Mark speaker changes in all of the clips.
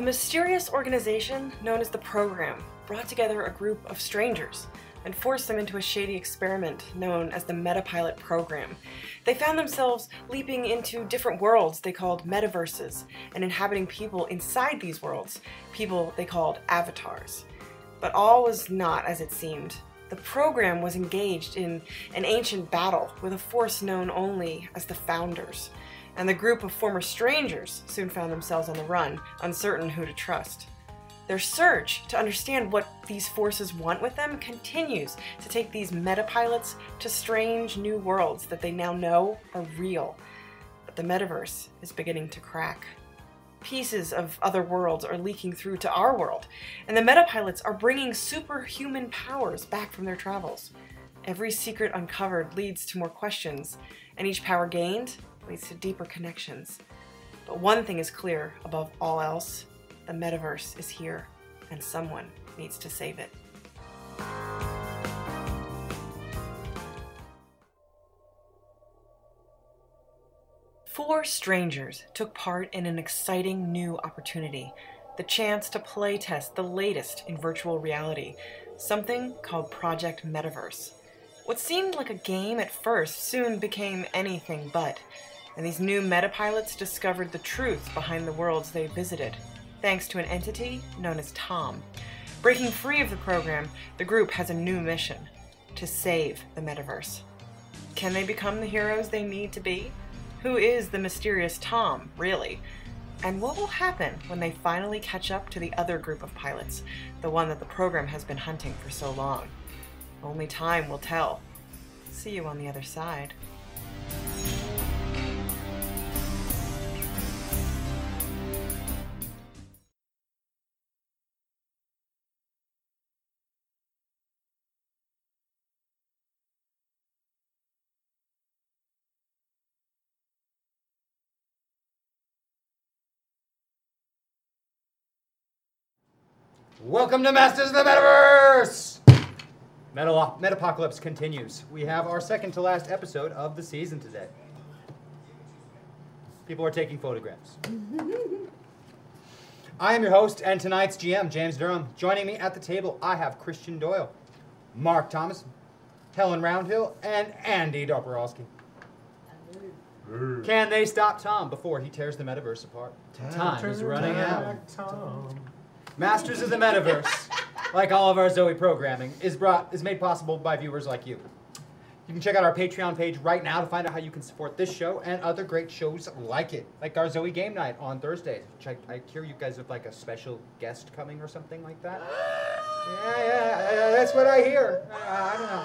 Speaker 1: mysterious organization known as the Program brought together a group of strangers and forced them into a shady experiment known as the Metapilot Program. They found themselves leaping into different worlds they called metaverses and inhabiting people inside these worlds, people they called avatars. But all was not as it seemed. The program was engaged in an ancient battle with a force known only as the Founders, and the group of former strangers soon found themselves on the run, uncertain who to trust. Their search to understand what these forces want with them continues to take these metapilots to strange new worlds that they now know are real. But the metaverse is beginning to crack. Pieces of other worlds are leaking through to our world, and the metapilots are bringing superhuman powers back from their travels. Every secret uncovered leads to more questions, and each power gained leads to deeper connections. But one thing is clear above all else the metaverse is here, and someone needs to save it. Four strangers took part in an exciting new opportunity the chance to play test the latest in virtual reality, something called Project Metaverse. What seemed like a game at first soon became anything but, and these new metapilots discovered the truth behind the worlds they visited, thanks to an entity known as Tom. Breaking free of the program, the group has a new mission to save the metaverse. Can they become the heroes they need to be? Who is the mysterious Tom, really? And what will happen when they finally catch up to the other group of pilots, the one that the program has been hunting for so long? Only time will tell. See you on the other side.
Speaker 2: Welcome to Masters of the Metaverse! Metal- Metapocalypse continues. We have our second to last episode of the season today. People are taking photographs. I am your host and tonight's GM, James Durham. Joining me at the table, I have Christian Doyle, Mark Thomas, Helen Roundhill, and Andy Dobrowski. Can they stop Tom before he tears the metaverse apart? Time is running out. Masters of the Metaverse, like all of our Zoe programming, is brought is made possible by viewers like you. You can check out our Patreon page right now to find out how you can support this show and other great shows like it, like our Zoe Game Night on Thursdays. Which I, I hear you guys have like a special guest coming or something like that. yeah, yeah, yeah, that's what I hear. Uh, I don't know.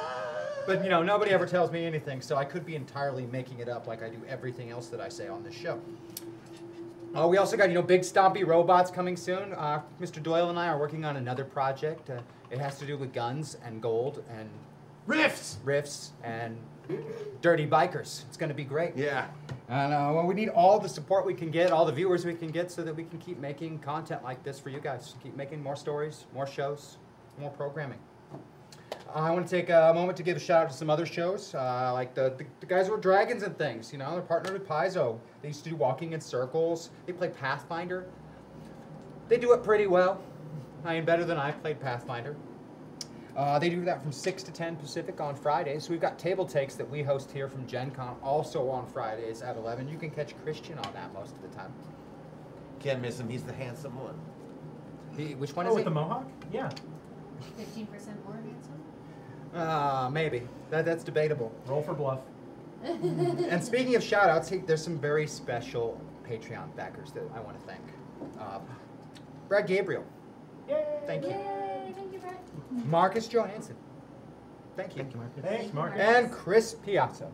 Speaker 2: But you know, nobody ever tells me anything, so I could be entirely making it up, like I do everything else that I say on this show. Uh, we also got you know big stompy robots coming soon. Uh, Mr. Doyle and I are working on another project. Uh, it has to do with guns and gold and
Speaker 3: Rifts!
Speaker 2: riffs and dirty bikers. It's going to be great.
Speaker 3: Yeah.
Speaker 2: And uh, well, we need all the support we can get, all the viewers we can get, so that we can keep making content like this for you guys. Keep making more stories, more shows, more programming. Uh, I want to take a moment to give a shout out to some other shows, uh, like the, the, the guys who are dragons and things. You know, they're partnered with Paizo. They used to do walking in circles. They play Pathfinder. They do it pretty well. I mean, better than I played Pathfinder. Uh, they do that from 6 to 10 Pacific on Fridays. We've got table takes that we host here from Gen Con also on Fridays at 11. You can catch Christian on that most of the time.
Speaker 3: Can't miss him. He's the handsome one.
Speaker 2: He, which one
Speaker 4: Oh,
Speaker 2: is
Speaker 4: with
Speaker 2: it?
Speaker 4: the mohawk? Yeah.
Speaker 5: Fifteen percent more handsome.
Speaker 2: Ah, maybe. That, that's debatable.
Speaker 4: Roll for bluff.
Speaker 2: and speaking of shout outs, hey, there's some very special Patreon backers that I want to thank. Uh, Brad Gabriel,
Speaker 4: Yay!
Speaker 2: thank you.
Speaker 5: Yay! Thank you, Brett.
Speaker 2: Marcus Johansson, thank you.
Speaker 4: Thanks, Mark.
Speaker 2: And Chris Piazza.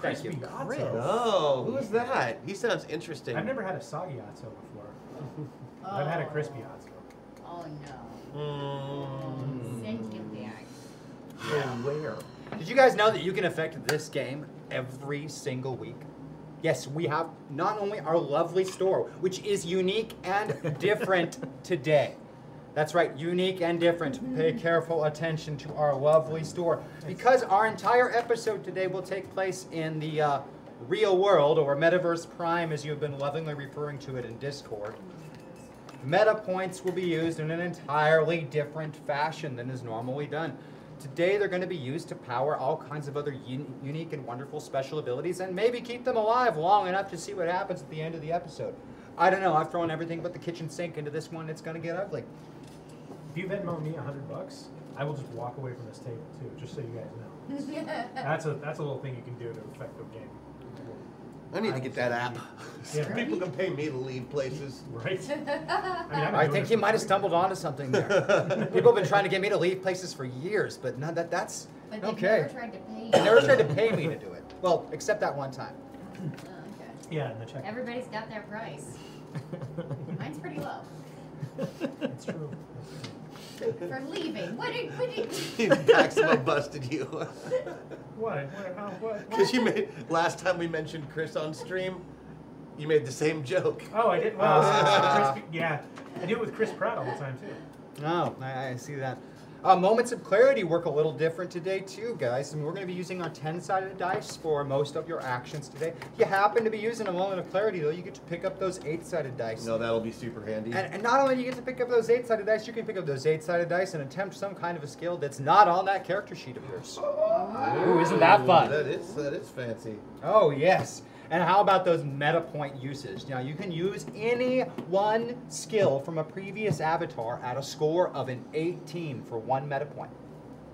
Speaker 2: Thank you.
Speaker 4: Crispy Gatto.
Speaker 2: Chris.
Speaker 3: Oh, who is that? He sounds interesting.
Speaker 4: I've never had a soggy atzo before. I've had a crispy atzo.
Speaker 5: Oh no.
Speaker 2: Hmm.
Speaker 3: Mm.
Speaker 5: Send him back.
Speaker 3: Where?
Speaker 2: Did you guys know that you can affect this game every single week? Yes, we have not only our lovely store, which is unique and different today. That's right, unique and different. Pay careful attention to our lovely store because our entire episode today will take place in the uh, real world or Metaverse Prime, as you've been lovingly referring to it in Discord. Meta points will be used in an entirely different fashion than is normally done. Today, they're going to be used to power all kinds of other un- unique and wonderful special abilities and maybe keep them alive long enough to see what happens at the end of the episode. I don't know. I've thrown everything but the kitchen sink into this one. It's going to get ugly.
Speaker 4: If you Venmo me a hundred bucks, I will just walk away from this table too, just so you guys know.
Speaker 2: Uh.
Speaker 4: That's a that's a little thing you can do to affect the game.
Speaker 3: I need to get that app. so
Speaker 4: Yeah.
Speaker 3: People can pay me to leave places.
Speaker 4: Right?
Speaker 5: Yeah.
Speaker 4: I, mean, I've been
Speaker 2: I
Speaker 4: doing
Speaker 2: think
Speaker 4: it
Speaker 2: you
Speaker 4: for
Speaker 2: might have
Speaker 4: free.
Speaker 2: stumbled onto something there. People have been trying to get me to leave places for years, but no, that that's
Speaker 5: But they
Speaker 2: okay.
Speaker 5: never tried to pay.
Speaker 2: They never
Speaker 5: you.
Speaker 2: tried to pay me to do it. Well, except that one time.
Speaker 5: Oh, okay.
Speaker 4: Yeah, in the check.
Speaker 5: Everybody's got their price. Mine's pretty low
Speaker 4: it's true. It's true.
Speaker 5: for leaving. What did what did?
Speaker 3: Maxima busted you.
Speaker 4: What? What? How? What?
Speaker 3: Because you made, last time we mentioned Chris on stream, you made the same joke. Uh,
Speaker 4: Oh, I did. Well,
Speaker 2: Ah.
Speaker 4: Chris, yeah, I do it with Chris Pratt all the time too.
Speaker 2: Oh, I, I see that. Uh, moments of clarity work a little different today too, guys. And we're going to be using our ten-sided dice for most of your actions today. If you happen to be using a moment of clarity, though, you get to pick up those eight-sided dice.
Speaker 3: No, that'll be super handy.
Speaker 2: And, and not only do you get to pick up those eight-sided dice, you can pick up those eight-sided dice and attempt some kind of a skill that's not on that character sheet of yours. Ooh, isn't that
Speaker 3: Ooh,
Speaker 2: fun?
Speaker 3: That is, that is fancy.
Speaker 2: Oh yes. And how about those meta point uses? Now you can use any one skill from a previous avatar at a score of an 18 for one meta point.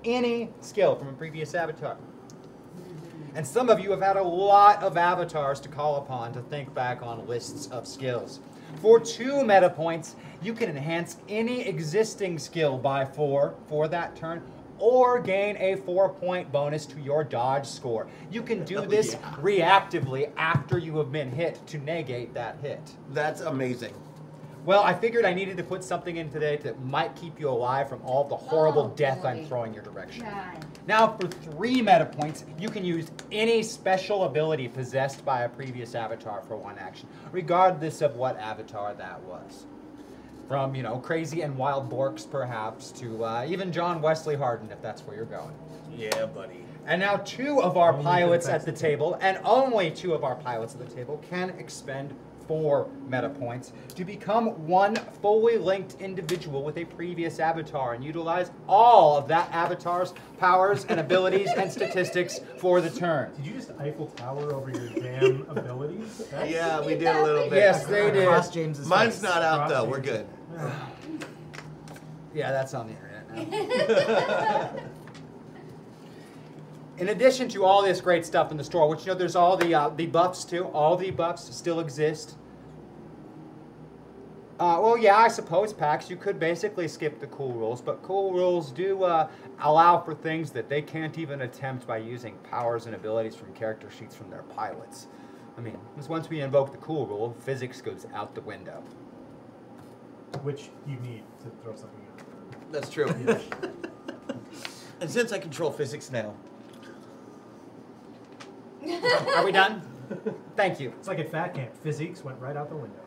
Speaker 2: Any skill from a previous avatar. And some of you have had a lot of avatars to call upon to think back on lists of skills. For two meta points, you can enhance any existing skill by four for that turn, or gain a four point bonus to your dodge score. You can do
Speaker 3: Oh,
Speaker 2: this
Speaker 3: yeah.
Speaker 2: reactively after you have been hit to negate that hit.
Speaker 3: That's amazing.
Speaker 2: Well, I figured I needed to put something in today that might keep you alive from all the horrible
Speaker 5: Oh,
Speaker 2: death I'm
Speaker 5: boy.
Speaker 2: throwing your direction.
Speaker 5: God.
Speaker 2: Now, for three meta points, you can use any special ability possessed by a previous avatar for one action, regardless of what avatar that was. From, you know, crazy and wild borks, perhaps, to uh, even John Wesley Hardin, if that's where you're going.
Speaker 3: Yeah, buddy.
Speaker 2: And now, two of our
Speaker 4: Only for the
Speaker 2: pilots at
Speaker 4: best.
Speaker 2: the table, and only two of our pilots at the table, can expend four meta points to become one fully linked individual with a previous avatar and utilize all of that avatar's powers and abilities and statistics for the turn.
Speaker 4: Did you just Eiffel Tower over your damn abilities? That's-
Speaker 3: Yeah, we did a little bit.
Speaker 2: Yes, they did.
Speaker 4: Across
Speaker 2: James's
Speaker 3: Mine's not out though.
Speaker 4: Frosty.
Speaker 3: We're good.
Speaker 4: Yeah.
Speaker 2: Yeah, that's on the internet now. In addition to all this great stuff in the store, which you know, there's all the uh, the buffs too. All the buffs still exist. Uh, well, yeah, I suppose PAX. You could basically skip the cool rules, but cool rules do uh, allow for things that they can't even attempt by using powers and abilities from character sheets from their pilots. I mean, 'cause once we invoke the cool rule, physics goes out the window.
Speaker 4: Which you need to throw something out.
Speaker 3: That's true. and since I control physics now,
Speaker 2: Are we done? Thank you.
Speaker 4: It's like at fat camp. Physiques went right out the window.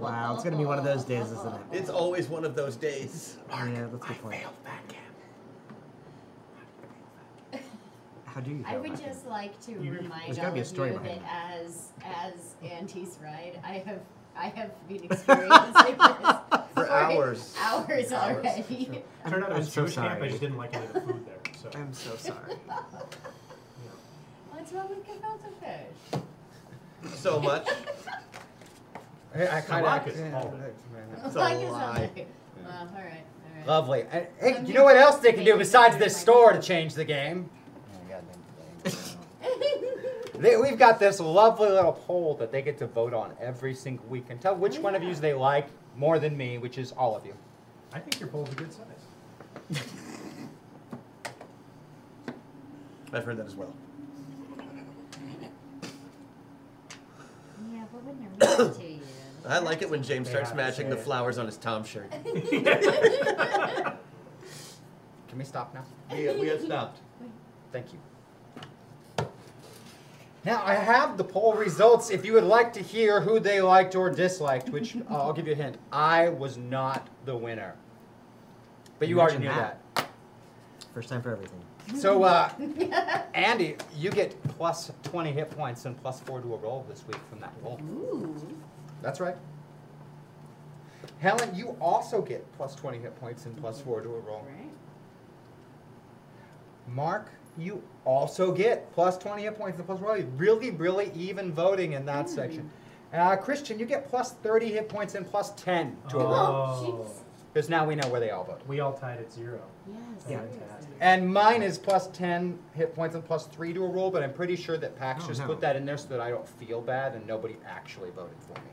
Speaker 6: Wow, it's gonna be one of those days, isn't it?
Speaker 3: it's always one of those days.
Speaker 6: yeah, that's a good point.
Speaker 4: fat camp.
Speaker 6: How do you?
Speaker 5: I
Speaker 6: feel
Speaker 5: would
Speaker 6: about it?
Speaker 5: just like to
Speaker 4: You-
Speaker 5: remind
Speaker 6: there's
Speaker 5: all
Speaker 6: gotta
Speaker 5: of
Speaker 6: be a
Speaker 5: you
Speaker 6: story
Speaker 5: that
Speaker 6: behind
Speaker 5: as as Auntie's ride, I have I have been experiencing this
Speaker 3: For hours.
Speaker 5: hours
Speaker 3: Hours.
Speaker 5: already.
Speaker 4: Turned out it
Speaker 6: I'm
Speaker 4: was
Speaker 6: so
Speaker 4: Jewish camp. I
Speaker 6: sorry.
Speaker 4: just didn't like any of the food there. So
Speaker 6: I'm so sorry.
Speaker 5: What's wrong with gefilte fish?
Speaker 3: So much.
Speaker 2: Hey, I kinda-
Speaker 4: like it.
Speaker 2: yeah,
Speaker 4: Oh.
Speaker 2: yeah.
Speaker 3: It's a
Speaker 5: Like, it's
Speaker 3: lie.
Speaker 5: not like- Well, all right, all right.
Speaker 2: Lovely. And, hey,
Speaker 5: Let
Speaker 2: you
Speaker 5: me-
Speaker 2: know what else they can
Speaker 5: wait,
Speaker 2: do
Speaker 5: let me
Speaker 2: besides
Speaker 5: clear
Speaker 2: this
Speaker 5: my
Speaker 2: store to
Speaker 5: throat.
Speaker 2: change the game?
Speaker 5: Oh
Speaker 2: They, we've got this lovely little poll that they get to vote on every single week and tell which
Speaker 5: Oh,
Speaker 2: one of
Speaker 5: yeah.
Speaker 2: you they like more than me, which is all of you.
Speaker 4: I think your poll's a good size.
Speaker 3: I've heard that as well.
Speaker 5: yeah, but when they're mean to you.
Speaker 3: I like it when James
Speaker 4: They
Speaker 3: starts
Speaker 4: have to
Speaker 3: matching
Speaker 4: say
Speaker 3: the
Speaker 4: it.
Speaker 3: flowers on his Tom shirt.
Speaker 2: Can we stop now?
Speaker 3: we, we have stopped.
Speaker 2: Thank you. Now I have the poll results. If you would like to hear who they liked or disliked, which uh, I'll give you a hint, I was not the winner. But you already knew
Speaker 6: Imagine
Speaker 2: that.
Speaker 6: First time for everything.
Speaker 2: So, uh, Andy, you get plus 20 hit points and plus four to a roll this week from that roll.
Speaker 5: Ooh.
Speaker 2: That's right. Helen, you also get plus 20 hit points and plus 4 to a roll.
Speaker 5: Right?
Speaker 2: Mark, you also get plus 20 hit points and plus roll. Really, really even voting in
Speaker 5: Hmm.
Speaker 2: that section. Uh, Christian, you get plus 30 hit points and plus 10 to a roll.
Speaker 4: Oh,
Speaker 2: Because now we know where they all vote.
Speaker 4: we all tied at zero.
Speaker 5: Yes.
Speaker 6: Yeah.
Speaker 5: seriously.
Speaker 2: And mine is plus 10 hit points and plus 3 to a roll, but I'm pretty sure that Pax
Speaker 6: Oh,
Speaker 2: just
Speaker 6: no.
Speaker 2: put that in there so that I don't feel bad and nobody actually voted for me.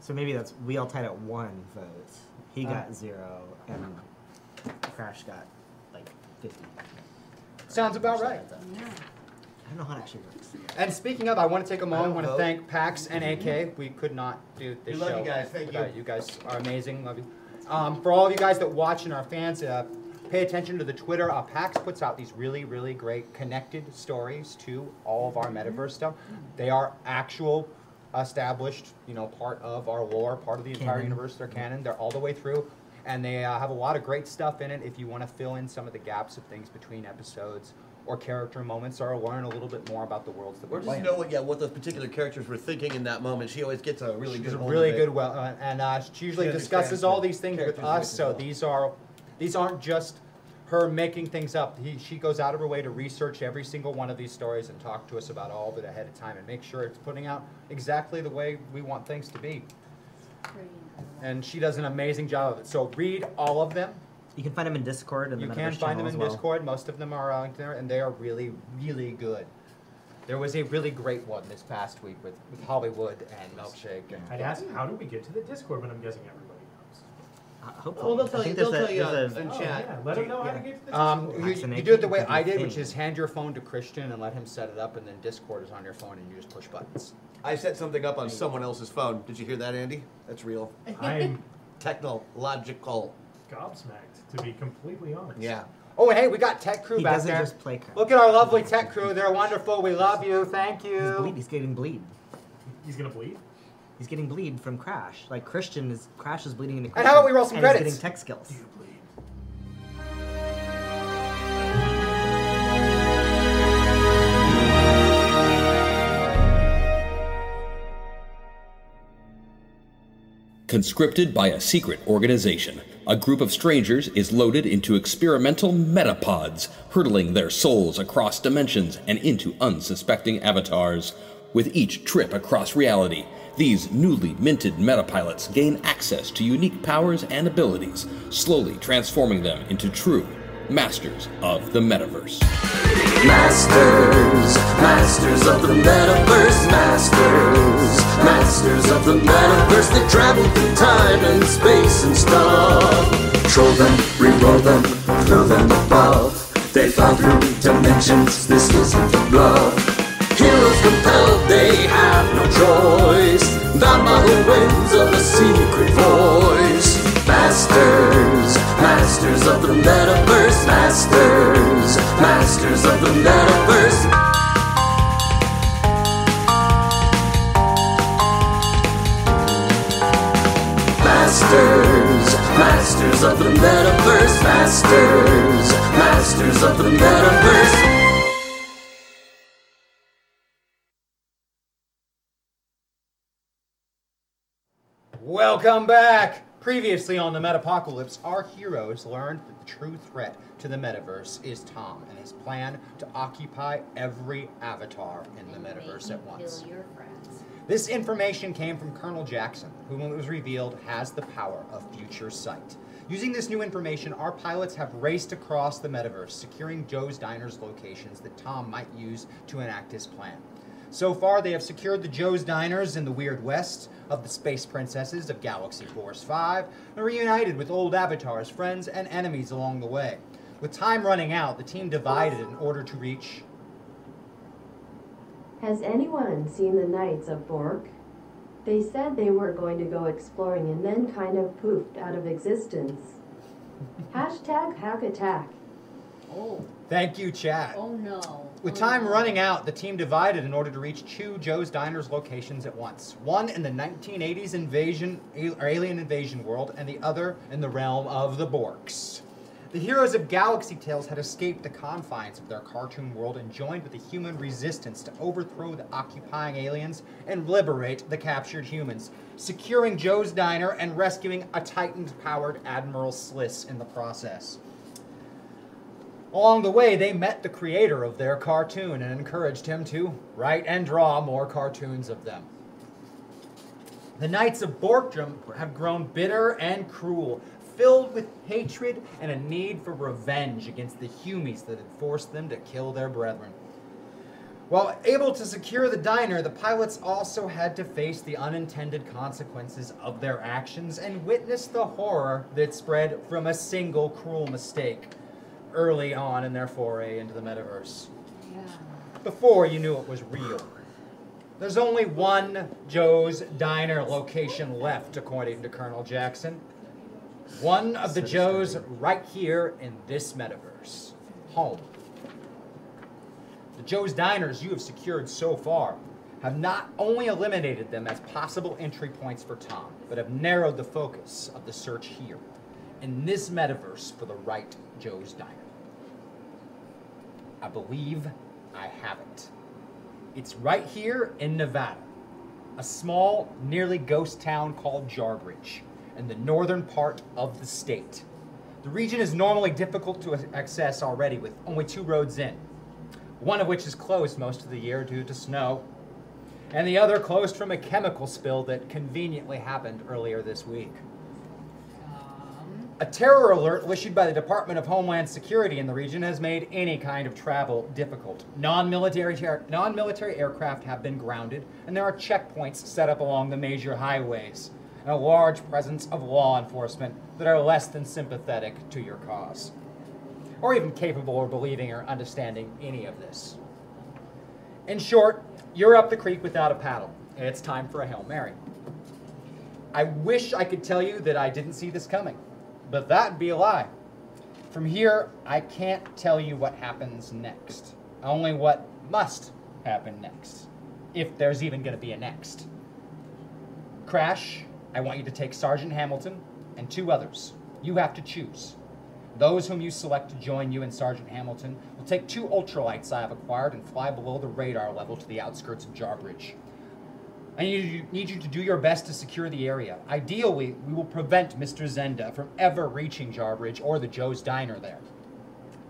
Speaker 6: So maybe that's we all tied at one vote. He
Speaker 2: Uh.
Speaker 6: got zero, and Crash got like fifty.
Speaker 2: Sounds about
Speaker 6: So
Speaker 2: right.
Speaker 6: that's up.
Speaker 5: Yeah.
Speaker 6: I don't know how that actually works.
Speaker 2: And speaking of, I want to take a moment. I
Speaker 3: don't
Speaker 2: want to
Speaker 3: vote. Mm-hmm.
Speaker 2: thank Pax and AK. We could not do this
Speaker 3: We love you
Speaker 2: show
Speaker 3: guys. Thank
Speaker 2: without
Speaker 3: you.
Speaker 2: guys are amazing. Love you. Um, for all of you guys that watch and are fans, uh, pay attention to the Twitter. Uh, Pax puts out these really, really great connected stories to all of our metaverse stuff. They are actual, established, you know, part of our lore, part of the entire
Speaker 6: Canon.
Speaker 2: universe. They're canon. They're all the way through. And they uh, have a lot of great stuff in it if you want to fill in some of the gaps of things between episodes or character moments or learn a little bit more about the worlds that
Speaker 3: Or
Speaker 2: we're
Speaker 3: just
Speaker 2: playing.
Speaker 3: know what yeah what those particular characters were thinking in that moment. She always gets a really
Speaker 2: She's
Speaker 3: good.
Speaker 2: a
Speaker 3: hold
Speaker 2: really
Speaker 3: of it.
Speaker 2: good well, uh, and uh, she usually
Speaker 3: She understands
Speaker 2: discusses all
Speaker 3: the
Speaker 2: these things with
Speaker 3: characters
Speaker 2: us.
Speaker 3: as
Speaker 2: So
Speaker 3: well.
Speaker 2: these are, these aren't just her making things up. He, she goes out of her way to research every single one of these stories and talk to us about all of it ahead of time and make sure it's putting out exactly the way we want things to be.
Speaker 5: It's pretty incredible.
Speaker 2: And she does an amazing job of it. So read all of them.
Speaker 6: You can find him in Discord and
Speaker 2: You
Speaker 6: the
Speaker 2: can
Speaker 6: Metaverse
Speaker 2: find
Speaker 6: channel
Speaker 2: them
Speaker 6: as
Speaker 2: in
Speaker 6: well.
Speaker 2: Discord. Most of them are out there, and they are really, really good. There was a really great one this past week with, with Hollywood and Milkshake and
Speaker 4: I'd ask, how do we get to the Discord? But I'm guessing everybody knows.
Speaker 6: Uh, hopefully.
Speaker 3: Well, they'll
Speaker 6: I
Speaker 3: tell you.
Speaker 6: think
Speaker 3: They'll
Speaker 6: there's
Speaker 3: tell you
Speaker 6: a, there's
Speaker 3: uh,
Speaker 6: a-
Speaker 3: in
Speaker 4: Oh,
Speaker 3: chat.
Speaker 4: yeah, let them know how to
Speaker 3: Yeah.
Speaker 4: get to the
Speaker 2: Um,
Speaker 4: Discord.
Speaker 2: you, you do it the way I did, which is hand your phone to Christian and let him set it up, and then Discord is on your phone, and you just push buttons.
Speaker 3: I set something up on someone else's phone. Did you hear that, Andy? That's real.
Speaker 4: I'm
Speaker 3: Technological.
Speaker 4: gobsmacked, to be completely honest.
Speaker 3: Yeah.
Speaker 2: Oh, and hey, we got tech crew
Speaker 6: he
Speaker 2: back
Speaker 6: doesn't
Speaker 2: there.
Speaker 6: just play Crash.
Speaker 2: Look at our lovely tech crew. They're wonderful. We love you. Thank
Speaker 6: He's bleed.
Speaker 2: you.
Speaker 6: He's getting bleed.
Speaker 4: He's gonna bleed.
Speaker 6: He's getting bleed from Crash. Like Christian is Crash is bleeding into.
Speaker 2: how
Speaker 6: Christian,
Speaker 2: about we roll some
Speaker 6: and he's
Speaker 2: credits?
Speaker 6: getting tech skills.
Speaker 4: bleed?
Speaker 7: Conscripted by a secret organization, a group of strangers is loaded into experimental metapods, hurtling their souls across dimensions and into unsuspecting avatars. With each trip across reality, these newly minted metapilots gain access to unique powers and abilities, slowly transforming them into true masters of the metaverse.
Speaker 8: Masters, masters of the metaverse, masters, masters of the metaverse that travel through time and space and stuff. Troll them, re-roll them, throw them above. They fly through dimensions, this isn't a bluff. Heroes compelled, they have no choice. The model wins of a secret voice. Masters, masters of the metaverse, masters, masters of the metaverse. Masters, masters of the metaverse, masters, masters of the metaverse.
Speaker 4: Mm,
Speaker 2: Welcome back. Previously on the Metapocalypse, our heroes learned that the true threat to the metaverse is Tom and his plan to occupy every avatar in the
Speaker 5: And make
Speaker 2: metaverse
Speaker 5: you
Speaker 2: at once.
Speaker 5: Kill your friends.
Speaker 2: This information came from Colonel Jackson, who, when it was revealed, has the power of future sight. Using this new information, our pilots have raced across the metaverse, securing Joe's Diner's locations that Tom might use to enact his plan. So far, they have secured the Joe's Diners in the Weird West, of the Space Princesses of Galaxy Force 5, and reunited with old avatars, friends, and enemies along the way. With time running out, the team divided in order to reach
Speaker 9: Has anyone seen the Knights of Bork? They said they were going to go exploring and then kind of poofed out of existence. Hashtag hack attack.
Speaker 5: Oh,
Speaker 2: Thank You Chat.
Speaker 5: oh no.
Speaker 2: With
Speaker 5: Oh,
Speaker 2: time
Speaker 5: no.
Speaker 2: running out, the team divided in order to reach two Joe's Diners locations at once. One in the 1980s invasion, al- or alien invasion world, and the other in the realm of the Borks. The heroes of Galaxy Tales had escaped the confines of their cartoon world and joined with the human resistance to overthrow the occupying aliens and liberate the captured humans, securing Joe's Diner and rescuing a Titan powered Admiral Sliss in the process. Along the way, they met the creator of their cartoon and encouraged him to write and draw more cartoons of them. The Knights of Borkdrum have grown bitter and cruel, filled with hatred and a need for revenge against the Humies that had forced them to kill their brethren. While able to secure the diner, the pilots also had to face the unintended consequences of their actions and witness the horror that spread from a single cruel mistake early on in their foray into the metaverse. Before you knew it was real. There's only one Joe's Diner location left, according to Colonel Jackson. One of the Joes right here in this metaverse. Home. The Joe's Diners you have secured so far have not only eliminated them as possible entry points for Tom, but have narrowed the focus of the search here, in this metaverse, for the right Joe's Diner. I believe I have it. It's right here in Nevada, a small, nearly ghost town called Jarbridge, in the northern part of the state. The region is normally difficult to access already, with only two roads in, one of which is closed most of the year due to snow, and the other closed from a chemical spill that conveniently happened earlier this week. A terror alert issued by the Department of Homeland Security in the region has made any kind of travel difficult. Non-military ter- non-military aircraft have been grounded, and there are checkpoints set up along the major highways, and a large presence of law enforcement that are less than sympathetic to your cause, or even capable of believing or understanding any of this. In short, you're up the creek without a paddle, and it's time for a hail mary. I wish I could tell you that I didn't see this coming, but that'd be a lie. From here, I can't tell you what happens next. Only what must happen next. If there's even going to be a next. Crash, I want you to take Sergeant Hamilton and two others. You have to choose. Those whom you select to join you and Sergeant Hamilton will take two ultralights I have acquired and fly below the radar level to the outskirts of Jarbridge. I need you, need you to do your best to secure the area. Ideally, we will prevent Mr. Zenda from ever reaching Jarbridge or the Joe's Diner there.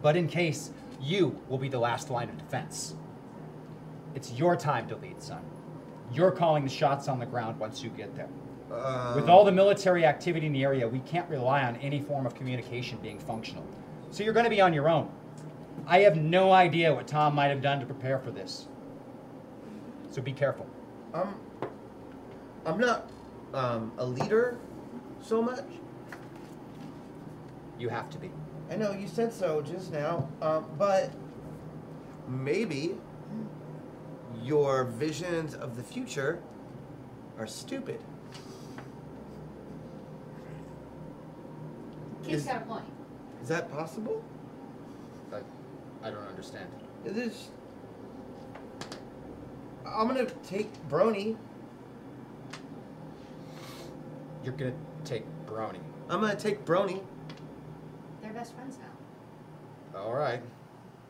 Speaker 2: But in case, you will be the last line of defense. It's your time to lead, son. You're calling the shots on the ground once you get there. With all the military activity in the area, we can't rely on any form of communication being functional. So you're going to be on your own. I have no idea what Tom might have done to prepare for this. So be careful. Um,
Speaker 3: I'm, I'm not um, a leader so much.
Speaker 2: You have to be.
Speaker 3: I know you said so just now, um, but maybe your visions of the future are stupid.
Speaker 5: Kid's
Speaker 3: Is-
Speaker 5: got a point.
Speaker 3: Is that possible?
Speaker 2: I, I don't understand.
Speaker 3: This. I'm gonna take Brony.
Speaker 2: You're going to take Brownie.
Speaker 3: I'm gonna take Brony
Speaker 5: They're best friends now.
Speaker 2: All right.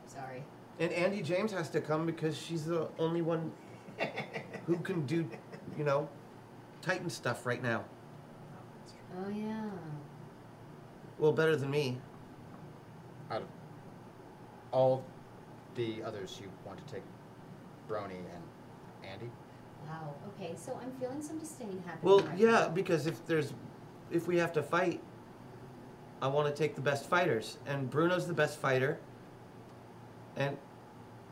Speaker 5: Sorry.
Speaker 3: And Andy James has to come because she's the only one who can do, you know, Titan stuff right now.
Speaker 5: Oh yeah.
Speaker 3: Well, better than me.
Speaker 2: Out of all the others, you want to take Brony and Andy?
Speaker 5: Wow. Okay. So I'm feeling some disdain happening.
Speaker 3: Well,
Speaker 5: right
Speaker 3: yeah, because if there's, if we have to fight, I want to take the best fighters, and Bruno's the best fighter, and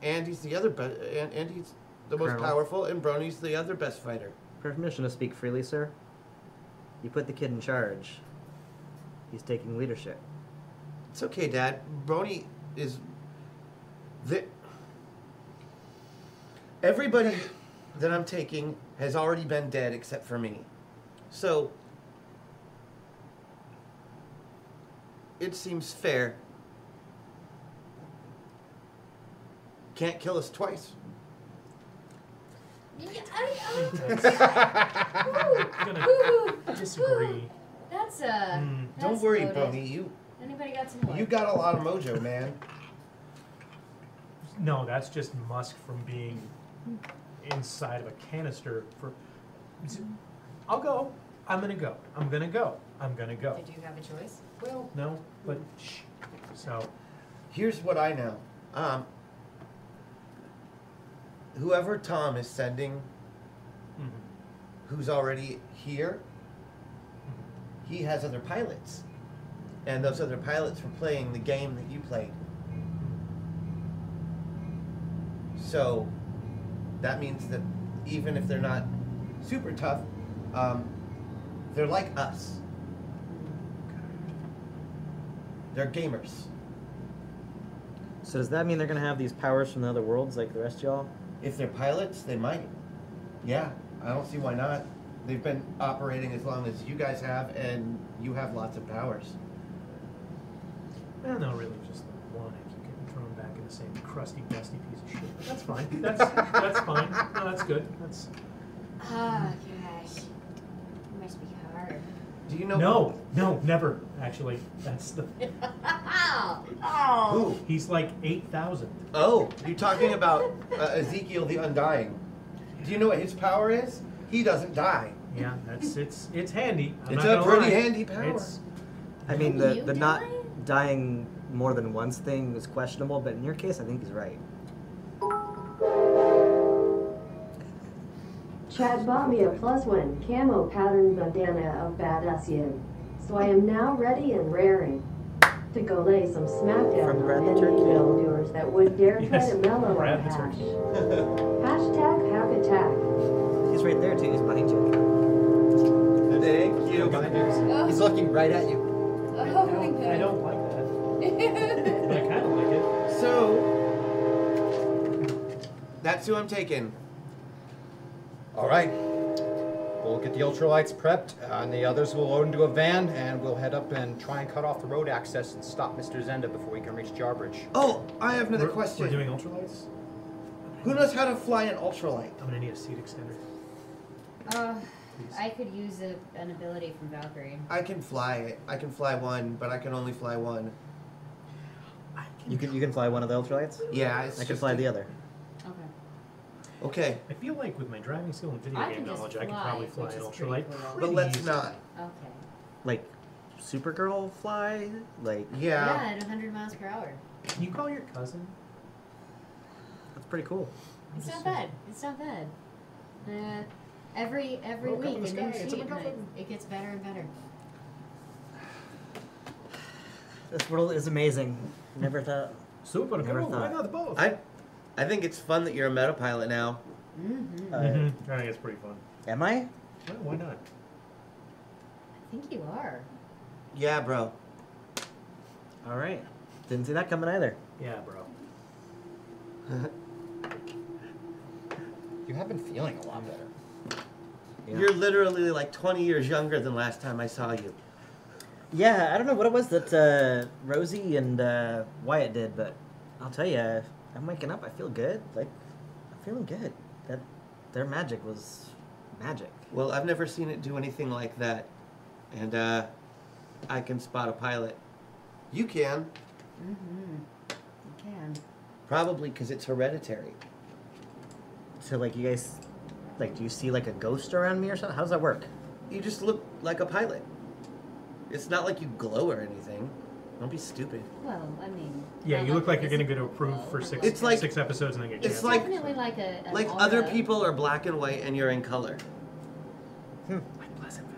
Speaker 3: Andy's the other best, and Andy's the most
Speaker 6: Colonel.
Speaker 3: powerful, and Brony's the other best fighter.
Speaker 6: Permission to speak freely, sir. You put the kid in charge. He's taking leadership.
Speaker 3: It's okay, Dad. Brony is the everybody that I'm taking has already been dead except for me. So it seems fair. Can't kill us twice.
Speaker 5: now. Yeah, I,
Speaker 9: I'm
Speaker 5: I,
Speaker 9: gonna
Speaker 5: woo, woo, woo.
Speaker 9: disagree.
Speaker 5: That's a.
Speaker 9: Mm,
Speaker 5: that's
Speaker 4: Hmm.
Speaker 3: Don't worry,
Speaker 5: loaded.
Speaker 3: Brony. You
Speaker 5: Anybody got some wood?
Speaker 10: You got a lot of mojo, man.
Speaker 4: No, that's just musk from being inside of a canister for. I'll go. I'm gonna go. I'm gonna go. I'm gonna go.
Speaker 5: Did you have a choice?
Speaker 4: Well, no, but shh. So,
Speaker 3: Here's what I know. Um, whoever Tom is sending, who's already here, he has other pilots. And those other pilots were playing the game that you played. So that means that even if they're not super tough, um, they're like us. They're gamers.
Speaker 6: So does that mean they're gonna have these powers from the other worlds like the rest of y'all?
Speaker 3: If they're pilots, they might. Yeah, I don't see why not. They've been operating as long as you guys have, and you have lots of powers.
Speaker 4: well, eh, no, really, just the one. I keep getting thrown back in the same crusty, dusty piece of shit. But That's fine. That's that's fine. No, that's good. That's
Speaker 5: Ah, gosh. It must be hard.
Speaker 3: Do you know?
Speaker 4: no, no, never. Actually, that's the.
Speaker 5: oh,
Speaker 3: Who?
Speaker 4: He's like eight thousand.
Speaker 3: Oh, you're talking about uh, Ezekiel the Undying. Do you know what his power is? He doesn't die.
Speaker 4: Yeah, that's it's it's handy. I'm
Speaker 3: It's a
Speaker 4: not gonna
Speaker 3: pretty
Speaker 4: lie.
Speaker 3: handy power.
Speaker 4: It's-
Speaker 6: I mean,
Speaker 5: Will
Speaker 6: the,
Speaker 5: you
Speaker 6: the not
Speaker 5: die?
Speaker 6: dying more than once thing is questionable, but in your case, I think he's right.
Speaker 9: Chad bought me a plus one camo pattern bandana of badass yin, so I am now ready and raring to go lay some
Speaker 6: From
Speaker 9: smackdown
Speaker 6: Brad
Speaker 9: on
Speaker 6: the
Speaker 9: any
Speaker 6: Turkey.
Speaker 9: evildoers that would dare try
Speaker 4: Yes,
Speaker 9: to mellow
Speaker 4: Brad
Speaker 9: our
Speaker 4: the
Speaker 9: hash.
Speaker 4: Turkey.
Speaker 9: Hashtag hack attack.
Speaker 6: He's right there too. He's behind you.
Speaker 3: Thank you.
Speaker 11: He's looking right at you.
Speaker 5: oh
Speaker 4: I
Speaker 5: my
Speaker 4: don't,
Speaker 5: god.
Speaker 4: I don't like that, but I kind of like it.
Speaker 3: So, that's who I'm taking.
Speaker 11: All right. We'll get the ultralights prepped, uh, and the others will load into a van, and we'll head up and try and cut off the road access and stop Mr. Zenda before he can reach Jarbridge.
Speaker 3: Oh, I have another
Speaker 4: We're-
Speaker 3: question.
Speaker 4: We're doing ultralights.
Speaker 3: Who knows how to fly an ultralight?
Speaker 4: I'm gonna need a seat extender.
Speaker 5: Uh,
Speaker 4: Please.
Speaker 5: I could use a, an ability from Valkyrie.
Speaker 3: I can fly it. I can fly one, but I can only fly one.
Speaker 6: You can you can fly one of the ultralights.
Speaker 3: Yeah, it's
Speaker 6: I can
Speaker 3: just-
Speaker 6: fly the other.
Speaker 5: Okay.
Speaker 3: Okay,
Speaker 4: I feel like with my driving skill and video
Speaker 5: I
Speaker 4: game
Speaker 5: can just
Speaker 4: knowledge, I could
Speaker 5: fly,
Speaker 4: probably
Speaker 5: which
Speaker 4: fly an
Speaker 5: is
Speaker 4: ultralight.
Speaker 5: pretty cool.
Speaker 3: but
Speaker 4: pretty
Speaker 3: let's
Speaker 4: easy.
Speaker 3: not.
Speaker 5: Okay.
Speaker 6: Like Supergirl fly. Like
Speaker 3: Yeah.
Speaker 5: at 100 miles per hour.
Speaker 4: Can you call your cousin?
Speaker 6: that's pretty cool.
Speaker 5: It's not bad. It's not bad. Uh, every every
Speaker 4: Look up
Speaker 5: week,
Speaker 4: in
Speaker 5: a
Speaker 4: the
Speaker 5: new
Speaker 4: sky, it's
Speaker 5: sheet,
Speaker 4: up
Speaker 5: and
Speaker 4: above
Speaker 5: it, it gets better and better.
Speaker 6: This world is amazing. Never thought.
Speaker 4: Super
Speaker 6: Never
Speaker 4: cool. Why
Speaker 6: thought.
Speaker 4: not both?
Speaker 3: I, I think it's fun that you're a meta pilot now.
Speaker 5: Mm-hmm.
Speaker 6: Uh,
Speaker 4: Mhm. I think it's pretty fun.
Speaker 6: Am I?
Speaker 4: Well, why not?
Speaker 5: I think you are.
Speaker 3: Yeah, bro.
Speaker 6: All right. Didn't see that coming either.
Speaker 4: Yeah, bro.
Speaker 11: You have been feeling a lot better.
Speaker 6: Yeah.
Speaker 3: You're literally like 20 years younger than last time I saw you.
Speaker 6: Yeah, I don't know what it was that uh, Rosie and uh, Wyatt did, but I'll tell you, I'm waking up. I feel good. Like I'm feeling good. That their magic was magic.
Speaker 3: Well, I've never seen it do anything like that. And uh, I can spot a pilot. You can,
Speaker 5: Mm-hmm. You can.
Speaker 3: probably because it's hereditary.
Speaker 6: So like you guys, like do you see like a ghost around me or something? How does that work?
Speaker 3: You just look like a pilot. It's not like you glow or anything. Don't be stupid.
Speaker 5: Well, I mean.
Speaker 4: Yeah,
Speaker 5: not
Speaker 4: you look like you're
Speaker 5: it's
Speaker 4: gonna get approved for
Speaker 5: glow,
Speaker 4: six
Speaker 5: but
Speaker 3: It's like-
Speaker 4: six episodes and then get
Speaker 3: it's
Speaker 4: canceled.
Speaker 3: like-
Speaker 5: definitely like a. an
Speaker 3: Like other
Speaker 5: aura.
Speaker 3: people are black and white and you're in color.
Speaker 4: Like Pleasantville.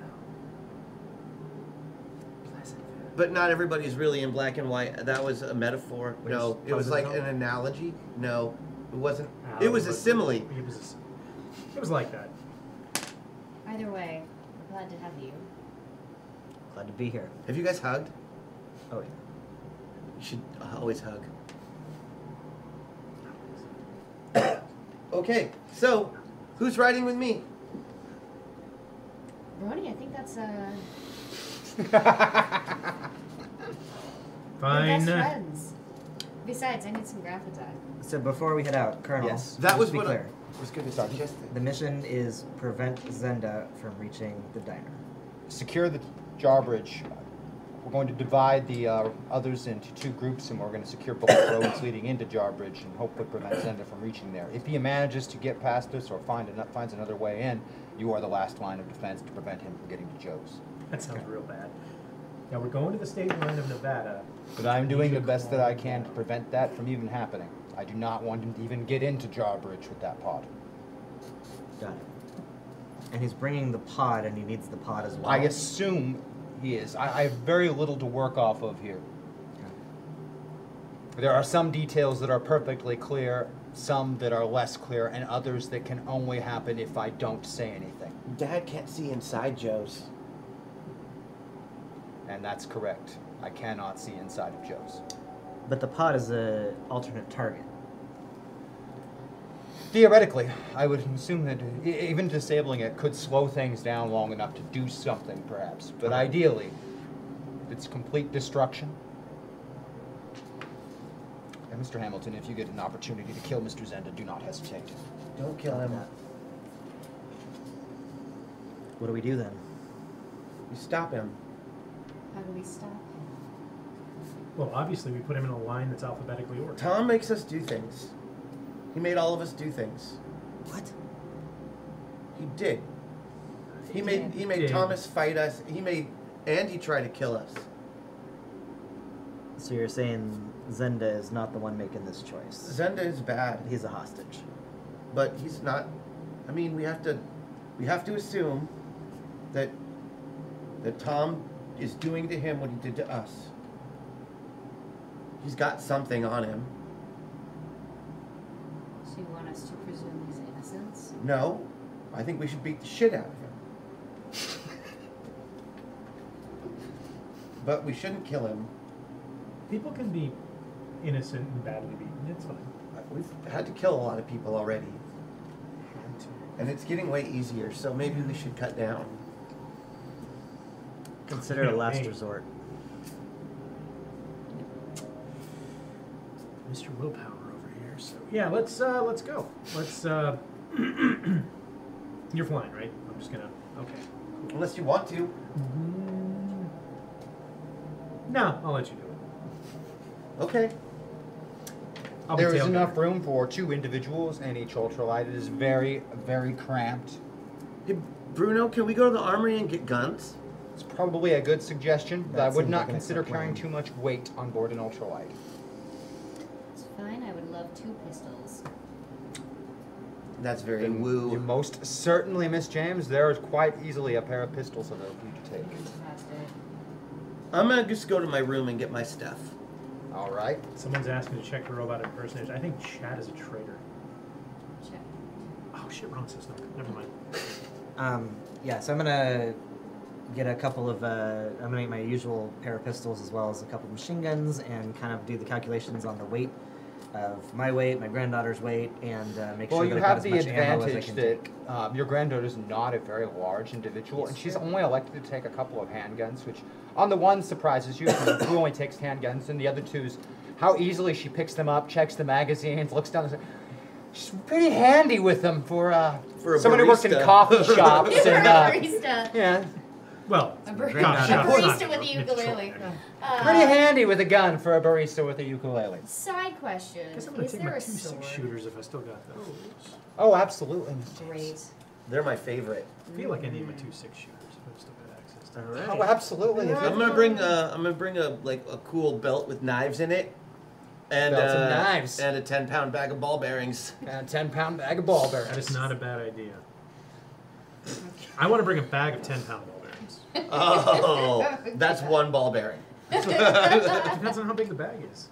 Speaker 4: Pleasantville.
Speaker 3: But not everybody's really in black and white. That was a metaphor.
Speaker 4: Wait,
Speaker 3: no,
Speaker 4: is-
Speaker 3: it was
Speaker 4: was it
Speaker 3: like
Speaker 4: not?
Speaker 3: an analogy. No, it wasn't.
Speaker 4: Ah,
Speaker 3: It was a
Speaker 4: but-
Speaker 3: simile.
Speaker 4: It was. It was like that.
Speaker 5: Either way, we're glad to have you.
Speaker 6: Glad to be here.
Speaker 3: Have you guys hugged?
Speaker 6: Oh yeah.
Speaker 3: You should always hug. okay, so who's riding with me?
Speaker 5: Brony, I think that's uh. we're
Speaker 4: Fine.
Speaker 5: Best
Speaker 4: uh,
Speaker 5: friends. Besides, I need some graphitite.
Speaker 6: So before we head out, Colonel,
Speaker 3: that
Speaker 6: just
Speaker 3: was
Speaker 6: be
Speaker 3: what I-
Speaker 6: clear.
Speaker 3: I was going to suggest.
Speaker 6: The mission is prevent Zenda from reaching the diner.
Speaker 11: Secure the Jarbridge.
Speaker 2: We're going to divide the uh, others into two groups, and we're going to secure both roads leading into Jarbridge and hopefully prevent Zenda from reaching there. If he manages to get past us or find ano- finds another way in, you are the last line of defense to prevent him from getting to Joe's.
Speaker 4: That sounds real bad. Now we're going to the state line of Nevada.
Speaker 2: But I'm doing the best that I can to prevent that from even happening. I do not want him to even get into Jarbridge with that pod.
Speaker 6: Got it. And he's bringing the pod, and he needs the pod as well.
Speaker 2: I assume he is. I, I have very little to work off of here. There are some details that are perfectly clear, some that are less clear, and others that can only happen if I don't say anything.
Speaker 3: Dad can't see inside Joe's.
Speaker 2: And that's correct. I cannot see inside of Joe's.
Speaker 6: But the pod is uh, a alternate target.
Speaker 2: Theoretically, I would assume that e- even disabling it could slow things down long enough to do something, perhaps. But ideally, it's complete destruction. And Mr. Hamilton, if you get an opportunity to kill Mr. Zenda, do not hesitate.
Speaker 3: Don't kill him.
Speaker 6: What do we do then?
Speaker 3: You stop him.
Speaker 5: How do we stop him?
Speaker 4: Well, obviously we put him in a line that's alphabetically ordered.
Speaker 3: Tom makes us do things. He made all of us do things.
Speaker 6: What?
Speaker 3: He did. He made he made
Speaker 4: Did.
Speaker 3: Thomas fight us. He made Andy try to kill us.
Speaker 6: So you're saying Zenda is not the one making this choice?
Speaker 3: Zenda is bad,
Speaker 6: He's a hostage.
Speaker 3: but he's not. I mean, we have to we have to assume that that Tom is doing to him what he did to us. He's got something on him.
Speaker 5: So you want us to presume his innocence?
Speaker 3: No, I think we should beat the shit out of him. but we shouldn't kill him.
Speaker 4: People can be innocent and badly beaten. It's fine.
Speaker 3: We've had to kill a lot of people already, and it's getting way easier. So maybe we should cut down.
Speaker 6: Consider it a last
Speaker 4: Hey.
Speaker 6: resort.
Speaker 4: Mr. Willpower over here. So yeah, let's uh, let's go. Let's. Uh, you're flying, right? I'm just gonna. Okay.
Speaker 3: Unless you want to.
Speaker 4: Mm. No, I'll let you do it.
Speaker 3: Okay.
Speaker 4: I'll be
Speaker 2: There is
Speaker 4: tailgater.
Speaker 2: enough room for two individuals and each ultralight. It is very, very cramped.
Speaker 3: Hey, Bruno, can we go to the armory and get guns?
Speaker 2: It's probably a good suggestion, but
Speaker 6: That
Speaker 2: I would
Speaker 6: seems
Speaker 2: not
Speaker 6: like an
Speaker 2: consider
Speaker 6: excellent
Speaker 2: carrying
Speaker 6: plan.
Speaker 2: too much weight on board an ultralight.
Speaker 5: It's fine. I would love two pistols.
Speaker 3: That's very
Speaker 2: Then
Speaker 3: woo.
Speaker 2: You most certainly, Miss James, there is quite easily a pair of pistols available for you to take.
Speaker 5: Fantastic.
Speaker 3: I'm gonna just go to my room and get my stuff.
Speaker 2: All right.
Speaker 4: Someone's asking to check the robot impersonators. I think Chad is a traitor.
Speaker 5: Check.
Speaker 4: Oh shit, wrong system. Never mind.
Speaker 6: Um, yeah, so I'm gonna get a couple of uh, I'm gonna get my usual pair of pistols as well as a couple of machine guns and kind of do the calculations on the weight of my weight, my granddaughter's weight, and uh, make
Speaker 2: Well,
Speaker 6: sure
Speaker 2: you
Speaker 6: that I've got
Speaker 2: have
Speaker 6: as
Speaker 2: the
Speaker 6: much ammo as I
Speaker 2: advantage
Speaker 6: can
Speaker 2: that
Speaker 6: take.
Speaker 2: um, your granddaughter is not a very large individual,
Speaker 6: Yes,
Speaker 2: and she's
Speaker 6: sir.
Speaker 2: only elected to take a couple of handguns, which, on the one, surprises you. who only takes handguns, and the other two's how easily she picks them up, checks the magazines, looks down. and says, She's pretty handy with them for, uh,
Speaker 3: For a
Speaker 2: someone who works in
Speaker 3: barista."
Speaker 2: coffee shops
Speaker 5: You're a
Speaker 2: and uh,
Speaker 5: barista.
Speaker 2: yeah,
Speaker 4: Well,
Speaker 5: A bar-
Speaker 4: gosh,
Speaker 6: a
Speaker 4: that's
Speaker 5: barista
Speaker 4: not
Speaker 5: with
Speaker 4: true.
Speaker 5: a
Speaker 4: It's true.
Speaker 5: ukulele.
Speaker 2: pretty
Speaker 5: Uh,
Speaker 2: handy with a gun for a barista with a ukulele.
Speaker 5: side question:
Speaker 4: Guess I'm gonna
Speaker 5: Is
Speaker 4: take
Speaker 5: there
Speaker 4: my
Speaker 5: a
Speaker 4: two
Speaker 5: sword?
Speaker 4: six shooters if I still got those.
Speaker 2: Oh, absolutely. Miss James.
Speaker 5: Great.
Speaker 3: They're my favorite.
Speaker 4: I feel like I need my two six shooters if I've still got access to them.
Speaker 2: Oh, absolutely. If you-
Speaker 3: I'm gonna bring uh, I'm gonna bring a like a cool belt with knives in it, and
Speaker 2: Belts
Speaker 3: uh,
Speaker 2: and knives.
Speaker 3: and a ten pound bag of ball bearings.
Speaker 2: and a 10 pound bag of ball
Speaker 4: That
Speaker 2: bearings.
Speaker 4: is not a bad idea. I want to bring a bag of ten pound ball bearings.
Speaker 3: Oh, that's one ball bearing.
Speaker 4: Depends on how big the bag is.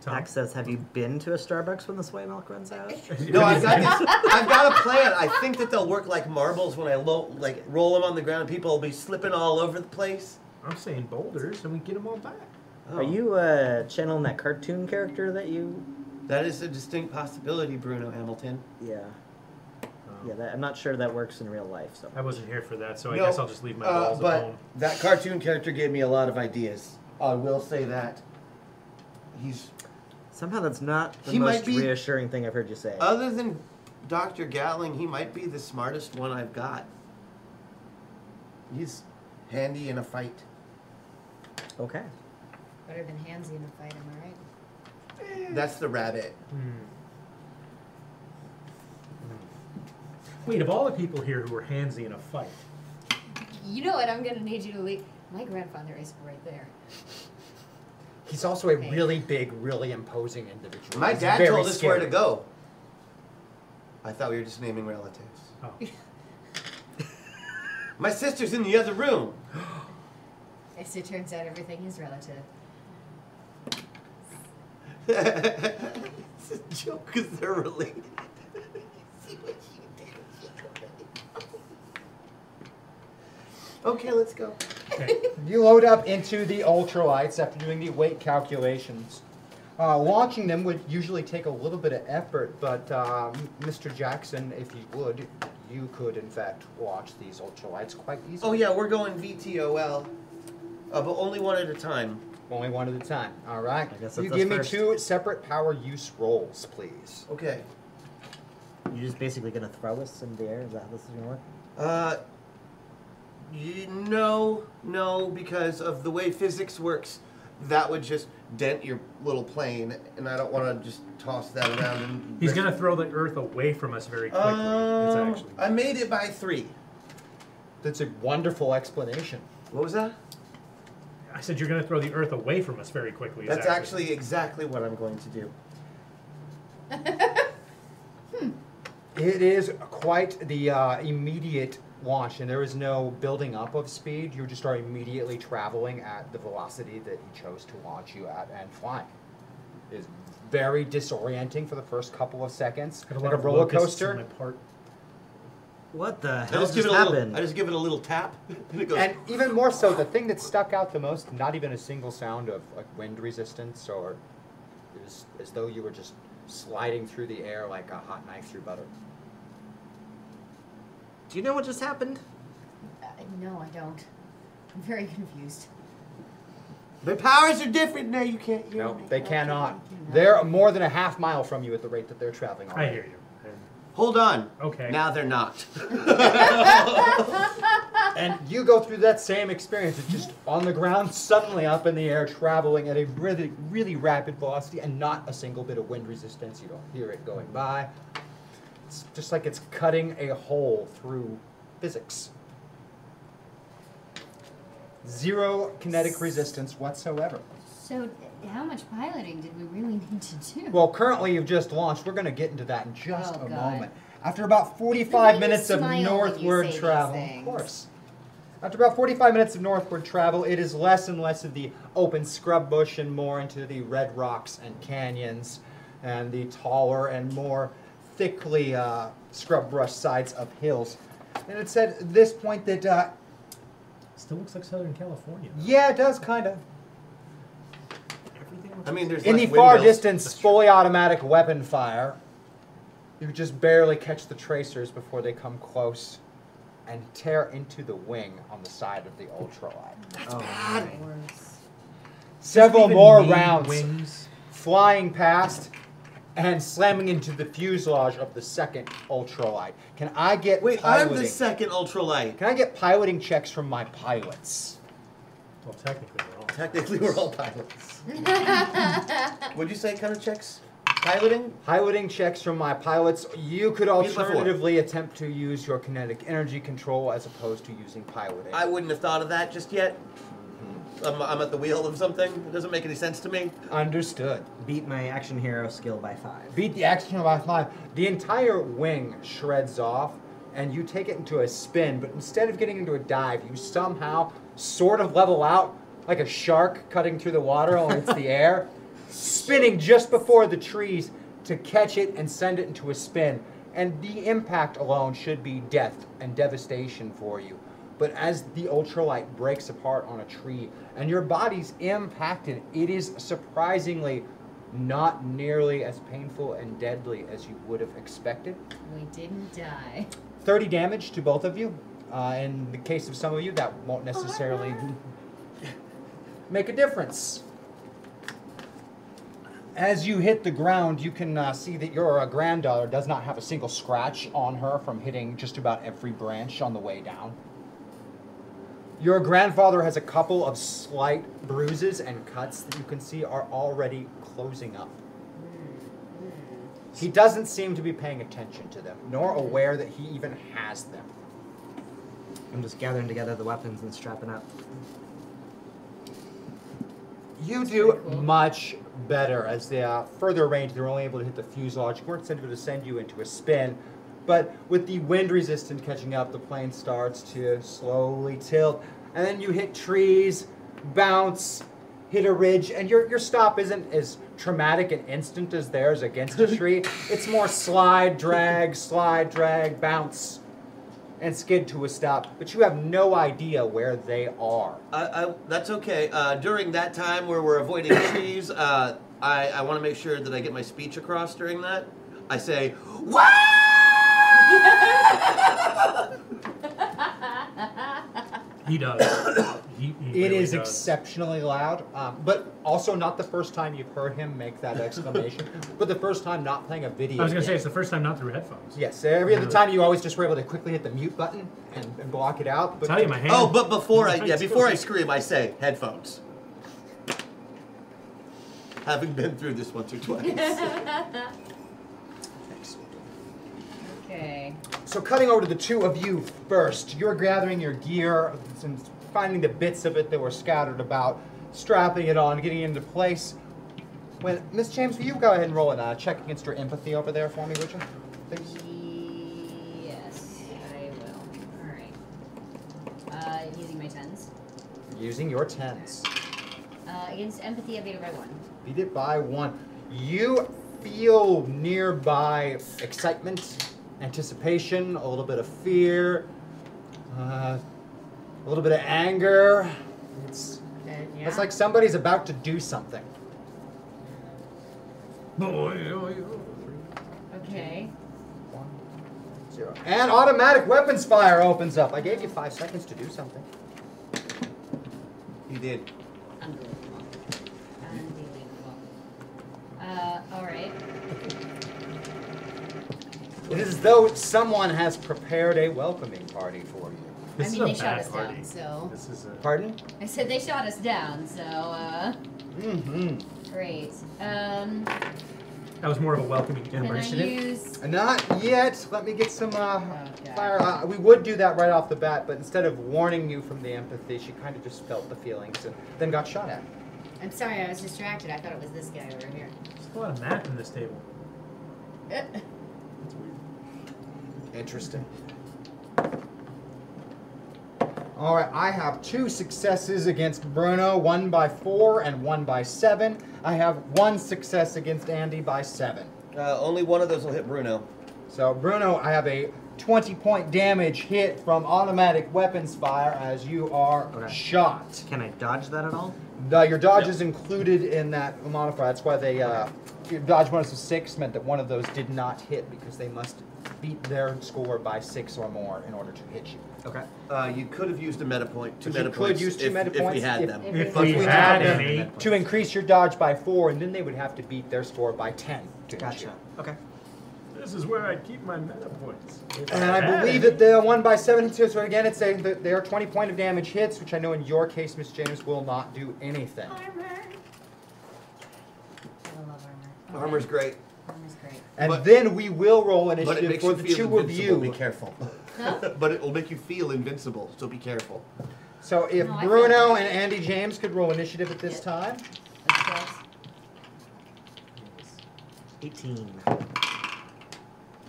Speaker 4: Tom?
Speaker 6: Max says, "Have you been to a Starbucks when the soy milk runs out?"
Speaker 3: No, I've got these, I've got a plan. I think that they'll work like marbles when I lo- like roll them on the ground. People will be slipping all over the place. Oh,
Speaker 4: I'm saying boulders, and we get them all back.
Speaker 6: Are you uh, channeling that cartoon character that you?
Speaker 3: That is a distinct possibility, Bruno Hamilton.
Speaker 6: Yeah,
Speaker 4: Um,
Speaker 6: yeah. That, I'm not sure that works in real life. So
Speaker 4: I wasn't here for that, so I
Speaker 3: No,
Speaker 4: guess I'll just leave my
Speaker 3: uh,
Speaker 4: balls
Speaker 3: but
Speaker 4: alone.
Speaker 3: That cartoon character gave me a lot of ideas. I will say that. He's
Speaker 6: somehow that's not the
Speaker 3: He might
Speaker 6: most
Speaker 3: be-
Speaker 6: reassuring thing I've heard you say.
Speaker 3: other than Dr. Galling, he might be the smartest one I've got. He's handy in a fight.
Speaker 6: Okay.
Speaker 5: Better than Hansy in a fight, am I right?
Speaker 6: Eh.
Speaker 3: That's the rabbit.
Speaker 4: Hmm. Wait, Hmm. of all the people here who were handsy in a fight,
Speaker 5: You know what? I'm gonna need you to leave. My grandfather is right there.
Speaker 2: He's also a really big, really imposing individual.
Speaker 3: My
Speaker 2: He's
Speaker 3: dad
Speaker 2: very
Speaker 3: told us where
Speaker 2: scary.
Speaker 3: to go. I thought we were just naming relatives.
Speaker 4: Oh.
Speaker 3: My sister's in the other room.
Speaker 5: As it turns out, everything is relative.
Speaker 3: it's a joke because they're related. See what you did? okay, let's go.
Speaker 2: You load up into the ultralights after doing the weight calculations. Uh, launching them would usually take a little bit of effort, but um, Mr. Jackson, if you would, you could in fact launch these ultralights quite easily.
Speaker 3: Oh, yeah, we're going VTOL, uh, but only one at a time.
Speaker 2: Only one at a time. All right.
Speaker 6: I guess
Speaker 2: you
Speaker 6: that's
Speaker 2: give me
Speaker 6: us first.
Speaker 2: two separate power use rolls, please.
Speaker 3: Okay.
Speaker 6: You're just basically gonna throw us in the air. Is that how this is gonna work?
Speaker 3: Uh, y- no, no, because of the way physics works, that would just dent your little plane, and I don't want to just toss that around. And
Speaker 4: he's gonna throw the Earth away from us very quickly.
Speaker 3: Um,
Speaker 4: it's actually.
Speaker 3: I made it by three.
Speaker 2: That's a wonderful explanation.
Speaker 3: What was that?
Speaker 4: I said you're gonna throw the Earth away from us very quickly. is
Speaker 3: That's actually exactly what I'm going to do.
Speaker 2: It is quite the uh, immediate launch, and there is no building up of speed. You just are immediately traveling at the velocity that he chose to launch you at and flying. It is very disorienting for the first couple of seconds,
Speaker 4: Got
Speaker 2: like
Speaker 4: lot
Speaker 2: a
Speaker 4: of
Speaker 2: roller
Speaker 4: locusts in
Speaker 2: coaster.
Speaker 4: my part.
Speaker 6: What the
Speaker 3: I
Speaker 6: hell just,
Speaker 3: just give it a
Speaker 6: happened?
Speaker 3: little. I just give it a little tap, and it goes.
Speaker 2: And even more so, the thing that stuck out the most, not even a single sound of like wind resistance or it was as though you were just sliding through the air like a hot knife through butter.
Speaker 6: Do you know what just happened?
Speaker 5: Uh, no, I don't. I'm very confused.
Speaker 3: the powers are different now. You can't hear
Speaker 2: No,
Speaker 3: me.
Speaker 2: they cannot. They're more than a half mile from you at the rate that they're traveling.
Speaker 4: I
Speaker 2: already.
Speaker 4: hear you. And-
Speaker 3: Hold on.
Speaker 4: Okay.
Speaker 3: Now they're not.
Speaker 2: And you go through that same experience. It's just on the ground, suddenly up in the air, traveling at a really, really rapid velocity, and not a single bit of wind resistance. You don't hear it going by. It's just like it's cutting a hole through physics. Zero kinetic resistance whatsoever.
Speaker 5: So, uh, how much piloting did we really need to do?
Speaker 2: Well, currently you've just launched. We're going to get into that in just
Speaker 5: Oh,
Speaker 2: a
Speaker 5: God.
Speaker 2: moment. After about
Speaker 5: Why
Speaker 2: 45
Speaker 5: do
Speaker 2: minutes
Speaker 5: you
Speaker 2: of
Speaker 5: smile when you say
Speaker 2: northward
Speaker 5: these
Speaker 2: travel, of
Speaker 5: things?
Speaker 2: course. After about 45 minutes of northward travel, it is less and less of the open scrub bush and more into the red rocks and canyons and the taller and more thickly uh, scrub brush sides of hills. And it said at this point that, uh,
Speaker 4: Still looks like Southern California. though.
Speaker 2: yeah, it does kind of.
Speaker 4: Everything looks
Speaker 3: I mean, there's
Speaker 2: In the
Speaker 3: less
Speaker 2: far
Speaker 3: windmills.
Speaker 2: distance, fully automatic weapon fire. You just barely catch the tracers before they come close and tear into the wing on the side of the ultralight.
Speaker 3: Oh,
Speaker 5: Worse.
Speaker 2: Several
Speaker 4: Even
Speaker 2: more
Speaker 4: mean
Speaker 2: rounds
Speaker 4: Wings.
Speaker 2: flying past and slamming into the fuselage of the second ultralight. Can I get
Speaker 3: Wait,
Speaker 2: piloting?
Speaker 3: I'm the second ultralight.
Speaker 2: Can I get piloting checks from my pilots?
Speaker 4: Well, technically, we're all.
Speaker 3: Technically, we're all pilots. Would you say kind of checks? Piloting?
Speaker 2: Piloting checks from my pilots. You could
Speaker 3: Use my four.
Speaker 2: alternatively attempt to use your kinetic energy control as opposed to using piloting.
Speaker 3: I wouldn't have thought of that just yet.
Speaker 2: Hmm.
Speaker 3: I'm, I'm at the wheel of something. It doesn't make any sense to me.
Speaker 2: Understood.
Speaker 6: Beat my action hero skill by five.
Speaker 2: Beat the action of life live. The entire wing shreds off, and you take it into a spin, but instead of getting into a dive, you somehow sort of level out like a shark cutting through the water and it's the air, spinning just before the trees to catch it and send it into a spin. And the impact alone should be death and devastation for you. But as the ultralight breaks apart on a tree and your body's impacted, it is surprisingly not nearly as painful and deadly as you would have expected.
Speaker 5: We didn't die.
Speaker 2: 30 damage to both of you. Uh, in the case of some of you, that won't necessarily make a difference. As you hit the ground, you can uh, see that your uh, granddaughter does not have a single scratch on her from hitting just about every branch on the way down. Your grandfather has a couple of slight bruises and cuts that you can see are already closing up. He doesn't seem to be paying attention to them, nor aware that he even has them.
Speaker 6: I'm just gathering together the weapons and strapping up.
Speaker 2: You do much better as they are further range. They're only able to hit the fuselage. You weren't able to send you into a spin, but with the wind resistance catching up, the plane starts to slowly tilt, and then you hit trees, bounce, hit a ridge, and your your stop isn't as traumatic and instant as theirs against a tree. it's more slide, drag, slide, drag, bounce, and skid to a stop. But you have no idea where they are.
Speaker 3: I, I, that's okay. Uh, during that time where we're avoiding trees, uh, I, I want to make sure that I get my speech across during that. I say,
Speaker 4: He does. he, he
Speaker 2: It
Speaker 4: really
Speaker 2: is
Speaker 4: does.
Speaker 2: exceptionally loud, um, but also not the first time you've heard him make that exclamation, but the first time not playing a video.
Speaker 4: I was gonna say
Speaker 2: game.
Speaker 4: it's the first time not through headphones.
Speaker 2: Yes, every other
Speaker 4: Yeah.
Speaker 2: time you always just were able to quickly hit the mute button and, and block it out. But
Speaker 4: Tell you my hand.
Speaker 3: "Oh!" But before I yeah,
Speaker 4: It's
Speaker 3: before I
Speaker 4: okay.
Speaker 3: scream, I say headphones. Having been through this once or twice.
Speaker 5: okay.
Speaker 2: So cutting over to the two of you first, you're gathering your gear and finding the bits of it that were scattered about, strapping it on, getting it into place. When Miss James, will you go ahead and roll and uh, check against your empathy over there for me, would you? Please.
Speaker 5: Yes, I will. All right. Uh, using my tens.
Speaker 2: Using your tens.
Speaker 5: Uh, against empathy, I beat it by one.
Speaker 2: Beat it by one. You feel nearby excitement, anticipation, a little bit of fear, uh, a little bit of anger. It's,
Speaker 5: And
Speaker 2: it's like somebody's about to do something.
Speaker 5: Uh, Okay.
Speaker 2: One, zero. And automatic weapons fire opens up. I gave you five seconds to do something.
Speaker 3: he did.
Speaker 5: Unbelievable. Unbelievable. Uh, all right.
Speaker 2: It is as though someone has prepared a welcoming party for you.
Speaker 4: This
Speaker 5: I
Speaker 4: is
Speaker 5: mean,
Speaker 4: a
Speaker 5: they shot
Speaker 4: bad
Speaker 5: us
Speaker 4: party.
Speaker 5: down, so.
Speaker 4: This is a.
Speaker 2: Pardon?
Speaker 5: I said they shot us down, so, uh,
Speaker 2: Mm-hmm.
Speaker 5: great. Um,
Speaker 4: That was more of a welcoming
Speaker 5: can I
Speaker 4: embrace.
Speaker 5: use. Oh,
Speaker 2: Not yet. Let me get some uh,
Speaker 5: Okay.
Speaker 2: fire. Uh, we would do that right off the bat, but instead of warning you from the empathy, she kind of just felt the feelings and then got shot at.
Speaker 5: I'm sorry, I was distracted. I thought it was this guy over here.
Speaker 4: There's a lot of mat in this table.
Speaker 5: Uh,
Speaker 4: That's weird.
Speaker 2: Interesting. All right, I have two successes against Bruno, one by four and one by seven. I have one success against Andy by seven.
Speaker 3: Uh, only one of those will hit Bruno.
Speaker 2: So, Bruno, I have a 20 point damage hit from automatic weapons fire as you are
Speaker 6: Okay.
Speaker 2: shot.
Speaker 6: Can I dodge that at all?
Speaker 2: The, your dodge is included in that modifier. That's why they uh, your dodge bonus of six meant that one of those did not hit because they must beat their score by six or more in order to hit you.
Speaker 6: Okay.
Speaker 3: Uh, you could have used a meta point, two
Speaker 2: But you
Speaker 3: meta
Speaker 2: could
Speaker 3: points,
Speaker 2: use two
Speaker 3: if,
Speaker 2: meta
Speaker 3: if we
Speaker 2: points
Speaker 3: had
Speaker 2: if-
Speaker 3: them.
Speaker 4: If
Speaker 2: we
Speaker 4: we
Speaker 2: had
Speaker 4: had any,
Speaker 2: To increase your dodge by four, and then they would have to beat their score by ten. to hit you.
Speaker 6: Gotcha. Okay.
Speaker 4: this is where I keep my meta points.
Speaker 2: And I believe that the one by seven hits you, so again, it's a, they are 20 point of damage hits, which I know in your case, Miss James, will not do anything.
Speaker 5: I love armor. Okay.
Speaker 3: Armor's great,
Speaker 5: Armor's great.
Speaker 2: And
Speaker 3: But-
Speaker 2: then we will roll
Speaker 3: but it
Speaker 2: initiative
Speaker 3: makes
Speaker 2: for
Speaker 3: you
Speaker 2: the
Speaker 3: feel
Speaker 2: two of
Speaker 3: invincible. Be
Speaker 2: you.
Speaker 3: careful.
Speaker 5: Huh?
Speaker 3: but it will make you feel invincible, so be careful.
Speaker 2: So if
Speaker 5: No, I
Speaker 2: Bruno
Speaker 5: think-
Speaker 2: and Andy James could roll initiative at this
Speaker 5: Yep.
Speaker 2: time,
Speaker 5: That's close.
Speaker 6: 18.
Speaker 5: Mm,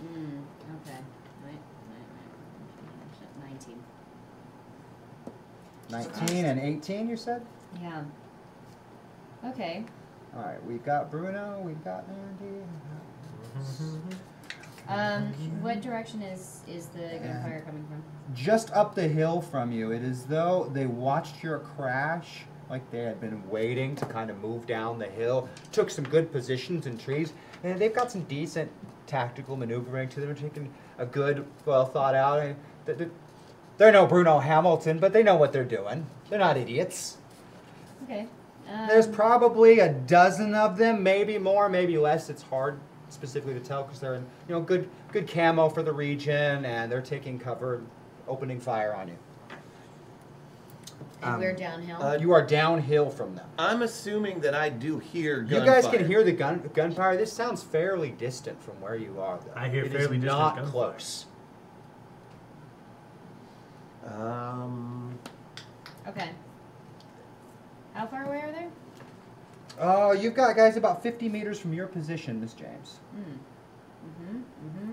Speaker 5: okay. Right, right, right. 19.
Speaker 2: 19 and 18, you said?
Speaker 5: Yeah. Okay.
Speaker 2: All right, we've got Bruno, we've got Andy.
Speaker 5: Um, what direction is is the gunfire coming from?
Speaker 2: Just up the hill from you, it is though they watched your crash like they had been waiting to kind of move down the hill, took some good positions in trees, and they've got some decent tactical maneuvering to them, taking a good, well thought out. And th- th- they're no Bruno Hamilton, but they know what they're doing. They're not idiots.
Speaker 5: Okay. Um,
Speaker 2: There's probably a dozen of them, maybe more, maybe less. It's hard specifically to tell because they're in, you know, good good camo for the region, and they're taking cover, opening fire on you.
Speaker 6: Um,
Speaker 5: And we're downhill.
Speaker 3: uh,
Speaker 2: you are downhill from them.
Speaker 3: I'm assuming that I do hear
Speaker 2: You
Speaker 3: gunfire.
Speaker 2: guys can hear the gun gunfire. This sounds fairly distant from where you are, though.
Speaker 4: I hear
Speaker 2: It is
Speaker 4: fairly distant
Speaker 2: not
Speaker 4: gunfire.
Speaker 2: close.
Speaker 3: Um,
Speaker 5: Okay. How far away are they?
Speaker 2: Oh, you've got guys about 50 meters from your position, Miss James.
Speaker 5: Mm. Mm-hmm. Mm-hmm.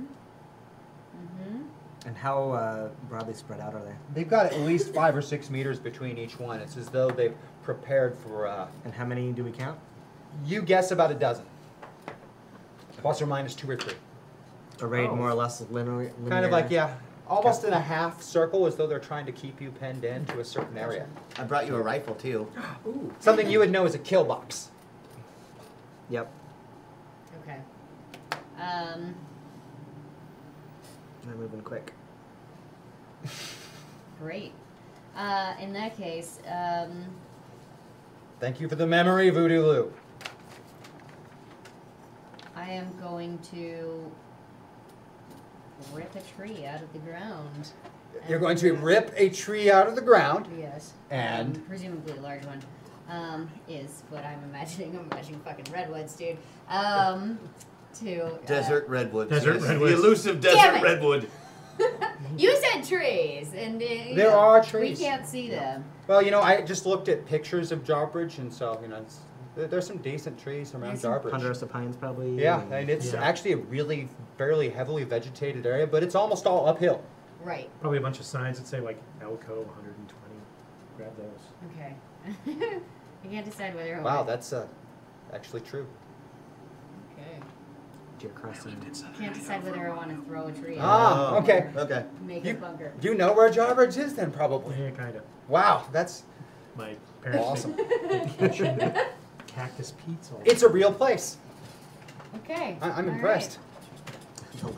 Speaker 5: Mm-hmm.
Speaker 6: And how uh, broadly spread out are they?
Speaker 2: They've got at least five or six meters between each one. It's as though they've prepared for. Uh,
Speaker 6: And how many do we count?
Speaker 2: you guess about a dozen, plus or minus two or three.
Speaker 6: Arrayed
Speaker 3: Oh.
Speaker 6: more or less linear.
Speaker 2: Kind
Speaker 6: linear-
Speaker 2: of like yeah, almost in a half circle, as though they're trying to keep you penned in to a certain area.
Speaker 3: I brought you a rifle too.
Speaker 6: Ooh.
Speaker 2: Something you would know is a kill box.
Speaker 6: Yep.
Speaker 5: Okay. Um,
Speaker 6: They're moving quick.
Speaker 5: great. Uh, in that case, um,
Speaker 2: Thank you for the memory, Voodoo Lou.
Speaker 5: I am going to rip a tree out of the ground.
Speaker 2: You're going to rip a tree out of the ground.
Speaker 5: Yes.
Speaker 2: And?
Speaker 5: Um, presumably a large one. Um, is what I'm imagining. I'm imagining fucking redwoods, dude. Um, to uh,
Speaker 3: Desert redwoods.
Speaker 4: Desert
Speaker 3: yes.
Speaker 4: redwoods.
Speaker 3: The elusive
Speaker 5: Damn
Speaker 3: desert
Speaker 5: it.
Speaker 3: redwood.
Speaker 5: You said trees, and uh, you
Speaker 2: There
Speaker 5: know,
Speaker 2: are trees.
Speaker 5: We can't see them.
Speaker 2: Well, you know, I just looked at pictures of Jarbridge, and so you know, it's, there- there's some decent trees around
Speaker 5: There's some
Speaker 2: Jarbridge.
Speaker 6: Ponderosa pines probably.
Speaker 2: Yeah, and it's
Speaker 4: Yeah.
Speaker 2: actually a really fairly heavily vegetated area, but it's almost all uphill.
Speaker 5: Right.
Speaker 4: Probably a bunch of signs that say like Elko 120. Grab those.
Speaker 5: Okay. I can't decide whether. I
Speaker 2: Wow,
Speaker 5: want-
Speaker 2: that's uh, actually true.
Speaker 5: Okay.
Speaker 6: deer crossing.
Speaker 5: Can't decide whether I want to throw a tree.
Speaker 2: Ah,
Speaker 5: or
Speaker 2: okay.
Speaker 3: Okay.
Speaker 5: Make
Speaker 2: You-
Speaker 5: a bunker.
Speaker 2: You know where Jarbridge is, then probably.
Speaker 4: Yeah, kind of.
Speaker 2: Wow, that's
Speaker 4: My parents
Speaker 2: Awesome.
Speaker 4: make cactus pizza.
Speaker 2: it's a real place.
Speaker 5: Okay.
Speaker 2: I- I'm
Speaker 5: all
Speaker 2: impressed.
Speaker 6: The large.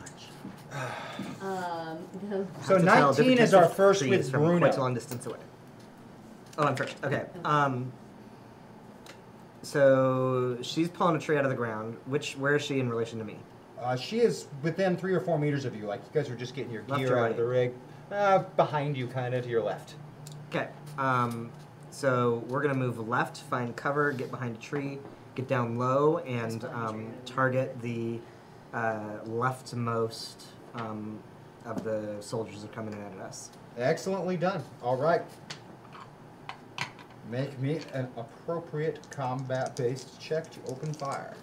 Speaker 5: right. Um, the,
Speaker 2: So
Speaker 6: Have to tell
Speaker 2: 19
Speaker 6: different
Speaker 2: is
Speaker 6: types
Speaker 2: our
Speaker 6: of
Speaker 2: first
Speaker 6: trees
Speaker 2: with
Speaker 6: from
Speaker 2: Bruno.
Speaker 6: Quite a long distance away. Oh, I'm first. Okay. Um. So she's pulling a tree out of the ground. Which where is she in relation to me?
Speaker 2: Uh, she is within three or four meters of you. Like you guys are just getting your
Speaker 6: Left
Speaker 2: gear
Speaker 6: or
Speaker 2: out
Speaker 6: right?
Speaker 2: of the rig, uh, behind you, kind of to your left.
Speaker 6: Okay. Um. So we're gonna move left, find cover, get behind a tree, get down low, and um, target the uh, leftmost um, of the soldiers that are coming in at us.
Speaker 2: Excellently done. All right. Make me an appropriate combat-based check to open fire.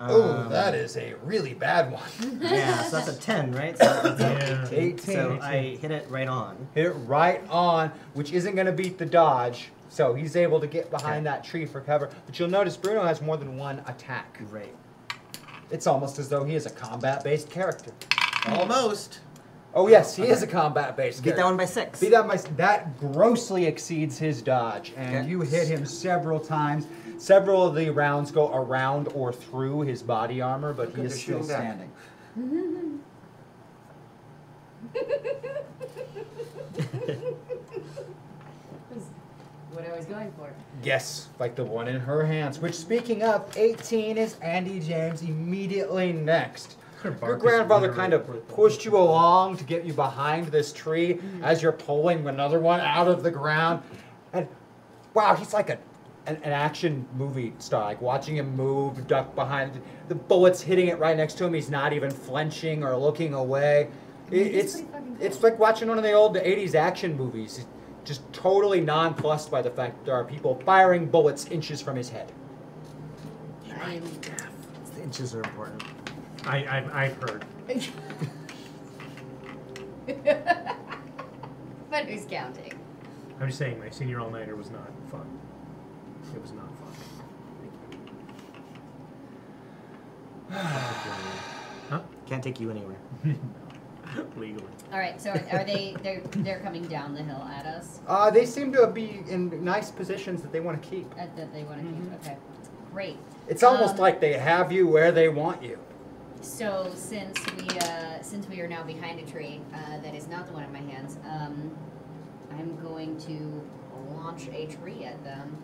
Speaker 2: oh,
Speaker 6: Um,
Speaker 2: that is a really bad one.
Speaker 6: Yeah. So that's a ten, right? So that's a
Speaker 4: Yeah.
Speaker 6: 18. So
Speaker 2: 18.
Speaker 6: I hit it right on.
Speaker 2: Hit it right on, which isn't going to beat the dodge. So he's able to get behind that tree for cover. But you'll notice Bruno has more than one attack.
Speaker 6: Great.
Speaker 2: It's almost as though he is a combat-based character.
Speaker 3: Almost.
Speaker 2: Oh yes, he is a combat-based
Speaker 6: Beat
Speaker 2: character.
Speaker 6: that one by six.
Speaker 2: See that my, that grossly exceeds his dodge, and
Speaker 6: Okay.
Speaker 2: you hit him several times. Several of the rounds go around or through his body armor, but he
Speaker 3: Look,
Speaker 2: is
Speaker 3: they're
Speaker 2: still
Speaker 3: shooting back.
Speaker 2: standing.
Speaker 5: was what I was going for.
Speaker 2: Yes, like the one in her hands. Which, speaking of, 18 is Andy James immediately next. Your grandfather kind of pushed you along to get you behind this tree as you're pulling another one out of the ground. And wow, he's like a, an, an action movie star, like watching him move, duck behind the bullets hitting it right next to him. He's not even flinching or looking away. It-
Speaker 5: He's
Speaker 2: it's
Speaker 5: pretty fucking cool.
Speaker 2: it's like watching one of the old 80s action movies. He's just totally nonplussed by the fact there are people firing bullets inches from his head.
Speaker 5: I am
Speaker 6: The inches are important.
Speaker 4: I, I, I've heard.
Speaker 5: but who's counting?
Speaker 4: I'm just saying, my senior all nighter was not fun. It was not fun.
Speaker 6: Can't take you anywhere.
Speaker 4: Legally.
Speaker 5: All right, so are, are they? They're they're coming down the hill at us.
Speaker 2: Uh, they seem to be in nice positions that they want to keep.
Speaker 5: At that they want to keep.
Speaker 6: Mm-hmm.
Speaker 5: Okay, great.
Speaker 2: It's almost
Speaker 5: Um,
Speaker 2: like they have you where they want you.
Speaker 5: So since we uh, since we are now behind a tree uh, that is not the one in my hands, um, I'm going to launch a tree at them.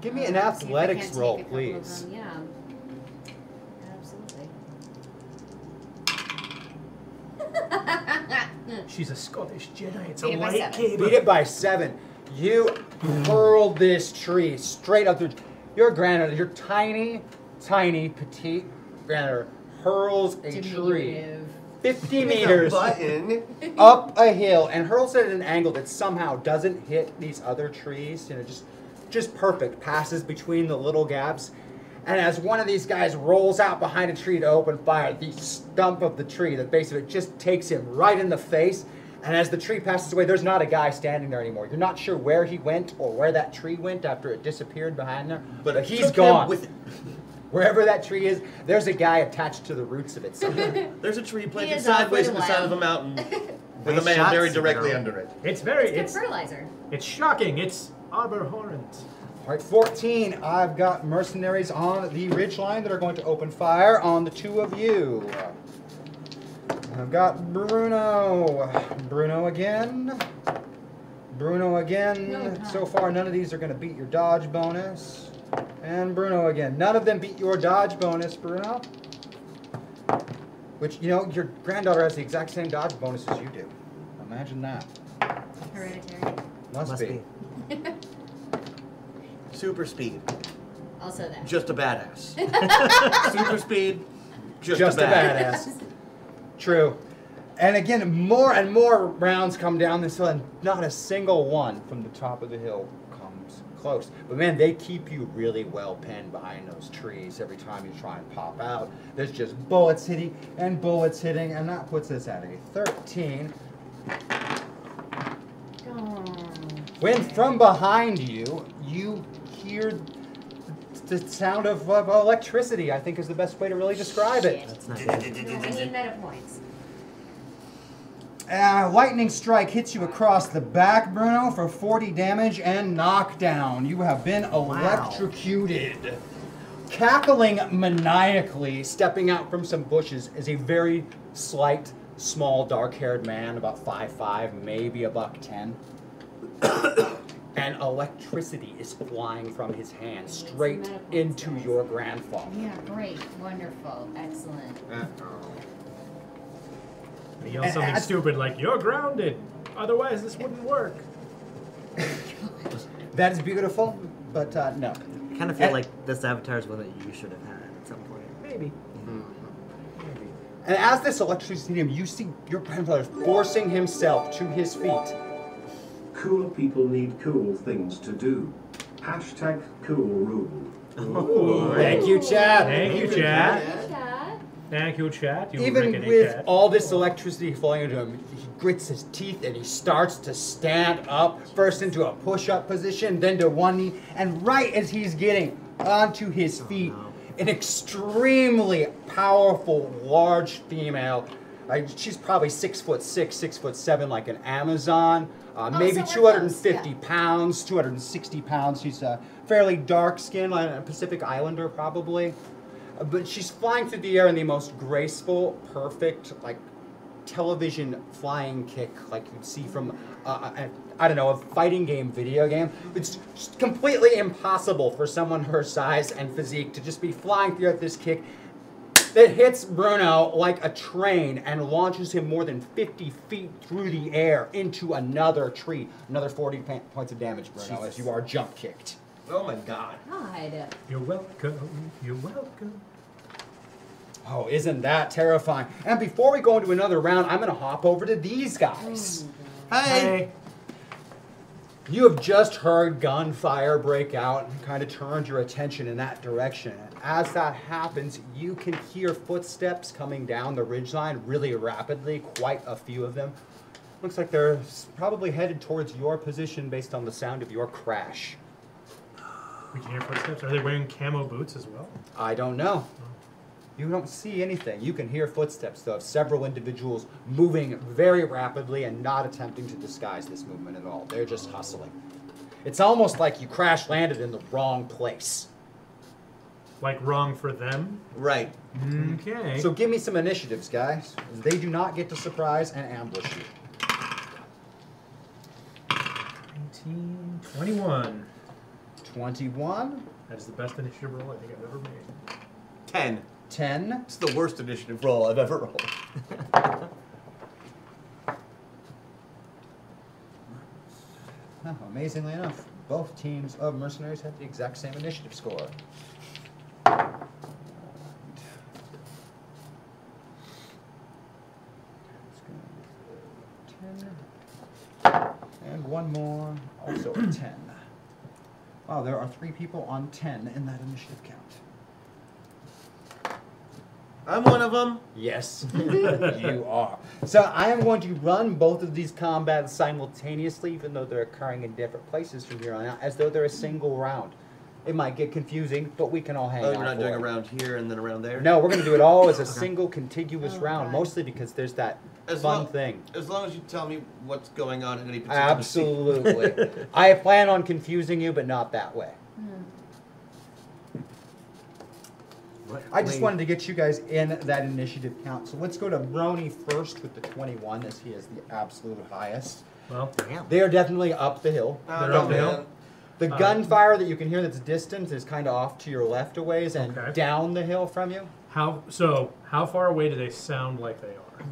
Speaker 2: Give me an
Speaker 5: Um, see if I
Speaker 2: athletics
Speaker 5: can't
Speaker 2: roll,
Speaker 5: take a couple of
Speaker 2: please.
Speaker 5: them, Yeah. Absolutely.
Speaker 4: She's a Scottish Jedi. It's
Speaker 5: Beat
Speaker 4: a
Speaker 5: it by
Speaker 4: light
Speaker 5: seven.
Speaker 4: cable.
Speaker 2: Beat it by seven. You hurled this tree straight up through. Your granddaughter, your tiny, tiny, petite granddaughter, hurls a tree
Speaker 5: Diminutive.
Speaker 2: 50
Speaker 3: Hit the
Speaker 2: meters
Speaker 3: Button.
Speaker 2: up a hill and hurls it at an angle that somehow doesn't hit these other trees. You know, just just perfect. Passes between the little gaps. And as one of these guys rolls out behind a tree to open fire, the stump of the tree, the base of it, just takes him right in the face. And as the tree passes away, there's not a guy standing there anymore. You're not sure where he went or where that tree went after it disappeared behind there. But,
Speaker 3: it
Speaker 2: he's
Speaker 3: took him
Speaker 2: gone.
Speaker 3: with-
Speaker 2: Wherever that tree is, there's a guy attached to the roots of it somewhere.
Speaker 3: there's a tree planted
Speaker 5: is off
Speaker 3: sideways
Speaker 5: with
Speaker 3: in
Speaker 5: a
Speaker 3: the side of a
Speaker 5: wild.
Speaker 3: mountain with a
Speaker 6: Nice
Speaker 3: man
Speaker 6: shots,
Speaker 3: buried directly
Speaker 6: Sidero.
Speaker 3: under it.
Speaker 4: It's very.
Speaker 5: It's good
Speaker 4: It's, it's,
Speaker 5: fertilizer.
Speaker 4: shocking. It's abhorrent.
Speaker 2: All right, 14. I've got mercenaries on the ridge line that are going to open fire on the two of you. I've got Bruno. Bruno again. Bruno again.
Speaker 5: No time.
Speaker 2: so far, none of these are going to beat your dodge bonus. And Bruno again. None of them beat your dodge bonus, Bruno. Which, you know, your granddaughter has the exact same dodge bonus as you do. Imagine that.
Speaker 5: Hereditary.
Speaker 2: Must,
Speaker 6: Must
Speaker 2: be.
Speaker 6: be.
Speaker 3: Super speed.
Speaker 5: Also that.
Speaker 3: Just a badass. Super speed. Just,
Speaker 2: just,
Speaker 3: a
Speaker 2: a
Speaker 3: badass.
Speaker 2: badass. True. And again, more and more rounds come down this hill, and not a single one from the top of the hill comes close. But man, they keep you really well pinned behind those trees every time you try and pop out. There's just bullets hitting and bullets hitting, and that puts us at a 13. When from behind you, you hear the sound of of electricity, I think is the best way to really describe it.
Speaker 6: That's not good.
Speaker 5: No, we need meta points.
Speaker 2: Uh, lightning strike hits you across the back, Bruno, for 40 damage and knockdown. You have been electrocuted. Cackling maniacally, stepping out from some bushes, is a very slight, small, dark haired man, about 5'5, maybe a buck 10. and electricity is flying from his hand straight into your grandfather.
Speaker 5: Yeah, great, wonderful, excellent.
Speaker 4: And he yells something
Speaker 2: That's-
Speaker 4: stupid like "You're grounded." Otherwise, this wouldn't work.
Speaker 2: That is beautiful, but uh, no.
Speaker 6: I kind of
Speaker 3: Eh.
Speaker 6: feel like this avatar is one that you should have had at some point.
Speaker 4: Maybe.
Speaker 3: Mm-hmm.
Speaker 2: And as this electricity him, you see your grandfather forcing himself to his feet.
Speaker 10: Cool people need cool things to do. Hashtag cool rule.
Speaker 2: Oh, Thank you, Chad.
Speaker 4: Thank you, Chad. Thank you, Chad. You
Speaker 2: Even
Speaker 4: rickety
Speaker 2: with
Speaker 4: cat.
Speaker 2: all this electricity flowing into him, he grits his teeth and he starts to stand up, first into a push up position, then to one knee, and right as he's getting onto his feet, an extremely powerful, large female. I, she's probably six foot six, six foot seven, like an Amazon. Uh,
Speaker 5: Oh,
Speaker 2: maybe
Speaker 5: so we're close,
Speaker 2: 250
Speaker 5: yeah.
Speaker 2: pounds, 260 pounds. She's a fairly dark skinned, like a Pacific Islander, probably. Uh, But she's flying through the air in the most graceful, perfect, like television flying kick, like you'd see from, uh, I, I don't know, a fighting game video game. It's just completely impossible for someone her size and physique to just be flying through at this kick that hits Bruno like a train and launches him more than 50 feet through the air into another tree. Another 40 pa- points of damage, Bruno, as you are jump kicked.
Speaker 3: Oh my god.
Speaker 5: God.
Speaker 4: You're welcome. You're welcome.
Speaker 2: Oh, isn't that terrifying? And before we go into another round, I'm going to hop over to these guys.
Speaker 3: Hey.
Speaker 2: You have just heard gunfire break out and kind of turned your attention in that direction. And as that happens, you can hear footsteps coming down the ridgeline really rapidly, quite a few of them. Looks like they're s- probably headed towards your position based on the sound of your crash.
Speaker 4: We can hear footsteps. Are they wearing camo boots as well?
Speaker 2: I don't know. You don't see anything. You can hear footsteps, though, of several individuals moving very rapidly and not attempting to disguise this movement at all. They're just hustling. It's almost like you crash landed in the wrong place.
Speaker 4: Like wrong for them?
Speaker 3: Right.
Speaker 4: Okay.
Speaker 2: So give me some initiatives, guys. They do not get to surprise and ambush you.
Speaker 4: 19, 21.
Speaker 2: 21,
Speaker 4: That is the best initiative roll I think I've ever made.
Speaker 3: Ten.
Speaker 2: 10,
Speaker 3: It's the worst initiative roll I've ever rolled.
Speaker 2: Amazingly enough, both teams of mercenaries had the exact same initiative score. And one more, also a 10. Wow, there are three people on 10 in that initiative count.
Speaker 3: I'm one of them.
Speaker 2: Yes, you are. So I am going to run both of these combats simultaneously, even though they're occurring in different places from here on out, as though they're a single round. It might get confusing, but we can all hang
Speaker 3: Oh,
Speaker 2: out.
Speaker 3: you're not
Speaker 2: for
Speaker 3: doing
Speaker 2: it.
Speaker 3: around here and then around there.
Speaker 2: No, we're going to do it all as a single contiguous round, mostly because there's that
Speaker 3: As
Speaker 2: fun
Speaker 3: long-
Speaker 2: thing.
Speaker 3: As long as you tell me what's going on in any particular. scene.
Speaker 2: Absolutely. I plan on confusing you, but not that way.
Speaker 5: Hmm.
Speaker 2: I just wanted to get you guys in that initiative count. So let's go to Roni first with the 21, as he is the absolute highest.
Speaker 4: Well,
Speaker 2: They are definitely up the hill.
Speaker 3: Oh, They're up the hill? man.
Speaker 2: The
Speaker 4: Uh,
Speaker 2: gunfire that you can hear that's distant is kind of off to your left a ways and
Speaker 4: Okay.
Speaker 2: down the hill from you.
Speaker 4: How so? How far away do they sound like they are?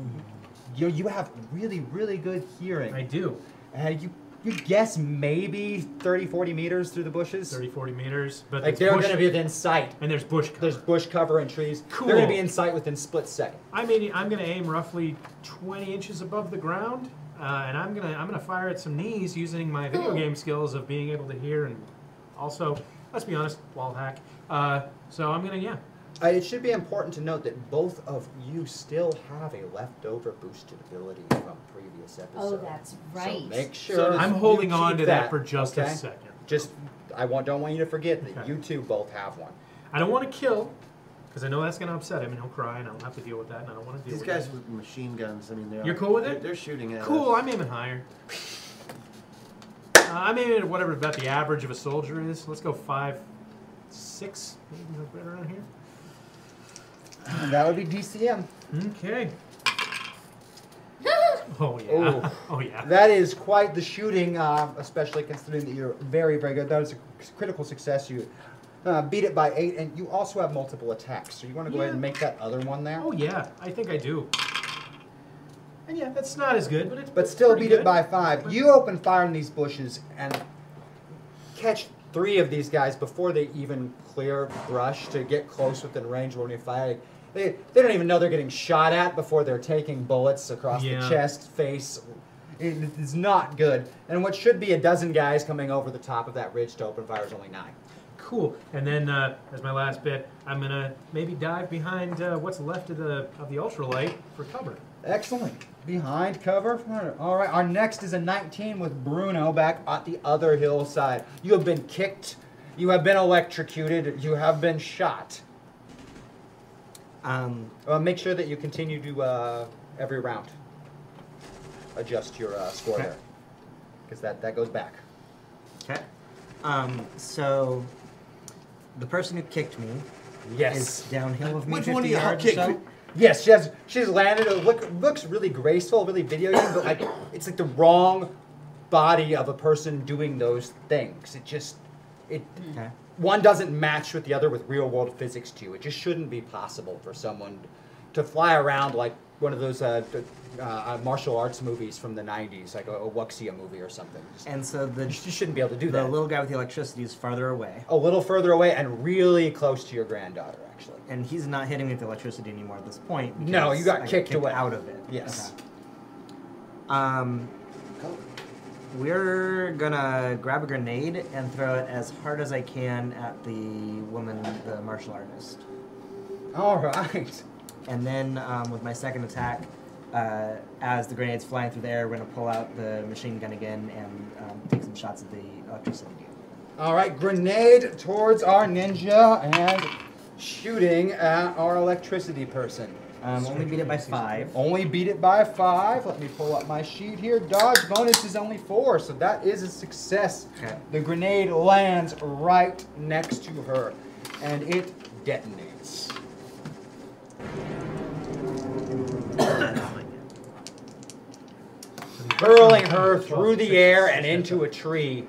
Speaker 2: You you have really really good hearing.
Speaker 4: I do.
Speaker 2: And you you guess maybe 30 40 meters through the bushes.
Speaker 4: 30, 40 meters. But
Speaker 2: like
Speaker 4: there's
Speaker 2: they're
Speaker 4: bush-
Speaker 2: going to be within sight.
Speaker 4: And there's bush cover.
Speaker 2: There's bush cover and trees. They're going
Speaker 4: Cool.
Speaker 2: to be in sight within split second.
Speaker 4: I mean, I'm gonna aim roughly 20 inches above the ground, uh, and I'm gonna I'm gonna fire at some knees using my video game skills of being able to hear and also, let's be honest, wall hack. Uh, so I'm gonna yeah.
Speaker 2: Uh, it should be important to note that both of you still have a leftover boosted ability from previous episodes.
Speaker 5: Oh, that's right.
Speaker 2: So make sure
Speaker 3: So
Speaker 2: that
Speaker 4: I'm
Speaker 2: you
Speaker 4: holding
Speaker 2: keep
Speaker 4: on to that, for just a
Speaker 2: okay?
Speaker 4: second.
Speaker 2: Just I want don't want you to forget that
Speaker 4: Okay.
Speaker 2: you two both have one.
Speaker 4: I don't want to kill, because I know that's gonna upset him and he'll cry and I'll have to deal with that and I don't want to deal
Speaker 3: These
Speaker 4: with
Speaker 3: guys
Speaker 4: that.
Speaker 3: with machine guns. I mean, they're
Speaker 4: You're cool with it?
Speaker 3: They're shooting at
Speaker 4: Cool,
Speaker 3: us.
Speaker 4: I'm aiming higher. Uh, I'm aiming at whatever about the average of a soldier is. Let's go five, six, maybe right around here.
Speaker 2: That would be DCM.
Speaker 4: Okay. oh yeah.
Speaker 2: Oh.
Speaker 4: Oh yeah.
Speaker 2: That is quite the shooting, uh, especially considering that you're very very good. That was a critical success. You uh, beat it by eight, and you also have multiple attacks. So you want to go ahead and
Speaker 4: Yeah.
Speaker 2: make that other one there.
Speaker 4: Oh yeah. I think I do. And yeah, that's not as good, but it's
Speaker 2: but still
Speaker 4: pretty
Speaker 2: beat
Speaker 4: good.
Speaker 2: it by five. You open fire in these bushes and catch three of these guys before they even clear brush to get close within range when you fire. They, they don't even know they're getting shot at before they're taking bullets across
Speaker 4: Yeah.
Speaker 2: the chest, face. It- it's not good. And what should be a dozen guys coming over the top of that ridge to open fire is only nine.
Speaker 4: Cool. And then uh, as my last bit, I'm gonna maybe dive behind uh, what's left of the of the ultralight for cover.
Speaker 2: Excellent. Behind cover. All right. Our next is a 19 with Bruno back at the other hillside. You have been kicked. You have been electrocuted. You have been shot.
Speaker 6: Um,
Speaker 2: Uh, make sure that you continue to uh, every round. Adjust your uh, score
Speaker 6: Okay.
Speaker 2: there, because that that goes back.
Speaker 6: okay. Um, so the person who kicked me is downhill of me
Speaker 3: Which
Speaker 6: 50
Speaker 3: one of y'all
Speaker 6: yards or
Speaker 3: kicked
Speaker 6: so.
Speaker 3: who?
Speaker 2: Yes, she has. She's landed. It look, looks really graceful, really video game, but like it's like the wrong body of a person doing those things. It just it
Speaker 6: Okay.
Speaker 2: one doesn't match with the other with real world physics too. It just shouldn't be possible for someone to fly around like one of those uh, th- uh, uh, martial arts movies from the '90s, like a, a Wuxia movie or something. Just-
Speaker 6: And so the
Speaker 2: you just shouldn't be able to do
Speaker 6: the
Speaker 2: that.
Speaker 6: little guy with the electricity is farther away,
Speaker 2: a little further away and really close to your granddaughter, actually.
Speaker 6: and he's not hitting me with the electricity anymore at this point.
Speaker 2: No, you
Speaker 6: because
Speaker 2: got
Speaker 6: I
Speaker 2: kicked away.
Speaker 6: out of it.
Speaker 2: Yes.
Speaker 6: Okay. Um, we're gonna grab a grenade and throw it as hard as I can at the woman, the martial artist.
Speaker 2: All right.
Speaker 6: And then um, with my second attack, uh, as the grenade's flying through the air, we're going to pull out the machine gun again and um, take some shots at the electricity dude.
Speaker 2: All right, grenade towards our ninja and shooting at our electricity person.
Speaker 6: Um, only beat it by five.
Speaker 2: Only beat it by five. Let me pull up my sheet here. Dodge bonus is only four, so that is a success.
Speaker 6: Okay.
Speaker 2: The grenade lands right next to her, and it detonates. hurling her through the air and into a tree.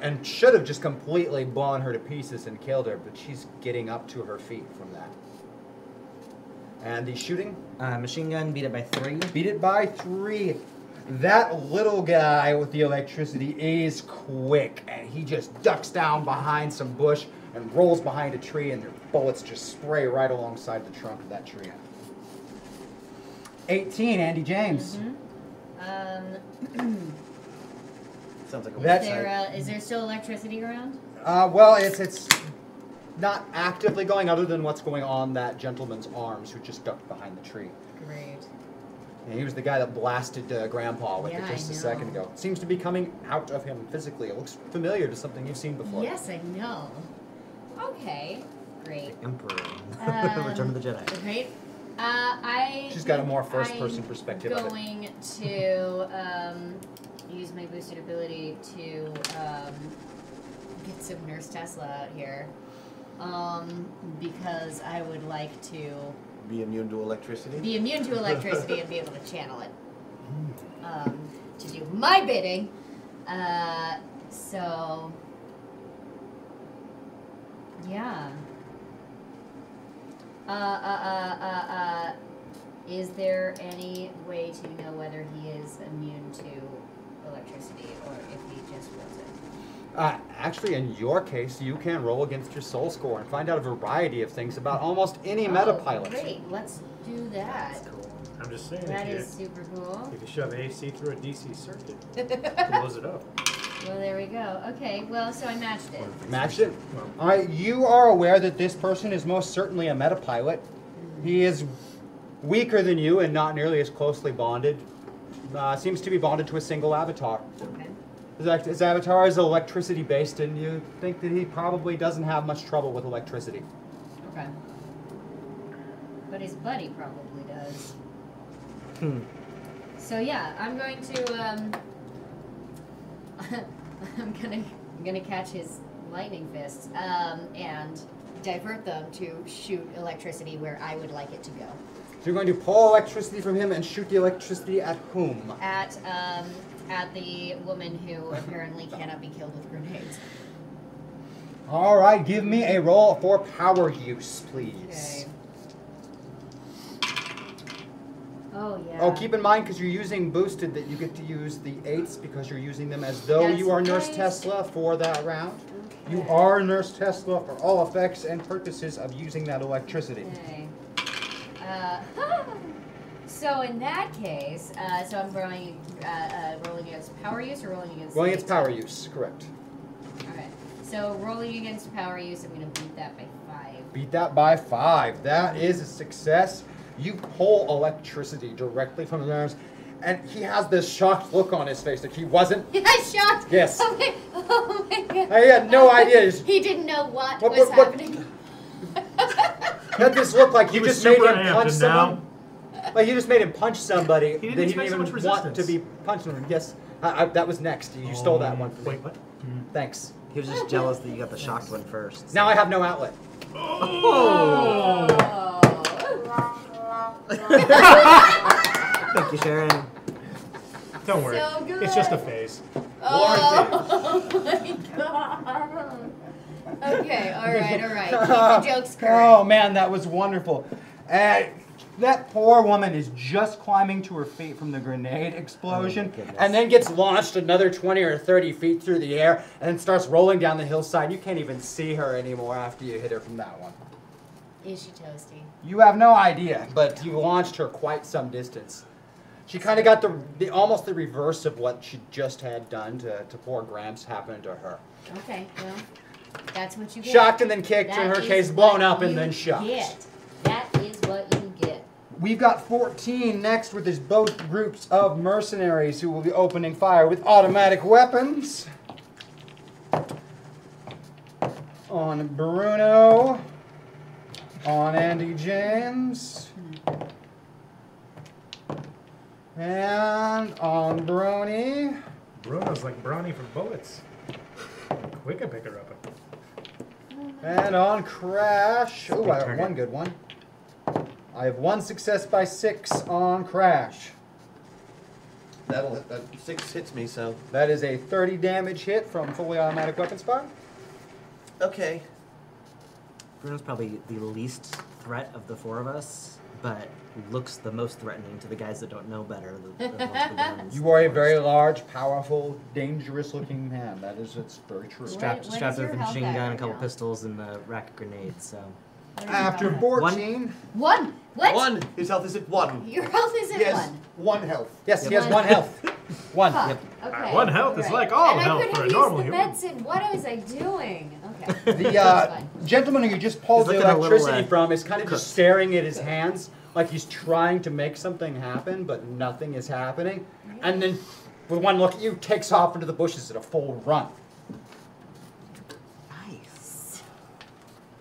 Speaker 2: And should have just completely blown her to pieces and killed her, but she's getting up to her feet from that. And the shooting
Speaker 6: Uh, machine gun beat it by three.
Speaker 2: beat it by three. That little guy with the electricity is quick, and he just ducks down behind some bush and rolls behind a tree, and their bullets just spray right alongside the trunk of that tree. 18, Andy James.
Speaker 5: Um,
Speaker 2: Sounds like
Speaker 5: is,
Speaker 2: That's
Speaker 5: there, uh, is there still electricity around?
Speaker 2: Uh, well, it's it's not actively going, other than what's going on that gentleman's arms, who just ducked behind the tree.
Speaker 5: Great.
Speaker 2: And he was the guy that blasted uh, Grandpa with
Speaker 5: Yeah,
Speaker 2: it
Speaker 5: I
Speaker 2: just a
Speaker 5: know.
Speaker 2: second ago. It seems to be coming out of him physically. It looks familiar to something you've seen before.
Speaker 5: Yes, I know. Okay, great.
Speaker 2: Emperor.
Speaker 5: Um,
Speaker 6: Return of the Jedi.
Speaker 5: Great. Uh, I.
Speaker 2: She's got a more
Speaker 5: I'm
Speaker 2: first-person perspective of it.
Speaker 5: Going to um, use my boosted ability to um, get some Nurse Tesla out here, um, because I would like to
Speaker 3: Be immune to electricity.
Speaker 5: be immune to electricity and be able to channel it um, to do my bidding. Uh, so, yeah. Uh, uh, uh, uh, uh, is there any way to know whether he is immune to electricity or if he just wasn't?
Speaker 2: Uh, actually, in your case, you can roll against your soul score and find out a variety of things about almost any meta
Speaker 5: Oh,
Speaker 2: pilot.
Speaker 5: great, let's do that.
Speaker 4: I'm just saying.
Speaker 5: That
Speaker 4: if you,
Speaker 5: is super cool.
Speaker 4: If you shove AC through a DC circuit, it blows it up.
Speaker 5: Well, there we go. Okay, well, so I matched it.
Speaker 2: Matched it. All right, you are aware that this person is most certainly a metapilot. He is weaker than you and not nearly as closely bonded. Uh, seems to be bonded to a single avatar.
Speaker 5: Okay.
Speaker 2: His, act- his avatar is electricity based, and you think that he probably doesn't have much trouble with electricity.
Speaker 5: Okay. But his buddy probably does.
Speaker 2: Hmm.
Speaker 5: So yeah, I'm going to um, I'm gonna I'm gonna catch his lightning fists um, and divert them to shoot electricity where I would like it to go.
Speaker 2: So you're going to pull electricity from him and shoot the electricity at whom?
Speaker 5: At um, at the woman who apparently cannot be killed with grenades.
Speaker 2: All right, give me a roll for power use, please.
Speaker 5: Oh yeah.
Speaker 2: Oh, keep in mind because you're using boosted that you get to use the eights because you're using them as though
Speaker 5: That's
Speaker 2: you are Nurse
Speaker 5: nice.
Speaker 2: Tesla for that round. You are Nurse Tesla for all effects and purposes of using that electricity.
Speaker 5: Okay. Uh, so in that case, uh, so I'm rolling, uh, uh, rolling against power use or rolling against.
Speaker 2: Well, it's power use, correct.
Speaker 5: All right. So rolling against power use, I'm gonna beat that by five.
Speaker 2: Beat that by five. That is a success. You pull electricity directly from his arms, and he has this shocked look on his face like he wasn't.
Speaker 5: I shocked.
Speaker 2: Yes.
Speaker 5: Oh my, oh my god.
Speaker 2: I had no idea.
Speaker 5: He didn't know what,
Speaker 2: What-
Speaker 5: was
Speaker 2: what- what-
Speaker 5: happening.
Speaker 2: That just looked like
Speaker 4: He
Speaker 2: you
Speaker 4: was
Speaker 2: just made
Speaker 4: super
Speaker 2: him
Speaker 4: amped,
Speaker 2: punch
Speaker 4: and now-
Speaker 2: someone. Like you just made him punch somebody
Speaker 4: didn't
Speaker 2: that he didn't
Speaker 4: expect so
Speaker 2: even
Speaker 4: much
Speaker 2: want to
Speaker 4: resistance.
Speaker 2: be punched. on. Yes, I, I, that was next. You stole that one. Wait,
Speaker 4: what?
Speaker 2: Thanks.
Speaker 6: Mm-hmm. He was just jealous that you got the shocked one first.
Speaker 2: Now I have no outlet.
Speaker 5: Oh.
Speaker 6: Thank you, Sharon.
Speaker 4: Don't worry.
Speaker 5: So good.
Speaker 4: It's just a phase.
Speaker 5: Oh my god. Okay. All right. All right. Keep the jokes
Speaker 2: Oh man, that was wonderful. And that poor woman is just climbing to her feet from the grenade
Speaker 6: Oh,
Speaker 2: explosion, and then gets launched another 20 or 30 feet through the air, and starts rolling down the hillside. You can't even see her anymore after you hit her from that one.
Speaker 5: Is she toasty?
Speaker 2: You have no idea, but you launched her quite some distance. She kind of got the, the almost the reverse of what she just had done to, to poor Gramps happened to her.
Speaker 5: Okay, well, that's what you get.
Speaker 2: Shocked and then kicked, in her
Speaker 5: is
Speaker 2: case, blown
Speaker 5: what
Speaker 2: up and
Speaker 5: you
Speaker 2: then shot.
Speaker 5: Get. That is what you get.
Speaker 2: We've got 14 next, with is both groups of mercenaries who will be opening fire with automatic weapons on Bruno, on Andy James, and on Brony.
Speaker 4: Bruno's like Brawny from bullets. Quick and pick her up.
Speaker 2: And on Crash.
Speaker 4: Big
Speaker 2: Ooh, I have
Speaker 4: target.
Speaker 2: one good one. I have one success by six on Crash.
Speaker 3: That'll hit- that six hits me, so
Speaker 2: That is a 30 damage hit from fully automatic weapons fire.
Speaker 3: okay.
Speaker 6: Bruno's probably the least threat of the four of us, but looks the most threatening to the guys that don't know better. The, the
Speaker 2: You are a very large, powerful, dangerous-looking man. That is, it's very true.
Speaker 6: strapped strapped with a machine gun, a couple pistols, and a rack of grenades. So
Speaker 2: After fourteen,
Speaker 5: One. What?
Speaker 3: One.
Speaker 2: his health is at one.
Speaker 5: Your health is at
Speaker 2: Yes.
Speaker 5: one.
Speaker 2: One health. Yes, he
Speaker 5: Yep.
Speaker 2: has one health. One.
Speaker 5: Fuck.
Speaker 2: Yep.
Speaker 5: Okay.
Speaker 4: One health is like all
Speaker 5: and
Speaker 4: health
Speaker 5: I could
Speaker 4: for a
Speaker 5: have
Speaker 4: normal
Speaker 5: used the
Speaker 4: human.
Speaker 5: meds in. What was I doing? Okay.
Speaker 2: The uh, gentleman who you just pulled
Speaker 11: He's
Speaker 2: the
Speaker 11: looking a little,
Speaker 2: electricity
Speaker 11: uh,
Speaker 2: from is kind of just staring at his hands, like he's trying to make something happen, but nothing is happening. And then, with one look at you, takes off into the bushes at a full run.
Speaker 5: Nice.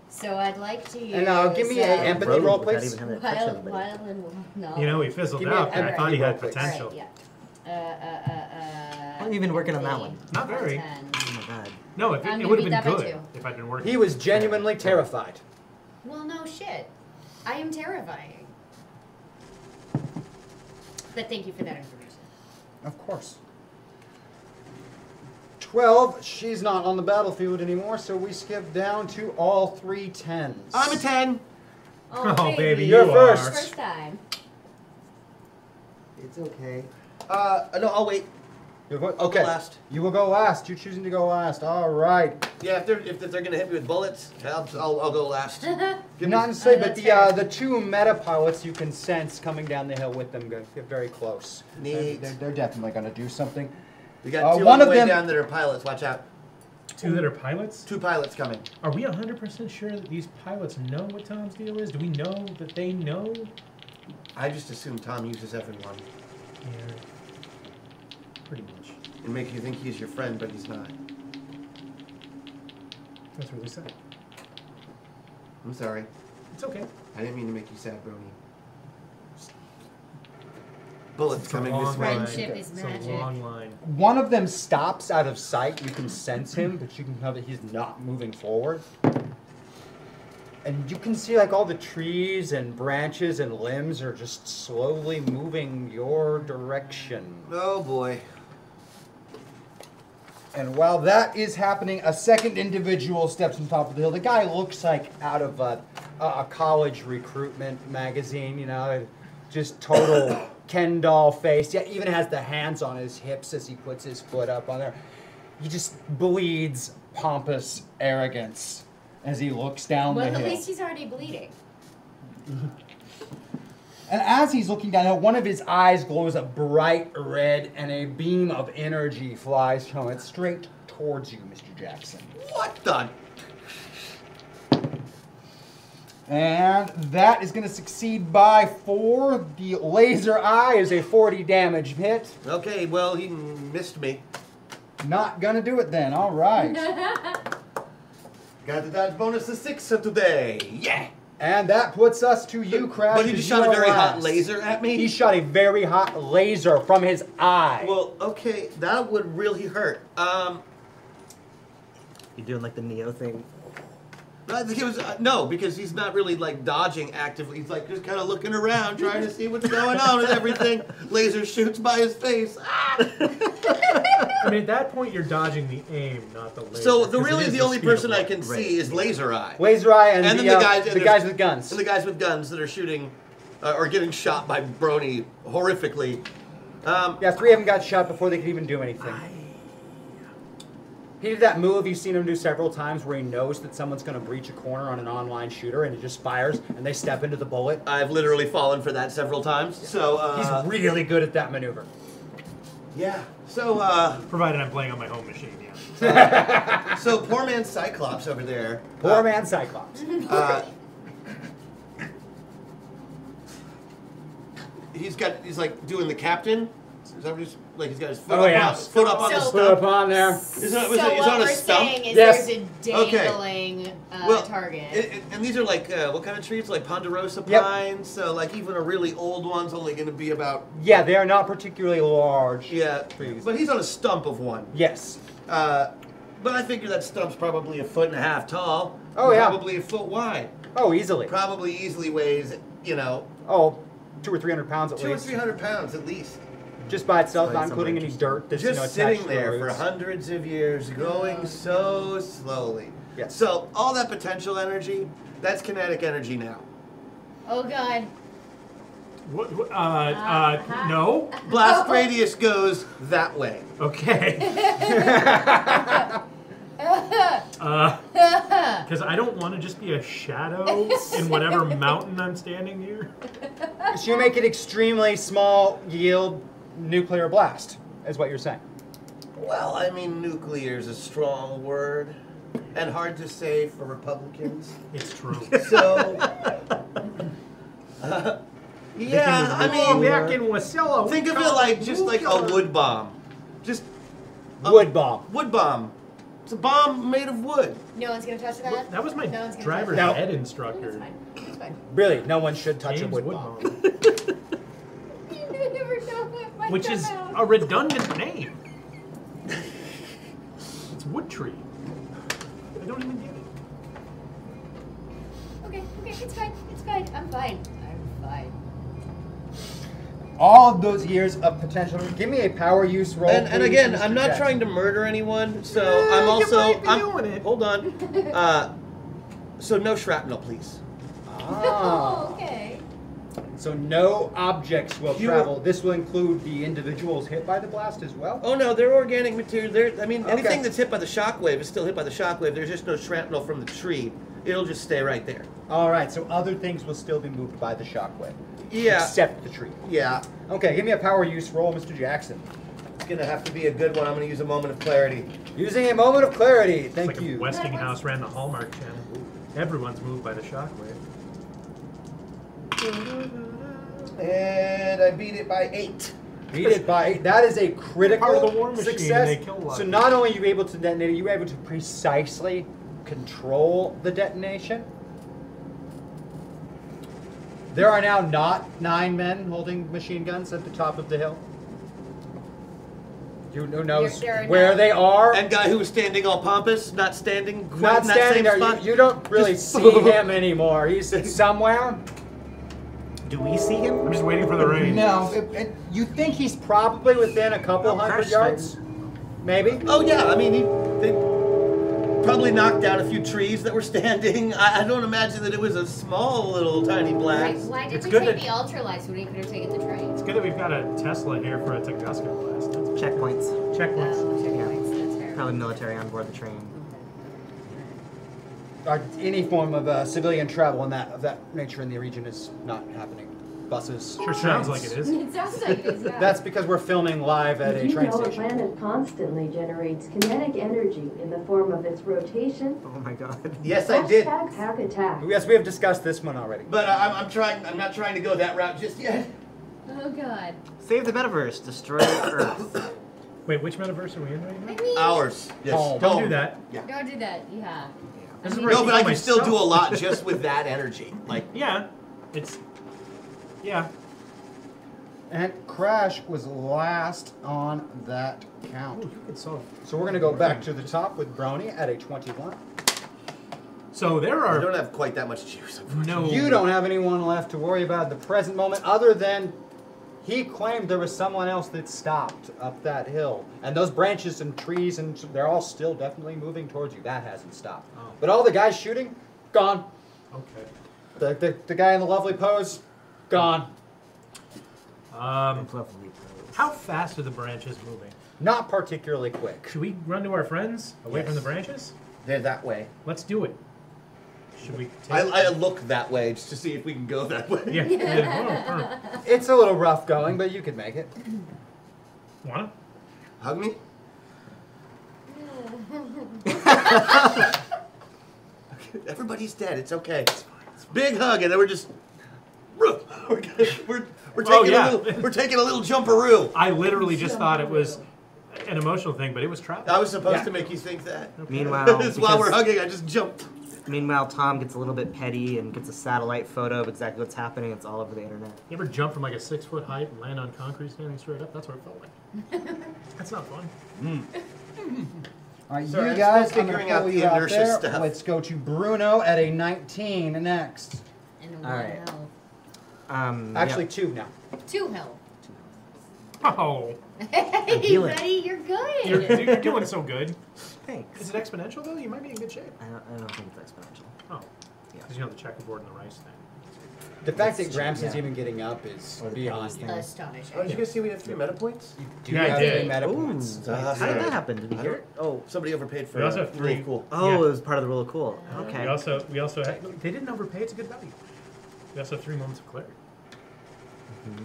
Speaker 5: So I'd like to use. um,
Speaker 2: And, uh, give me a empathy Rogue roll, without please. even having to touch
Speaker 5: Wild,
Speaker 2: anybody.
Speaker 5: wild and wild knowledge.
Speaker 4: You know, he fizzled
Speaker 2: Give me
Speaker 4: out.
Speaker 2: an
Speaker 4: there. I thought
Speaker 2: empathy
Speaker 4: he had
Speaker 2: roll, please.
Speaker 5: Right,
Speaker 4: potential.
Speaker 5: yeah. Uh, uh, uh, uh,
Speaker 6: How long have you been working on that one?
Speaker 4: Not very.
Speaker 5: ten.
Speaker 6: Oh my god.
Speaker 4: No, if
Speaker 5: I'm
Speaker 4: it, it
Speaker 5: gonna
Speaker 4: would
Speaker 5: beat
Speaker 4: have been
Speaker 5: that by
Speaker 4: good
Speaker 5: two.
Speaker 4: if I'd been working.
Speaker 2: He was genuinely terrified.
Speaker 5: Well, no shit. I am terrifying. But thank you for that information.
Speaker 2: Of course. 12, she's not on the battlefield anymore, so we skip down to all three tens.
Speaker 3: I'm a 10.
Speaker 5: Oh,
Speaker 4: Oh, baby,
Speaker 2: You're
Speaker 4: you
Speaker 2: first.
Speaker 5: First time.
Speaker 3: It's okay. Uh, no, I'll wait.
Speaker 2: You're go- okay.
Speaker 3: last.
Speaker 2: You will go last. You're choosing to go last. All right.
Speaker 3: Yeah, if they're, if they're going to hit me with bullets, I'll, I'll, I'll go last.
Speaker 2: Give not say,
Speaker 5: Oh,
Speaker 2: but
Speaker 5: that's
Speaker 2: the uh, the two meta pilots you can sense coming down the hill with them go get very close. They're,
Speaker 3: Neat.
Speaker 2: they're, they're definitely going to do something.
Speaker 3: We got
Speaker 2: Uh,
Speaker 3: two
Speaker 2: one
Speaker 3: on the
Speaker 2: of
Speaker 3: way
Speaker 2: them-
Speaker 3: down that are pilots. Watch out.
Speaker 4: Two that are pilots?
Speaker 3: Two pilots coming.
Speaker 4: Are we 100% sure that these pilots know what Tom's deal is? Do we know that they know?
Speaker 3: I just assume Tom uses everyone
Speaker 4: Yeah. Pretty much.
Speaker 3: and make you think he's your friend, but he's not.
Speaker 4: That's really sad.
Speaker 3: I'm sorry.
Speaker 4: It's okay.
Speaker 3: I didn't mean to make you sad, Brony. Bullets
Speaker 4: It's a
Speaker 3: coming
Speaker 4: long
Speaker 3: this way.
Speaker 4: line.
Speaker 5: Friendship is
Speaker 4: It's
Speaker 5: magic.
Speaker 4: a long line.
Speaker 2: One of them stops out of sight. You can sense him, but you can tell that he's not moving forward. And you can see like all the trees and branches and limbs are just slowly moving your direction.
Speaker 3: Oh boy.
Speaker 2: And while that is happening, a second individual steps on top of the hill. The guy looks like out of a, a, a college recruitment magazine, you know, just total Ken doll face. Yeah, even has the hands on his hips as he puts his foot up on there. He just bleeds pompous arrogance as he looks down
Speaker 5: Well,
Speaker 2: the
Speaker 5: at
Speaker 2: hill.
Speaker 5: least he's already bleeding.
Speaker 2: Mm-hmm. And as he's looking down, one of his eyes glows a bright red, and a beam of energy flies from it straight towards you, Mr. Jackson.
Speaker 3: What the?
Speaker 2: And that is going to succeed by four. The laser eye is a 40 damage hit.
Speaker 3: Okay, well, he missed me.
Speaker 2: Not going to do it then. All right.
Speaker 3: Got the dodge bonus of six of today. Yeah.
Speaker 2: and that puts us to you, Crash.
Speaker 3: But he just shot
Speaker 2: because you
Speaker 3: a
Speaker 2: are
Speaker 3: very hot
Speaker 2: last.
Speaker 3: laser at me.
Speaker 2: He shot a very hot laser from his eye.
Speaker 3: Well, okay, that would really hurt. Um,
Speaker 6: You're doing like the Neo thing.
Speaker 3: I think it was uh, no, because he's not really like dodging actively. He's like just kind of looking around, trying to see what's going on and everything. Laser shoots by his face. Ah!
Speaker 4: I mean, at that point, you're dodging the aim, not the laser.
Speaker 3: So the
Speaker 4: 'cause it
Speaker 3: really
Speaker 4: is
Speaker 3: the only
Speaker 4: speed of
Speaker 3: person I
Speaker 4: light.
Speaker 3: can
Speaker 4: Right.
Speaker 3: see is Laser Eye,
Speaker 2: laser eye and,
Speaker 3: And
Speaker 2: the,
Speaker 3: then the
Speaker 2: uh,
Speaker 3: guys- and
Speaker 2: the
Speaker 3: there's-
Speaker 2: guys with guns.
Speaker 3: and the guys with guns that are shooting uh, are getting shot by Brony horrifically. Um,
Speaker 2: Yeah, three of them got shot before they could even do anything. He did that move you've seen him do several times where he knows that someone's going to breach a corner on an online shooter and he just fires and they step into the bullet.
Speaker 3: I've literally fallen for that several times. So uh,
Speaker 2: He's really good at that maneuver.
Speaker 3: yeah. So uh,
Speaker 4: Provided I'm playing on my home machine, yeah.
Speaker 3: so poor man Cyclops over there.
Speaker 2: Poor
Speaker 3: uh,
Speaker 2: man Cyclops.
Speaker 3: Uh, he's got. He's like doing the captain. Is that what he's- like he's got his foot
Speaker 2: Oh,
Speaker 3: up,
Speaker 2: yeah.
Speaker 3: on, foot up on the
Speaker 5: So-
Speaker 2: Put
Speaker 3: stump.
Speaker 2: up on there.
Speaker 3: Is that- was
Speaker 5: so
Speaker 3: that- is
Speaker 5: what
Speaker 3: that a
Speaker 5: we're
Speaker 3: stump?
Speaker 5: saying is
Speaker 2: Yes.
Speaker 5: there's a
Speaker 3: Okay.
Speaker 5: dangling uh,
Speaker 3: Well,
Speaker 5: target.
Speaker 3: it- it- and these are like uh, what kind of trees? Like ponderosa
Speaker 2: Yep.
Speaker 3: pines. So like even a really old one's only going to be about
Speaker 2: Yeah, they are not particularly large.
Speaker 3: yeah.
Speaker 2: Trees.
Speaker 3: But he's on a stump of one.
Speaker 2: Yes.
Speaker 3: Uh, but I figure that stump's probably a foot and a half tall.
Speaker 2: Oh, yeah.
Speaker 3: Probably a foot wide.
Speaker 2: Oh, easily.
Speaker 3: Probably easily weighs you know
Speaker 2: Oh, two or three hundred pounds at
Speaker 3: two or
Speaker 2: least.
Speaker 3: three hundred pounds at least.
Speaker 2: Just by itself,
Speaker 6: Like
Speaker 2: not including any
Speaker 6: something
Speaker 2: dirt that's you know,
Speaker 3: just
Speaker 2: attached
Speaker 3: sitting
Speaker 2: to
Speaker 3: there
Speaker 2: the
Speaker 3: for
Speaker 2: roots.
Speaker 3: hundreds of years, going so slowly.
Speaker 2: Yes.
Speaker 3: So all that potential energy, that's kinetic energy now.
Speaker 5: oh god.
Speaker 4: What, what, uh, uh, no.
Speaker 5: Oh.
Speaker 3: Blast radius goes that way.
Speaker 4: Okay. Uh, Because I don't want to just be a shadow in whatever mountain I'm standing near.
Speaker 2: So you make it extremely small yield nuclear blast, is what you're saying.
Speaker 3: Well, I mean, nuclear is a strong word and hard to say for Republicans.
Speaker 4: It's true.
Speaker 3: So, uh, yeah, I mean,
Speaker 4: back in Wasilla.
Speaker 3: think of it like just like a wood bomb. Just a
Speaker 2: wood bomb.
Speaker 3: Wood bomb. It's a bomb made of wood.
Speaker 5: No one's gonna touch that.
Speaker 4: That was my
Speaker 5: no one's gonna
Speaker 4: driver's
Speaker 5: touch
Speaker 2: Now-
Speaker 4: ed instructor.
Speaker 5: that. It's fine.
Speaker 2: Really, no one should touch a
Speaker 4: James
Speaker 2: wood bomb.
Speaker 4: Woodbine.
Speaker 5: You never know what might
Speaker 4: which
Speaker 5: come
Speaker 4: is
Speaker 5: out.
Speaker 4: a redundant name. it's wood tree. I don't even get it.
Speaker 5: Okay, okay, it's fine. It's fine. I'm fine. I'm fine.
Speaker 2: All of those years of potential. Give me a power use roll.
Speaker 3: And, and
Speaker 2: please,
Speaker 3: again,
Speaker 2: Mr.
Speaker 3: I'm not
Speaker 2: Jackson.
Speaker 3: trying to murder anyone, so
Speaker 4: Yeah,
Speaker 3: I'm
Speaker 4: Eh, you
Speaker 3: also
Speaker 4: might be
Speaker 3: I'm,
Speaker 4: doing it.
Speaker 3: hold on. Uh, so no shrapnel, please.
Speaker 2: Ah.
Speaker 5: okay.
Speaker 2: So no objects will
Speaker 3: You-
Speaker 2: travel. This will include the individuals hit by the blast as well.
Speaker 3: Oh no, they're organic material. They're, I mean,
Speaker 2: Okay.
Speaker 3: anything that's hit by the shockwave is still hit by the shockwave. There's just no shrapnel from the tree. It'll just stay right there.
Speaker 2: All right. So other things will still be moved by the shockwave.
Speaker 3: Yeah.
Speaker 2: Except the tree.
Speaker 3: Yeah.
Speaker 2: Okay. Give me a power use roll, Mr. Jackson.
Speaker 3: It's gonna have to be a good one. I'm gonna use a moment of clarity.
Speaker 2: Using a moment of clarity.
Speaker 4: It's
Speaker 2: Thank
Speaker 4: like
Speaker 2: you.
Speaker 4: if Westinghouse ran the Hallmark Channel. Everyone's moved by the shockwave.
Speaker 3: And I beat it by eight.
Speaker 2: Beat it by that is a critical
Speaker 4: Part of the war machine,
Speaker 2: success.
Speaker 4: they kill lots.
Speaker 2: so not only are you able to detonate it, you were able to precisely control the detonation. There are now not nine men holding machine guns at the top of the hill. You who knows
Speaker 5: There- there are
Speaker 2: where
Speaker 5: none.
Speaker 2: they are.
Speaker 3: And guy who was standing all pompous, not standing quite
Speaker 2: not
Speaker 3: in that
Speaker 2: standing
Speaker 3: same
Speaker 2: there.
Speaker 3: spot.
Speaker 2: You, you don't really
Speaker 3: Just-
Speaker 2: see him anymore. He's somewhere.
Speaker 6: Do we see him?
Speaker 4: I'm just waiting for the rain.
Speaker 2: No, it, it, you think he's probably within a couple
Speaker 6: Oh,
Speaker 2: hundred
Speaker 6: Christ,
Speaker 2: yards, maybe.
Speaker 3: Oh yeah, I mean he they probably knocked down a few trees that were standing. I, I don't imagine that it was a small little tiny
Speaker 5: Wait,
Speaker 3: blast.
Speaker 5: why did
Speaker 4: It's
Speaker 5: we
Speaker 4: good
Speaker 5: take
Speaker 4: that-
Speaker 5: the ultralights when we could have taken the train?
Speaker 4: It's good that we've got a Tesla here for a Tunguska blast. That's
Speaker 6: Checkpoints.
Speaker 4: checkpoints.
Speaker 5: Um, checkpoints, that's fair.
Speaker 6: Probably military on board the train.
Speaker 2: or any form of uh, civilian travel in that of that nature in the region is not happening. Buses.
Speaker 4: Sure sounds like
Speaker 2: trains.
Speaker 4: it is.
Speaker 5: It sounds like it is. Yeah.
Speaker 2: That's because we're filming live at a
Speaker 9: Did you
Speaker 2: train
Speaker 9: know a
Speaker 2: station.
Speaker 9: planet constantly generates kinetic energy in the form of its rotation?
Speaker 6: Oh my god.
Speaker 3: Yes, I did.
Speaker 9: Hashtag hack attack.
Speaker 2: Yes, we have discussed this one already.
Speaker 3: But I, I'm, I'm trying. I'm not trying to go that route just yet.
Speaker 5: Oh god.
Speaker 6: Save the metaverse. Destroy Earth.
Speaker 4: Wait, which metaverse are we in right
Speaker 5: I
Speaker 4: now?
Speaker 5: mean,
Speaker 3: Hours. Yes.
Speaker 2: Home.
Speaker 4: Oh, Don't do that.
Speaker 5: Don't do that. Yeah.
Speaker 4: This
Speaker 5: I
Speaker 4: is
Speaker 5: mean,
Speaker 4: where
Speaker 3: No, but I can still do a
Speaker 4: Myself.
Speaker 3: lot just with that energy. Like
Speaker 4: Yeah. It's. Yeah.
Speaker 2: And Crash was last on that count.
Speaker 4: Ooh, you could solve.
Speaker 2: So we're gonna go back to the top with Brony at a 21.
Speaker 4: So there
Speaker 3: I
Speaker 4: are
Speaker 3: don't have quite that much juice.
Speaker 4: no.
Speaker 2: You don't have anyone left to worry about at the present moment, other than he claimed there was someone else that stopped up that hill. And those branches and trees and they're all still definitely moving towards you. That hasn't stopped.
Speaker 4: Oh.
Speaker 2: But all the guys shooting, gone.
Speaker 4: Okay.
Speaker 2: The, the, the guy in the lovely pose, gone.
Speaker 4: Um, how fast are the branches moving?
Speaker 2: Not particularly quick.
Speaker 4: Should we run to our friends away
Speaker 3: Yes.
Speaker 4: from the branches?
Speaker 3: They're that way.
Speaker 4: Let's do it. Should we? Take
Speaker 3: I, I look that way just to see if we can go that way.
Speaker 4: yeah. yeah. Oh,
Speaker 2: It's a little rough going, but you could make it.
Speaker 4: oh. Wanna?
Speaker 3: Hug me. Everybody's dead. It's okay. It's fine. Big hug, and then we're just. We're, we're, we're taking
Speaker 4: Oh, yeah.
Speaker 3: a little we're taking a little jumperoo.
Speaker 4: I literally just thought it was an emotional thing, but it was travel.
Speaker 3: I was supposed
Speaker 2: Yeah.
Speaker 3: to make you think that.
Speaker 6: Meanwhile,
Speaker 3: That's why we're
Speaker 6: because-
Speaker 3: hugging. I just jumped.
Speaker 6: Meanwhile, Tom gets a little bit petty and gets a satellite photo of exactly what's happening. It's all over the internet.
Speaker 4: You ever jump from like a six foot height and land on concrete standing straight up? That's what it felt like. That's not fun.
Speaker 2: Mm. All right,
Speaker 3: Sorry,
Speaker 2: you
Speaker 3: I'm
Speaker 2: guys,
Speaker 3: still
Speaker 2: I'm gonna
Speaker 3: figuring out
Speaker 2: pull
Speaker 3: the
Speaker 2: you out
Speaker 3: inertia
Speaker 2: there.
Speaker 3: stuff.
Speaker 2: Let's go to Bruno at a 19 next.
Speaker 5: And one
Speaker 6: All right.
Speaker 5: health.
Speaker 6: Um,
Speaker 2: Actually,
Speaker 6: yeah.
Speaker 2: two now.
Speaker 5: Two health.
Speaker 4: Oh,
Speaker 5: Hey, you
Speaker 6: healing.
Speaker 5: ready? You're good.
Speaker 4: you're, you're doing so good.
Speaker 6: thanks.
Speaker 4: Is it exponential though? You might be in good shape.
Speaker 6: I don't, I don't think it's exponential.
Speaker 4: Oh,
Speaker 6: Yeah.
Speaker 4: because you know the checkerboard and the rice thing.
Speaker 2: The fact
Speaker 3: That's
Speaker 2: that Gramsci's
Speaker 3: true, yeah.
Speaker 2: even getting up is beyond you.
Speaker 5: Astonishing.
Speaker 3: Oh, did you guys see we have three meta points? You
Speaker 2: do Yeah, I have did. three meta points.
Speaker 6: How did that happen? Did we hear it? Oh,
Speaker 3: somebody overpaid for
Speaker 6: We also
Speaker 3: uh,
Speaker 6: have
Speaker 3: Rule of
Speaker 6: three-
Speaker 3: Cool.
Speaker 6: Oh, it was part of the rule of cool. Okay.
Speaker 4: We also we also had, they didn't overpay. It's a good value. We also have three moments of clarity.
Speaker 2: Mm-hmm.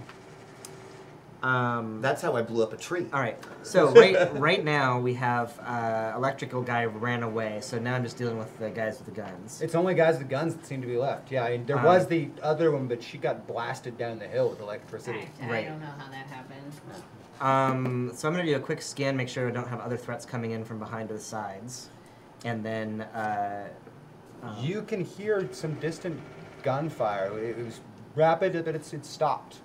Speaker 6: Um,
Speaker 3: That's how I blew up a tree.
Speaker 6: All right. So right right now we have uh, electrical guy ran away. So now I'm just dealing with the guys with the guns.
Speaker 2: It's only guys with guns that seem to be left. Yeah, I mean, there
Speaker 6: Um,
Speaker 2: was the other one, but she got blasted down the hill with electricity.
Speaker 5: I, I don't know how that happened.
Speaker 6: Um, so I'm gonna do a quick scan, make sure I don't have other threats coming in from behind or the sides, and then uh,
Speaker 2: You can hear some distant gunfire. It, it was rapid, but it's it stopped.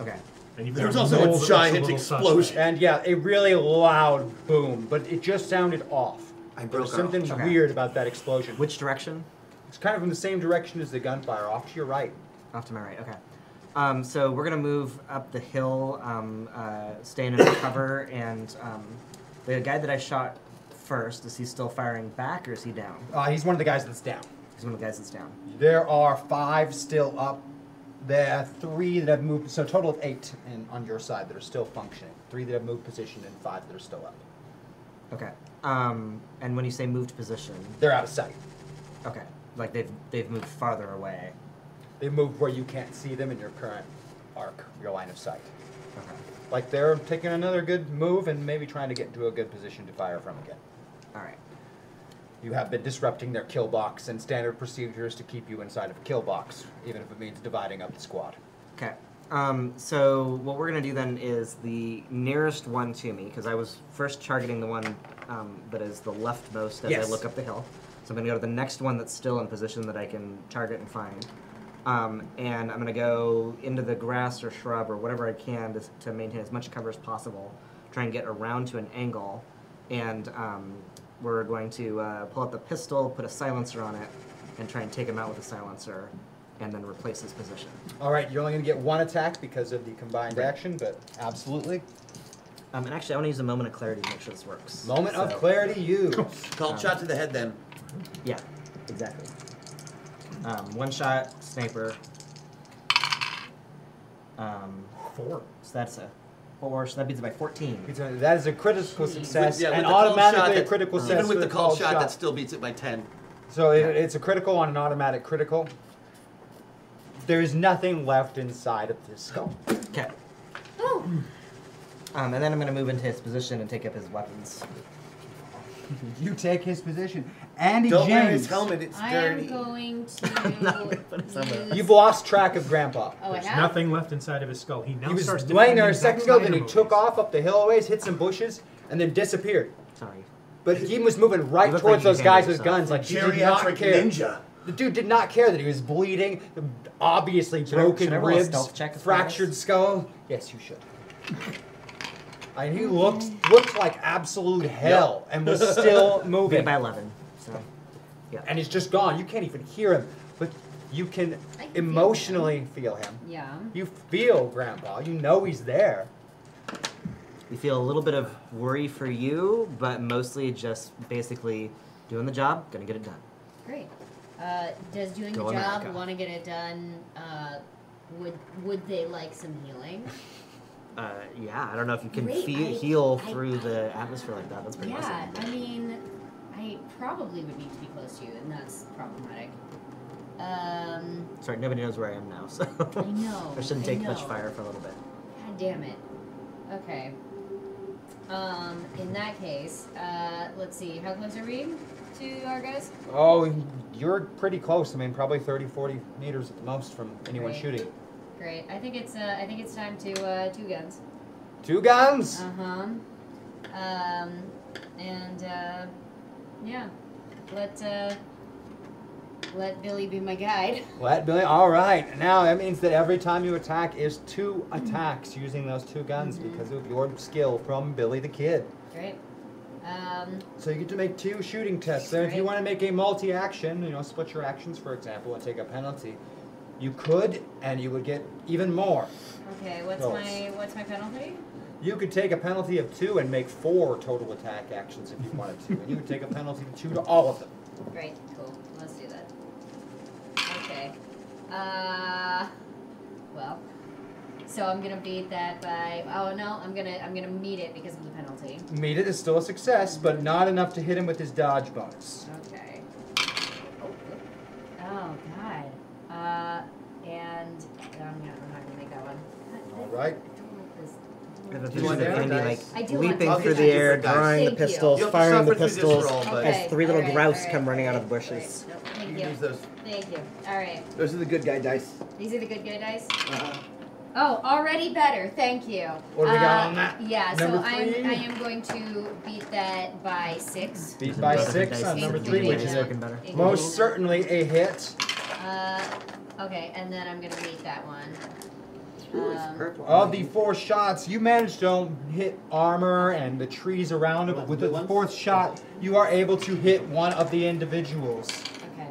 Speaker 6: Okay.
Speaker 4: And
Speaker 2: you
Speaker 4: There was also a Roll the giant little suspect. explosion.
Speaker 2: and yeah, a really loud boom, but it just sounded off. I
Speaker 3: broke off.
Speaker 2: something
Speaker 3: Okay.
Speaker 2: weird about that explosion.
Speaker 6: Which direction?
Speaker 2: It's kind of in the same direction as the gunfire, off to your right.
Speaker 6: Off to my right. Okay. Um, so we're gonna move up the hill, um, uh, staying under cover, and um, the guy that I shot first is he still firing back or is he down?
Speaker 2: Uh, he's one of the guys that's down.
Speaker 6: He's one of the guys that's down.
Speaker 2: There are five still up. There are three that have moved, so a total of eight in, on your side that are still functioning. Three that have moved position and five that are still up.
Speaker 6: Okay. Um, and when you say moved position,
Speaker 2: They're out of sight.
Speaker 6: Okay. Like they've they've moved farther away.
Speaker 2: They move where you can't see them in your current arc, your line of sight.
Speaker 6: Okay.
Speaker 2: Like they're taking another good move and maybe trying to get into a good position to fire from again.
Speaker 6: All right.
Speaker 2: You have been disrupting their kill box and standard procedures to keep you inside of a kill box, even if it means dividing up the squad.
Speaker 6: Okay. Um, so what we're gonna do then is the nearest one to me because I was first targeting the one um, that is the leftmost as
Speaker 2: Yes.
Speaker 6: I look up the hill. So I'm gonna go to the next one that's still in position that I can target and find. Um, and I'm gonna go into the grass or shrub or whatever I can to, to maintain as much cover as possible. Try and get around to an angle, and um, we're going to uh, pull out the pistol, put a silencer on it, and try and take him out with a silencer, and then replace his position.
Speaker 2: All right, you're only going to get one attack because of the combined action, but absolutely.
Speaker 6: Um, and actually, I want to use a moment of clarity to make sure this works.
Speaker 2: Moment of
Speaker 6: So-
Speaker 2: clarity, you.
Speaker 6: Called shot to
Speaker 3: the head, then.
Speaker 6: Yeah, exactly. Um, one shot, sniper. Um,
Speaker 4: four.
Speaker 6: So that's a four. So that beats it by 14.
Speaker 2: That is a critical success
Speaker 3: With- yeah, with
Speaker 2: and
Speaker 3: the called shot
Speaker 2: automatically a
Speaker 3: that-
Speaker 2: critical success.
Speaker 3: Even with the call shot, that
Speaker 2: that's
Speaker 3: still beats it by 10.
Speaker 2: So it, it's a critical on an automatic critical. There is nothing left inside of this skull.
Speaker 6: Okay. Um, and then I'm going to move into his position and take up his weapons.
Speaker 2: Mm-hmm. You take his position. Andy
Speaker 6: Don't
Speaker 2: James.
Speaker 6: wear his helmet, it's
Speaker 5: I am going to.
Speaker 2: You've lost track of Grandpa.
Speaker 5: Oh, I
Speaker 4: There's
Speaker 5: have?
Speaker 4: nothing left inside of his skull. He now
Speaker 2: He was
Speaker 4: starts
Speaker 2: laying there a
Speaker 4: defending
Speaker 2: second
Speaker 4: Zack
Speaker 2: ago,
Speaker 4: Snyder
Speaker 2: then he
Speaker 4: movies.
Speaker 2: took off up the hill a ways, hit some bushes, and then disappeared.
Speaker 6: Sorry.
Speaker 2: But he was moving right
Speaker 6: You look like you
Speaker 2: towards those guys
Speaker 6: handled
Speaker 2: with guns, like he did
Speaker 3: Geriatric
Speaker 2: not care.
Speaker 3: ninja.
Speaker 2: The dude did not care that he was bleeding, obviously
Speaker 6: Should I-
Speaker 2: broken
Speaker 6: should I roll a
Speaker 2: ribs,
Speaker 6: stealth check as
Speaker 2: fractured skull. Yes, you should. And he looked looked like absolute hell, and was still moving.
Speaker 6: Beat by 11. So, yeah.
Speaker 2: And he's just gone. You can't even hear him, but you can emotionally feel him.
Speaker 5: Yeah.
Speaker 2: You feel Grandpa. You know he's there.
Speaker 6: You feel a little bit of worry for you, but mostly just basically doing the job, going to get it done.
Speaker 5: Great. Uh, does doing
Speaker 6: Go
Speaker 5: the job
Speaker 6: America.
Speaker 5: want to get it done? Uh, would would they like some healing?
Speaker 6: Uh, yeah, I don't know if you can
Speaker 5: Wait,
Speaker 6: feel,
Speaker 5: I-
Speaker 6: heal
Speaker 5: I-
Speaker 6: through the atmosphere like that. That's pretty
Speaker 5: yeah,
Speaker 6: awesome.
Speaker 5: I mean, I probably would need to be close to you, and that's problematic. Um,
Speaker 6: Sorry, nobody knows where I am now, so
Speaker 5: I know,
Speaker 6: I shouldn't
Speaker 5: I
Speaker 6: take much
Speaker 5: know.
Speaker 6: fire for a little bit.
Speaker 5: God damn it. Okay. Um, in that case, uh, let's see. How close are we to our guys?
Speaker 2: Oh, you're pretty close. I mean, probably 30, 40 meters at the most from anyone
Speaker 5: Right.
Speaker 2: shooting.
Speaker 5: Great. I think it's uh, I think it's time to uh, two guns.
Speaker 2: Two guns.
Speaker 5: Uh huh. Um, and uh, yeah, let uh, let Billy be my guide.
Speaker 2: Let Billy. All right. Now that means that every time you attack is two attacks using those two guns
Speaker 5: Mm-hmm.
Speaker 2: because of your skill from Billy the Kid.
Speaker 5: Great. Um,
Speaker 2: So you get to make two shooting tests. And if you
Speaker 5: Right.
Speaker 2: want to make a multi-action, you know, split your actions, for example, and take a penalty, you could, and you would get even more.
Speaker 5: okay. What's
Speaker 2: Rolls.
Speaker 5: my what's my penalty?
Speaker 2: You could take a penalty of two and make four total attack actions if you wanted to, and you could take a penalty of two to all of them.
Speaker 5: Great. Cool. Let's do that. Okay. Uh, well, so I'm gonna beat that by. Oh no, I'm gonna I'm gonna meet it because of the penalty.
Speaker 2: Meet it is still a success, but not enough to hit him with his dodge bonus.
Speaker 5: Okay. Oh God. Uh, and no, I'm not, I'm not gonna make that one.
Speaker 2: All right.
Speaker 6: I have a
Speaker 2: Do you
Speaker 6: picture
Speaker 2: want
Speaker 6: of Andy
Speaker 2: that?
Speaker 6: like
Speaker 5: I do want
Speaker 6: leaping
Speaker 5: that.
Speaker 6: through the
Speaker 5: Okay.
Speaker 6: air,
Speaker 5: Thank you.
Speaker 6: drawing the
Speaker 5: You'll
Speaker 6: pistols,
Speaker 3: have to
Speaker 6: firing the
Speaker 3: suffer through this
Speaker 6: pistols
Speaker 3: roll, but-
Speaker 5: Okay,
Speaker 6: as three little
Speaker 5: alright,
Speaker 6: grouse
Speaker 5: alright,
Speaker 6: come running out of the
Speaker 5: All
Speaker 6: bushes.
Speaker 5: right, nope, thank
Speaker 3: You
Speaker 5: you.
Speaker 3: use those.
Speaker 5: Thank you. All right.
Speaker 3: Those are the good guy dice.
Speaker 5: These are the good guy dice.
Speaker 3: Uh,
Speaker 5: Oh, already better. Thank you.
Speaker 2: What do we got
Speaker 5: Uh,
Speaker 2: on that?
Speaker 5: Yeah, so
Speaker 2: Number
Speaker 5: I'm
Speaker 2: three?
Speaker 5: I am going to beat that by six.
Speaker 2: Beat by
Speaker 6: Different
Speaker 2: six
Speaker 6: dice
Speaker 2: on
Speaker 6: is
Speaker 2: number
Speaker 6: the
Speaker 2: three,
Speaker 6: game
Speaker 2: which
Speaker 6: is
Speaker 2: is
Speaker 6: working better.
Speaker 5: Thank you.
Speaker 2: most certainly a hit.
Speaker 5: Uh, okay, and then I'm gonna meet that one.
Speaker 3: ooh, it's
Speaker 5: Um,
Speaker 3: purple.
Speaker 2: Of the four shots, you managed to hit armor and the trees around it, but with the fourth shot, you are able to hit one of the individuals.
Speaker 5: Okay.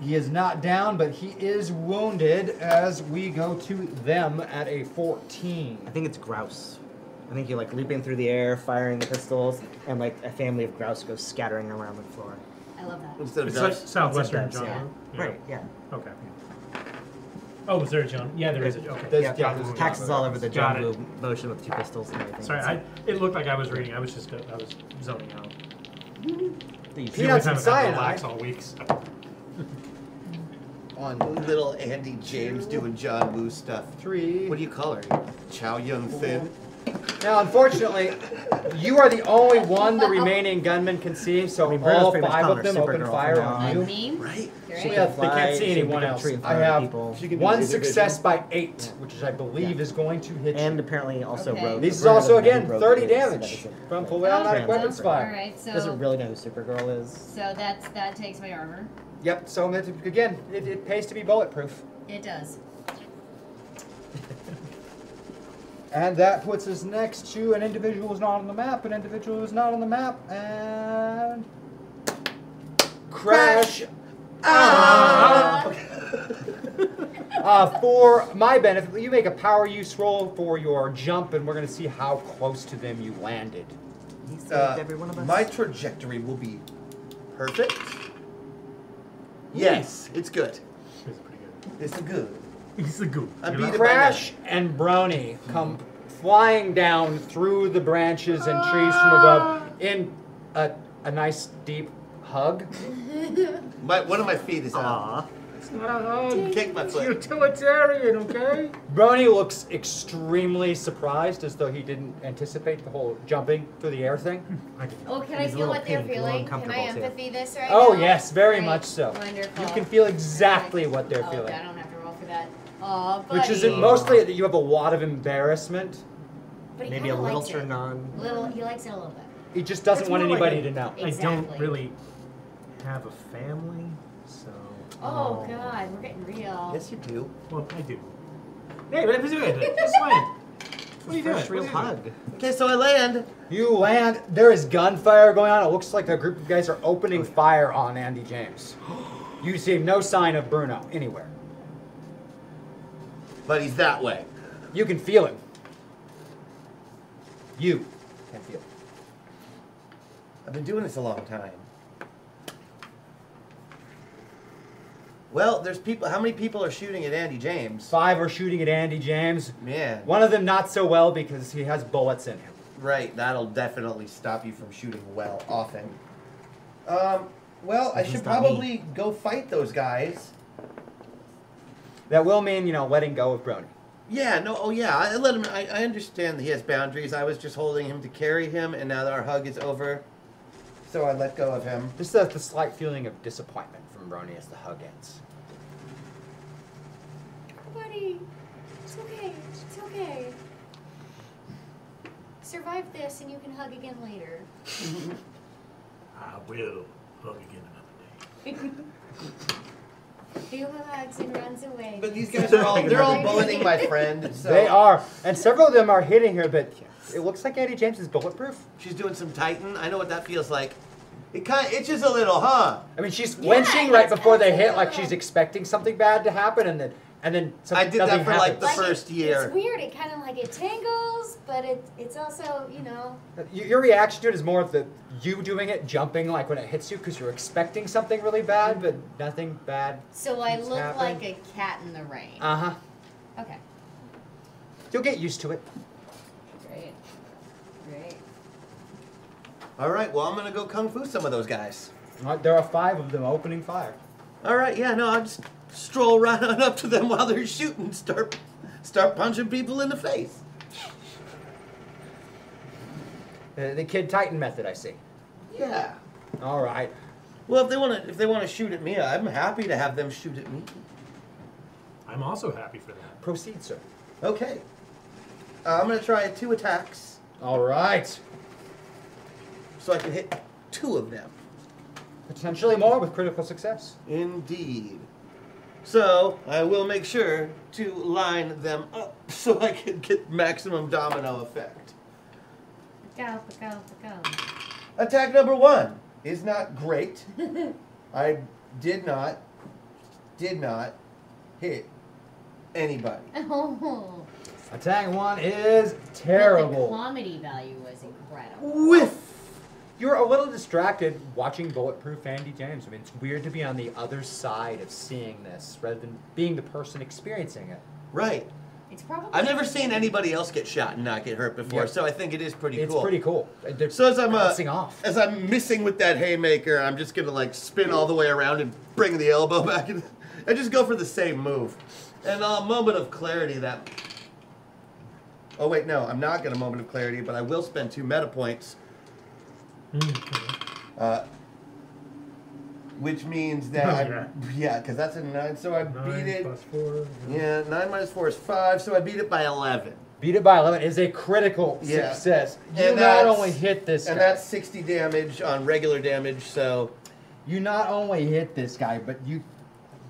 Speaker 2: He is not down, but he is wounded as we go to them at a 14.
Speaker 6: I think it's grouse. I think you're like leaping through the air, firing the pistols, and like a family of grouse goes scattering around the floor.
Speaker 5: I love that.
Speaker 3: Instead of
Speaker 4: It's like
Speaker 3: dice.
Speaker 4: southwestern
Speaker 6: It's a
Speaker 4: John.
Speaker 6: dubs,
Speaker 4: Yeah.
Speaker 6: Right, yeah.
Speaker 4: Okay. Oh, was there a John? Yeah, there is a John. Okay.
Speaker 2: There's-
Speaker 6: yeah,
Speaker 2: yeah, there's a
Speaker 6: Tax is
Speaker 2: dog.
Speaker 6: all over the
Speaker 4: Got
Speaker 6: jungle motion with two pistols and everything.
Speaker 4: Sorry, I, it looked like I was reading. I was just uh, I was zoning out.
Speaker 6: These-
Speaker 4: The only
Speaker 2: Peanuts and
Speaker 4: time I've had to relax
Speaker 2: cyanide
Speaker 4: all week. so-
Speaker 2: on
Speaker 3: Little Andy James doing John Woo stuff.
Speaker 2: three.
Speaker 3: What do you call her? Chow Yun Thin.
Speaker 2: Now, unfortunately, you are the only one the remaining gunmen can see, so
Speaker 6: I mean, Bruno's
Speaker 2: all
Speaker 6: pretty much
Speaker 2: five
Speaker 6: calling
Speaker 2: of
Speaker 6: her
Speaker 2: them open
Speaker 6: Supergirl
Speaker 2: fire
Speaker 6: from now
Speaker 2: on
Speaker 6: on.
Speaker 2: you.
Speaker 5: Like me? Right.
Speaker 2: She
Speaker 5: Great.
Speaker 2: can
Speaker 6: Fly,
Speaker 2: they can't
Speaker 6: she
Speaker 2: see
Speaker 6: can
Speaker 2: anyone
Speaker 6: pick up
Speaker 2: else.
Speaker 6: trees and
Speaker 2: I
Speaker 6: fire at
Speaker 2: have
Speaker 6: people.
Speaker 3: She can do
Speaker 2: one
Speaker 3: the individual.
Speaker 2: success by eight,
Speaker 6: Yeah.
Speaker 2: which is, I believe is going to hit
Speaker 6: And
Speaker 2: you.
Speaker 6: apparently also
Speaker 5: Okay.
Speaker 6: rogue.
Speaker 2: This is
Speaker 6: Bruno
Speaker 2: also,
Speaker 6: doesn't know
Speaker 2: again,
Speaker 6: who rogue
Speaker 2: 30
Speaker 6: is, so that
Speaker 2: damage
Speaker 6: doesn't-
Speaker 2: from
Speaker 6: right.
Speaker 2: fully automatic
Speaker 6: Trans-
Speaker 2: weapons
Speaker 6: right.
Speaker 2: fire.
Speaker 5: Alright,
Speaker 6: Doesn't
Speaker 5: so
Speaker 6: really know who Supergirl is.
Speaker 5: so that's that takes my armor.
Speaker 2: Yep, so that- again, it, it pays to be bulletproof.
Speaker 5: It does.
Speaker 2: And that puts us next to an individual who's not on the map, an individual who's not on the map, and. Crash! Ah! Uh, for my benefit, you make a power use roll for your jump, and we're going to see how close to them you landed.
Speaker 6: He saved
Speaker 3: Uh,
Speaker 6: every one of us.
Speaker 3: my trajectory will be perfect. Yes, it's good.
Speaker 4: It's pretty good.
Speaker 3: It's good.
Speaker 4: He's the goop.
Speaker 3: I
Speaker 4: You
Speaker 3: beat
Speaker 4: know?
Speaker 3: it by
Speaker 2: Crash and Brony come flying down through the branches and trees from above in a, a nice deep hug.
Speaker 3: My, one of my feet is out.
Speaker 6: Aw.
Speaker 4: It's not a hug.
Speaker 3: Kick my
Speaker 4: It's
Speaker 3: foot.
Speaker 4: utilitarian, okay?
Speaker 2: Brony looks extremely surprised as though he didn't anticipate the whole jumping through the air thing.
Speaker 5: Oh, can
Speaker 6: He's
Speaker 5: I
Speaker 6: a
Speaker 5: feel
Speaker 6: little
Speaker 5: what they're
Speaker 6: pink, a little
Speaker 5: feeling? Can I
Speaker 6: uncomfortable, too.
Speaker 5: empathy this right
Speaker 2: Oh,
Speaker 5: now?
Speaker 2: yes, very
Speaker 5: Great.
Speaker 2: much so.
Speaker 5: Wonderful.
Speaker 2: You can feel exactly
Speaker 5: Perfect.
Speaker 2: what they're
Speaker 5: oh,
Speaker 2: feeling.
Speaker 5: I don't have to roll for that. Oh, buddy.
Speaker 2: Which is it mostly that you have a lot of embarrassment.
Speaker 5: But he
Speaker 6: Maybe
Speaker 5: kinda
Speaker 6: a little
Speaker 5: likes it.
Speaker 6: turned on.
Speaker 5: Little, he likes it a little bit.
Speaker 2: He just doesn't
Speaker 4: It's
Speaker 2: want
Speaker 4: more like
Speaker 2: anybody
Speaker 4: a-
Speaker 2: to know.
Speaker 4: I
Speaker 5: Exactly.
Speaker 4: don't really have a family, so. um,
Speaker 5: Oh God, we're getting real.
Speaker 3: Yes, you do.
Speaker 4: Well, I do. Hey, but it was good. It's fine. What are you doing?
Speaker 6: First real
Speaker 4: What are you
Speaker 6: hug.
Speaker 3: Okay, so I land.
Speaker 2: You land. There is gunfire going on. It looks like a group of guys are opening fire on Andy James. You see no sign of Bruno anywhere.
Speaker 3: But he's that way.
Speaker 2: You can feel him. You can feel. Him.
Speaker 3: I've been doing this a long time. Well, there's people. How many people are shooting at Andy James?
Speaker 2: Five are shooting at Andy James.
Speaker 3: Man,
Speaker 2: One of them not so well because he has bullets in him.
Speaker 3: right. That'll definitely stop you from shooting well often. Um, well, I
Speaker 6: Doesn't
Speaker 3: should
Speaker 6: stop me.
Speaker 3: probably go fight those guys.
Speaker 2: That will mean you know letting go of Brony.
Speaker 3: Yeah, no, oh yeah, I I let him. I, I understand that he has boundaries. I was just holding him to carry him, and now that our hug is over, so I let go of him.
Speaker 2: Just the, the slight feeling of disappointment from Brony as the hug ends.
Speaker 12: Buddy, it's okay. It's okay. Survive this and you can hug again later.
Speaker 4: I will hug again another day.
Speaker 12: Who hugs and runs away?
Speaker 3: But these guys are all—they're all bulleting my friend. So
Speaker 2: They are, and several of them are hitting her, but it looks like Andy James is bulletproof.
Speaker 3: She's doing some Titan. I know what that feels like. It kind of itches a little, huh?
Speaker 2: I mean, she's winching right
Speaker 12: it's
Speaker 2: before they
Speaker 12: painful.
Speaker 2: hit, like she's expecting something bad to happen, and then and then
Speaker 3: I
Speaker 2: something,
Speaker 3: did that
Speaker 2: nothing
Speaker 3: for, like,
Speaker 2: happens.
Speaker 3: the first
Speaker 12: It's weird. It kind of like it tangles, but it, it's also, you know,
Speaker 2: Y- Your reaction to it is more of the you doing it, jumping like when it hits you because you're expecting something really bad, but nothing bad.
Speaker 5: So I
Speaker 2: It's
Speaker 5: look
Speaker 2: happening.
Speaker 5: like a cat in the rain.
Speaker 2: Uh huh.
Speaker 5: Okay.
Speaker 2: You'll get used to it.
Speaker 5: Great. Great.
Speaker 3: All right. Well, I'm gonna go kung fu some of those guys.
Speaker 2: Uh, There are five of them opening fire.
Speaker 3: All right. Yeah. No. I just stroll right on up to them while they're shooting. Start, start punching people in the face.
Speaker 2: Uh, the Kid Titan method, I see.
Speaker 3: Yeah.
Speaker 2: All right.
Speaker 3: Well, if they want to, if they want to shoot at me, I'm happy to have them shoot at me.
Speaker 4: I'm also happy for that.
Speaker 2: Proceed, sir.
Speaker 3: Okay. Uh, I'm gonna try two attacks.
Speaker 2: All right.
Speaker 3: So I can hit two of them.
Speaker 2: Potentially more with critical success.
Speaker 3: Indeed. So I will make sure to line them up so I can get maximum domino effect.
Speaker 5: Go, go, go.
Speaker 3: Attack number one is not great. I did not, did not hit anybody.
Speaker 5: Oh.
Speaker 2: Attack one is
Speaker 5: The
Speaker 2: terrible.
Speaker 5: comedy value was incredible.
Speaker 2: Whiff. You're a little distracted watching Bulletproof Andy James. I mean, it's weird to be on the other side of seeing this rather than being the person experiencing it.
Speaker 3: Right.
Speaker 5: It's probably.
Speaker 3: I've never seen anybody else get shot and not get hurt before, so I think it is pretty
Speaker 2: It's
Speaker 3: cool.
Speaker 2: pretty cool.
Speaker 3: So as I'm uh,
Speaker 2: bouncing off.
Speaker 3: as I'm missing with that haymaker, I'm just gonna like spin all the way around and bring the elbow back, and I just go for the same move. And a moment of clarity that. Oh wait, no, I'm not gonna moment of clarity, but I will spend two meta points.
Speaker 4: Mm-hmm.
Speaker 3: Uh, which means that
Speaker 4: Oh,
Speaker 3: I,
Speaker 4: yeah.
Speaker 3: yeah, because that's a nine, so I
Speaker 4: Nine
Speaker 3: beat it.
Speaker 4: plus four.
Speaker 3: Yeah, nine minus four is five, so I beat it by eleven.
Speaker 2: Beat it by 11 is a critical
Speaker 3: Yeah.
Speaker 2: success. You
Speaker 3: And
Speaker 2: not
Speaker 3: that's-
Speaker 2: only hit this
Speaker 3: and
Speaker 2: guy,
Speaker 3: that's 60 damage on regular damage, so
Speaker 2: you not only hit this guy, but you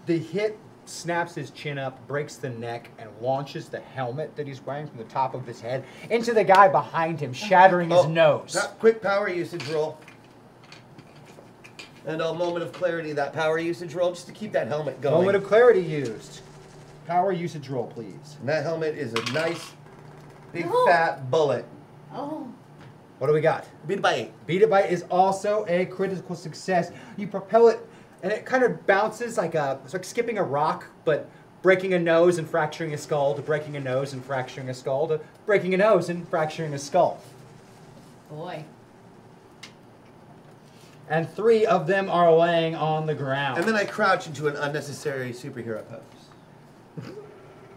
Speaker 2: the hit snaps his chin up, breaks the neck, and launches the helmet that he's wearing from the top of his head into the guy behind him, shattering his
Speaker 3: Oh,
Speaker 2: nose.
Speaker 3: that quick power usage roll. And a moment of clarity, that power usage roll, just to keep that helmet going.
Speaker 2: Moment of clarity used. Power usage roll, please.
Speaker 3: and that helmet is a nice, big,
Speaker 5: No.
Speaker 3: fat bullet.
Speaker 5: Oh.
Speaker 2: What do we got?
Speaker 3: Beat it by eight.
Speaker 2: Beat it by is also a critical success. You propel it, and it kind of bounces like a it's like skipping a rock, but breaking a nose and fracturing a skull to breaking a nose and fracturing a skull to breaking a nose and fracturing a skull.
Speaker 5: Boy.
Speaker 2: And three of them are laying on the ground.
Speaker 3: And then I crouch into an unnecessary superhero pose.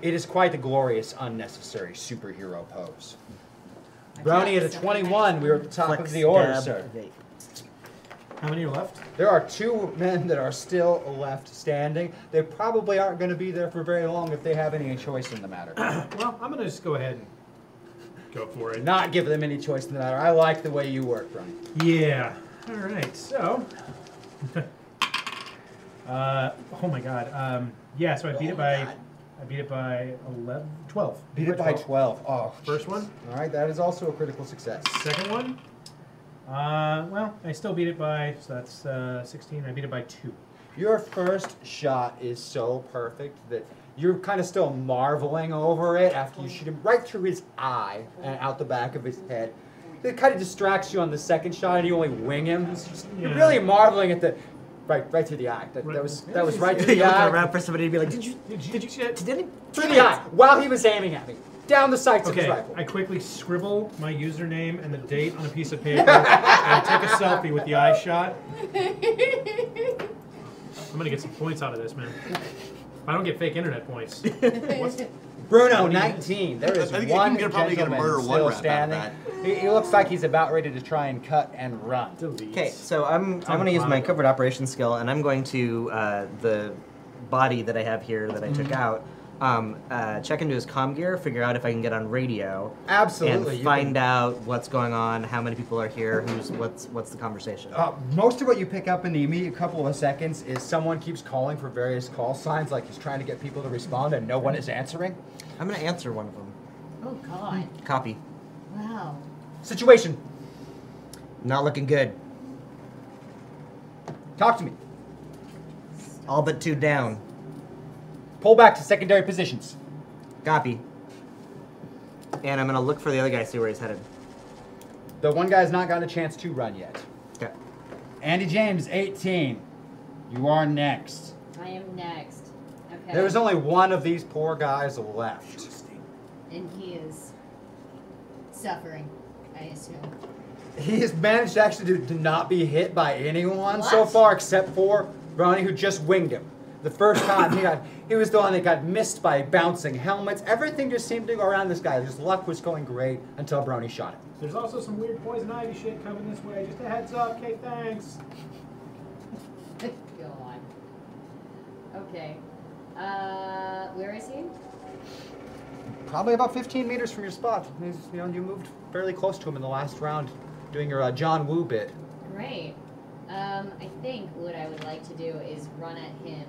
Speaker 2: It is quite the glorious, unnecessary superhero pose. Brownie at a 21. We are at the top of the order,
Speaker 6: stab.
Speaker 2: sir.
Speaker 4: How many are left?
Speaker 2: There are two men that are still left standing. They probably aren't going to be there for very long if they have any choice in the matter.
Speaker 4: Well, I'm gonna just go ahead and go for it.
Speaker 2: Not give them any choice in the matter. I like the way you work, Brian.
Speaker 4: Yeah. All right. So. uh, oh my God. Um, yeah. So I beat it by. I beat it by 11, 12.
Speaker 2: Beat it by 12. Oh,
Speaker 4: First one.
Speaker 2: all right. That is also a critical success.
Speaker 4: Second one. Uh, well, I still beat it by. So that's uh, 16. I beat it by two.
Speaker 2: Your first shot is so perfect that you're kind of still marveling over it after you shoot him right through his eye and out the back of his head. It kind of distracts you on the second shot, and you only wing him. It's just- You're
Speaker 4: Yeah.
Speaker 2: really marveling at the right, right through the eye. That, that was that was right through the
Speaker 6: You're looking
Speaker 2: eye.
Speaker 6: around for somebody to be like, did you?
Speaker 4: Did you? Did you
Speaker 6: Did any?
Speaker 2: through the eye while he was aiming at me down the sights of his
Speaker 4: Okay,
Speaker 2: rifle.
Speaker 4: I quickly scribble my username and the date on a piece of paper and I take a selfie with the eye shot. I'm gonna get some points out of this, man. If I don't get fake internet points. What's,
Speaker 2: Bruno,
Speaker 4: What do you-
Speaker 2: 19. There is
Speaker 3: I think you
Speaker 2: one
Speaker 3: can get- probably get a
Speaker 2: gentleman
Speaker 3: murder one
Speaker 2: still
Speaker 3: rap out of
Speaker 2: standing. He, he looks like he's about ready to try and cut and run.
Speaker 6: Okay, so I'm I'm going to use my covert operations skill, and I'm going to uh, the body that I have here that I
Speaker 2: Mm-hmm.
Speaker 6: took out. Um, uh, check into his comm gear, figure out if I can get on radio,
Speaker 2: Absolutely, you
Speaker 6: and find out what's going on, how many people are here, who's what's what's the conversation.
Speaker 2: Uh, most of what you pick up in the immediate couple of seconds is someone keeps calling for various call signs, like he's trying to get people to respond, and no one is answering.
Speaker 6: I'm going to answer one of them.
Speaker 5: Oh God.
Speaker 6: Copy.
Speaker 5: Wow.
Speaker 2: Situation,
Speaker 6: Not looking good.
Speaker 2: talk to me.
Speaker 6: All but two down.
Speaker 2: Pull back to secondary positions.
Speaker 6: Copy. And I'm gonna look for the other guy, see where he's headed.
Speaker 2: The one guy's not gotten a chance to run yet.
Speaker 6: Okay.
Speaker 2: Andy James, 18. You are next.
Speaker 5: I am next. Okay.
Speaker 2: There is only one of these poor guys left.
Speaker 5: And he is suffering, I assume.
Speaker 2: He has managed to actually do, to not be hit by anyone so far, except for Ronnie, who just winged him. The first time he got, he was the one that got missed by bouncing helmets. Everything just seemed to go around this guy. His luck was going great until Brony shot him.
Speaker 4: There's also some weird poison ivy shit coming this way. Just a heads up. Okay, thanks.
Speaker 5: Go on. Okay. Uh, where is he?
Speaker 2: Probably about 15 meters from your spot. He's, you know, you moved fairly close to him in the last round, doing your uh, John Woo bit.
Speaker 5: Great. Um, I think what I would like to do is run at him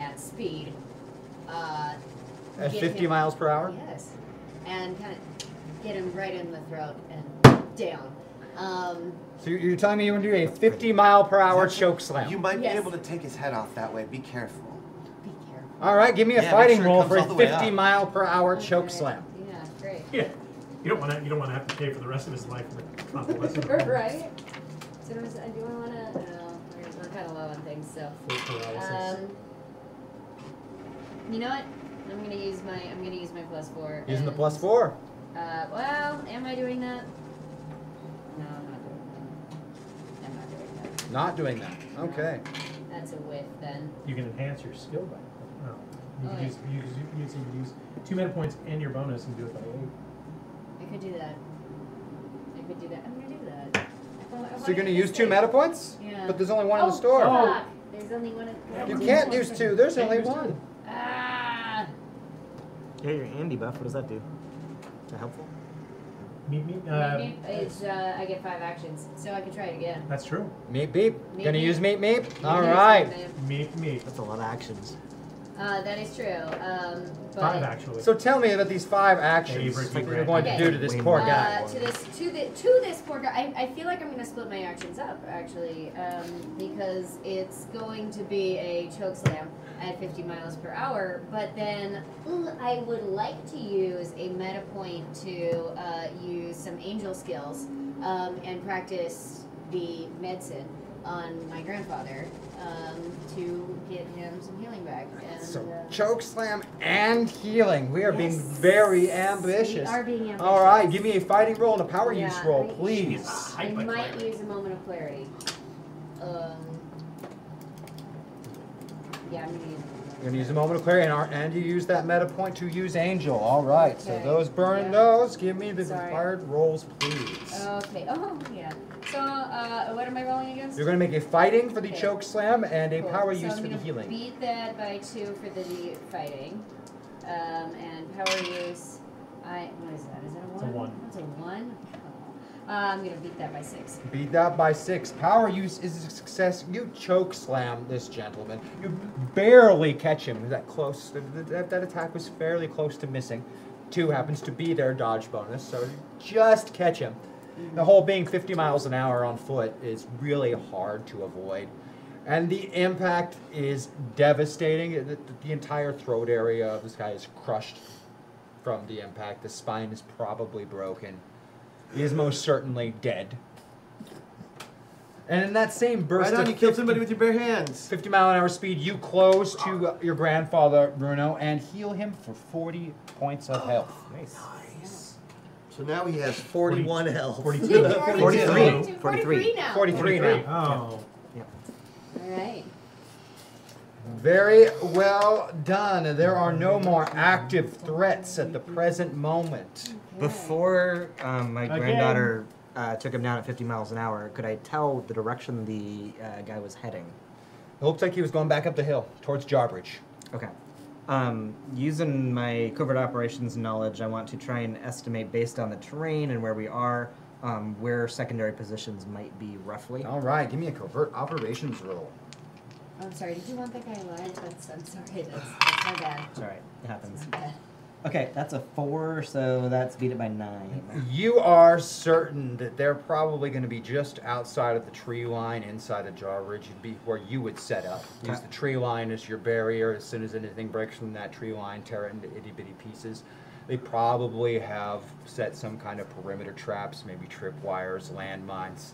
Speaker 5: at speed. Uh,
Speaker 2: At
Speaker 5: get
Speaker 2: 50
Speaker 5: him-
Speaker 2: miles per hour?
Speaker 5: Yes. And kind of get him right in the throat and down. Um,
Speaker 2: So you're, you're telling me you want to do a 50 mile per hour choke slam?
Speaker 3: You might
Speaker 5: Yes.
Speaker 3: be able to take his head off that way. Be careful.
Speaker 2: All right, give me a
Speaker 3: Yeah, make
Speaker 2: fighting
Speaker 3: sure it
Speaker 2: roll
Speaker 3: comes
Speaker 2: for a
Speaker 3: all the way
Speaker 2: 50
Speaker 3: up.
Speaker 2: mile per hour choke slam.
Speaker 5: yeah, great.
Speaker 4: Yeah. You don't want to. You don't want to have to pay for the rest of his life with convalescent.
Speaker 5: right? So there was- I do want to. No, we're, we're kind of low on things, so.
Speaker 4: Full paralysis.
Speaker 5: Um, you know what? I'm gonna use my. I'm gonna use my plus four.
Speaker 2: Using the
Speaker 5: and-
Speaker 2: plus four.
Speaker 5: Uh, well, am I doing that? No, I'm not doing that. I'm not doing that.
Speaker 2: Not doing that. Okay.
Speaker 5: That's a whiff then.
Speaker 4: You can enhance your skill by. No.
Speaker 5: Oh,
Speaker 4: You can
Speaker 5: yeah.
Speaker 4: use. You, can use- you can use two meta points and your bonus and do it by eight.
Speaker 5: I could do that. I could do that. I'm gonna do that. I wa- I
Speaker 2: So
Speaker 5: wanna
Speaker 2: you're going to
Speaker 5: get
Speaker 2: use
Speaker 5: this
Speaker 2: two
Speaker 5: thing.
Speaker 2: meta points?
Speaker 5: Yeah.
Speaker 2: But there's only one in the
Speaker 5: Oh,
Speaker 2: store.
Speaker 5: fuck. There's only one. in-
Speaker 2: You can't use two. There's only one.
Speaker 5: Ah.
Speaker 6: Yeah, your handy buff. What does that do? Is that helpful?
Speaker 4: Meet me. Uh,
Speaker 5: Maybe it's, uh, I get five actions, so I could try it again.
Speaker 4: That's true.
Speaker 2: Meep beep.
Speaker 5: Meep
Speaker 2: Gonna
Speaker 5: beep.
Speaker 2: use meep meep. All
Speaker 5: Maybe it's
Speaker 2: right.
Speaker 5: something.
Speaker 4: Meep meep.
Speaker 6: That's a lot of actions.
Speaker 5: Uh, that is true. Um, but
Speaker 4: Five actually.
Speaker 2: So tell me about these five actions
Speaker 4: Favorite
Speaker 2: that you're
Speaker 4: regret.
Speaker 2: going to
Speaker 5: Okay.
Speaker 2: do to this
Speaker 6: Wait,
Speaker 2: poor
Speaker 5: uh,
Speaker 2: guy.
Speaker 5: To this, to the, to this poor guy. I, I feel like I'm gonna split my actions up actually, um, because it's going to be a choke slam at 50 miles per hour. But then mm, I would like to use a meta point to uh, use some angel skills um, and practice the medicine on my grandfather um, to get him some healing back. And,
Speaker 2: So
Speaker 5: uh,
Speaker 2: choke slam and healing. We are being very ambitious.
Speaker 5: We are being ambitious.
Speaker 2: All right, give me a fighting roll and a power
Speaker 5: Yeah,
Speaker 2: use roll,
Speaker 5: I-
Speaker 2: please.
Speaker 5: I might use a moment of clarity. Um, yeah, I'm gonna use.
Speaker 2: You're gonna use a moment of clarity, and, our, and you use that meta point to use angel. All right, so
Speaker 5: Okay.
Speaker 2: those burn
Speaker 5: Yeah.
Speaker 2: those. Give me the
Speaker 5: Sorry.
Speaker 2: required rolls, please.
Speaker 5: Okay. Oh yeah. So uh, what am I rolling against?
Speaker 2: You're gonna make a fighting for the
Speaker 5: Okay.
Speaker 2: choke slam and a
Speaker 5: Cool.
Speaker 2: power
Speaker 5: So
Speaker 2: use
Speaker 5: I'm
Speaker 2: for the
Speaker 5: gonna
Speaker 2: healing.
Speaker 5: Beat that by two for the fighting, um, and power use. I what is that? Is that a one?
Speaker 4: It's
Speaker 5: That's
Speaker 4: a one.
Speaker 5: a one. Uh, I'm gonna beat that by six.
Speaker 2: Beat that by six. Power use is a success. You choke slam this gentleman. You barely catch him. That close. That, that attack was fairly close to missing. Two happens to be their dodge bonus, so you just catch him. The whole being 50 miles an hour on foot is really hard to avoid. And the impact is devastating. The- The, the entire throat area of this guy is crushed from the impact. The spine is probably broken. He is most certainly dead. And in that same burst
Speaker 3: Right on,
Speaker 2: of
Speaker 3: you killed somebody with your bare hands.
Speaker 2: 50 mile an hour speed, you close to uh, your grandfather, Bruno, and heal him for 40 points of health.
Speaker 6: Nice.
Speaker 3: So now he has 41 health.
Speaker 4: 42.
Speaker 5: Forty-two.
Speaker 6: 43.
Speaker 5: 43 now.
Speaker 2: 43 now.
Speaker 4: Oh.
Speaker 5: All right.
Speaker 2: Very well done. There are no more active threats at the present moment.
Speaker 6: Before um, my
Speaker 4: Again.
Speaker 6: granddaughter uh, took him down at 50 miles an hour, could I tell the direction the uh, guy was heading?
Speaker 2: It looked like he was going back up the hill towards Jarbridge.
Speaker 6: Okay. Um, using my covert operations knowledge, I want to try and estimate based on the terrain and where we are, um, where secondary positions might be roughly.
Speaker 2: All right, give me a covert operations roll.
Speaker 5: Oh, I'm sorry. Did you want that guy alive? That's I'm sorry. That's, that's my bad.
Speaker 6: It's all right. It happens.
Speaker 5: That's my bad.
Speaker 6: Okay, that's a four, so that's beat it by nine.
Speaker 2: You are certain that they're probably going to be just outside of the tree line, inside the jar ridge, would be where you would set up. Use
Speaker 6: Okay.
Speaker 2: the tree line as your barrier. As soon as anything breaks from that tree line, tear it into itty bitty pieces. They probably have set some kind of perimeter traps, maybe tripwires, landmines.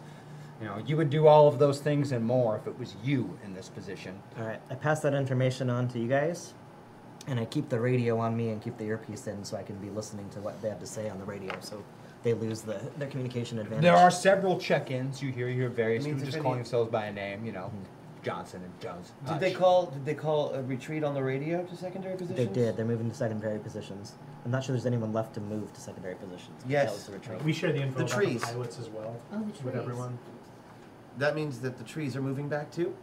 Speaker 2: You know, you would do all of those things and more if it was you in this position.
Speaker 6: All right, I pass that information on to you guys, and I keep the radio on me and keep the earpiece in so I can be listening to what they have to say on the radio. So they lose the their communication advantage.
Speaker 2: There are several check-ins. You hear your various
Speaker 6: It e- means if
Speaker 2: people just
Speaker 6: any-
Speaker 2: calling themselves by a name. You know, Johnson and Uh, Johnson.
Speaker 3: Did they call? Did they call a retreat on the radio to secondary positions?
Speaker 6: They did. They're moving to secondary positions. I'm not sure there's anyone left to move to secondary positions. but That was
Speaker 3: Yes.
Speaker 6: the retreat.
Speaker 4: We share the info
Speaker 3: The
Speaker 4: about
Speaker 3: trees.
Speaker 4: the pilots as well
Speaker 5: Oh, the trees.
Speaker 4: with everyone.
Speaker 3: That means that the trees are moving back too.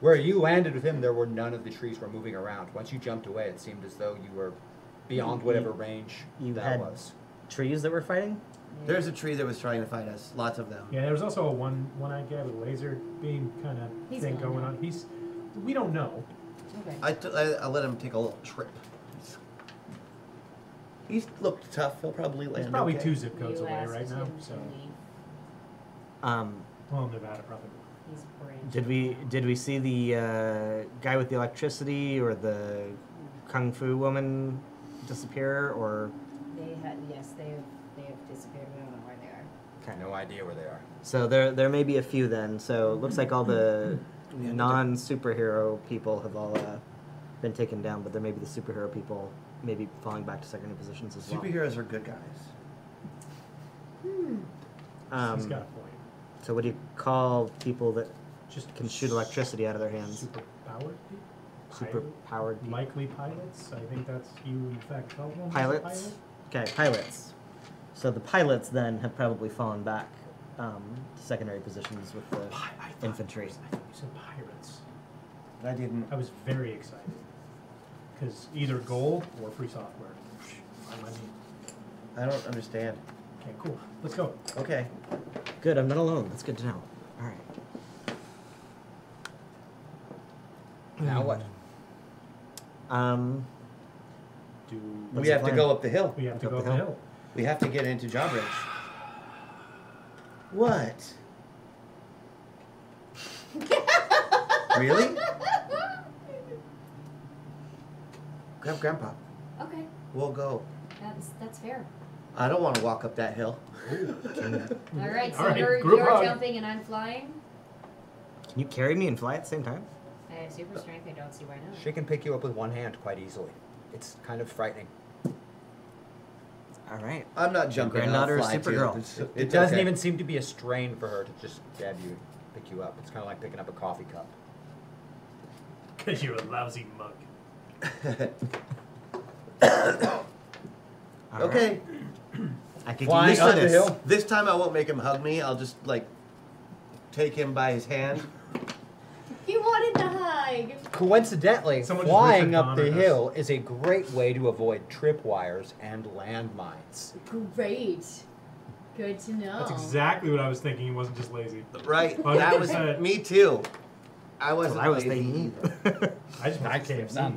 Speaker 2: Where you landed with him, there were none of the trees were moving around. Once you jumped away, it seemed as though you were
Speaker 5: Mm-hmm.
Speaker 2: beyond whatever range
Speaker 6: You
Speaker 2: that
Speaker 6: had
Speaker 2: was.
Speaker 6: trees that were fighting.
Speaker 3: There's a tree that was trying to fight us. Lots of them.
Speaker 4: Yeah, there was also a one one eyed guy with a laser beam kind of
Speaker 5: He's
Speaker 4: thing
Speaker 5: gone
Speaker 4: going
Speaker 5: now.
Speaker 4: on. He's we don't know.
Speaker 5: Okay.
Speaker 3: I, t- I, I let him take a little trip. He's, he's looked tough. He'll probably land.
Speaker 4: He's probably
Speaker 3: okay.
Speaker 4: two zip codes
Speaker 5: You
Speaker 4: away
Speaker 5: asked
Speaker 4: right now.
Speaker 5: him to
Speaker 4: So
Speaker 5: leave.
Speaker 6: Um,
Speaker 4: well, Nevada probably.
Speaker 5: He's brain.
Speaker 6: did we did we see the uh, guy with the electricity or the kung fu woman disappear or?
Speaker 5: They had yes, they have they have disappeared. We don't know where they are.
Speaker 2: I have no idea where they are.
Speaker 6: So there, there may be a few then. So it looks like all the non superhero people have all uh, been taken down, but there may be the superhero people maybe falling back to secondary positions as well.
Speaker 3: Superheroes are good guys.
Speaker 4: He's
Speaker 6: Um,
Speaker 4: got a point.
Speaker 6: so what do you call people that
Speaker 4: Just
Speaker 6: can shoot electricity out of their hands?
Speaker 4: Super powered people.
Speaker 6: Super
Speaker 4: Pilot-
Speaker 6: powered people.
Speaker 4: Likely pilots. I think that's you in fact called one. as a
Speaker 6: pilots. Okay, pilots. So the pilots then have probably fallen back um, to secondary positions with the
Speaker 4: Pi- I thought-
Speaker 6: infantry.
Speaker 4: I thought you said pirates.
Speaker 3: I didn't.
Speaker 4: I was very excited because either gold or free software. Fine by me.
Speaker 3: I don't understand.
Speaker 4: Okay, cool. Let's go.
Speaker 3: Okay.
Speaker 6: Good, I'm not alone. That's good to know. All right.
Speaker 2: Now what?
Speaker 6: Um,
Speaker 4: Do
Speaker 6: What's
Speaker 3: we
Speaker 6: the
Speaker 3: have to
Speaker 6: plan?
Speaker 3: go up the hill.
Speaker 4: we have to
Speaker 6: Up
Speaker 4: go
Speaker 6: the
Speaker 4: up the
Speaker 6: hill.
Speaker 4: hill?
Speaker 3: We have to get into Job Ridge. What?
Speaker 5: Hmm.
Speaker 3: really? Grab Grandpa.
Speaker 5: Okay,
Speaker 3: We'll go.
Speaker 5: that's that's fair.
Speaker 3: I don't want to walk up that hill.
Speaker 5: All right, so
Speaker 4: All right,
Speaker 5: you're,
Speaker 4: group
Speaker 5: you're
Speaker 4: hug.
Speaker 5: jumping and I'm flying.
Speaker 6: can you carry me and fly at the same time?
Speaker 5: I have super strength. I don't see why not.
Speaker 2: She can pick you up with one hand quite easily. It's kind of frightening.
Speaker 6: All right.
Speaker 3: I'm not jumping. I'll
Speaker 6: granddaughter is
Speaker 3: fly too.
Speaker 6: Supergirl.
Speaker 3: It's-
Speaker 2: It,
Speaker 3: it's
Speaker 2: doesn't
Speaker 3: okay.
Speaker 2: even seem to be a strain for her to just grab you and pick you up. It's kind of like picking up a coffee cup.
Speaker 4: Because you're a lousy mug.
Speaker 6: All right.
Speaker 3: okay.
Speaker 6: I could get
Speaker 2: Flying
Speaker 6: used to
Speaker 2: up the
Speaker 6: this.
Speaker 2: hill.
Speaker 3: This time I won't make him hug me. I'll just like take him by his hand.
Speaker 5: He wanted the hug.
Speaker 2: Coincidentally,
Speaker 4: Someone just
Speaker 2: flying
Speaker 4: Richard
Speaker 2: up the
Speaker 4: Donnered us.
Speaker 2: hill is a great way to avoid tripwires and landmines.
Speaker 5: Great. Good to know.
Speaker 4: That's exactly what I was thinking. He wasn't just lazy.
Speaker 3: Right.
Speaker 4: Hundred
Speaker 3: That was
Speaker 4: percent.
Speaker 3: me too. I
Speaker 6: That's
Speaker 3: wasn't.
Speaker 6: what I was
Speaker 3: lazy
Speaker 6: thinking.
Speaker 3: either.
Speaker 4: I just want
Speaker 2: can't
Speaker 4: KFC.
Speaker 6: That's-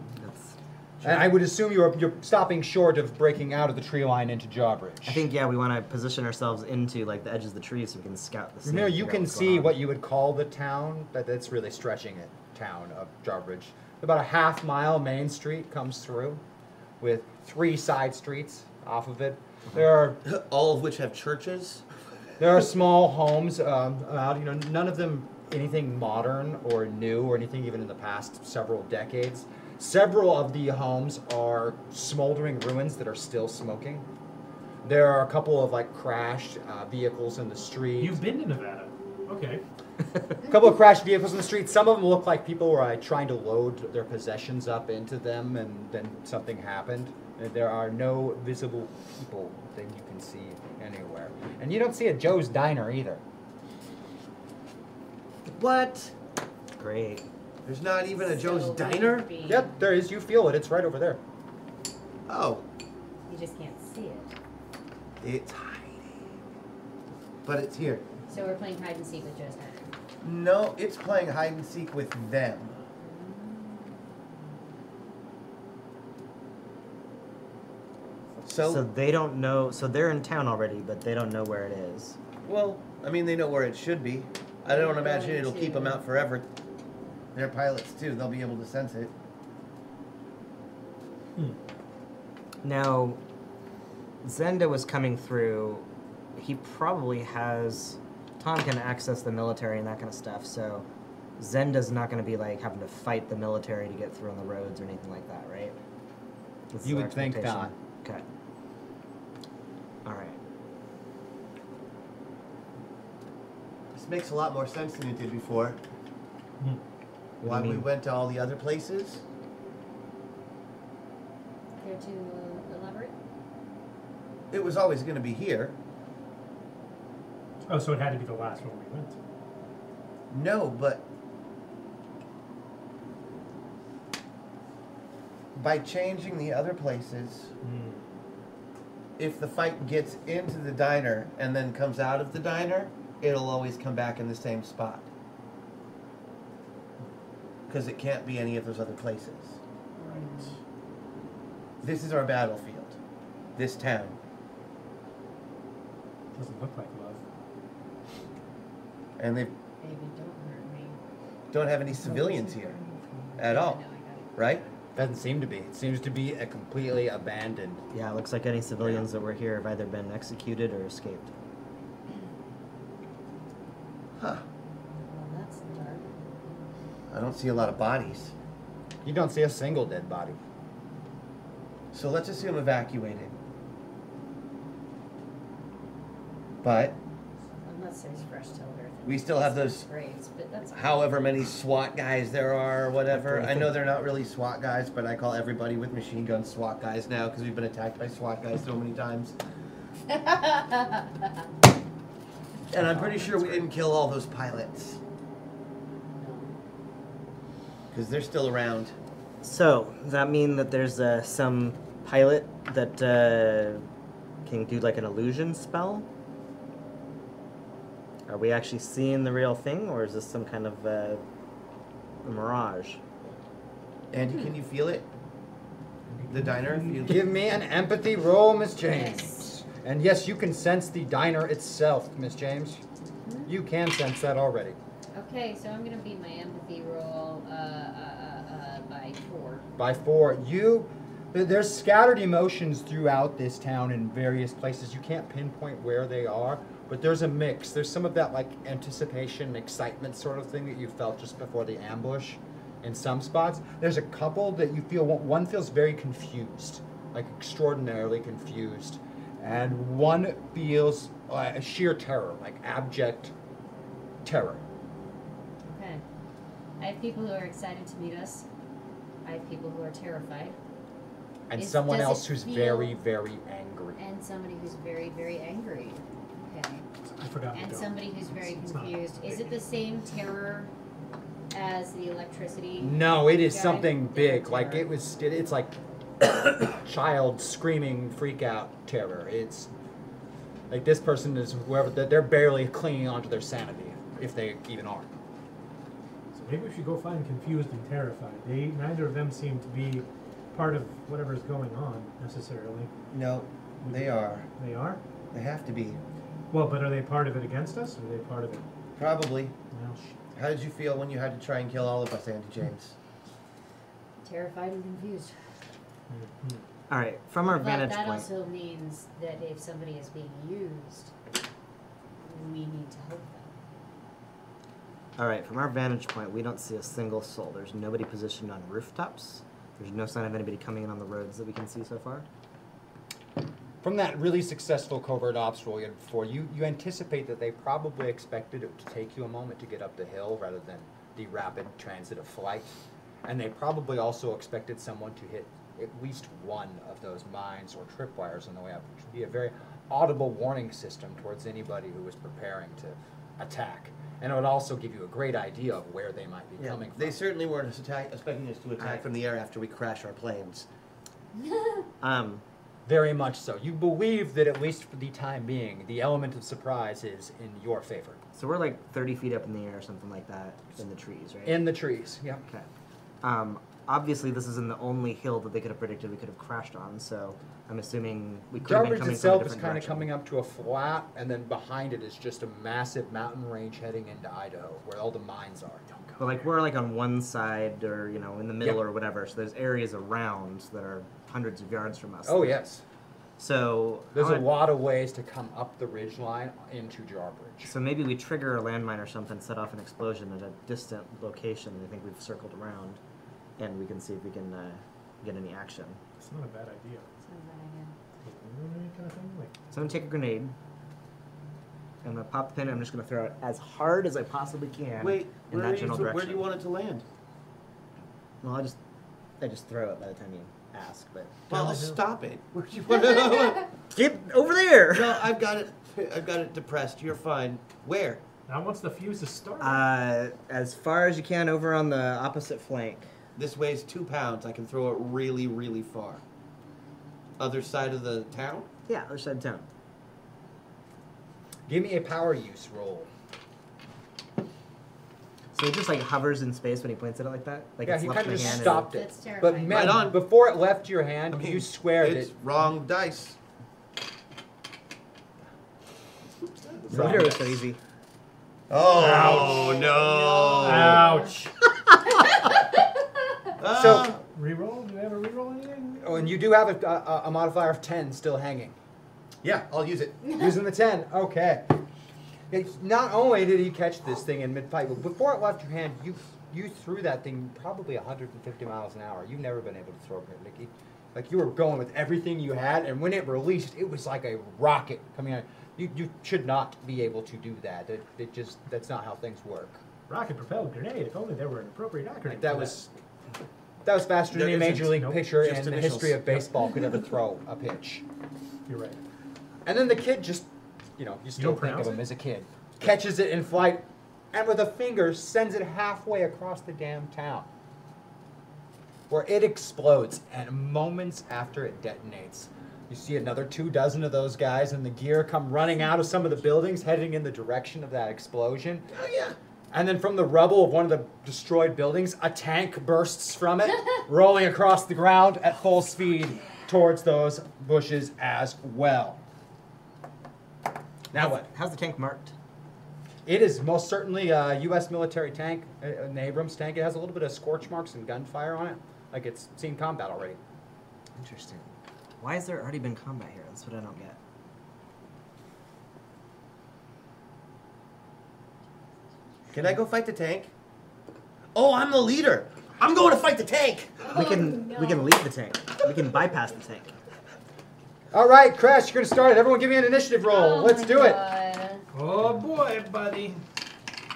Speaker 2: And I would assume you're you're stopping short of breaking out of the tree line into Jawbridge.
Speaker 6: I think yeah, we want to position ourselves into like the edges of the trees so we can scout the. scene
Speaker 2: No,
Speaker 6: and
Speaker 2: you
Speaker 6: figure out
Speaker 2: can
Speaker 6: what's going
Speaker 2: see
Speaker 6: on.
Speaker 2: what you would call the town, but that's really stretching it. Town of Jawbridge, about a half mile main street comes through, with three side streets off of it. There are
Speaker 3: All of which have churches.
Speaker 2: There are small homes um, out. You know, none of them anything modern or new or anything even in the past several decades. Several of the homes are smoldering ruins that are still smoking. There are a couple of like crashed uh, vehicles in the street.
Speaker 4: You've been to Nevada. Okay.
Speaker 2: A couple of crashed vehicles in the street. Some of them look like people were like, trying to load their possessions up into them, and then something happened. Uh, There are no visible people that you can see anywhere, and you don't see a Joe's Diner either.
Speaker 3: What?
Speaker 6: Great.
Speaker 3: There's not even a Joe's
Speaker 5: So we
Speaker 3: Diner.
Speaker 5: would be-
Speaker 2: Yep, there is. You feel it. It's right over there.
Speaker 3: Oh,
Speaker 5: You just can't see it.
Speaker 3: it's hiding. But it's here.
Speaker 5: So we're playing hide and seek with Joe's Diner.
Speaker 3: No, it's playing hide and seek with them. So-
Speaker 6: so they don't know. So they're in town already, but they don't know where it is.
Speaker 3: Well, I mean, they know where it should be. I don't imagine it'll keep them out forever. They're pilots too; they'll be able to sense it.
Speaker 6: Now, Zenda was coming through. He probably has. Tom can access the military and that kind of stuff, so Zenda's not going to be like having to fight the military to get through on the roads or anything like that, right? That's
Speaker 2: You
Speaker 6: our
Speaker 2: would think
Speaker 6: expectation.
Speaker 2: not.
Speaker 6: Okay. All right.
Speaker 3: This makes a lot more sense than it did before.
Speaker 4: Hmm.
Speaker 3: Why
Speaker 6: do you
Speaker 3: we
Speaker 6: mean?
Speaker 3: went to all the other places?
Speaker 5: Care to uh, elaborate?
Speaker 3: It was always going to be here.
Speaker 4: Oh, so it had to be the last one we went to.
Speaker 3: No, but by changing the other places, if the fight gets into the diner and then comes out of the diner, it'll always come back in the same spot. Because it can't be any of those other places.
Speaker 4: Right.
Speaker 3: This is our battlefield. This town.
Speaker 4: Doesn't look like love.
Speaker 3: And they
Speaker 5: Baby, don't hurt me.
Speaker 3: don't have any civilians here at all. Right?
Speaker 2: Doesn't seem to be. It seems to be a completely abandoned.
Speaker 6: Yeah, it looks like any civilians that were here have either been executed or escaped.
Speaker 3: Huh.
Speaker 5: Well, that's dark.
Speaker 3: I don't see a lot of bodies.
Speaker 2: You don't see a single dead body.
Speaker 3: So let's assume evacuated. But
Speaker 5: Unless there's fresh tilled earth. and
Speaker 3: We still have
Speaker 5: there's
Speaker 3: those-
Speaker 5: Graves, but that's
Speaker 3: however many SWAT guys there are or whatever.
Speaker 6: Okay,
Speaker 3: I know
Speaker 6: thank-
Speaker 3: they're not really SWAT guys, but I call everybody with machine guns SWAT guys now because we've been attacked by SWAT guys so many times. And I'm pretty sure we didn't kill all those pilots because they're still around.
Speaker 6: So does that mean that there's uh, some pilot that uh, can do like an illusion spell? Are we actually seeing the real thing, or is this some kind of uh, mirage?
Speaker 3: Andy, can you feel it? The diner? You-
Speaker 2: Give me an empathy roll, Miss James.
Speaker 5: Yes.
Speaker 2: And yes, you can sense the diner itself, Miss James. You can sense that already.
Speaker 5: Okay, so I'm gonna beat my empathy roll uh, uh, uh, uh, by four.
Speaker 2: By four, you. th- There's scattered emotions throughout this town in various places. You can't pinpoint where they are, but there's a mix. There's some of that like anticipation, and excitement sort of thing that you felt just before the ambush. In some spots, there's a couple that you feel one one feels very confused, like extraordinarily confused, and one feels uh, sheer terror, like abject terror.
Speaker 5: Okay. I have people who are excited to meet us. I have people who are terrified,
Speaker 2: and
Speaker 5: Is-
Speaker 2: someone
Speaker 5: does it
Speaker 2: else who's
Speaker 5: feel-
Speaker 2: very, very angry.
Speaker 5: and somebody who's very, very angry. Okay.
Speaker 4: I forgot.
Speaker 5: And
Speaker 4: the dog.
Speaker 5: somebody who's very
Speaker 4: It's not
Speaker 5: confused. Is it the same terror as the electricity?
Speaker 2: No, it is
Speaker 5: guy?
Speaker 2: something big. Like
Speaker 5: terror.
Speaker 2: it was, it, it's like child screaming, freak out terror. It's like this person is whoever they're they're barely clinging onto their sanity, if they even are.
Speaker 4: So maybe we should go find confused and terrified. They neither of them seem to be part of whatever's going on necessarily.
Speaker 3: No, they are.
Speaker 4: They are.
Speaker 3: They have to be.
Speaker 4: Well, but are they part of it against us? Or are they part of it?
Speaker 3: Probably.
Speaker 4: Well, shit.
Speaker 3: How did you feel when you had to try and kill all of us, Andy James?
Speaker 5: Terrified and confused.
Speaker 6: Hmm.
Speaker 4: Mhm.
Speaker 6: All right, from our
Speaker 5: But
Speaker 6: vantage
Speaker 5: that
Speaker 6: point.
Speaker 5: also means that if somebody is being used, we need to help them.
Speaker 6: All right, from our vantage point, we don't see a single soul. There's nobody positioned on rooftops. There's no sign of anybody coming in on the roads that we can see so far.
Speaker 2: From that really successful covert ops role you had before, you, you anticipate that they probably expected it to take you a moment to get up the hill rather than the rapid transit of flight. And they probably also expected someone to hit at least one of those mines or tripwires on the way up, which would be a very audible warning system towards anybody who was preparing to attack. And it would also give you a great idea of where they might be coming from.
Speaker 3: They certainly weren't attack- expecting us to attack
Speaker 6: Alright.
Speaker 3: from the air after we crash our planes.
Speaker 6: Um,
Speaker 2: Very much so. You believe that at least for the time being, the element of surprise is in your favor.
Speaker 6: so we're like 30 feet up in the air or something like that in the trees, right?
Speaker 2: In the trees, yeah.
Speaker 6: Okay. Um, obviously this isn't the only hill that they could have predicted we could have crashed on. So I'm assuming we could have been
Speaker 2: Garbage
Speaker 6: coming
Speaker 2: itself
Speaker 6: from a
Speaker 2: is
Speaker 6: different
Speaker 2: kind of
Speaker 6: direction.
Speaker 2: coming up to a flat, and then behind it is just a massive mountain range heading into Idaho, where all the mines are.
Speaker 6: But like we're like on one side or you know in the middle
Speaker 2: Yeah.
Speaker 6: or whatever. So there's areas around that are hundreds of yards from us.
Speaker 2: Oh, yes.
Speaker 6: So
Speaker 2: There's
Speaker 6: I
Speaker 2: a
Speaker 6: would-
Speaker 2: lot of ways to come up the ridge line into Jarbridge.
Speaker 6: So maybe we trigger a landmine or something, set off an explosion at a distant location. I think we've circled around, and we can see if we can uh, get any action.
Speaker 4: It's not a bad idea. It's
Speaker 5: not a bad
Speaker 4: idea. Kind of thing like
Speaker 6: So I'm gonna take a grenade. I'm gonna pop the pin. and I'm just gonna throw it as hard as I possibly can
Speaker 3: Wait,
Speaker 6: in
Speaker 3: where,
Speaker 6: that
Speaker 3: are you
Speaker 6: general
Speaker 3: th-
Speaker 6: direction.
Speaker 3: where do you want it to land?
Speaker 6: Well, I just, I just throw it by the time you ask. But
Speaker 3: Well, just stop it. Where do you want it to land?
Speaker 6: Get over there.
Speaker 3: No, I've got it. I've got it depressed. You're fine. Where?
Speaker 4: Now, once the fuse is started.
Speaker 6: Uh, as far as you can over on the opposite flank.
Speaker 3: This weighs two pounds. I can throw it really, really far. Other side of the town.
Speaker 6: Yeah, other side of town.
Speaker 2: Give me a power use roll.
Speaker 6: So it just like hovers in space when he points at it like that. Like
Speaker 2: yeah,
Speaker 6: it's
Speaker 2: he
Speaker 6: left
Speaker 2: kind
Speaker 6: in
Speaker 2: of
Speaker 6: the
Speaker 2: just
Speaker 6: hand and-
Speaker 2: stopped it. But man,
Speaker 3: Right on.
Speaker 2: before it left your hand,
Speaker 3: I mean,
Speaker 2: you swear
Speaker 3: it's
Speaker 2: that
Speaker 3: wrong dice.
Speaker 6: No wonder it was so easy.
Speaker 3: Oh
Speaker 6: Ouch.
Speaker 3: no!
Speaker 4: Ouch.
Speaker 2: So-
Speaker 4: reroll. Do we have a reroll anything?
Speaker 2: Oh, and you do have a, a, a modifier of 10 still hanging. Yeah, I'll use it. Using the 10, okay. It's- not only did he catch this thing in mid fight, but before it left your hand, you you threw that thing probably 150 miles an hour. You've never been able to throw it, Nikki. Like you were going with everything you had, and when it released, it was like a rocket coming out. You, you should not be able to do that. It, it just that's not how things work.
Speaker 4: Rocket propelled grenade. If only there were an appropriate acronym.
Speaker 2: Like
Speaker 4: for
Speaker 2: that was that was faster than
Speaker 4: There
Speaker 2: any major
Speaker 4: isn't.
Speaker 2: league
Speaker 4: Nope.
Speaker 2: pitcher
Speaker 4: Just
Speaker 2: in the
Speaker 4: initials.
Speaker 2: history of
Speaker 4: Yep.
Speaker 2: baseball could ever throw a pitch.
Speaker 4: You're right.
Speaker 2: And then the kid just, you know, you still
Speaker 4: don't
Speaker 2: think of
Speaker 4: pronounce
Speaker 2: him
Speaker 4: it?
Speaker 2: as a kid. Catches it in flight, and with a finger sends it halfway across the damn town, where it explodes. And moments after it detonates, you see another two dozen of those guys in the gear come running out of some of the buildings, heading in the direction of that explosion.
Speaker 3: Oh yeah.
Speaker 2: And then from the rubble of one of the destroyed buildings, a tank bursts from it, rolling across the ground at full speed towards those bushes as well. Now what?
Speaker 6: How's the tank marked?
Speaker 2: It is most certainly a U.S. military tank, a- an Abrams tank. It has a little bit of scorch marks and gunfire on it, like it's seen combat already.
Speaker 6: Interesting. Why has there already been combat here? That's what I don't get.
Speaker 3: Can I go fight the tank? Oh, I'm the leader. I'm going to fight the tank.
Speaker 6: We can we can leave the tank. We can bypass the tank.
Speaker 2: All right, Crash, you're gonna start it. Everyone, give me an initiative roll. Let's do it.
Speaker 5: Uh,
Speaker 4: Oh boy, buddy.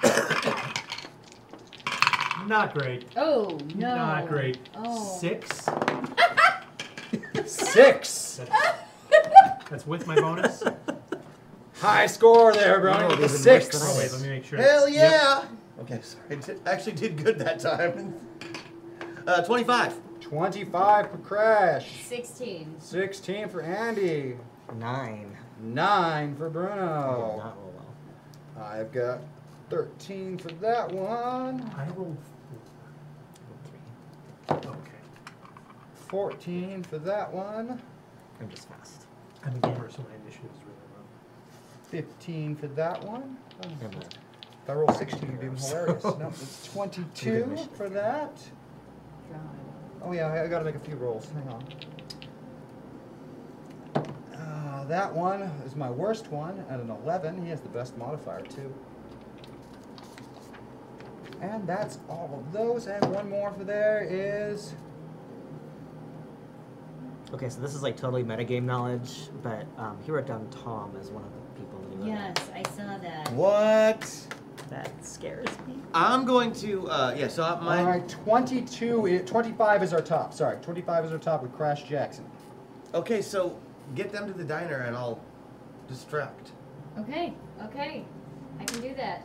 Speaker 4: Not great.
Speaker 5: Oh no.
Speaker 4: Not great.
Speaker 5: Oh.
Speaker 4: Six.
Speaker 2: Six.
Speaker 4: That's with my bonus.
Speaker 2: High score there, Brony.
Speaker 4: No,
Speaker 2: with a
Speaker 4: it was even
Speaker 2: six.
Speaker 4: worse than I Oh, wait, was. let me make sure.
Speaker 3: Hell
Speaker 4: Yep.
Speaker 3: yeah. Okay, sorry. I did- actually did good that time. Uh, 25.
Speaker 2: 25 for Crash.
Speaker 5: Sixteen.
Speaker 2: 16 for Andy.
Speaker 6: Nine.
Speaker 2: Nine for
Speaker 6: I did
Speaker 2: Bruno.
Speaker 6: not roll well.
Speaker 2: I've got 13 for that one.
Speaker 4: I rolled. Okay.
Speaker 2: 14 for that one.
Speaker 6: I'm just fast.
Speaker 4: I'm a gamer, so my initiative is really
Speaker 2: 15 for that one. Oh,
Speaker 6: I'm a-
Speaker 2: If I roll 16, it'd be hilarious.
Speaker 6: So-
Speaker 2: No, it's 22 for that. Oh, yeah, I- I gotta make a few rolls. Hang on. Uh, that one is my worst one at an 11. He has the best modifier, too. And that's all of those. And one more for there is.
Speaker 6: Okay, so this is like totally metagame knowledge, but um, he wrote down Tom as one of the people that he wrote
Speaker 5: Yes, I saw that.
Speaker 3: What?
Speaker 6: down. That scares me.
Speaker 3: I'm going to. Uh, yeah. So I- my.
Speaker 2: All right, 22. i- 25 eh, is our top. Sorry, 25 is our top with Crash Jackson.
Speaker 3: Okay, so get them to the diner and I'll distract.
Speaker 5: Okay. Okay. I can do that.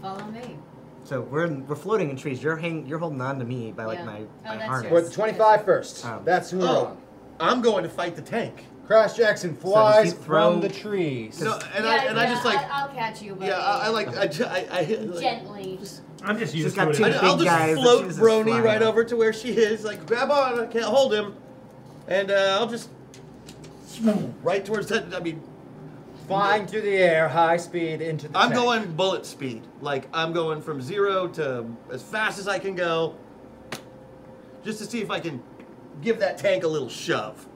Speaker 5: Follow me.
Speaker 6: So we're in, we're floating in trees. You're hang, you're holding on to me by like
Speaker 5: Yeah.
Speaker 6: my,
Speaker 5: Oh,
Speaker 6: my
Speaker 5: that's
Speaker 6: harness.
Speaker 5: yours.
Speaker 2: With 25 first.
Speaker 6: Um,
Speaker 2: That's who we're
Speaker 3: oh.
Speaker 2: on.
Speaker 3: I'm going to fight the tank.
Speaker 2: Crash Jackson
Speaker 6: he
Speaker 2: flies
Speaker 6: throw- uh,
Speaker 2: from the trees.
Speaker 3: No, and I
Speaker 5: Yeah,
Speaker 3: and I
Speaker 5: yeah,
Speaker 3: just like
Speaker 5: I'll, I'll catch you. Buddy.
Speaker 3: yeah, I, I like I, ju- I, I
Speaker 5: Gently.
Speaker 3: just
Speaker 4: I'm just
Speaker 6: She's
Speaker 4: used
Speaker 6: got
Speaker 4: to it.
Speaker 6: two
Speaker 4: at
Speaker 3: I know,
Speaker 4: this
Speaker 6: big
Speaker 3: I'll just
Speaker 6: guys,
Speaker 3: float
Speaker 6: Jesus,
Speaker 3: Brony
Speaker 6: flying
Speaker 3: right
Speaker 6: up.
Speaker 3: over to where she is, like grab on, I can't hold him, and uh, I'll just right towards that. I mean,
Speaker 2: Flying through the air, high speed into the
Speaker 3: I'm
Speaker 2: tank.
Speaker 3: going bullet speed. Like I'm going from zero to as fast as I can go, just to see if I can give that tank a little shove.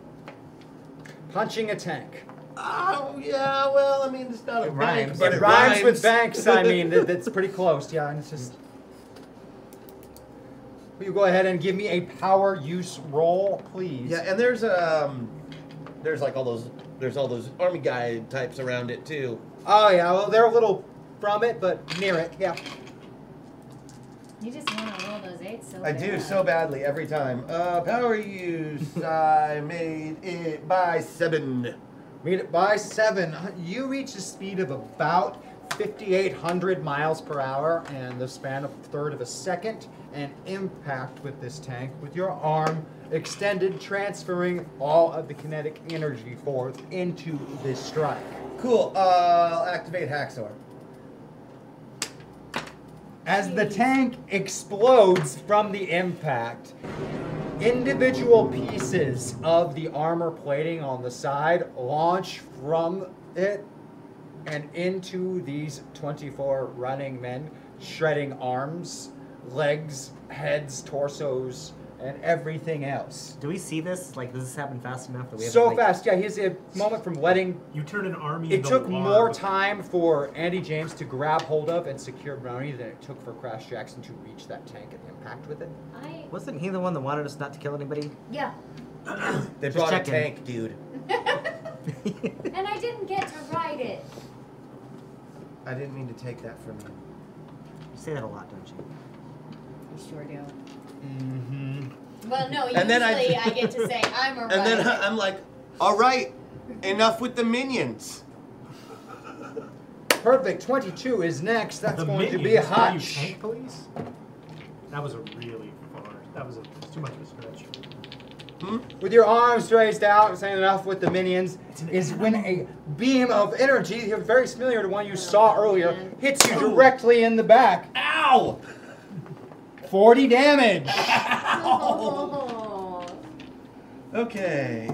Speaker 2: punching a tank.
Speaker 3: Oh yeah, well I mean it's not a bank, but
Speaker 2: It rhymes with banks. I mean, that- that's pretty close. Yeah, and it's just. Will you go ahead and give me a power use roll, please?
Speaker 3: Yeah, and there's um, there's like all those there's all those army guy types around it too.
Speaker 2: Oh yeah, well they're a little from it, but near it. Yeah.
Speaker 5: You just want to roll those eights so
Speaker 3: I
Speaker 5: bad.
Speaker 3: do so badly every time. Uh, power use. I made it by seven.
Speaker 2: Made it by seven. Uh, You reach a speed of about 5,800 miles per hour and the span of a third of a second and impact with this tank with your arm extended, transferring all of the kinetic energy forth into this strike.
Speaker 3: Cool. Uh, I'll activate Haxor.
Speaker 2: As the tank explodes from the impact, individual pieces of the armor plating on the side launch from it and into these 24 running men, shredding arms, legs, heads, torsos, and everything else.
Speaker 6: Do we see this? Like, does this happen fast enough that we have
Speaker 2: So
Speaker 6: like,
Speaker 2: fast, yeah. He's a moment from letting.
Speaker 4: You turn an army.
Speaker 2: It
Speaker 4: into
Speaker 2: took
Speaker 4: larb.
Speaker 2: more time for Andy James to grab hold of and secure Brownie than it took for Crash Jackson to reach that tank and impact with it.
Speaker 5: I
Speaker 6: Wasn't he the one that wanted us not to kill anybody?
Speaker 13: Yeah.
Speaker 3: They
Speaker 6: Just
Speaker 3: brought a
Speaker 6: checking.
Speaker 3: tank, dude.
Speaker 13: And I didn't get to ride it.
Speaker 3: I didn't mean to take that from you.
Speaker 6: You say that a lot, don't you?
Speaker 5: You sure do.
Speaker 3: Mm-hmm.
Speaker 5: Well, no,
Speaker 3: And then I-
Speaker 5: usually I, get to say I'm a
Speaker 3: And then
Speaker 5: rider."
Speaker 3: I'm like, all right, enough with the minions.
Speaker 2: Perfect. 22 is next. That's
Speaker 4: The
Speaker 2: going
Speaker 4: minions,
Speaker 2: to be a
Speaker 4: what Are you,
Speaker 2: hotch.
Speaker 4: tank police? That was a really far. That was, a, it's too much of a stretch. Hmm?
Speaker 2: With your arms raised out, saying enough with the minions, is when a beam of energy, you're very familiar to one you saw earlier, hits you directly in the back. Ow! 40 damage.
Speaker 3: Uh,
Speaker 5: Oh.
Speaker 3: Okay.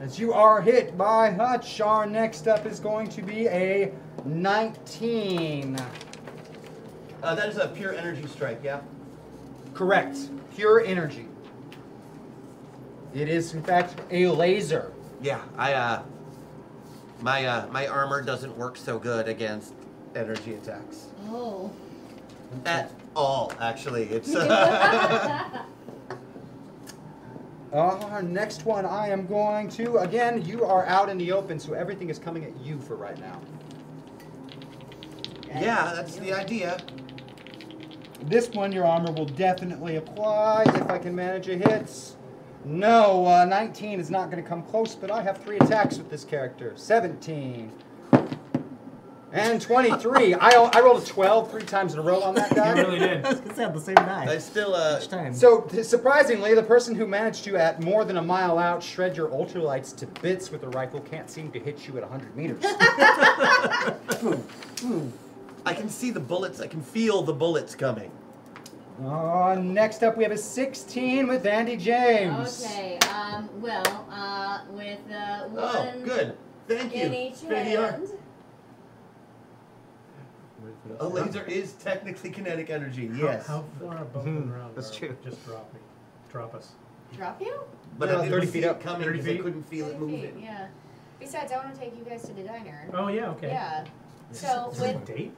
Speaker 2: As you are hit by Hutch, our next up is going to be a 19.
Speaker 3: Uh, that is a pure energy strike, yeah?
Speaker 2: Correct. Pure energy. It is, in fact, a laser.
Speaker 3: Yeah, I, uh, my, uh, my armor doesn't work so good against energy attacks.
Speaker 5: Oh.
Speaker 3: At all, actually. It's,
Speaker 2: Our Uh-huh, next one, I am going to. Again, you are out in the open, so everything is coming at you for right now.
Speaker 3: yeah, that's the idea.
Speaker 2: This one, your armor will definitely apply if I can manage a hit. No, uh, 19 is not going to come close, but I have three attacks with this character 17 and 23. I, I rolled a 12 three times in a row on that guy.
Speaker 4: You really did.
Speaker 6: I was gonna say I have the same die.
Speaker 3: I still, uh,
Speaker 6: Each time.
Speaker 2: So t- surprisingly, the person who managed to, at more than a mile out, shred your ultralights to bits with a rifle can't seem to hit you at 100 meters.
Speaker 3: Hmm, I can see the bullets, I can feel the bullets coming.
Speaker 2: Uh, next up, we have a 16 with Andy James.
Speaker 5: Okay. Um. Well. Uh. With uh, one
Speaker 3: Oh, good. Thank you.
Speaker 5: in each
Speaker 3: Video.
Speaker 5: hand.
Speaker 3: A laser is technically kinetic energy,
Speaker 4: How-
Speaker 3: yes.
Speaker 4: How, far above
Speaker 2: Mm-hmm.
Speaker 4: the ground?
Speaker 6: That's
Speaker 4: are-
Speaker 6: true.
Speaker 4: Just drop me. Drop us.
Speaker 5: Drop you?
Speaker 3: But
Speaker 2: Yeah,
Speaker 3: I didn't
Speaker 2: 30
Speaker 3: see
Speaker 2: feet
Speaker 3: it
Speaker 2: up.
Speaker 3: coming
Speaker 4: 30
Speaker 3: because I
Speaker 4: feet.
Speaker 3: couldn't feel it
Speaker 5: Maybe,
Speaker 3: moving.
Speaker 5: Yeah. Besides, I want to take you guys to the diner.
Speaker 4: Oh yeah. Okay.
Speaker 5: Yeah. So with
Speaker 4: date.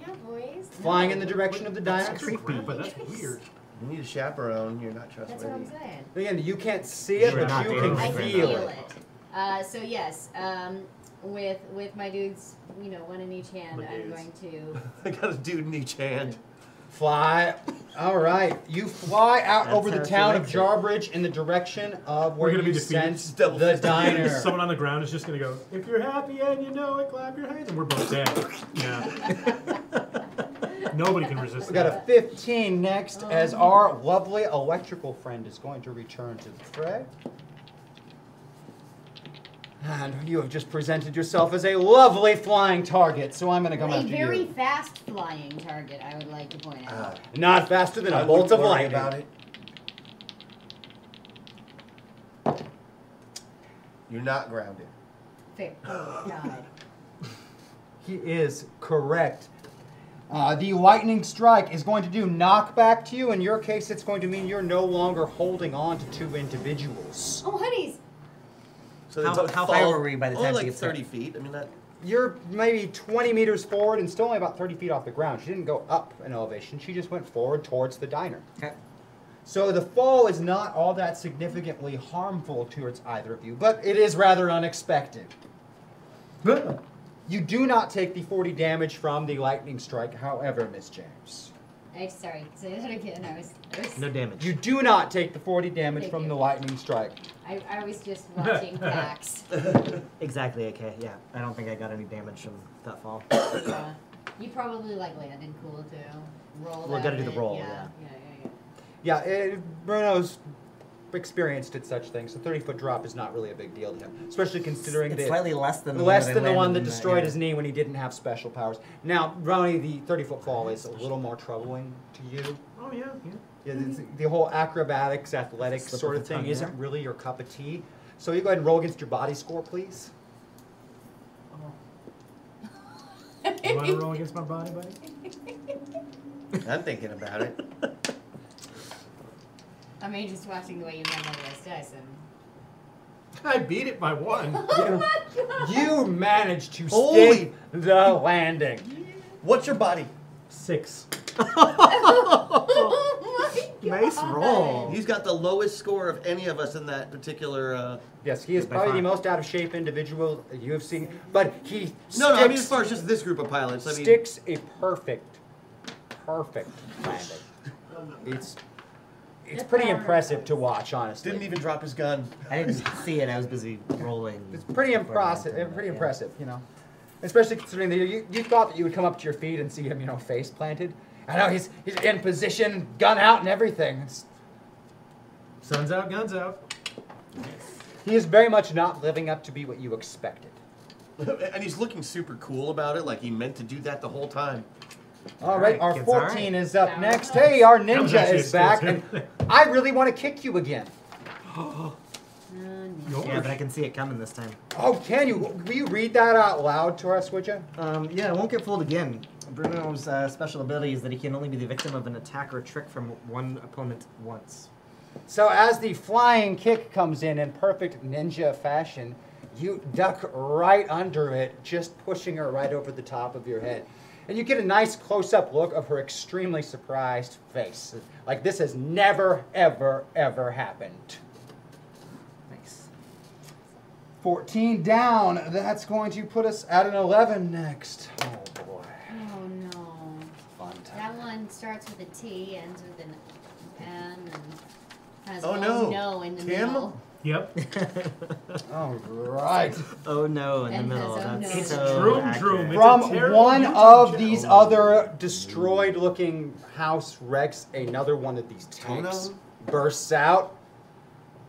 Speaker 5: yeah, boys.
Speaker 2: Flying
Speaker 5: No,
Speaker 2: in the direction of the
Speaker 4: That's
Speaker 2: diner.
Speaker 4: creepy, but that's weird.
Speaker 3: You need a chaperone, you're not
Speaker 5: That's what I'm
Speaker 3: trustworthy.
Speaker 5: saying.
Speaker 2: Again, you can't see it,
Speaker 4: You're
Speaker 2: but
Speaker 4: not
Speaker 2: you
Speaker 4: dating
Speaker 2: can
Speaker 5: I
Speaker 4: right
Speaker 5: can
Speaker 4: now.
Speaker 2: feel it.
Speaker 5: Uh, so yes, um, with with my dudes, you know, one in each hand, uh,
Speaker 4: My
Speaker 5: I'm
Speaker 4: dudes.
Speaker 5: going to.
Speaker 3: I got a dude in each hand.
Speaker 2: Fly. All right, you fly out
Speaker 6: That's
Speaker 2: over the
Speaker 6: how she
Speaker 2: town of
Speaker 6: likes it.
Speaker 2: Jarbridge in the direction of
Speaker 4: We're
Speaker 2: where
Speaker 4: gonna
Speaker 2: you
Speaker 4: be defeated.
Speaker 2: sense
Speaker 3: Double
Speaker 2: the
Speaker 3: fisted.
Speaker 2: diner.
Speaker 4: Someone on the ground is just gonna go. If you're happy and you know it, clap your hands, and we're both dead. Yeah. Nobody can resist
Speaker 2: We got a
Speaker 4: that.
Speaker 2: 15 next as our lovely electrical friend is going to return to the fray. And you have just presented yourself as a lovely flying target, so I'm going to come
Speaker 5: A
Speaker 2: after
Speaker 5: very
Speaker 2: you.
Speaker 5: fast flying target, I would like to point out.
Speaker 2: Not faster than a
Speaker 3: I
Speaker 2: bolt
Speaker 3: wouldn't
Speaker 2: of
Speaker 3: worry
Speaker 2: lightning.
Speaker 3: about it. You're not grounded.
Speaker 5: Fair. Oh, God.
Speaker 2: He is correct. Uh, the lightning strike is going to do knockback to you. In your case, it's going to mean you're no longer holding on to two individuals.
Speaker 5: Oh, hoodies!
Speaker 3: So they
Speaker 2: How-
Speaker 3: both
Speaker 2: how
Speaker 3: fall
Speaker 2: high were we by the
Speaker 3: only
Speaker 2: time she
Speaker 3: like
Speaker 2: gets there?
Speaker 3: 30 feet. I mean, that.
Speaker 2: You're maybe 20 meters forward and still only about 30 feet off the ground. She didn't go up an elevation, she just went forward towards the diner. Okay. So the fall is not all that significantly harmful towards either of you, but it is rather unexpected. you do not take the 40 damage from the lightning strike, however, Miss James.
Speaker 5: I, sorry, say that again. I was. I was
Speaker 2: damage. You do not take the 40 damage
Speaker 5: Thank
Speaker 2: from
Speaker 5: you.
Speaker 2: the lightning strike.
Speaker 5: I, I was just watching facts.
Speaker 6: exactly. Okay. Yeah. I don't think I got any damage from that fall.
Speaker 5: Yeah. You probably like landed cool too. Roll.
Speaker 6: Well, gotta do the roll,
Speaker 5: yeah. yeah,
Speaker 2: Yeah, it, Bruno's experienced at such things. The 30 foot drop is not really a big deal to him, especially considering
Speaker 6: It's
Speaker 2: that
Speaker 6: slightly less than the one
Speaker 2: less
Speaker 6: that I
Speaker 2: than the one
Speaker 6: landed
Speaker 2: that
Speaker 6: in that,
Speaker 2: destroyed
Speaker 6: yeah.
Speaker 2: his knee when he didn't have special powers. Now, Brony, the 30 foot fall is a little more troubling to you.
Speaker 4: Oh yeah, yeah.
Speaker 2: Yeah, the, the whole acrobatics, athletics
Speaker 4: Slip
Speaker 2: sort
Speaker 4: of
Speaker 2: of
Speaker 4: the
Speaker 2: thing
Speaker 4: tongue,
Speaker 2: isn't
Speaker 4: yeah.
Speaker 2: really your cup of tea. So you go ahead and roll against your body score, please.
Speaker 4: You want to roll against my body, buddy?
Speaker 3: I'm thinking about it.
Speaker 5: I mean, just watching the way you handle those dice and.
Speaker 4: I beat it by one.
Speaker 2: You managed to
Speaker 4: Holy-
Speaker 2: stick the landing.
Speaker 3: What's your body?
Speaker 4: Six.
Speaker 5: oh my god.
Speaker 3: He's got the lowest score of any of us in that particular. Uh,
Speaker 2: Yes, he is
Speaker 3: By
Speaker 2: probably the
Speaker 3: far.
Speaker 2: most out of shape individual you have seen, but he
Speaker 3: no, no. I mean,
Speaker 2: sticks-
Speaker 3: as far as just this group of pilots, I mean,
Speaker 2: sticks a perfect, perfect landing. It's it's pretty impressive to watch, honestly. Didn't
Speaker 3: even drop his gun.
Speaker 6: I didn't see it. I was busy rolling.
Speaker 2: It's pretty impressive. Pretty impressive, you know. Especially considering that you, you thought that you would come up to your feet and see him, you know, face planted. I know he's he's in position, gun out, and everything. It's,
Speaker 4: Sun's out, guns out.
Speaker 2: he is very much not living up to be what you expected.
Speaker 3: and he's looking super cool about it, like he meant to do that the whole time.
Speaker 2: All right, our
Speaker 3: kids, all right.
Speaker 2: 14 is up next. Hey, our
Speaker 3: That was
Speaker 2: ninja
Speaker 3: actually
Speaker 2: is
Speaker 3: a
Speaker 2: back, and
Speaker 3: skills,
Speaker 2: I really want to kick you again.
Speaker 6: Yeah, but I can see it coming this time.
Speaker 2: Oh, can you? Will you read that out loud to us, would you?
Speaker 6: Um, yeah, I won't get fooled again. Bruno's uh, special ability is that he can only be the victim of an attack or trick from one opponent once.
Speaker 2: So as the flying kick comes in in perfect ninja fashion, you duck right under it, just pushing her right over the top of your head. And you get a nice close-up look of her extremely surprised face. Like this has never, ever, ever happened.
Speaker 6: Nice.
Speaker 2: 14 down. That's going to put us at an 11 next. Oh boy.
Speaker 5: Oh no.
Speaker 2: Fun
Speaker 5: That one starts with a T, ends with an N, and has
Speaker 6: Oh,
Speaker 5: oh,
Speaker 6: no.
Speaker 5: no in the
Speaker 6: Tim?
Speaker 5: middle.
Speaker 4: Yep.
Speaker 2: All right.
Speaker 6: Oh no, in
Speaker 5: And
Speaker 6: the
Speaker 5: has
Speaker 6: middle.
Speaker 5: oh,
Speaker 6: That's
Speaker 5: no.
Speaker 4: It's
Speaker 6: so
Speaker 4: droom,
Speaker 6: accurate.
Speaker 4: droom. It's a
Speaker 2: From
Speaker 4: terrible
Speaker 2: one
Speaker 4: YouTube
Speaker 2: of
Speaker 4: channel.
Speaker 2: these other destroyed looking house wrecks, another one of these tanks
Speaker 4: Tono?
Speaker 2: bursts out.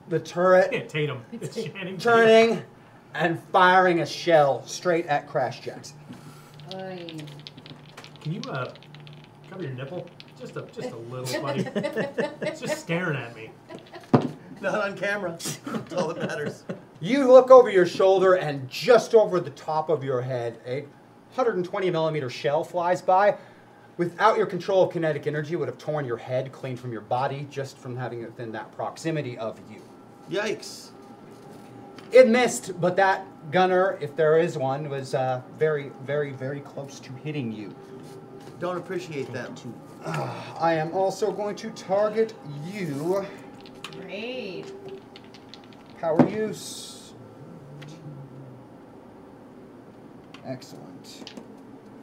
Speaker 2: The turret
Speaker 4: Yeah, Tatum. It's Channing. Tatum.
Speaker 2: turning and firing a shell straight at Crash Jet.
Speaker 5: Oy.
Speaker 4: Can you uh, cover your nipple? Just a just a little, buddy. it's just staring at me.
Speaker 3: Not on camera. That's all that matters.
Speaker 2: You look over your shoulder, and just over the top of your head, a 120 millimeter shell flies by. Without your control of kinetic energy, it would have torn your head clean from your body just from having it within that proximity of you.
Speaker 3: Yikes.
Speaker 2: It missed, but that gunner, if there is one, was uh, very, very, very close to hitting you. Ah,
Speaker 3: Don't appreciate them.
Speaker 2: I am also going to target you.
Speaker 5: Great.
Speaker 2: Power use. Excellent.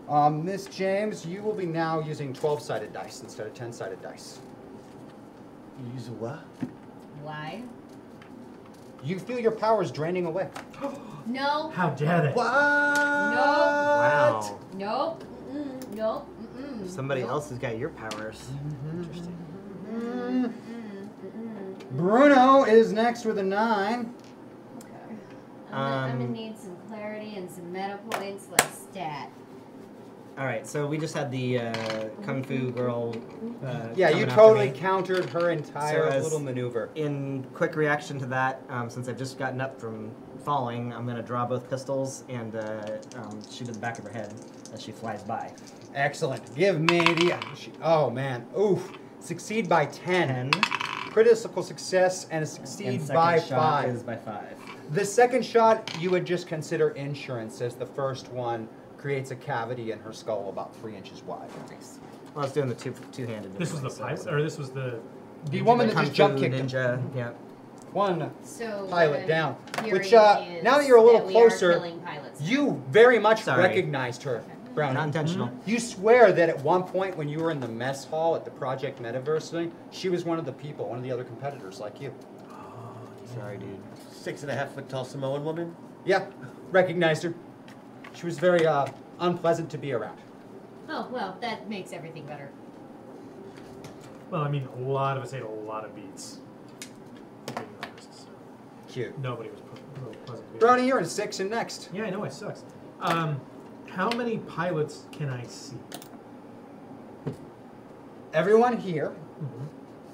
Speaker 2: Um, Miss James, you will be now using 12 sided dice instead of 10 sided dice.
Speaker 3: You use what?
Speaker 5: Why?
Speaker 2: You feel your powers draining away.
Speaker 5: No.
Speaker 2: How dare they.
Speaker 3: What?
Speaker 6: Wow.
Speaker 5: Nope. Nope. Mm-mm. Nope. Mm-mm.
Speaker 6: Somebody
Speaker 5: nope.
Speaker 6: else has got your powers.
Speaker 2: Mm-hmm.
Speaker 6: Interesting.
Speaker 5: Mm-mm. Mm-mm.
Speaker 2: Bruno is next with a 9.
Speaker 5: I'm gonna, I'm gonna
Speaker 6: Um,
Speaker 5: need some clarity and some meta points, like stat.
Speaker 6: All right, so we just had the uh, kung fu girl. Uh,
Speaker 2: Yeah, you
Speaker 6: coming after
Speaker 2: totally
Speaker 6: me.
Speaker 2: countered her entire
Speaker 6: as-
Speaker 2: little maneuver.
Speaker 6: In quick reaction to that, um, since I've just gotten up from falling, I'm gonna draw both pistols and uh, um, shoot at the back of her head as she flies by.
Speaker 2: Excellent. Give me the. Oh man. Oof. Succeed by ten. Critical success and a succeed
Speaker 6: and second
Speaker 2: by
Speaker 6: shot
Speaker 2: five.
Speaker 6: is by five.
Speaker 2: The second shot you would just consider insurance, as the first one creates a cavity in her skull about three inches wide.
Speaker 6: Well, I was doing the two two handed.
Speaker 4: This was the pilot, or this was the
Speaker 2: The woman that just jump kicked him.
Speaker 6: ninja. Yeah.
Speaker 2: One
Speaker 5: So what
Speaker 2: pilot
Speaker 5: I'm
Speaker 2: down.
Speaker 5: hearing
Speaker 2: Which uh,
Speaker 5: is
Speaker 2: now that you're a little
Speaker 5: that we are
Speaker 2: closer,
Speaker 5: killing pilots.
Speaker 2: you very much
Speaker 6: Sorry.
Speaker 2: recognized her, Brown. Mm-hmm.
Speaker 6: Not intentional.
Speaker 2: You swear that at one point when you were in the mess hall at the Project Metaverse thing, she was one of the people, one of the other competitors like you.
Speaker 6: Oh, Sorry, dude.
Speaker 3: Six and a half foot tall Samoan woman.
Speaker 2: Yeah, recognized her. She was very uh, unpleasant to be around.
Speaker 5: Oh well, that makes everything better.
Speaker 4: Well, I mean, a lot of us ate a lot of beets. Being honest, so
Speaker 2: Cute.
Speaker 4: Nobody was ple- really pleasant. to be
Speaker 2: Brownie, you're in six and next.
Speaker 4: Yeah, I know it sucks. Um, how many pilots can I see?
Speaker 2: Everyone here.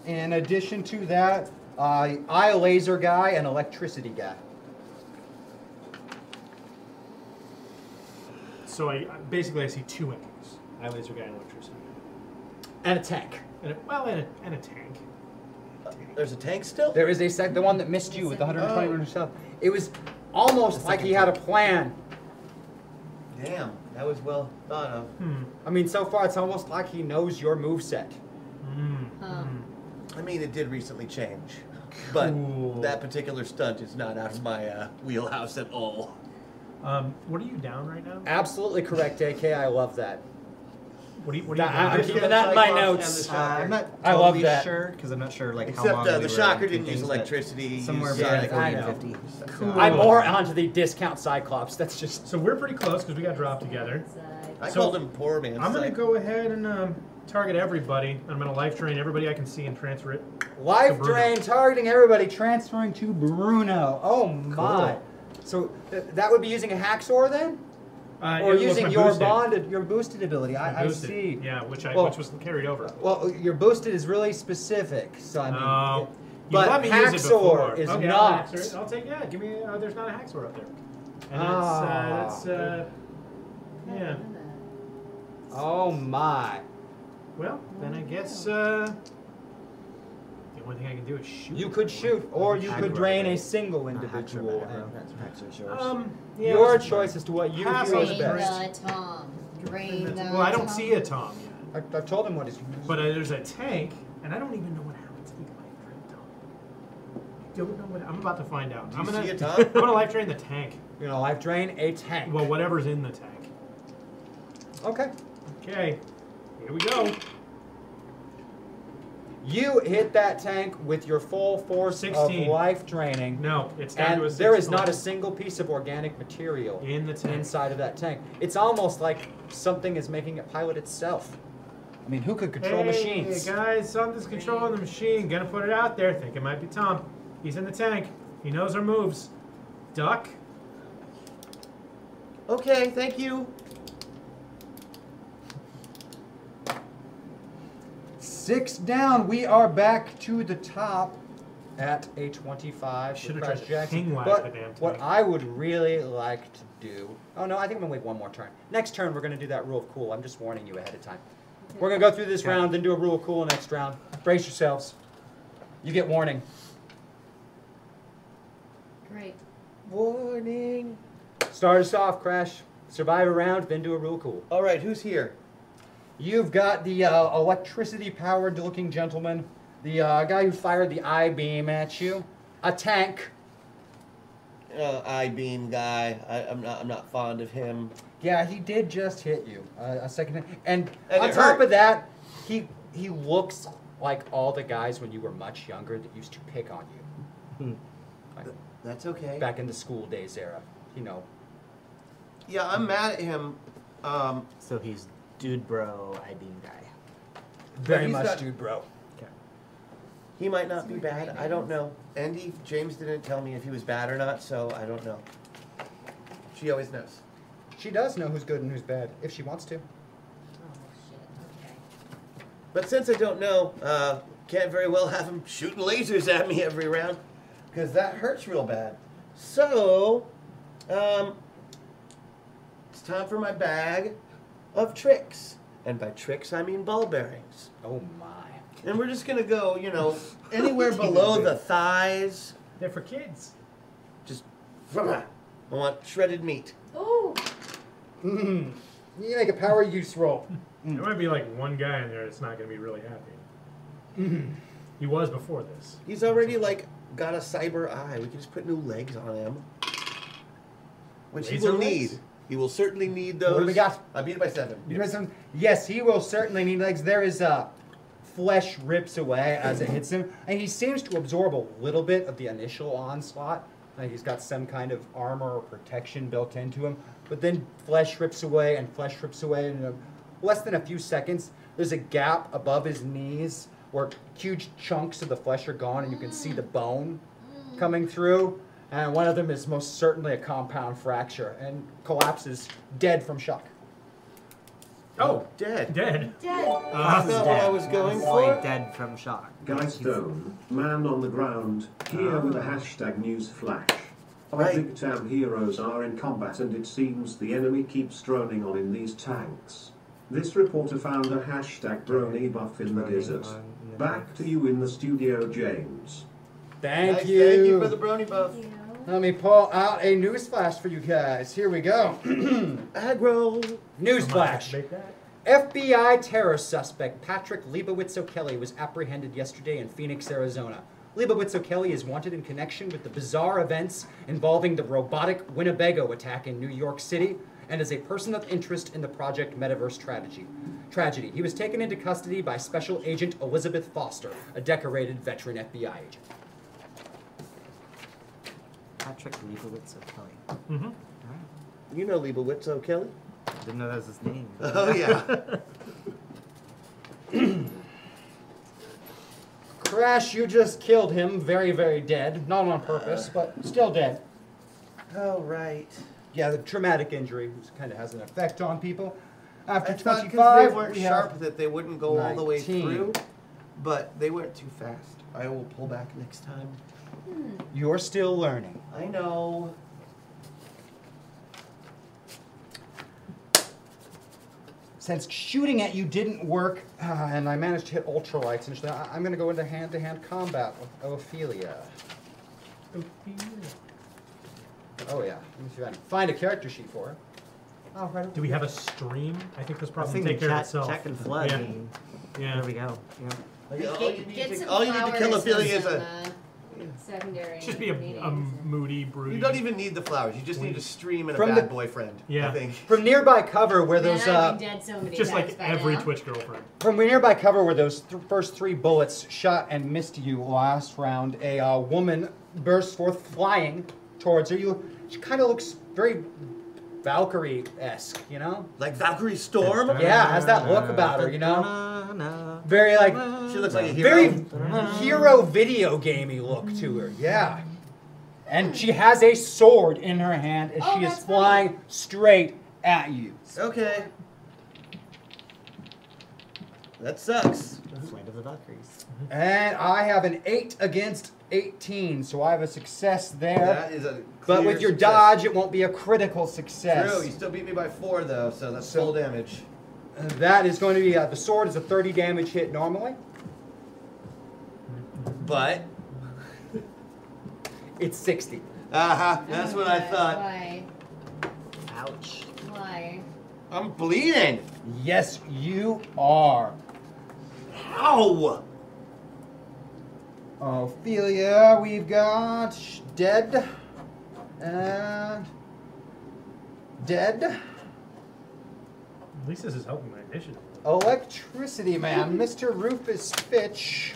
Speaker 2: In addition to that, uh, eye laser guy and electricity guy.
Speaker 4: So I basically I see two enemies. I laser guy and electricity.
Speaker 2: And a tank.
Speaker 4: And a, well, and a, and a tank.
Speaker 3: There's a tank still?
Speaker 2: There is a sec, the one that missed you with the 120 oh. It was almost like he had a plan.
Speaker 3: Damn, that was well thought of.
Speaker 4: Hmm.
Speaker 2: I mean, so far it's almost like he knows your moveset. Mm-hmm.
Speaker 5: Um,
Speaker 3: I mean, it did recently change, but that particular stunt is not out of my uh, wheelhouse at all.
Speaker 4: Um, what are you down right now?
Speaker 2: Absolutely correct, AK. I love that.
Speaker 4: What are you? What are you
Speaker 2: That- I'm
Speaker 4: down to?
Speaker 2: keeping that in my
Speaker 3: Cyclops and
Speaker 2: notes.
Speaker 3: the Shocker.
Speaker 6: Uh, I'm not totally
Speaker 2: I love that.
Speaker 6: sure because I'm not sure like how
Speaker 3: Except,
Speaker 6: long
Speaker 3: uh,
Speaker 6: we
Speaker 3: the
Speaker 6: were
Speaker 3: Shocker
Speaker 6: doing
Speaker 3: didn't use
Speaker 6: things, but
Speaker 3: electricity, he
Speaker 6: Somewhere
Speaker 3: used,
Speaker 6: between
Speaker 3: yeah,
Speaker 6: like
Speaker 2: I
Speaker 6: 40 and
Speaker 2: uh, know.
Speaker 6: 50.
Speaker 4: Cool.
Speaker 2: I'm more onto the discount Cyclops. That's just
Speaker 4: So we're pretty close because we got dropped together.
Speaker 3: I
Speaker 4: So,
Speaker 3: called him poor man.
Speaker 4: I'm gonna
Speaker 3: psych.
Speaker 4: go ahead and um, target everybody. I'm gonna life drain everybody I can see and transfer it.
Speaker 2: life
Speaker 4: Bruno.
Speaker 2: drain targeting everybody, transferring to Bruno. Oh my! So th- that would be using a hacksaw then,
Speaker 4: Uh,
Speaker 2: or
Speaker 4: it was
Speaker 2: using
Speaker 4: my
Speaker 2: your
Speaker 4: boosted.
Speaker 2: bonded, your boosted ability. I, I
Speaker 4: Boosted.
Speaker 2: see.
Speaker 4: Yeah, which I
Speaker 2: Well-
Speaker 4: which was carried over.
Speaker 2: Well, your boosted is really specific, so I mean,
Speaker 4: Oh.
Speaker 2: it-
Speaker 4: You
Speaker 2: but
Speaker 4: let me use it before.
Speaker 2: hacksaw is
Speaker 4: Okay, I'll
Speaker 2: not.
Speaker 4: hacksaw it. I'll take yeah. Give me. Uh, there's not a hacksaw up there. And
Speaker 2: Ah.
Speaker 4: that's, uh, that's uh, yeah.
Speaker 2: Oh my!
Speaker 4: Well, then I guess uh, the only thing I can do is shoot.
Speaker 2: You could shoot, or you could
Speaker 6: Hacksaw.
Speaker 2: drain a single individual.
Speaker 6: Hacksaw, that's Hacksaw's yours.
Speaker 4: Um, yeah,
Speaker 2: Your
Speaker 4: that's-
Speaker 2: choice as to what you
Speaker 4: Pass
Speaker 2: feel
Speaker 4: on
Speaker 2: is
Speaker 5: drain
Speaker 4: the
Speaker 2: best.
Speaker 5: the uh, tom. Drain the.
Speaker 4: Well, I don't see a tom yet.
Speaker 2: I, I told him what he's.
Speaker 4: But uh, there's a tank, and I don't even know what happens if you life drain Tom. I don't know what. I'm about to find out.
Speaker 3: Do
Speaker 4: I'm
Speaker 3: you
Speaker 4: gonna.
Speaker 3: see a Tom?
Speaker 4: I'm gonna life drain the tank.
Speaker 2: You know, life drain a tank.
Speaker 4: Well, whatever's in the tank.
Speaker 2: okay.
Speaker 4: Okay, here we go.
Speaker 2: You hit that tank with your full force
Speaker 4: 16.
Speaker 2: of life draining,
Speaker 4: No, it's down
Speaker 2: and
Speaker 4: to a
Speaker 2: there
Speaker 4: six
Speaker 2: is not a
Speaker 4: point.
Speaker 2: single piece of organic material
Speaker 4: in the tank.
Speaker 2: inside of that tank. It's almost like something is making it pilot itself. I mean, who could control
Speaker 4: hey,
Speaker 2: machines?
Speaker 4: guys, something's controlling the machine. Gonna put it out there. Think it might be Tom. He's in the tank. He knows our moves. Duck.
Speaker 3: Okay, thank you.
Speaker 2: Six down. We are back to the top at a 25.
Speaker 4: Should've
Speaker 2: with
Speaker 4: tried
Speaker 2: Crouch
Speaker 4: to
Speaker 2: Jackson.
Speaker 4: ping whack
Speaker 2: But
Speaker 4: the damn
Speaker 2: what
Speaker 4: thing.
Speaker 2: I would really like to do. Oh no, I think I'm gonna wait one more turn. Next turn, we're gonna do that rule of cool. I'm just warning you ahead of time. We're gonna go through this round, then do a rule of cool next round. Brace yourselves. You get warning.
Speaker 5: Great.
Speaker 3: Warning.
Speaker 2: Start us off, Crash. Survive a round, then do a rule of cool.
Speaker 3: All right, who's here?
Speaker 2: You've got the uh, electricity-powered looking gentleman, the uh, guy who fired the I beam at you, a tank.
Speaker 3: Uh, I beam guy. I, I'm not. I'm not fond of him.
Speaker 2: Yeah, he did just hit you uh, a second, and,
Speaker 3: And
Speaker 2: on
Speaker 3: it
Speaker 2: top
Speaker 3: hurt.
Speaker 2: of that, he he looks like all the guys when you were much younger that used to pick on you
Speaker 3: Hmm. That's okay.
Speaker 2: back in the school days era. You know,
Speaker 3: Yeah, I'm mad at him. Um,
Speaker 6: So he's dude bro, I beam guy.
Speaker 2: very
Speaker 3: he's
Speaker 2: much
Speaker 3: not-
Speaker 2: dude, bro.
Speaker 3: He might not be bad. I don't know. Andy James didn't tell me if he was bad or not, so I don't know. She always knows.
Speaker 2: She does know who's good and who's bad if she wants to.
Speaker 3: But since I don't know, uh, can't very well have him shooting lasers at me every round, because that hurts real bad. So, um, it's time for my bag of tricks. And by tricks, I mean ball bearings.
Speaker 11: Oh my.
Speaker 3: And we're just gonna go, you know, anywhere below the thighs.
Speaker 4: They're for kids.
Speaker 3: Just, I want shredded meat.
Speaker 12: Ooh.
Speaker 3: Mm-hmm.
Speaker 2: Mm. You make a power use roll.
Speaker 4: There might be like one guy in there that's not going to be really happy. He was before this.
Speaker 3: He's already like got a cyber eye. We can just put new legs on him, which he
Speaker 2: Laser
Speaker 3: will
Speaker 2: legs?
Speaker 3: need. He will certainly need those.
Speaker 2: What do we got?
Speaker 3: I beat it by seven.
Speaker 2: You know some- Yes, he will certainly need legs. There is uh, flesh rips away as it hits him, and he seems to absorb a little bit of the initial onslaught. Like he's got some kind of armor or protection built into him, but then flesh rips away and flesh rips away, and in a- less than a few seconds, there's a gap above his knees where huge chunks of the flesh are gone, and you can see the bone
Speaker 5: Mm.
Speaker 2: coming through. And one of them is most certainly a compound fracture and collapses dead from shock.
Speaker 4: Oh,
Speaker 3: dead.
Speaker 4: Dead. Ah,
Speaker 12: Dead.
Speaker 2: That's not what I was going
Speaker 6: Boy,
Speaker 2: for.
Speaker 6: dead from shock.
Speaker 10: Guy Stone, man on the ground, here with a hashtag news flash. Our big town heroes are in combat and it seems the enemy keeps droning on in these tanks. This reporter found a hashtag brony buff in the desert. Back to you in the studio, James.
Speaker 2: Thank
Speaker 10: Nice,
Speaker 2: you.
Speaker 10: thank you for
Speaker 3: the brony buff.
Speaker 2: Let me pull out a newsflash for you guys. Here we go.
Speaker 3: Aggro.
Speaker 2: Newsflash. FBI terror suspect Patrick Leibowitz O'Kelly was apprehended yesterday in Phoenix, Arizona. Leibowitz O'Kelly is wanted in connection with the bizarre events involving the robotic Winnebago attack in New York City and is a person of interest in the Project Metaverse tragedy. Tragedy. He was taken into custody by Special Agent Elizabeth Foster, a decorated veteran FBI agent.
Speaker 6: Patrick Leibowitz O'Kelly.
Speaker 4: Mm-hmm.
Speaker 3: You know Leibowitz O'Kelly.
Speaker 6: Didn't know that was his name.
Speaker 3: Oh yeah.
Speaker 2: Crash, you just killed him. Very, very dead. Not on purpose, but still dead.
Speaker 3: Oh, right.
Speaker 2: Yeah, the traumatic injury kind of has an effect on people. After
Speaker 3: That's not because
Speaker 2: 25,
Speaker 3: they weren't
Speaker 2: we have-
Speaker 3: sharp that they wouldn't go all the way
Speaker 2: 19.
Speaker 3: through, but they went too fast. I will pull back next time.
Speaker 2: Hmm. You're still learning.
Speaker 3: I know.
Speaker 2: Since shooting at you didn't work, uh, and I managed to hit ultralights and shit, I- I'm going to go into hand to hand combat with Ophelia. Oh, yeah. Let me see if I can find a character sheet for her. Oh, right.
Speaker 4: Do we have a stream? I think this
Speaker 6: I
Speaker 4: probably
Speaker 6: think
Speaker 4: take
Speaker 6: the
Speaker 4: care of
Speaker 6: chat,
Speaker 4: itself.
Speaker 6: chat can flood.
Speaker 4: Yeah.
Speaker 6: and
Speaker 4: Yeah.
Speaker 6: There we go. Yeah.
Speaker 3: Like, all you need
Speaker 5: Get
Speaker 3: to,
Speaker 5: some
Speaker 3: all you need to kill
Speaker 5: flowers
Speaker 3: Ophelia
Speaker 5: and
Speaker 3: is
Speaker 5: some,
Speaker 3: a.
Speaker 5: uh, Secondary.
Speaker 4: Just be a, a moody, broody.
Speaker 3: You don't even need the flowers. You just need a stream and a
Speaker 2: From
Speaker 3: bad
Speaker 2: the-
Speaker 3: boyfriend.
Speaker 4: Yeah.
Speaker 3: I think.
Speaker 2: From nearby cover where
Speaker 5: Man,
Speaker 2: those.
Speaker 5: I've
Speaker 2: Uh,
Speaker 5: been dead so many
Speaker 4: Just like
Speaker 5: times by
Speaker 4: every
Speaker 5: now.
Speaker 4: Twitch girlfriend.
Speaker 2: From nearby cover where those th- first three bullets shot and missed you last round, a uh, woman bursts forth flying towards her. You, she kind of looks very Valkyrie-esque, you know?
Speaker 3: Like Valkyrie Storm.
Speaker 2: Yeah, has that look about her, you know?
Speaker 6: know?
Speaker 2: Very like,
Speaker 3: She looks like a hero.
Speaker 2: very hero video gamey look to her. Yeah. And she has a sword in her hand as
Speaker 12: Oh,
Speaker 2: she is
Speaker 12: that's
Speaker 2: flying straight at you.
Speaker 3: Okay. That sucks.
Speaker 6: Flight of the Valkyries.
Speaker 2: And I have an 8 against 18, so I have a success there.
Speaker 3: That is a.
Speaker 2: But
Speaker 3: clear
Speaker 2: with your
Speaker 3: success.
Speaker 2: dodge, it won't be a critical success.
Speaker 3: True. You still beat me by four though, so that's full damage.
Speaker 2: And That is going to be uh, the sword is a 30 damage hit normally.
Speaker 3: But.
Speaker 2: It's 60.
Speaker 3: Uh huh. That's what I
Speaker 5: But
Speaker 3: thought.
Speaker 5: Why?
Speaker 6: Ouch.
Speaker 5: Why?
Speaker 3: I'm bleeding.
Speaker 2: Yes, you are.
Speaker 3: Ow!
Speaker 2: Ophelia, we've got sh- dead and dead.
Speaker 4: At least this is helping my initiative.
Speaker 2: Electricity man, Mr. Rufus Fitch.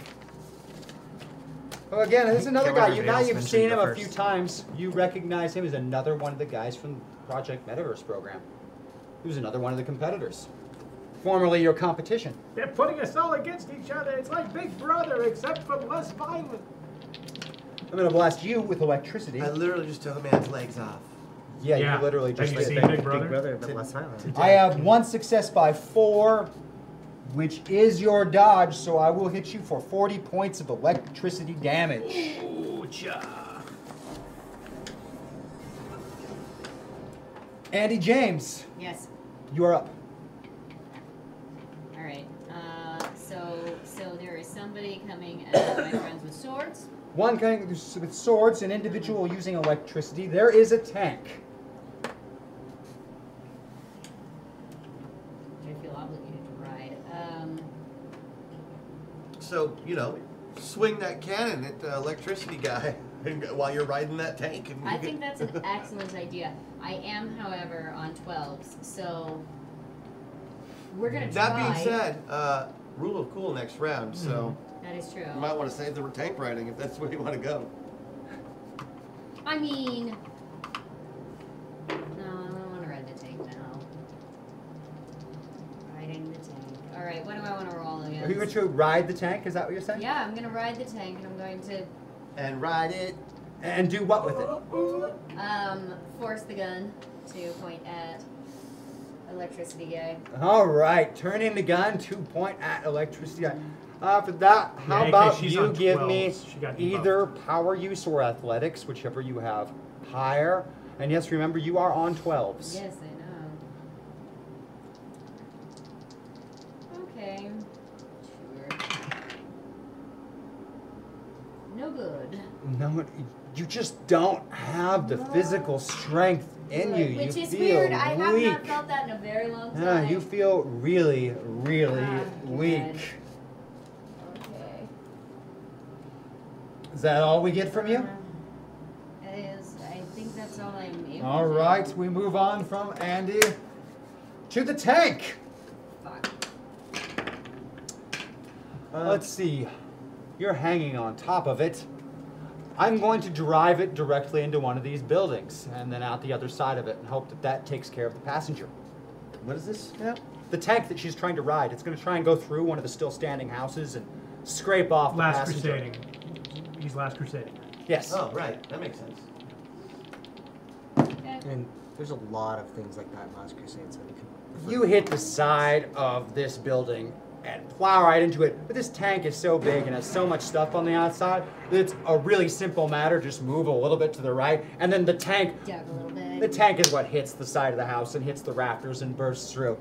Speaker 2: Oh, again, there's another
Speaker 6: Kill
Speaker 2: guy. You,
Speaker 6: everybody
Speaker 2: now
Speaker 6: else,
Speaker 2: you've
Speaker 6: then
Speaker 2: seen
Speaker 6: shoot
Speaker 2: him
Speaker 6: you
Speaker 2: a
Speaker 6: first.
Speaker 2: few times. You recognize him as another one of the guys from Project Metaverse program. He was another one of the competitors. formerly your competition.
Speaker 4: They're putting us all against each other. It's like Big Brother, except for less violent.
Speaker 2: I'm gonna blast you with electricity.
Speaker 3: I literally just took a man's legs off.
Speaker 2: Yeah,
Speaker 4: Yeah.
Speaker 2: you literally
Speaker 4: Have
Speaker 2: just
Speaker 4: you
Speaker 2: like
Speaker 4: seen
Speaker 2: that
Speaker 4: Big Brother?
Speaker 2: but less
Speaker 6: violent.
Speaker 2: I have one success by four, which is your dodge, so I will hit you for 40 points of electricity damage. Andy James,
Speaker 5: Yes.
Speaker 2: you are up.
Speaker 5: All right. Uh, so so there is somebody coming at my friends with swords.
Speaker 2: One coming with with swords, an individual using electricity. There is a tank.
Speaker 5: I feel obligated to ride. Um,
Speaker 3: So you know, swing that cannon at the electricity guy and go- while you're riding that tank. And
Speaker 5: I think that's an excellent idea. I am, however, on 12s, so we're gonna try.
Speaker 3: That being said, uh, rule of cool next round. So
Speaker 5: that is true.
Speaker 3: you might want to save the tank riding if that's where you want to go.
Speaker 5: I mean, no, I don't want to ride the tank now. Riding the tank. All right, what do I want to roll
Speaker 2: Are you going
Speaker 5: against?
Speaker 2: to ride the tank? Is that what you're saying?
Speaker 5: Yeah, I'm gonna ride the tank, and I'm going to
Speaker 3: And ride it.
Speaker 2: And do what with it?
Speaker 5: um, force the gun to point at electricity guy.
Speaker 2: All right, turning the gun to point at electricity. Uh, for that, how
Speaker 4: Yeah,
Speaker 2: about
Speaker 4: 'cause she's
Speaker 2: you
Speaker 4: on
Speaker 2: give
Speaker 4: 12s. She
Speaker 2: me
Speaker 4: got debuffed.
Speaker 2: either power use or athletics, whichever you have higher. And yes, remember you are on twelves.
Speaker 5: Yes, I know. Okay. Sure. No good.
Speaker 2: No, you just don't have the
Speaker 5: No.
Speaker 2: physical strength in
Speaker 5: Good,
Speaker 2: you.
Speaker 5: Which
Speaker 2: you
Speaker 5: is
Speaker 2: feel
Speaker 5: weird. I have
Speaker 2: weak.
Speaker 5: not felt that in a very long time.
Speaker 2: Yeah, you feel really, really
Speaker 5: Ah,
Speaker 2: weak.
Speaker 5: good. Okay.
Speaker 2: Is that all we get from you?
Speaker 5: That is, I think that's all I'm able
Speaker 2: All
Speaker 5: to do.
Speaker 2: right, we move on from Andy to the tank.
Speaker 5: Fuck.
Speaker 2: Let's see. You're hanging on top of it. I'm going to drive it directly into one of these buildings and then out the other side of it and hope that that takes care of the passenger.
Speaker 3: What is this?
Speaker 2: The tank that she's trying to ride, it's going to try and go through one of the still standing houses and scrape off the
Speaker 4: Last
Speaker 2: passenger.
Speaker 4: Crusading. He's Last Crusading.
Speaker 2: Yes.
Speaker 3: Oh, right. That makes sense.
Speaker 5: Okay.
Speaker 6: And there's a lot of things like that in Last Crusade, so we could.
Speaker 2: You hit the side of this building and plow right into it. But this tank is so big and has so much stuff on the outside that it's a really simple matter. Just move a little bit to the right, and then the tank
Speaker 5: Dug a little bit.
Speaker 2: Oh. The tank is what hits the side of the house and hits the rafters and bursts through.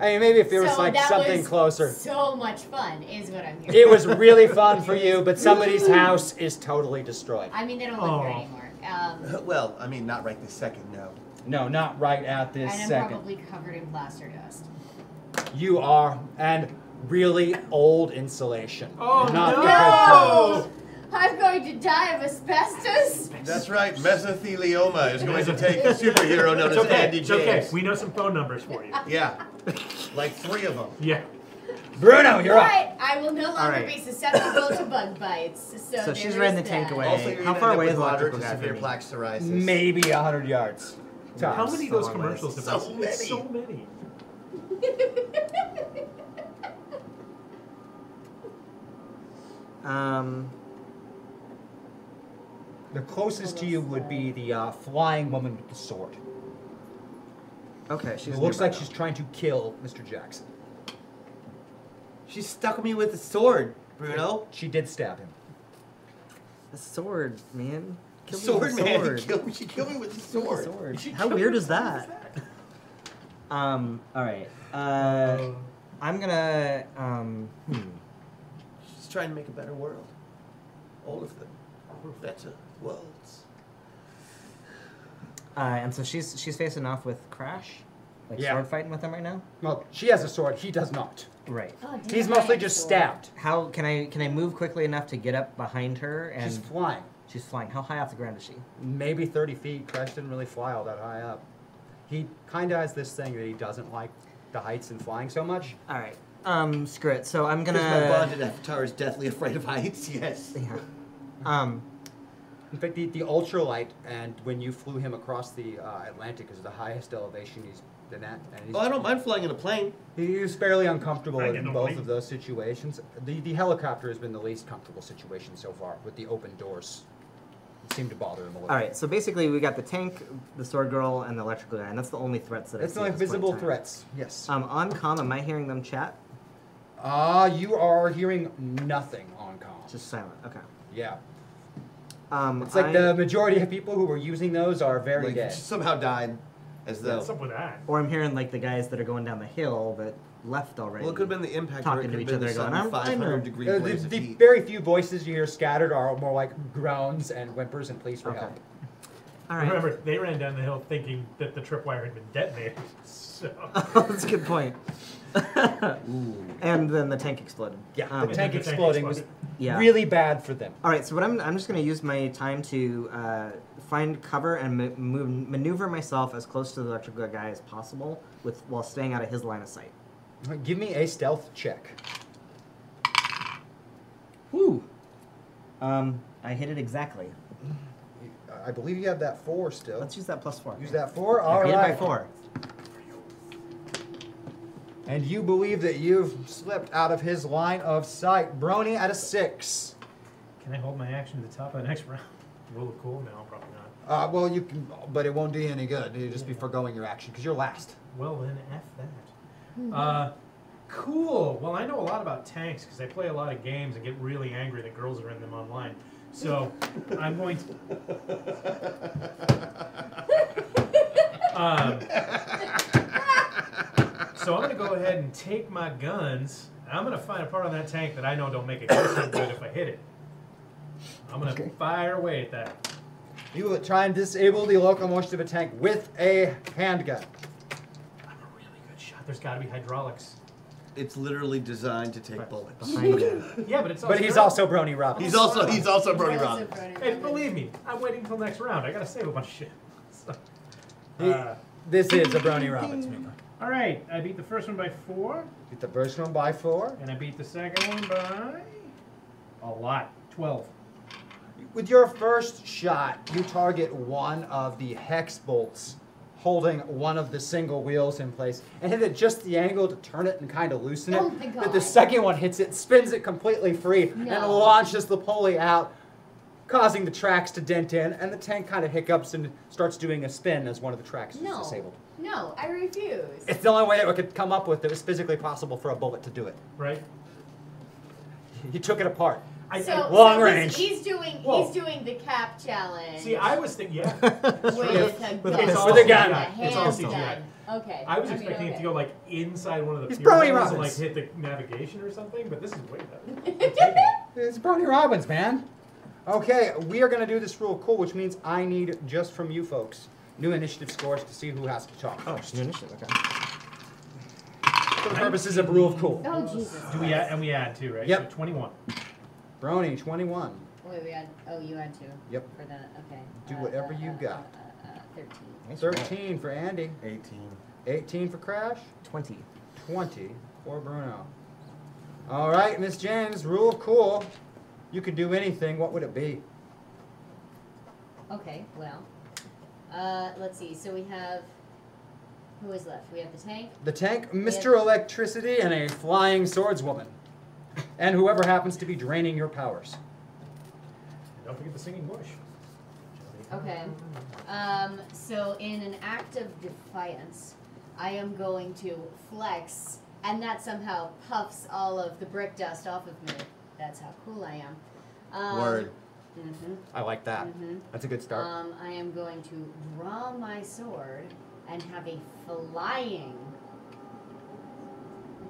Speaker 2: I mean, maybe if it was
Speaker 5: Mm-hmm. So
Speaker 2: like
Speaker 5: that
Speaker 2: something
Speaker 5: was
Speaker 2: closer.
Speaker 5: So much fun is what I'm hearing.
Speaker 2: It was really fun for you, but somebody's house is totally destroyed.
Speaker 5: I mean, they don't
Speaker 2: Oh.
Speaker 5: live here
Speaker 4: Aw.
Speaker 5: anymore. Um,
Speaker 3: Well, I mean, not right this second. No.
Speaker 2: No, not right at this
Speaker 5: and I'm
Speaker 2: second.
Speaker 5: probably covered in plaster dust.
Speaker 2: You are, and really old insulation.
Speaker 4: Oh,
Speaker 2: not The
Speaker 4: no!
Speaker 2: good
Speaker 5: I'm going to die of asbestos.
Speaker 3: That's right. Mesothelioma is Uh, going to take the superhero known
Speaker 4: It's
Speaker 3: as
Speaker 4: okay.
Speaker 3: Andy
Speaker 4: it's
Speaker 3: James.
Speaker 4: okay. We know some phone numbers for you.
Speaker 3: Yeah. Like three of them.
Speaker 4: Yeah.
Speaker 2: kind. Bruno, you're up.
Speaker 5: But I will no longer
Speaker 6: right.
Speaker 5: be susceptible to bug bites. So,
Speaker 6: So she's
Speaker 5: there
Speaker 6: riding
Speaker 5: is
Speaker 6: the tank
Speaker 5: that.
Speaker 6: away.
Speaker 3: Also, you're
Speaker 6: How
Speaker 3: gonna
Speaker 6: far
Speaker 3: end up
Speaker 6: away
Speaker 3: with
Speaker 6: is
Speaker 3: moderate
Speaker 6: electrical
Speaker 3: to
Speaker 6: guy
Speaker 3: severe
Speaker 6: from me?
Speaker 3: plaque psoriasis.
Speaker 2: Maybe a hundred yards.
Speaker 4: How
Speaker 2: Tops.
Speaker 4: many of those
Speaker 6: so
Speaker 4: commercials have
Speaker 3: So
Speaker 4: I seen? It's
Speaker 3: many.
Speaker 4: So many.
Speaker 6: Um,
Speaker 2: The closest to you would be the uh, flying woman with the sword.
Speaker 6: okay, she's.
Speaker 2: It looks
Speaker 6: nearby
Speaker 2: like she's trying to kill Mr. Jackson.
Speaker 3: She stuck me with a sword, Bruno.
Speaker 2: She did stab him.
Speaker 6: now. A sword, man. Kill me with
Speaker 3: sword
Speaker 6: a
Speaker 3: man,
Speaker 6: sword.
Speaker 3: She, killed me. she killed me with a
Speaker 6: Kill me with
Speaker 3: sword.
Speaker 6: a sword.
Speaker 3: She
Speaker 6: How
Speaker 3: killed
Speaker 6: weird
Speaker 3: me
Speaker 6: is
Speaker 3: with a sword.
Speaker 6: that? um. All right. Uh, I'm gonna. Um. Hmm.
Speaker 3: She's trying to make a better world. All of them. Better worlds.
Speaker 6: Uh, and so she's she's facing off with Crash, like
Speaker 2: Yeah.
Speaker 6: sword fighting with him right now.
Speaker 2: Well, she has a sword. He does not.
Speaker 6: Right.
Speaker 5: Oh, damn,
Speaker 2: He's
Speaker 5: I
Speaker 2: mostly
Speaker 5: am
Speaker 2: just
Speaker 5: sore.
Speaker 2: stabbed.
Speaker 6: How can I can I move quickly enough to get up behind her and
Speaker 2: She's flying.
Speaker 6: she's flying? How high off the ground is she?
Speaker 2: Maybe 30 feet. Crash didn't really fly all that high up. He kind of has this thing that he doesn't like the heights and flying so much.
Speaker 6: All right. Um. Screw it. So I'm
Speaker 3: Because my
Speaker 6: gonna.
Speaker 3: bonded avatar is deathly afraid of heights, yes.
Speaker 6: Yeah. Um.
Speaker 2: In fact, the, the ultralight, and when you flew him across the uh, Atlantic, is the highest elevation he's been at. And he's,
Speaker 3: Oh, I don't mind flying in a plane.
Speaker 2: He was fairly uncomfortable
Speaker 3: I
Speaker 2: in
Speaker 3: get no
Speaker 2: both
Speaker 3: plane.
Speaker 2: of those situations. The, the helicopter has been the least comfortable situation so far, with the open doors. It seemed to bother him a little.
Speaker 6: All right, so basically we got the tank, the sword girl, and the electrical guy, and that's the only threats that I
Speaker 2: That's
Speaker 6: see.
Speaker 2: the
Speaker 6: at this point in
Speaker 2: invisible
Speaker 6: time.
Speaker 2: threats. Yes.
Speaker 6: Um, on comm, am I hearing them chat?
Speaker 2: Uh, you are hearing nothing on comm.
Speaker 6: Just silent. Okay.
Speaker 2: Yeah.
Speaker 6: Um,
Speaker 2: It's like
Speaker 6: I-
Speaker 2: the majority of people who were using those are very
Speaker 6: Like,
Speaker 2: dead.
Speaker 3: Somehow died, as though.
Speaker 6: What's up
Speaker 4: with that?
Speaker 6: Or I'm hearing like the guys that are going down the hill that left already.
Speaker 3: Well, it could have been the impact. or
Speaker 6: talking
Speaker 3: it
Speaker 6: to
Speaker 3: could
Speaker 6: each
Speaker 3: have been
Speaker 6: other,
Speaker 3: the
Speaker 6: going,
Speaker 3: sudden
Speaker 6: "I'm- I know."
Speaker 3: 500 degree
Speaker 2: Uh, the,
Speaker 3: blaze of
Speaker 2: the
Speaker 3: heat.
Speaker 2: very few voices you hear scattered are more like groans and whimpers and pleas for help.
Speaker 6: All right.
Speaker 4: Remember, they ran down the hill thinking that the tripwire had been detonated. So
Speaker 6: That's a good point. and then the tank exploded.
Speaker 2: Yeah, the
Speaker 6: Um,
Speaker 2: tank exploding was
Speaker 6: Yeah.
Speaker 2: really bad for them.
Speaker 6: All right, so what I'm, I'm just going to use my time to uh, find cover and ma- move, maneuver myself as close to the electrical guy as possible, with while staying out of his line of sight.
Speaker 2: Give me a stealth check.
Speaker 6: Whew. Um, I hit it exactly.
Speaker 2: I believe you have that four still.
Speaker 6: Let's use that plus four.
Speaker 2: Use that four.
Speaker 6: I
Speaker 2: All right.
Speaker 6: hit it by four.
Speaker 2: And you believe that you've slipped out of his line of sight. Brony at a six.
Speaker 4: Can I hold my action to the top of the next round? Will of cool? No, probably not.
Speaker 2: Uh, well, you can, but it won't do you any good. You'll just be foregoing your action because you're last.
Speaker 4: Well, then F that. Uh, cool. Well, I know a lot about tanks because I play a lot of games and get really angry that girls are in them online. So I'm going to. um, so I'm going to go ahead and take my guns. And I'm going to find a part on that tank that I know don't make a good good if I hit it. I'm going to fire away at that.
Speaker 2: You will try and disable the locomotion of a tank with a handgun.
Speaker 4: Good shot. There's got to be hydraulics.
Speaker 3: It's literally designed to take bullets.
Speaker 4: yeah, but it's.
Speaker 2: But he's
Speaker 4: also.
Speaker 2: also Brony Robbins.
Speaker 3: He's also he's also Brody Robbins.
Speaker 4: Hey, believe me, I'm waiting until next round. I gotta save a bunch of shit. So, uh,
Speaker 2: This is a Brony Robbins member.
Speaker 4: all right, I beat the first one by four,
Speaker 2: Beat the first one by four.
Speaker 4: and I beat the second one by a lot, twelve.
Speaker 2: With your first shot, you target one of the hex bolts holding one of the single wheels in place and hit it just the angle to turn it and kind of loosen it.
Speaker 5: Oh my
Speaker 2: But the
Speaker 5: God.
Speaker 2: second one hits it, spins it completely free, and
Speaker 5: No.
Speaker 2: launches the pulley out, causing the tracks to dent in, and the tank kind of hiccups and starts doing a spin as one of the tracks
Speaker 12: No.
Speaker 2: is disabled.
Speaker 12: No, I refuse.
Speaker 2: It's the only way that we could come up with it was physically possible for a bullet to do it.
Speaker 4: Right.
Speaker 2: You took it apart.
Speaker 12: so, e-
Speaker 2: Long
Speaker 12: so
Speaker 2: range.
Speaker 12: He's, he's doing
Speaker 2: Whoa.
Speaker 12: he's doing the cap challenge.
Speaker 4: See, I was thinking, yeah,
Speaker 12: with a
Speaker 4: With
Speaker 12: gun.
Speaker 4: it's all
Speaker 2: With a
Speaker 4: CGI.
Speaker 2: gun.
Speaker 12: Hand
Speaker 4: It's all CGI.
Speaker 12: gun. Okay.
Speaker 4: I was
Speaker 12: mean,
Speaker 4: expecting it
Speaker 12: okay.
Speaker 4: to go like inside one of the
Speaker 2: It's
Speaker 4: fuel
Speaker 2: Brony
Speaker 4: lines and like
Speaker 2: Robbins.
Speaker 4: hit the navigation or something, but this is way better.
Speaker 2: It's Brony Robbins, man. Okay, we are going to do this real cool, which means I need just from you folks new initiative scores to see who has to talk. Oh,
Speaker 6: new initiative, okay.
Speaker 2: For the purposes of rule of cool.
Speaker 5: Oh, Jesus.
Speaker 4: Do we add, and we add two, right?
Speaker 2: Yep.
Speaker 4: So 21.
Speaker 2: Brony, 21.
Speaker 5: Wait, we had. Oh, you had two.
Speaker 2: Yep.
Speaker 5: For the okay.
Speaker 2: Do whatever you got.
Speaker 5: Uh, Thirteen.
Speaker 2: 13 for Andy,
Speaker 3: 18.
Speaker 2: 18 for Crash,
Speaker 6: Twenty.
Speaker 2: 20 for Bruno. All right, Miss James, rule of cool. You could do anything. What would it be?
Speaker 5: Okay. Well, uh, let's see. So we have. Who is left? We have the tank.
Speaker 2: The tank, Mr. Electricity, and a flying swordswoman. And whoever happens to be draining your powers.
Speaker 4: Don't forget the singing bush.
Speaker 5: Okay. Um, so in an act of defiance, I am going to flex, and that somehow puffs all of the brick dust off of me. That's how cool I am. Um,
Speaker 2: Word.
Speaker 5: mhm.
Speaker 2: I like that.
Speaker 5: Mhm.
Speaker 2: That's a good start.
Speaker 5: Um, I am going to draw my sword and have a flying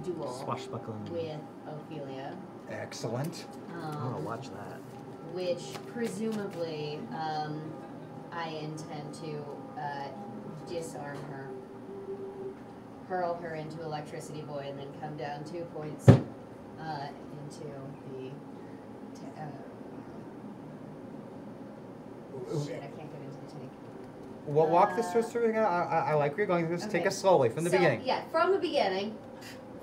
Speaker 5: duel
Speaker 6: Swashbuckling.
Speaker 5: with Ophelia,
Speaker 2: Excellent. Oh,
Speaker 6: I want to
Speaker 5: um,
Speaker 6: watch that.
Speaker 5: which presumably um, I intend to uh, disarm her, hurl her into electricity void, and then come down two points uh, into the. ta uh, shit, I can't get into the tank.
Speaker 2: Well, walk this through- through again. I, I, I like where you're going with this.
Speaker 5: Uh,
Speaker 2: Take
Speaker 5: okay.
Speaker 2: us slowly from the
Speaker 5: So,
Speaker 2: beginning.
Speaker 5: Yeah, from the beginning.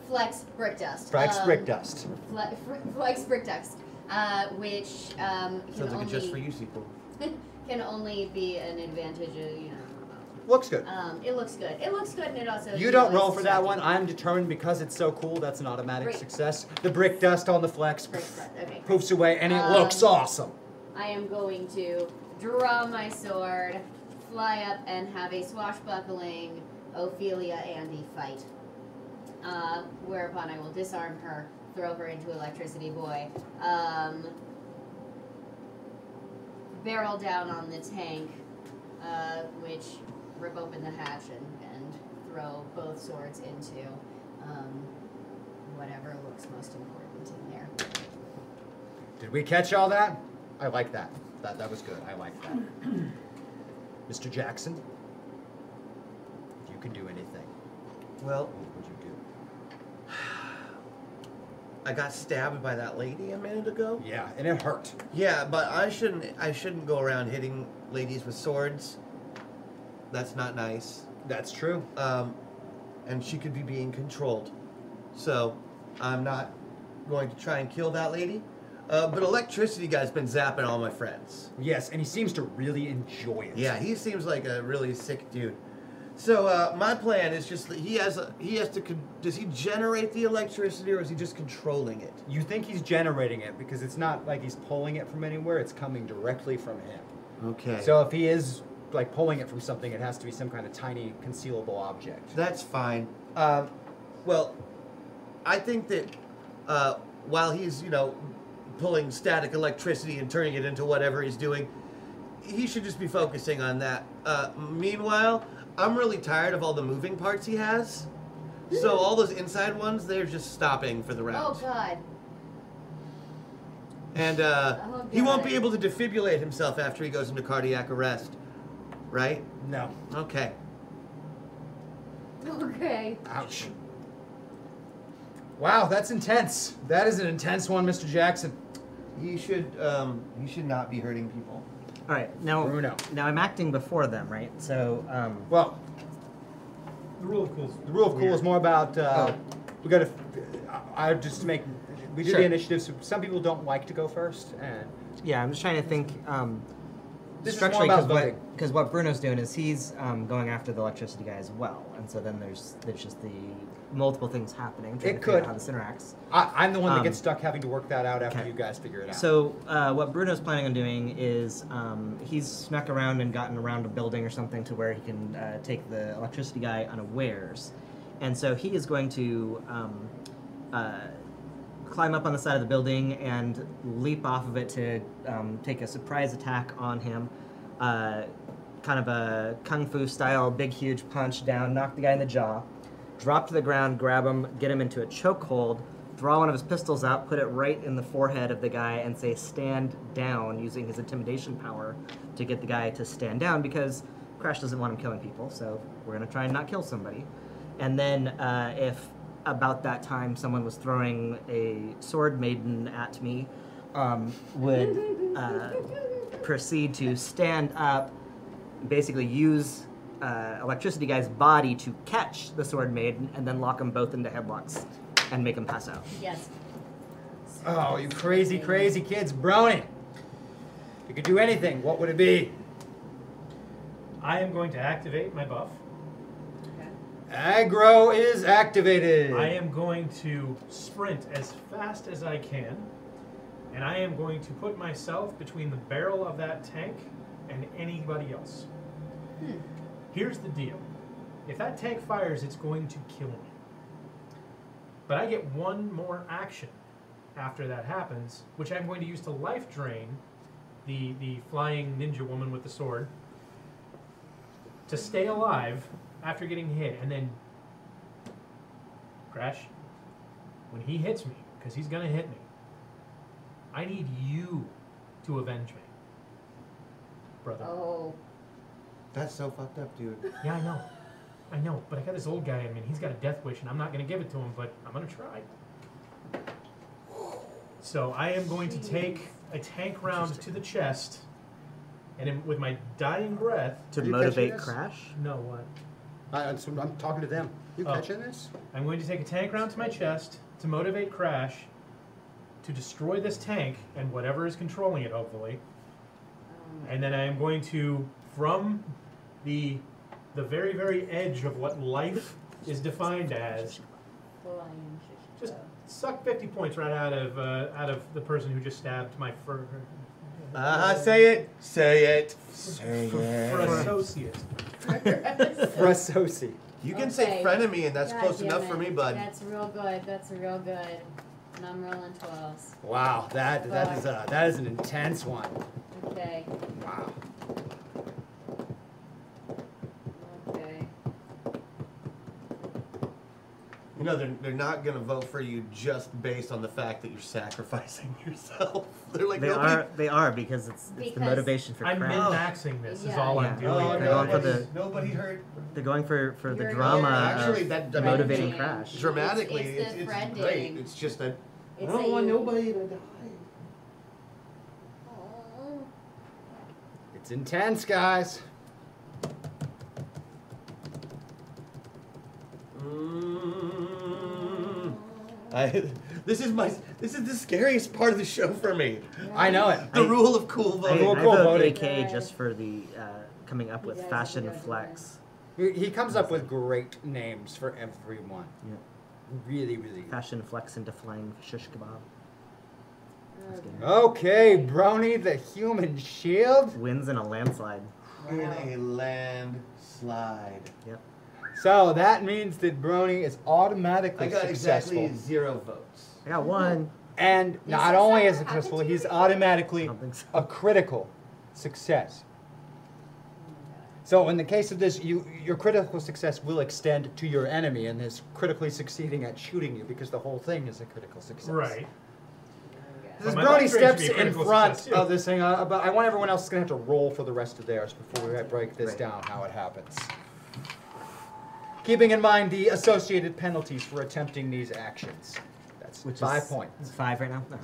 Speaker 5: Flex brick dust.
Speaker 2: Strikes
Speaker 5: Um,
Speaker 2: brick dust.
Speaker 5: fle- flex brick dust, uh, which um, can
Speaker 3: Sounds like
Speaker 5: only
Speaker 3: a just for you sequel.
Speaker 5: can only be an advantage of, you know.
Speaker 2: Looks good.
Speaker 5: Um, it looks good. It looks good, and it also.
Speaker 2: You don't roll
Speaker 5: was
Speaker 2: for that one.
Speaker 5: distracting.
Speaker 2: I'm determined because it's so cool. That's an automatic
Speaker 5: Great.
Speaker 2: success. The brick dust on the flex
Speaker 5: Great stuff. Okay.
Speaker 2: poofs away, and it
Speaker 5: Um,
Speaker 2: looks awesome.
Speaker 5: I am going to draw my sword, fly up, and have a swashbuckling Ophelia Andy fight. Uh, whereupon I will disarm her, throw her into Electricity Boy, um, barrel down on the tank, uh, which rip open the hatch and, and throw both swords into um, whatever looks most important in there.
Speaker 2: Did we catch all that? I like that. That that was good. I like that. Mr. Jackson, if you can do anything,
Speaker 3: Well,
Speaker 2: what would you do?
Speaker 3: I got stabbed by that lady a minute ago.
Speaker 2: Yeah, and it hurt.
Speaker 3: Yeah, but I shouldn't. I shouldn't go around hitting ladies with swords. That's not nice.
Speaker 2: That's true.
Speaker 3: Um, and she could be being controlled. So, I'm not going to try and kill that lady. Uh, but electricity guy's been zapping all my friends.
Speaker 2: Yes, and he seems to really enjoy it.
Speaker 3: Yeah, he seems like a really sick dude. So uh, my plan is just that he has a, he has to con- does he generate the electricity or is he just controlling it?
Speaker 2: You think he's generating it because it's not like he's pulling it from anywhere. It's coming directly from him.
Speaker 3: Okay.
Speaker 2: So if he is like pulling it from something, it has to be some kind of tiny concealable object.
Speaker 3: That's fine. Um, well, I think that uh, while he's, you know, pulling static electricity and turning it into whatever he's doing, he should just be focusing on that. Uh, meanwhile, I'm really tired of all the moving parts he has. So all those inside ones, they're just stopping for the
Speaker 5: Hmm. Oh
Speaker 3: round.
Speaker 5: god.
Speaker 3: And uh,
Speaker 5: Oh,
Speaker 3: he won't be
Speaker 5: God.
Speaker 3: able to defibrillate himself after he goes into cardiac arrest. Right?
Speaker 2: No.
Speaker 3: Okay.
Speaker 5: Okay.
Speaker 2: Ouch. Wow, that's intense. That is an intense one, Mr. Jackson.
Speaker 3: He should um, he should not be hurting people.
Speaker 6: All right, now
Speaker 2: Bruno.
Speaker 6: now I'm acting before them, right? So um,
Speaker 2: Well,
Speaker 4: The rule of cool's
Speaker 2: the rule of cool is more about uh,
Speaker 6: Oh.
Speaker 2: we got to. I I just to make we do
Speaker 6: Sure.
Speaker 2: the initiative. So some people don't like to go first, and
Speaker 6: yeah, I'm just trying to think um,
Speaker 2: This is more
Speaker 6: structurally
Speaker 2: about
Speaker 6: because what
Speaker 2: voting.
Speaker 6: because what Bruno's doing is he's um, going after the electricity guy as well, and so then there's there's just the multiple things happening. I'm trying
Speaker 2: It
Speaker 6: to figure out
Speaker 2: could.
Speaker 6: how this interacts.
Speaker 2: I, I'm the one that
Speaker 6: Um,
Speaker 2: gets stuck having to work that out after
Speaker 6: okay.
Speaker 2: you guys figure it out.
Speaker 6: So uh, what Bruno's planning on doing is um, he's snuck around and gotten around a building or something to where he can uh, take the electricity guy unawares, and so he is going to um, uh, climb up on the side of the building and leap off of it to um, take a surprise attack on him. Uh, kind of a kung fu style, big huge punch down, knock the guy in the jaw, drop to the ground, grab him, get him into a chokehold, draw one of his pistols out, put it right in the forehead of the guy, and say stand down using his intimidation power to get the guy to stand down because Crash doesn't want him killing people, so we're gonna try and not kill somebody. And then uh, if about that time someone was throwing a sword maiden at me, um, would uh, proceed to stand up, basically use uh, electricity guy's body to catch the sword maiden, and then lock them both into headlocks and make them pass out.
Speaker 5: Yes.
Speaker 2: oh, you crazy, crazy kids, Brony! If you could do anything, what would it be?
Speaker 4: I am going to activate my buff.
Speaker 2: Aggro is activated.
Speaker 4: I am going to sprint as fast as I can, and I am going to put myself between the barrel of that tank and anybody else. Here's the deal if that tank fires, it's going to kill me. But I get one more action after that happens, which I'm going to use to life drain the, the flying ninja woman with the sword to stay alive after getting hit and then Crash, when he hits me, because he's gonna hit me, I need you to avenge me, brother.
Speaker 5: Oh.
Speaker 3: That's so fucked up, dude.
Speaker 4: Yeah, I know, I know, but I got this old guy in me. and He's got a death wish, and I'm not gonna give it to him, but I'm gonna try. So I am going to take a tank round to the chest, and in, with my dying breath,
Speaker 6: To
Speaker 2: Are you
Speaker 6: motivate
Speaker 2: catching this?
Speaker 6: Crash?
Speaker 4: no what?
Speaker 2: I, I'm, I'm talking to them. You
Speaker 4: Oh.
Speaker 2: catching this?
Speaker 4: I'm going to take a tank round to my chest to motivate Crash to destroy this tank and whatever is controlling it, hopefully,
Speaker 5: Oh
Speaker 2: Um.
Speaker 4: and then I am going to from the the very very edge of what life is defined as just suck 50 points right out of uh, out of the person who just stabbed my fur
Speaker 3: Uh, say it. Say it. Say
Speaker 4: for associate.
Speaker 14: Frassosi.
Speaker 3: You can say
Speaker 5: Okay.
Speaker 3: frenemy, and that's
Speaker 5: God
Speaker 3: close
Speaker 5: damn
Speaker 3: enough for
Speaker 5: it.
Speaker 3: me, bud.
Speaker 5: That's real good. That's real good. And I'm rolling twelves.
Speaker 2: Wow, that that is a that is an intense one.
Speaker 5: Okay.
Speaker 2: Wow.
Speaker 5: Okay.
Speaker 3: You know, they're, they're not going to vote for you just based on the fact that you're sacrificing yourself. They're like,
Speaker 6: they
Speaker 3: nobody-
Speaker 6: are they are because it's, it's the
Speaker 5: Because
Speaker 6: motivation for
Speaker 4: I'm
Speaker 6: crap. Oh.
Speaker 4: min-maxing this is all I'm
Speaker 6: Yeah. Oh,
Speaker 4: doing.
Speaker 6: They're going for
Speaker 3: nobody's-
Speaker 6: the
Speaker 3: nobody heard.
Speaker 6: they're going for for the
Speaker 5: You're-
Speaker 6: drama
Speaker 5: you're-
Speaker 3: Actually,
Speaker 6: of
Speaker 3: that
Speaker 6: the
Speaker 3: I mean,
Speaker 6: motivating
Speaker 5: dra-
Speaker 6: crash.
Speaker 3: Dramatically,
Speaker 5: It's-
Speaker 3: it's,
Speaker 5: it's the
Speaker 3: it's
Speaker 5: friending.
Speaker 3: great. It's just that
Speaker 5: It's that you-
Speaker 3: to die.
Speaker 5: Oh.
Speaker 2: It's intense, guys.
Speaker 3: Mm. I, this is my this is the scariest part of the show for me.
Speaker 2: I know it.
Speaker 3: The
Speaker 6: I-
Speaker 3: rule of cool
Speaker 6: I, I
Speaker 3: voting.
Speaker 6: vote
Speaker 2: voting.
Speaker 6: AK just for the uh, coming up with
Speaker 5: guys have to
Speaker 6: fashion
Speaker 5: go do
Speaker 6: flex.
Speaker 2: He he comes up with great names for everyone.
Speaker 6: Yeah.
Speaker 2: Really, really.
Speaker 6: Fashion flex into flying shish kebab.
Speaker 5: Oh,
Speaker 2: Okay, Brony the Human Shield.
Speaker 6: Wins in a landslide.
Speaker 3: In a landslide.
Speaker 2: So that means that Brony is automatically
Speaker 3: I got
Speaker 2: successful.
Speaker 3: exactly zero votes.
Speaker 6: I got one.
Speaker 2: And not
Speaker 15: this
Speaker 2: only
Speaker 15: ever
Speaker 2: is
Speaker 15: happen
Speaker 2: successful,
Speaker 15: to you
Speaker 2: he's
Speaker 15: before?
Speaker 6: I
Speaker 2: automatically
Speaker 6: don't think so.
Speaker 2: a critical success. So in the case of this, you your critical success will extend to your enemy and is critically succeeding at shooting you because the whole thing is a critical success.
Speaker 4: Right.
Speaker 2: This
Speaker 4: Well, my
Speaker 2: Brony
Speaker 4: back's going to
Speaker 2: steps
Speaker 4: be a
Speaker 2: in
Speaker 4: critical
Speaker 2: front
Speaker 4: success, too.
Speaker 2: of this thing, uh, but I want everyone else going to have to roll for the rest of theirs before we break this down how it happens. Keeping in mind the associated penalties for attempting these actions. That's
Speaker 6: Which
Speaker 2: five
Speaker 6: is
Speaker 2: points.
Speaker 6: Five right now. No.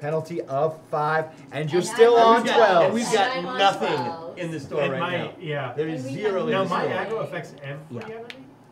Speaker 2: Penalty of five, and you're
Speaker 5: And
Speaker 2: still
Speaker 5: I'm on
Speaker 2: on
Speaker 3: We've got-
Speaker 2: 12.
Speaker 3: And we've
Speaker 5: And
Speaker 3: got
Speaker 5: I'm on
Speaker 3: nothing
Speaker 5: 12.
Speaker 3: in the store
Speaker 4: And
Speaker 3: right
Speaker 4: my
Speaker 3: now.
Speaker 4: yeah.
Speaker 3: There is
Speaker 5: And we
Speaker 3: zero
Speaker 5: have-
Speaker 3: in
Speaker 4: Now
Speaker 3: the
Speaker 4: my
Speaker 3: store.
Speaker 5: Yeah.
Speaker 4: aggro affects every
Speaker 6: Yeah.
Speaker 4: enemy.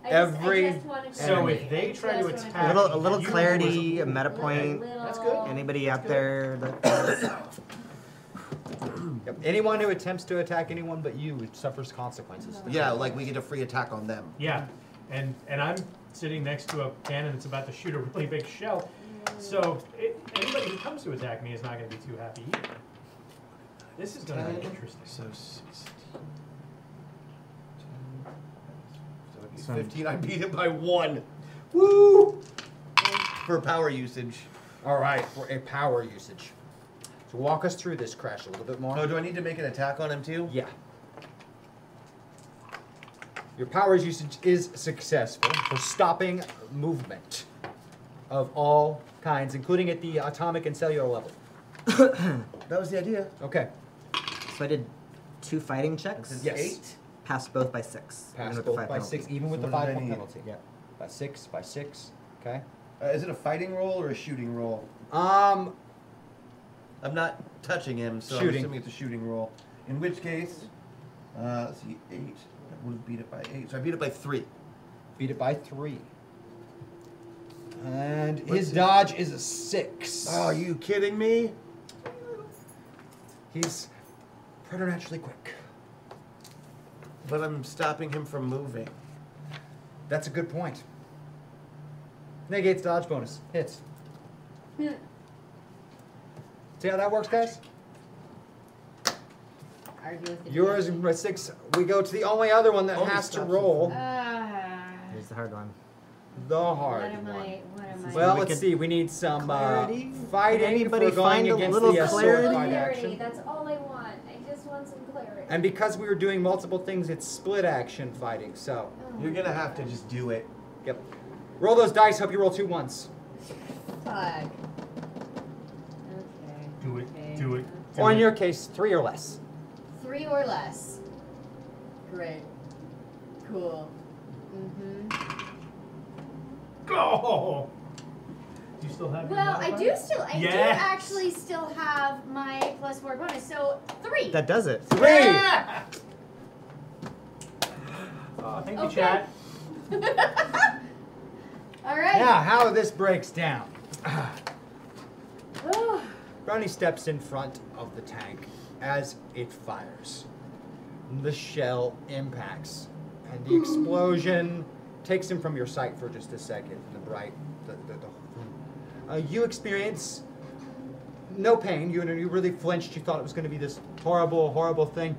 Speaker 5: I just-
Speaker 2: Every-
Speaker 5: I just wanted to
Speaker 4: So
Speaker 5: say-
Speaker 4: if they
Speaker 5: I
Speaker 4: try to
Speaker 5: just wanted
Speaker 4: attack
Speaker 6: A little, a little
Speaker 4: You
Speaker 6: clarity, a meta
Speaker 5: Little-
Speaker 6: point.
Speaker 4: That's good.
Speaker 6: Anybody out there that
Speaker 2: Yep. Anyone who attempts to attack anyone but you suffers consequences.
Speaker 3: Yeah, like we get a free attack on them.
Speaker 4: Yeah, and and I'm sitting next to a cannon that's about to shoot a really big shell. So it, anybody who comes to attack me is not going to be too happy either. This is going to be interesting.
Speaker 3: So sixteen. So it'd be
Speaker 6: Some-
Speaker 3: fifteen. I beat it by one. Woo! For power usage.
Speaker 2: All right, for a power usage. So walk us through this crash a little bit more.
Speaker 3: Oh, do I need to make an attack on him too?
Speaker 2: Yeah. Your powers usage is successful for stopping movement of all kinds, including at the atomic and cellular level.
Speaker 3: That was the idea.
Speaker 2: Okay.
Speaker 6: so I did two fighting checks.
Speaker 2: Yes.
Speaker 3: Eight.
Speaker 6: Passed both by six. even
Speaker 2: Pass
Speaker 6: with the
Speaker 2: both by
Speaker 6: five penalty.
Speaker 2: six, even with
Speaker 3: So
Speaker 2: the
Speaker 3: what did I
Speaker 2: five point
Speaker 3: need?
Speaker 2: penalty.
Speaker 6: Yeah.
Speaker 2: By six, by six. Okay.
Speaker 3: Uh, is it a fighting roll or a shooting roll?
Speaker 2: Um,
Speaker 3: I'm not touching him, so I'm
Speaker 2: Shooting.
Speaker 3: assuming it's a shooting roll. In which case, uh, let's see, eight. I would have beat it by eight. So I beat it by three.
Speaker 2: beat it by three. And
Speaker 3: What's
Speaker 2: his
Speaker 3: his-
Speaker 2: dodge is a six.
Speaker 3: Oh, are you kidding me?
Speaker 2: He's preternaturally quick.
Speaker 3: But I'm stopping him from moving.
Speaker 2: That's a good point. Negates dodge bonus. Hits. See how that works, guys?
Speaker 5: Argue with the
Speaker 2: Yours
Speaker 5: DM.
Speaker 2: is a six. We go to the only other one that
Speaker 3: Only
Speaker 2: has to
Speaker 3: stops
Speaker 2: roll
Speaker 5: Ah.
Speaker 6: Here's the hard one.
Speaker 2: the
Speaker 5: What
Speaker 2: hard
Speaker 5: am
Speaker 2: one.
Speaker 5: I? What am I?
Speaker 2: Well,
Speaker 6: We
Speaker 2: let's
Speaker 6: could-
Speaker 2: see. We need some uh,
Speaker 6: Clarity?
Speaker 2: fighting.
Speaker 6: Can anybody
Speaker 2: if we're going
Speaker 6: find a
Speaker 2: against
Speaker 6: little
Speaker 2: the, uh, sword
Speaker 6: clarity?
Speaker 2: fight
Speaker 15: Clarity,
Speaker 2: action.
Speaker 15: that's all I want. I just want some clarity.
Speaker 2: And because we were doing multiple things, it's split action fighting. So,
Speaker 3: You're gonna have to just do it.
Speaker 2: yep. Roll those dice. Hope you roll two ones.
Speaker 5: Fuck. Okay.
Speaker 4: Do it.
Speaker 5: Okay.
Speaker 4: Do it.
Speaker 2: Or in your case, three or less.
Speaker 5: Three or less. Great. Cool. Mm-hmm.
Speaker 4: Go. Do you still have? your
Speaker 15: well, I do
Speaker 4: modifier?
Speaker 15: still, I do
Speaker 4: Yes.
Speaker 15: actually still have my plus four bonus, so three.
Speaker 6: That does it.
Speaker 2: Three.
Speaker 4: Aw, thank you,
Speaker 15: Okay.
Speaker 4: Uh, chat.
Speaker 15: all right.
Speaker 2: Now, how this breaks down.
Speaker 15: Whew.
Speaker 5: Oh.
Speaker 2: Brownie steps in front of the tank as it fires. The shell impacts, and the explosion takes him from your sight for just a second. The bright, the, the, the, uh, you experience no pain. You you really flinched. You thought it was going to be this horrible, horrible thing,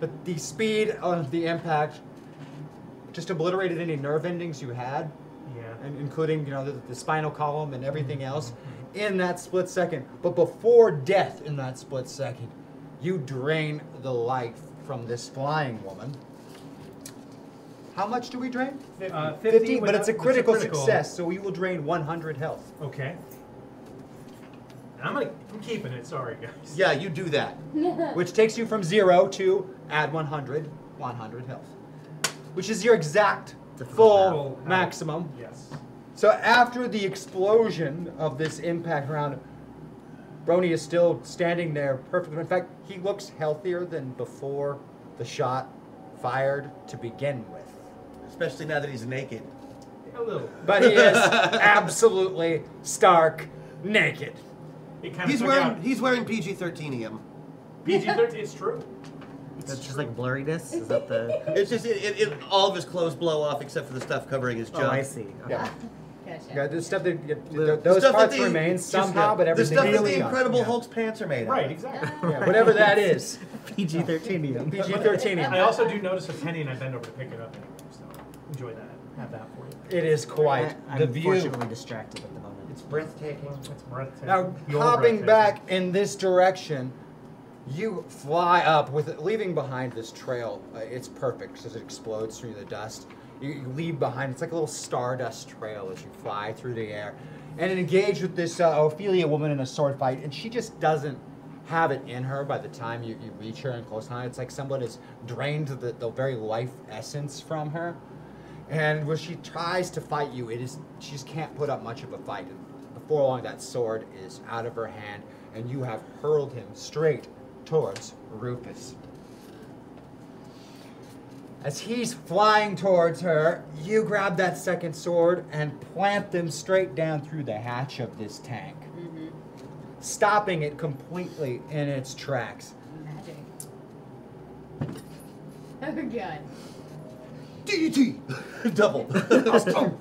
Speaker 2: but the speed of the impact just obliterated any nerve endings you had,
Speaker 4: Yeah. Mm-hmm.
Speaker 2: and including you know the, the spinal column and everything else, in that split second. But before death, in that split second, you drain the life from this flying woman. How much do we drain?
Speaker 4: Uh, 50,
Speaker 2: 50, but
Speaker 4: without-
Speaker 2: it's a critical, success, so you will drain 100 health.
Speaker 4: Okay. And I'm gonna. I'm keeping it. Sorry, guys.
Speaker 2: Yeah, you do that.
Speaker 4: Which
Speaker 2: Which takes you from zero to add 100, 100 health, which is your exact full maximum.
Speaker 4: Yes.
Speaker 2: So after the explosion of this impact round, Brony is still standing there perfectly. In fact, he looks healthier than before the shot fired to begin with.
Speaker 3: Especially now that he's naked.
Speaker 4: a little.
Speaker 2: But he is absolutely stark naked.
Speaker 3: He's wearing he's wearing PG-13 him.
Speaker 4: PG-13. It's true.
Speaker 6: That's just like blurriness. Is that the?
Speaker 3: It's just it, it, it, all of his clothes blow off except for the stuff covering his
Speaker 6: Oh,
Speaker 3: junk.
Speaker 6: I see.
Speaker 2: Yeah.
Speaker 5: Gotcha.
Speaker 2: Yeah, the stuff that th- th- those
Speaker 3: stuff that
Speaker 2: parts
Speaker 3: the-
Speaker 2: remain
Speaker 3: just
Speaker 2: somehow,
Speaker 3: the-
Speaker 2: but
Speaker 3: the
Speaker 2: everything
Speaker 3: stuff that
Speaker 2: really
Speaker 3: the
Speaker 2: gone.
Speaker 3: Incredible
Speaker 2: Yeah.
Speaker 3: Hulk's pants are made out
Speaker 4: Right.
Speaker 3: of.
Speaker 4: Exactly.
Speaker 2: Yeah, whatever that is.
Speaker 6: PG thirteen.
Speaker 2: PG thirteen.
Speaker 4: I also do notice a penny, and I bend over to pick it up. Anyway, so enjoy that. Have that for you.
Speaker 2: It is quite the
Speaker 6: I'm
Speaker 2: view.
Speaker 6: fortunately distracted at the moment.
Speaker 3: It's breathtaking.
Speaker 4: It's breathtaking.
Speaker 2: Now,
Speaker 4: Your
Speaker 2: hopping
Speaker 4: breathtaking.
Speaker 2: back in this direction, you fly up with leaving behind this trail. Uh, it's perfect because it explodes through the dust. You, you leave behind. It's like a little stardust trail as you fly through the air, and engage with this uh, Ophelia woman in a sword fight. And she just doesn't have it in her by the time you, you reach her in close line. It's like someone has drained the, the very life essence from her. And when she tries to fight you, it is she just can't put up much of a fight. And before long, that sword is out of her hand, and you have hurled him straight towards Rufus. As he's flying towards her, you grab that second sword and plant them straight down through the hatch of this tank, stopping it completely in its tracks.
Speaker 5: Magic. Oh god.
Speaker 2: E
Speaker 3: DDT! Double.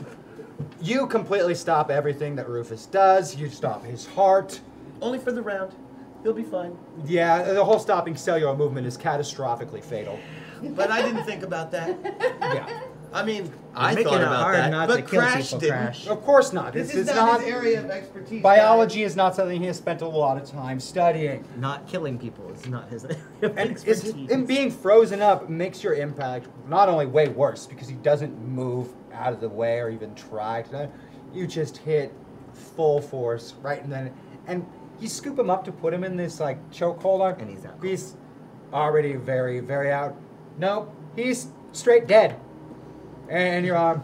Speaker 2: You completely stop everything that Rufus does. You stop his heart.
Speaker 3: Only for the round. He'll be fine.
Speaker 2: Yeah, the whole stopping cellular movement is catastrophically fatal.
Speaker 3: But I didn't think about that.
Speaker 2: Yeah.
Speaker 3: I mean, I
Speaker 6: making
Speaker 3: thought
Speaker 6: it
Speaker 3: about
Speaker 6: hard
Speaker 3: that,
Speaker 6: not
Speaker 3: but
Speaker 6: to kill
Speaker 3: Crash
Speaker 6: people,
Speaker 3: didn't.
Speaker 6: Crash.
Speaker 2: Of course not.
Speaker 3: This
Speaker 2: It's,
Speaker 3: is
Speaker 2: it's
Speaker 3: not,
Speaker 2: not.
Speaker 3: his area of expertise.
Speaker 2: biology is not something he has spent a lot of time studying.
Speaker 6: Not killing people is not his
Speaker 2: And it's,
Speaker 6: expertise.
Speaker 2: him being frozen up makes your impact not only way worse because he doesn't move out of the way or even try to. You just hit full force right and then, and you scoop him up to put him in this like chokehold.
Speaker 6: And he's out.
Speaker 2: He's already very, very out. No, he's straight dead. And you're on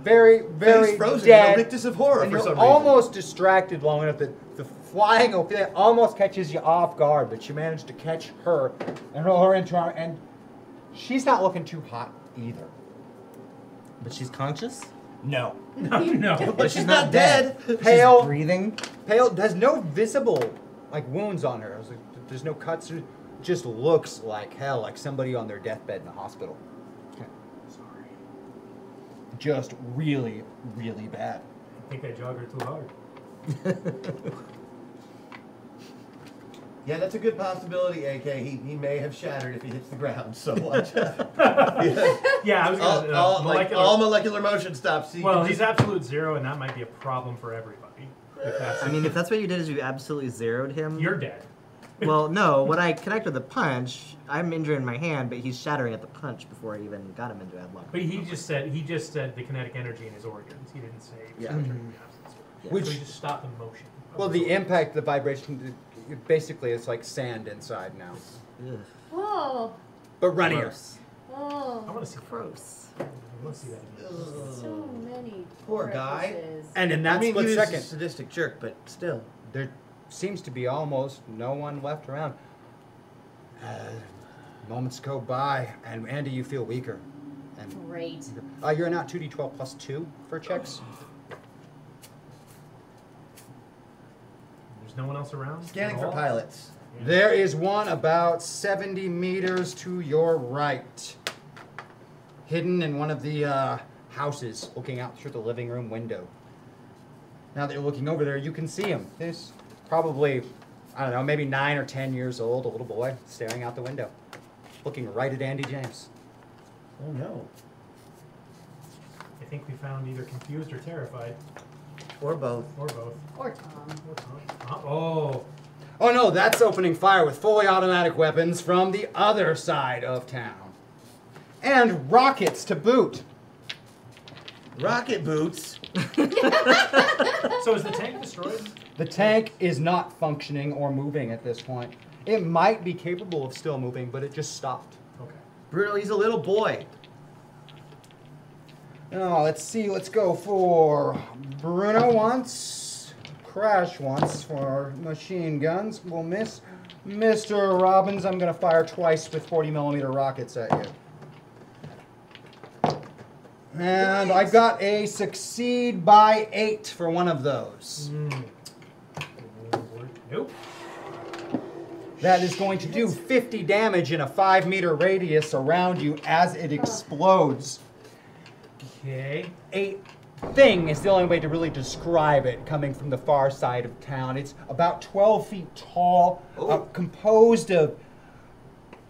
Speaker 2: very,
Speaker 3: Very
Speaker 2: very
Speaker 3: he's frozen in
Speaker 2: dead.
Speaker 3: a rictus of horror
Speaker 2: and
Speaker 3: for
Speaker 2: you're
Speaker 3: some reason.
Speaker 2: almost distracted long enough that the flying Ophelia almost catches you off guard, but you manage to catch her and roll her into our and she's not looking too hot either.
Speaker 6: but she's conscious.
Speaker 2: No.
Speaker 4: No, no.
Speaker 3: Oh, but she's not dead.
Speaker 6: She's
Speaker 2: Pale
Speaker 6: breathing.
Speaker 2: pale has no visible like wounds on her. I was like, there's no cuts or- just looks like hell, like somebody on their deathbed in the hospital.
Speaker 4: Sorry.
Speaker 2: Just really, really bad.
Speaker 4: I think I jogged her too hard.
Speaker 3: Yeah, that's a good possibility, AK. He, he may have shattered if he hits the ground, so watch out.
Speaker 4: Yeah, I was
Speaker 3: all,
Speaker 4: gonna.
Speaker 3: all-
Speaker 4: uh,
Speaker 3: like,
Speaker 4: molecular-
Speaker 3: all molecular motion stops. So you
Speaker 4: well,
Speaker 3: can
Speaker 4: he's
Speaker 3: just,
Speaker 4: absolute zero, and that might be a problem for everybody. If that's
Speaker 6: I mean, if that's what you did, is you absolutely zeroed him.
Speaker 4: you're dead.
Speaker 6: Well, no. When I connect with the punch, I'm injuring my hand, but he's shattering at the punch before I even got him into headlock.
Speaker 4: But he just said he just said the kinetic energy in his organs. He didn't say
Speaker 3: Yeah.
Speaker 4: surgery in absence.
Speaker 6: Yeah.
Speaker 4: so
Speaker 2: Mm-hmm.
Speaker 4: he
Speaker 2: Which
Speaker 4: just stopped the motion. of
Speaker 2: well
Speaker 4: his
Speaker 2: the
Speaker 4: organs.
Speaker 2: impact, the vibration it- basically it's like sand inside now.
Speaker 6: Ugh,
Speaker 5: Oh,
Speaker 12: Whoa.
Speaker 2: But runnier.
Speaker 6: gross.
Speaker 4: I
Speaker 12: Whoa.
Speaker 4: want to see.
Speaker 6: Gross.
Speaker 4: I want to see that. again.
Speaker 12: So many.
Speaker 3: Poor guy.
Speaker 12: orifices.
Speaker 2: And in
Speaker 3: I
Speaker 2: that
Speaker 3: mean,
Speaker 2: split
Speaker 3: he was a
Speaker 2: second,
Speaker 3: sadistic jerk, but still.
Speaker 2: there seems to be almost no one left around. Uh, moments go by, and Andy, you feel weaker. And
Speaker 5: Great.
Speaker 2: uh, you're now 2d12 plus 2 for checks.
Speaker 4: There's no one else around.
Speaker 3: Scanning
Speaker 4: at
Speaker 3: for
Speaker 4: all?
Speaker 3: pilots.
Speaker 2: There is one about 70 meters to your right, hidden in one of the uh, houses, looking out through the living room window. Now that you're looking over there, you can see him. This probably, I don't know, maybe nine or 10 years old, a little boy staring out the window, looking right at Andy James. Oh no.
Speaker 4: I think we found either confused or terrified.
Speaker 3: Or both.
Speaker 4: Or both.
Speaker 5: Or Tom.
Speaker 4: Or Tom. Uh, oh.
Speaker 2: Oh no, that's opening fire with fully automatic weapons from the other side of town. And rockets to boot.
Speaker 3: Rocket boots?
Speaker 4: Uh-huh. so is the tank destroyed?
Speaker 2: The tank is not functioning or moving at this point. It might be capable of still moving, but it just stopped.
Speaker 4: Okay.
Speaker 3: Bruno, he's a little boy.
Speaker 2: Now, let's see. Let's go for Bruno once, Crash once for machine guns. We'll miss. Mr. Robbins, I'm going to fire twice with 40 millimeter rockets at you. And I've got a succeed by eight for one of those.
Speaker 4: Nope.
Speaker 2: That is going to do 50 damage in a 5 meter radius around you as it explodes.
Speaker 4: Okay.
Speaker 2: A thing is the only way to really describe it coming from the far side of town. It's about 12 feet tall, uh, composed of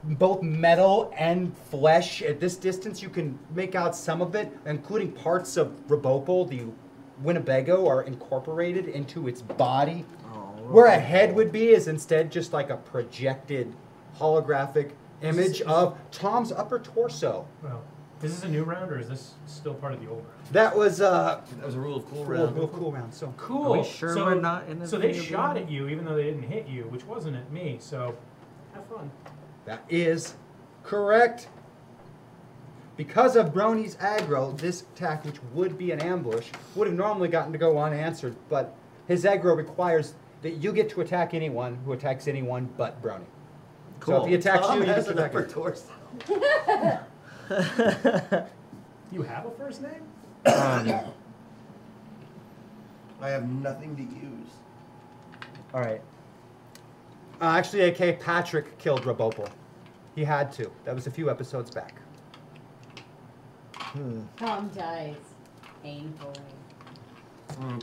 Speaker 2: both metal and flesh. At this distance, you can make out some of it, including parts of Robopol, the Winnebago, are incorporated into its body. Where a head would be is instead just like a projected holographic image of Tom's upper torso.
Speaker 4: Well, is this a new round or is this still part of the old round?
Speaker 2: That was uh
Speaker 3: that was a rule of cool
Speaker 2: round. Rule of cool round. So
Speaker 4: Cool. so,
Speaker 2: the
Speaker 4: So they shot at you even though they didn't hit you, which wasn't at me. So have fun.
Speaker 2: That is correct. Because of Brony's aggro, this attack, which would be an ambush, would have normally gotten to go unanswered, but his aggro requires that you get to attack anyone who attacks anyone but Brony. So if he attacks
Speaker 3: Tom
Speaker 2: you, you
Speaker 3: has
Speaker 2: get
Speaker 3: an
Speaker 2: to attack
Speaker 3: upper
Speaker 2: him.
Speaker 3: torso.
Speaker 4: You have a first name?
Speaker 6: Um,
Speaker 3: I have nothing to use.
Speaker 2: All right. Uh, actually, A.K. Patrick killed Robopol. He had to. That was a few episodes back.
Speaker 6: Hmm.
Speaker 5: Tom dies. Painfully.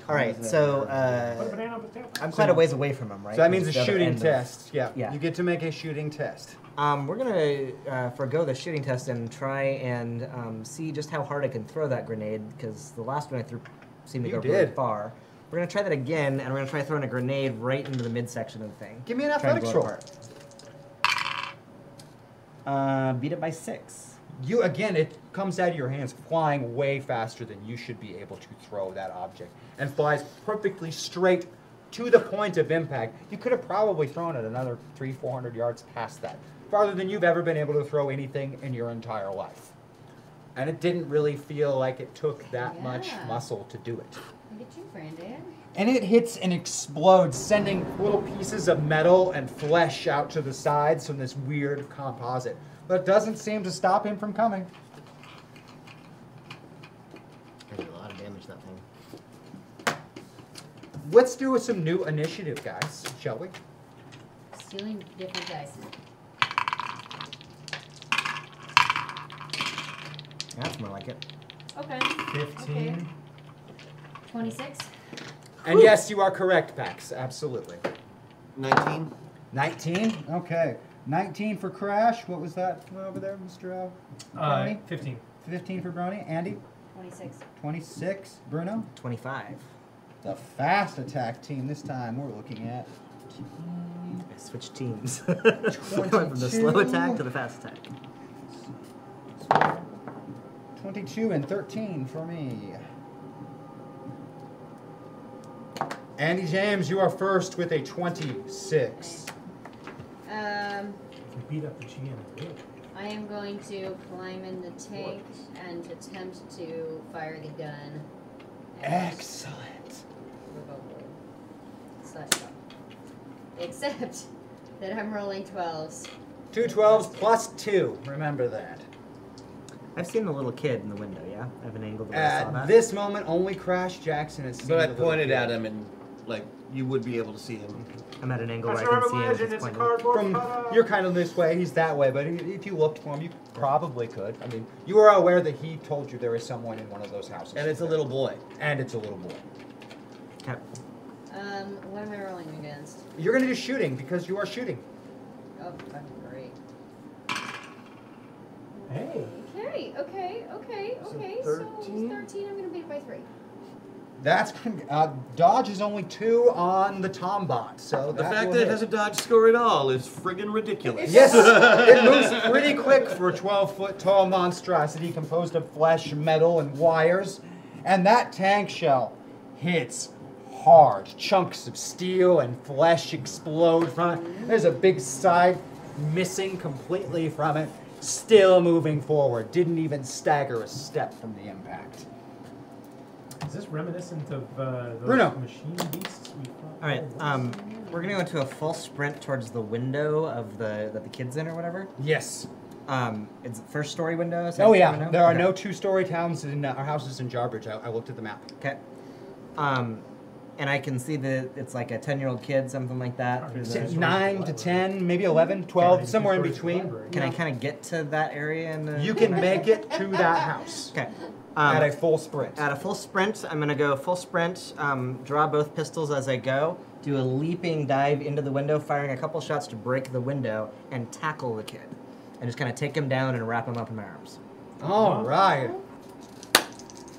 Speaker 6: All right, so
Speaker 4: Put a
Speaker 6: uh,
Speaker 4: banana on the table.
Speaker 6: I'm quite a ways away from him, right?
Speaker 2: So that means a
Speaker 6: It's the other
Speaker 2: shooting
Speaker 6: end of-
Speaker 2: test. Yeah.
Speaker 6: Yeah.
Speaker 2: You get to make a shooting test.
Speaker 6: Um, we're gonna uh, forego the shooting test and try and um, see just how hard I can throw that grenade because the last one I threw seemed to
Speaker 2: You
Speaker 6: go really
Speaker 2: did.
Speaker 6: far. We're gonna try that again, and we're gonna try throwing a grenade right into the midsection of the thing.
Speaker 2: Give me an
Speaker 6: Try and
Speaker 2: athletics
Speaker 6: blow it
Speaker 2: roll.
Speaker 6: apart. Uh, beat it by six.
Speaker 2: You again, it comes out of your hands flying way faster than you should be able to throw that object and flies perfectly straight to the point of impact. You could have probably thrown it another three, four hundred yards past that, farther than you've ever been able to throw anything in your entire life. And it didn't really feel like it took that much
Speaker 5: Yeah.
Speaker 2: muscle to do it.
Speaker 5: Look at you, Brandon.
Speaker 2: And it hits and explodes, sending little pieces of metal and flesh out to the sides from this weird composite. But it doesn't seem to stop him from coming.
Speaker 6: I did a lot of damage that thing.
Speaker 2: Let's do some new initiative, guys, shall we?
Speaker 5: Stealing different dice.
Speaker 6: That's more like it.
Speaker 5: Okay. Okay.
Speaker 4: 15.
Speaker 5: 26.
Speaker 2: And yes, you are correct, Pax. Absolutely.
Speaker 3: 19.
Speaker 2: 19? Okay. 19 for Crash. What was that one over there, Mr. Uh,
Speaker 4: Uh,
Speaker 2: Brony?
Speaker 4: 15.
Speaker 2: 15 for Brony. Andy?
Speaker 5: 26.
Speaker 2: 26. Bruno?
Speaker 6: Twenty-five.
Speaker 2: The fast attack team this time we're looking at.
Speaker 6: I switched teams. I went from the slow
Speaker 2: 22.
Speaker 6: attack to the fast attack.
Speaker 2: 22 and 13 for me. Andy James, you are first with a 26.
Speaker 5: Um,
Speaker 4: If you beat up the GM, you win.
Speaker 5: I am going to climb in the tank and attempt to fire the gun. at
Speaker 2: Excellent.
Speaker 5: Roboboy. Slash Bob. Except that I'm rolling 12s.
Speaker 2: Two 12s plus 2. Remember that.
Speaker 6: I've seen the little kid in the window. Yeah, I have an angle that I saw
Speaker 2: At
Speaker 6: that.
Speaker 2: this moment, only Crash Jackson is.
Speaker 3: But I pointed at him and, like, you would be able to see him.
Speaker 6: I'm at an angle
Speaker 4: That's where I imagine it's a cardboard
Speaker 2: From
Speaker 4: cutout.
Speaker 2: you're kind of this way, he's that way, but i- if you looked for him, you probably could. I mean, you are aware that he told you there is someone in one of those houses,
Speaker 3: And it's a little boy.
Speaker 2: and it's a little boy.
Speaker 5: Um, what am I rolling against?
Speaker 2: You're gonna do shooting because you are shooting.
Speaker 5: Oh, fucking great.
Speaker 2: Hey.
Speaker 12: Okay, okay, okay, okay. So 13? I'm gonna beat it by three.
Speaker 2: That's uh, dodge is only two on the Tombot, so
Speaker 3: The
Speaker 2: that
Speaker 3: fact
Speaker 2: will
Speaker 3: that it
Speaker 2: hit.
Speaker 3: has a dodge score at all is friggin' ridiculous.
Speaker 2: Yes, it moves pretty quick for a 12 foot tall monstrosity composed of flesh, metal, and wires. And that tank shell hits hard. Chunks of steel and flesh explode from it. There's a big side missing completely from it, still moving forward. Didn't even stagger a step from the impact.
Speaker 4: Is this reminiscent of uh, those
Speaker 2: Bruno.
Speaker 4: machine beasts we fought?
Speaker 6: All right, um, we're gonna go into a full sprint towards the window of the that the kids in or whatever.
Speaker 2: Yes.
Speaker 6: Um, it's the first story window.
Speaker 2: Oh,
Speaker 6: second
Speaker 2: yeah.
Speaker 6: window?
Speaker 2: There are
Speaker 6: Okay.
Speaker 2: no two story towns in uh, our houses in Jarbridge. I, I looked at the map.
Speaker 6: Okay. Um, and I can see that it's like a ten-year-old kid, something like that. through the-
Speaker 2: Nine to 10, maybe 11, 12, somewhere in between.
Speaker 6: Can I kind of get to that area? And uh,
Speaker 2: You can make it to that house.
Speaker 6: Okay.
Speaker 2: At a
Speaker 6: Um,
Speaker 2: full sprint.
Speaker 6: at a full sprint, I'm gonna go full sprint. Um, draw both pistols as I go. Do a leaping dive into the window, firing a couple shots to break the window and tackle the kid, and just kind of take him down and wrap him up in my arms.
Speaker 2: All right.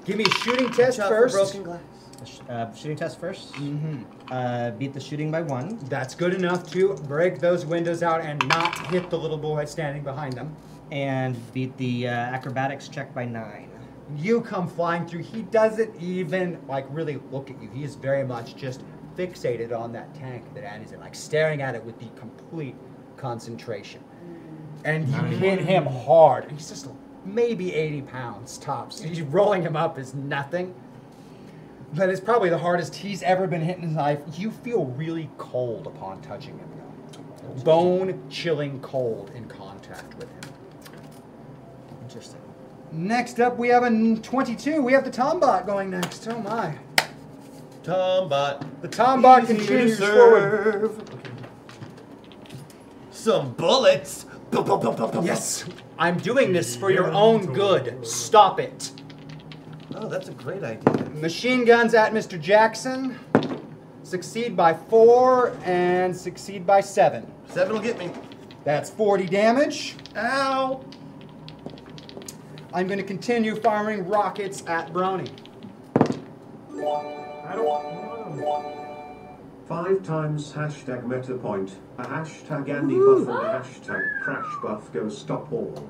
Speaker 2: Give me a shooting test
Speaker 3: Shot for
Speaker 2: first.
Speaker 3: broken glass.
Speaker 6: Sh- Uh, shooting test 1st
Speaker 2: Mhm.
Speaker 6: Uh, beat the shooting by one.
Speaker 2: That's good enough to break those windows out and not hit the little boy standing behind them.
Speaker 6: and beat the uh, acrobatics check by nine.
Speaker 2: You come flying through. He doesn't even like really look at you. He is very much just fixated on that tank that Annie's in, like staring at it with the complete concentration. And you hit him hard. He's just maybe 80 pounds tops. He's rolling him up is nothing. But it's probably the hardest he's ever been hit in his life. You feel really cold upon touching him, though. Bone chilling cold in contact with him.
Speaker 6: Interesting.
Speaker 2: Next up, we have a n- 22. We have the Tombot going next. Oh my.
Speaker 3: Tombot.
Speaker 2: The Tombot
Speaker 3: Easier to
Speaker 2: continues forward.
Speaker 3: serve. Some bullets. Bum, bum, bum, bum, bum,
Speaker 2: Yes, I'm doing this for your own good. Stop it.
Speaker 3: bum. Oh, that's a great idea.
Speaker 2: Machine guns at Mr. Jackson. Succeed by four and succeed by seven.
Speaker 3: Seven will get me.
Speaker 2: That's 40 damage.
Speaker 3: Ow.
Speaker 2: I'm going to continue firing rockets at Brownie.
Speaker 4: I don't know.
Speaker 10: Five times hashtag MetaPoint, a hashtag Andy Buff, and a hashtag Crash Buff. Go stop all.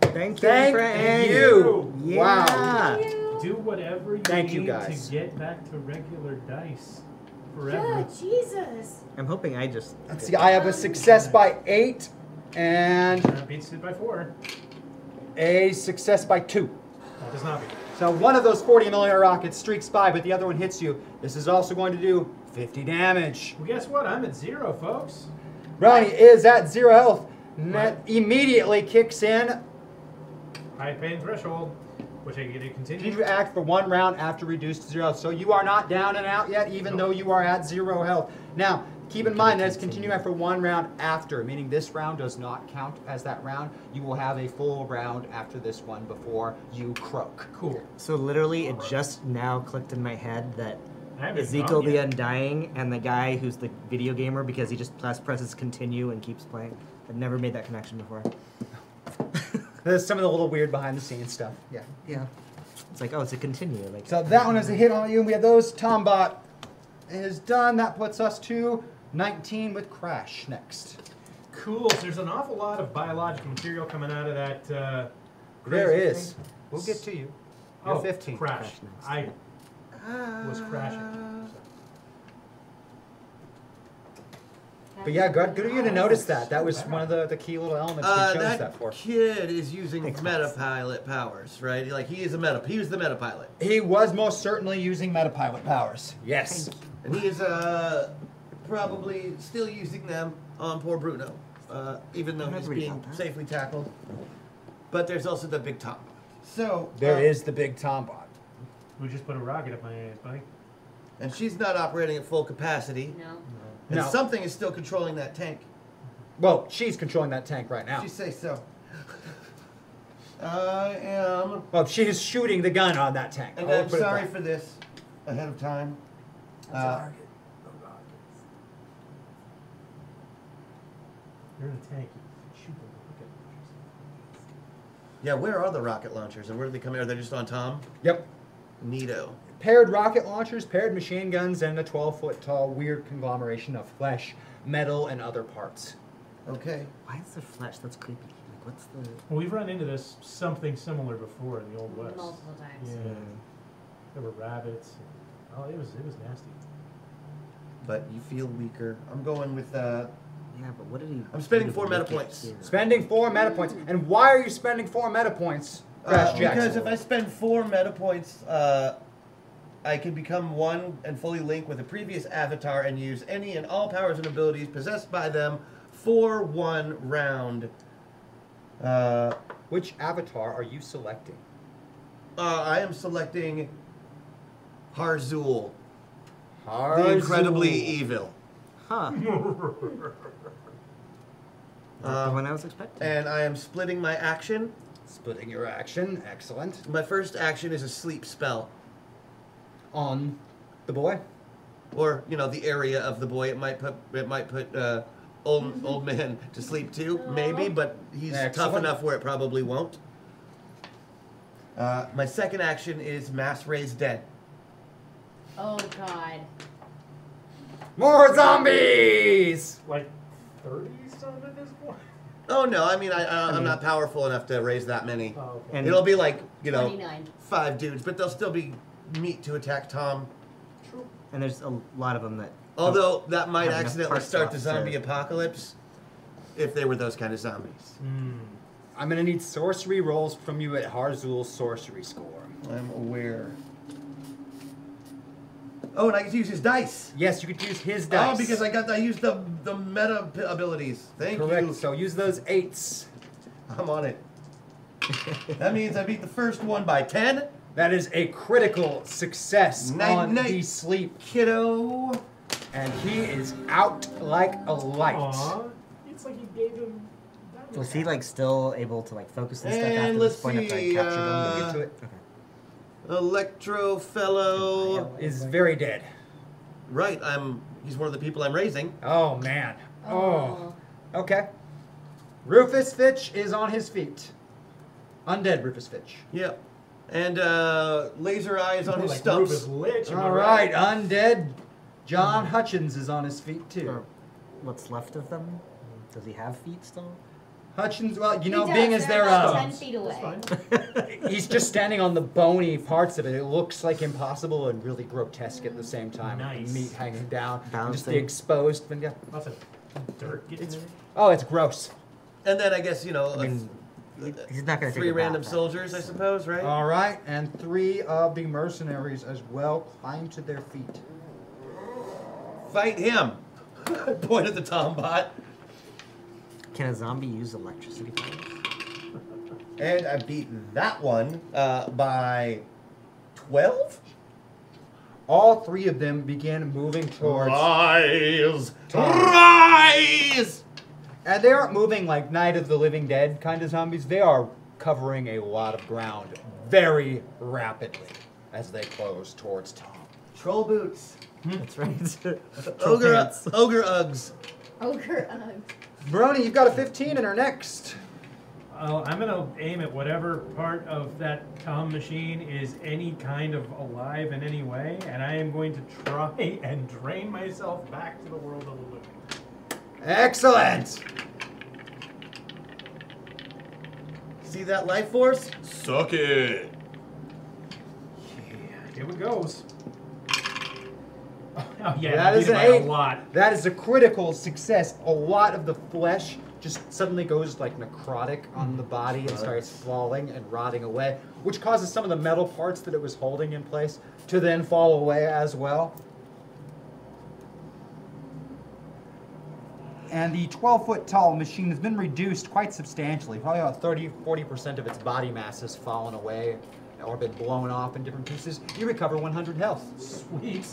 Speaker 6: Thank you.
Speaker 2: Thank
Speaker 6: Frank.
Speaker 2: you.
Speaker 6: Yeah.
Speaker 2: Wow.
Speaker 4: Do whatever you
Speaker 2: Thank you,
Speaker 4: need
Speaker 2: guys.
Speaker 4: to get back to regular dice
Speaker 12: Yeah,
Speaker 4: forever.
Speaker 12: Jesus.
Speaker 6: I'm hoping I just.
Speaker 2: Let's see, I have a success by eight and
Speaker 4: That beats it by four.
Speaker 2: a success by two.
Speaker 4: That does not beat it.
Speaker 2: So one of those 40 million rockets streaks by, but the other one hits you. This is also going to do 50 damage.
Speaker 4: Well, guess what? I'm at zero, folks.
Speaker 2: Brownie is at zero health. And That immediately kicks in.
Speaker 4: High pain threshold, which I get to
Speaker 2: You
Speaker 4: continue.
Speaker 2: act for one round after reduced to zero. So you are not down and out yet, even though you are at zero health. Now, keep in mind that it's continuing for one round after, meaning this round does not count as that round. You will have a full round after this one before you croak.
Speaker 4: Cool.
Speaker 6: So literally, it just now clicked in my head that
Speaker 4: I haven't
Speaker 6: Ezekiel
Speaker 4: gone
Speaker 6: the
Speaker 4: yet.
Speaker 6: Undying and the guy who's the video gamer because he just press presses continue and keeps playing. I've never made that connection before.
Speaker 2: There's some of the little weird behind the scenes stuff. Yeah.
Speaker 6: Yeah. It's like oh, it's a continue. Like
Speaker 2: So that one is a hit on you. We have those. Tombot is done. That puts us to 19 with Crash next.
Speaker 4: Cool. So there's an awful lot of biological material coming out of that. Uh,
Speaker 2: There
Speaker 4: crazy
Speaker 2: is.
Speaker 4: thing.
Speaker 2: We'll get to you. You're
Speaker 4: Oh,
Speaker 2: 15.
Speaker 4: Crash.
Speaker 6: Crash next.
Speaker 4: I was crashing.
Speaker 2: But yeah, good, good of you to notice that. That was one of the, the key little elements
Speaker 3: Uh,
Speaker 2: we chose that,
Speaker 3: that,
Speaker 2: for.
Speaker 3: kid is using metapilot powers, right? Like he is a meta. He was the metapilot,
Speaker 2: He was most certainly using metapilot powers. Yes.
Speaker 3: and he is uh probably still using them on poor Bruno, uh, even though
Speaker 6: I'm not
Speaker 3: he's
Speaker 6: worried
Speaker 3: being
Speaker 6: about that.
Speaker 3: safely tackled. But there's also the big top. So
Speaker 2: There
Speaker 3: uh,
Speaker 2: is the big Tombot.
Speaker 4: We just put a rocket up my ass, buddy.
Speaker 3: and she's not operating at full capacity.
Speaker 5: No.
Speaker 3: And
Speaker 2: No.
Speaker 3: something is still controlling that tank.
Speaker 2: Well, she's controlling that tank right now.
Speaker 3: She say so. I am.
Speaker 2: Well, Oh, she is shooting the gun on that tank.
Speaker 3: And
Speaker 2: I will
Speaker 3: I'm
Speaker 2: put it that
Speaker 3: sorry
Speaker 2: way.
Speaker 3: for this ahead of time. Uh,
Speaker 2: I'm sorry.
Speaker 4: You're in a tank.
Speaker 3: Yeah, where are the rocket launchers and where do they come in? Are they just on Tom?
Speaker 2: Yep.
Speaker 3: Neato.
Speaker 2: Paired rocket launchers, paired machine guns, and a 12 foot tall weird conglomeration of flesh, metal, and other parts.
Speaker 3: Okay.
Speaker 6: Why is there flesh? That's creepy. Like, what's the.
Speaker 4: Well, we've run into this something similar before in the old west.
Speaker 5: Multiple times.
Speaker 4: Yeah. There were rabbits. and- oh, it was it was nasty.
Speaker 3: But you feel weaker. I'm going with. Uh,
Speaker 6: yeah, but what did he?
Speaker 3: I'm spending four meta points.
Speaker 2: Spending four meta points. And why are you spending four meta points, Crash
Speaker 3: Uh,
Speaker 2: Jackson?
Speaker 3: because if I spend four meta points, uh, I can become one and fully link with a previous avatar and use any and all powers and abilities possessed by them for one round. Uh,
Speaker 2: Which avatar are you selecting?
Speaker 3: Uh, I am selecting Harzul,
Speaker 2: Harzul.
Speaker 3: the incredibly evil.
Speaker 6: Huh.
Speaker 3: Um,
Speaker 6: one Uh, I was expecting.
Speaker 3: And I am splitting my action.
Speaker 2: Splitting your action. Excellent.
Speaker 3: My first action is a sleep spell.
Speaker 2: On the boy?
Speaker 3: Or, you know, the area of the boy. It might put it might put uh, old old man to sleep too, maybe, but he's tough
Speaker 2: Excellent.
Speaker 3: enough where it probably won't. Uh, my second action is mass raise dead.
Speaker 5: Oh god.
Speaker 2: More zombies!
Speaker 4: Like thirty something at this point.
Speaker 3: Oh no, I mean I, I
Speaker 6: Hmm.
Speaker 3: I'm not powerful enough to raise that many.
Speaker 4: Oh, okay.
Speaker 6: And-
Speaker 3: It'll be like, you know,
Speaker 5: 29.
Speaker 3: five dudes, but they'll still be meat to attack Tom.
Speaker 6: And there's a lot of them that.
Speaker 3: Although that might
Speaker 6: Have enough
Speaker 3: accidentally
Speaker 6: parts
Speaker 3: start the
Speaker 6: left
Speaker 3: zombie
Speaker 6: to-
Speaker 3: apocalypse if they were those kind of zombies.
Speaker 6: Hmm.
Speaker 2: I'm gonna need sorcery rolls from you at Harzul's sorcery score.
Speaker 3: I'm aware. Oh, and I get to use his dice.
Speaker 2: Yes, you could use his dice.
Speaker 3: Oh, because I got I used the the meta p- abilities. Thank
Speaker 2: Correct.
Speaker 3: you.
Speaker 2: So use those eights.
Speaker 3: I'm on it. that means I beat the first one by ten.
Speaker 2: That is a critical success
Speaker 3: Night,
Speaker 2: on
Speaker 3: night.
Speaker 2: the sleep,
Speaker 3: Kiddo.
Speaker 2: and he is out like a light.
Speaker 4: Aw. It's like you gave him. diamond
Speaker 6: Was he
Speaker 4: back.
Speaker 6: like still able to like focus and stuff
Speaker 3: And
Speaker 6: after
Speaker 3: let's
Speaker 6: this point after I
Speaker 3: see,
Speaker 6: captured
Speaker 3: uh,
Speaker 6: him?
Speaker 2: Get to it.
Speaker 3: Electro fellow.
Speaker 2: Is very dead.
Speaker 3: Right, I'm. He's one of the people I'm raising.
Speaker 2: Oh man. Oh. Okay. Rufus Fitch is on his feet. Undead Rufus Fitch.
Speaker 3: Yep. And uh, laser eye is on
Speaker 4: More
Speaker 3: his
Speaker 4: like
Speaker 3: stumps.
Speaker 4: Rufus Lich, am I
Speaker 2: All right, undead. John Hutchins is on his feet too.
Speaker 6: Or what's left of them? Does he have feet still?
Speaker 2: Hutchins, well, you
Speaker 5: He
Speaker 2: know,
Speaker 5: does,
Speaker 2: being as
Speaker 5: they're
Speaker 2: their
Speaker 5: about
Speaker 2: own,
Speaker 5: Ten feet away.
Speaker 2: he's just standing on the bony parts of it. It looks like impossible and really grotesque at the same time. with the
Speaker 4: Nice.
Speaker 2: Meat hanging down, and just the
Speaker 6: Bouncing.
Speaker 2: exposed. But yeah.
Speaker 4: Lots of dirt getting there.
Speaker 2: Oh, it's gross.
Speaker 3: And then I guess you know, a-
Speaker 6: mean, He's not gonna
Speaker 3: three
Speaker 6: take a
Speaker 3: random
Speaker 6: bath,
Speaker 3: soldiers, I suppose, right?
Speaker 2: All right, and three of the mercenaries as well climb to their feet.
Speaker 3: Fight him. Point at the Tombot.
Speaker 6: Can a zombie use electricity? powers?
Speaker 3: And I beat that one uh, by twelve.
Speaker 2: All three of them begin moving towards.
Speaker 3: Rise,
Speaker 2: Tom.
Speaker 3: rise!
Speaker 2: And they aren't moving like Night of the Living Dead kind of zombies. They are covering a lot of ground very rapidly as they close towards Tom.
Speaker 3: Troll boots.
Speaker 6: That's right.
Speaker 3: Ogre,
Speaker 6: pants.
Speaker 3: ogre Uggs.
Speaker 5: Ogre Ugg.
Speaker 2: Brony, you've got a 15 and are next.
Speaker 4: Uh, I'm gonna aim at whatever part of that Tom machine is any kind of alive in any way, and I am going to try and drain myself back to the world of the living.
Speaker 2: Excellent.
Speaker 3: See that life force? Suck it.
Speaker 4: Yeah, here it goes. Oh yeah,
Speaker 2: That
Speaker 4: I
Speaker 2: is
Speaker 4: beat
Speaker 2: an
Speaker 4: it by a
Speaker 2: eight.
Speaker 4: lot.
Speaker 2: That is a critical success. A lot of the flesh just suddenly goes like necrotic
Speaker 4: Mm-hmm.
Speaker 2: on the body and starts falling and rotting away, which causes some of the metal parts that it was holding in place to then fall away as well. And the 12 foot tall machine has been reduced quite substantially. Probably about 30 40% of its body mass has fallen away or been blown off in different pieces, you recover 100 health.
Speaker 4: Sweet.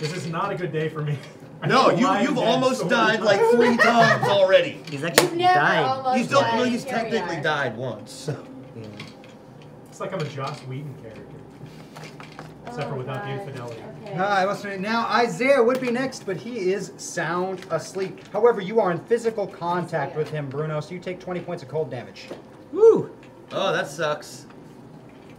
Speaker 4: This is not a good day for me. I
Speaker 3: No,
Speaker 4: feel
Speaker 3: you,
Speaker 4: lying
Speaker 3: you've
Speaker 4: dead
Speaker 3: almost
Speaker 4: so many
Speaker 3: died
Speaker 4: times.
Speaker 3: like three times already.
Speaker 6: He's actually
Speaker 4: You've never died. almost
Speaker 3: He's, don't- well,
Speaker 4: died.
Speaker 3: he's
Speaker 4: Here we
Speaker 3: technically
Speaker 4: are.
Speaker 3: died once. so.
Speaker 4: It's like I'm a Joss Whedon character. Except
Speaker 5: Oh,
Speaker 4: for without the infidelity.
Speaker 2: Hi, what's her name? Now, Isaiah would be next, but he is sound asleep. However, you are in physical contact with him, Bruno, so you take 20 points of cold damage. Woo!
Speaker 3: Oh, that sucks.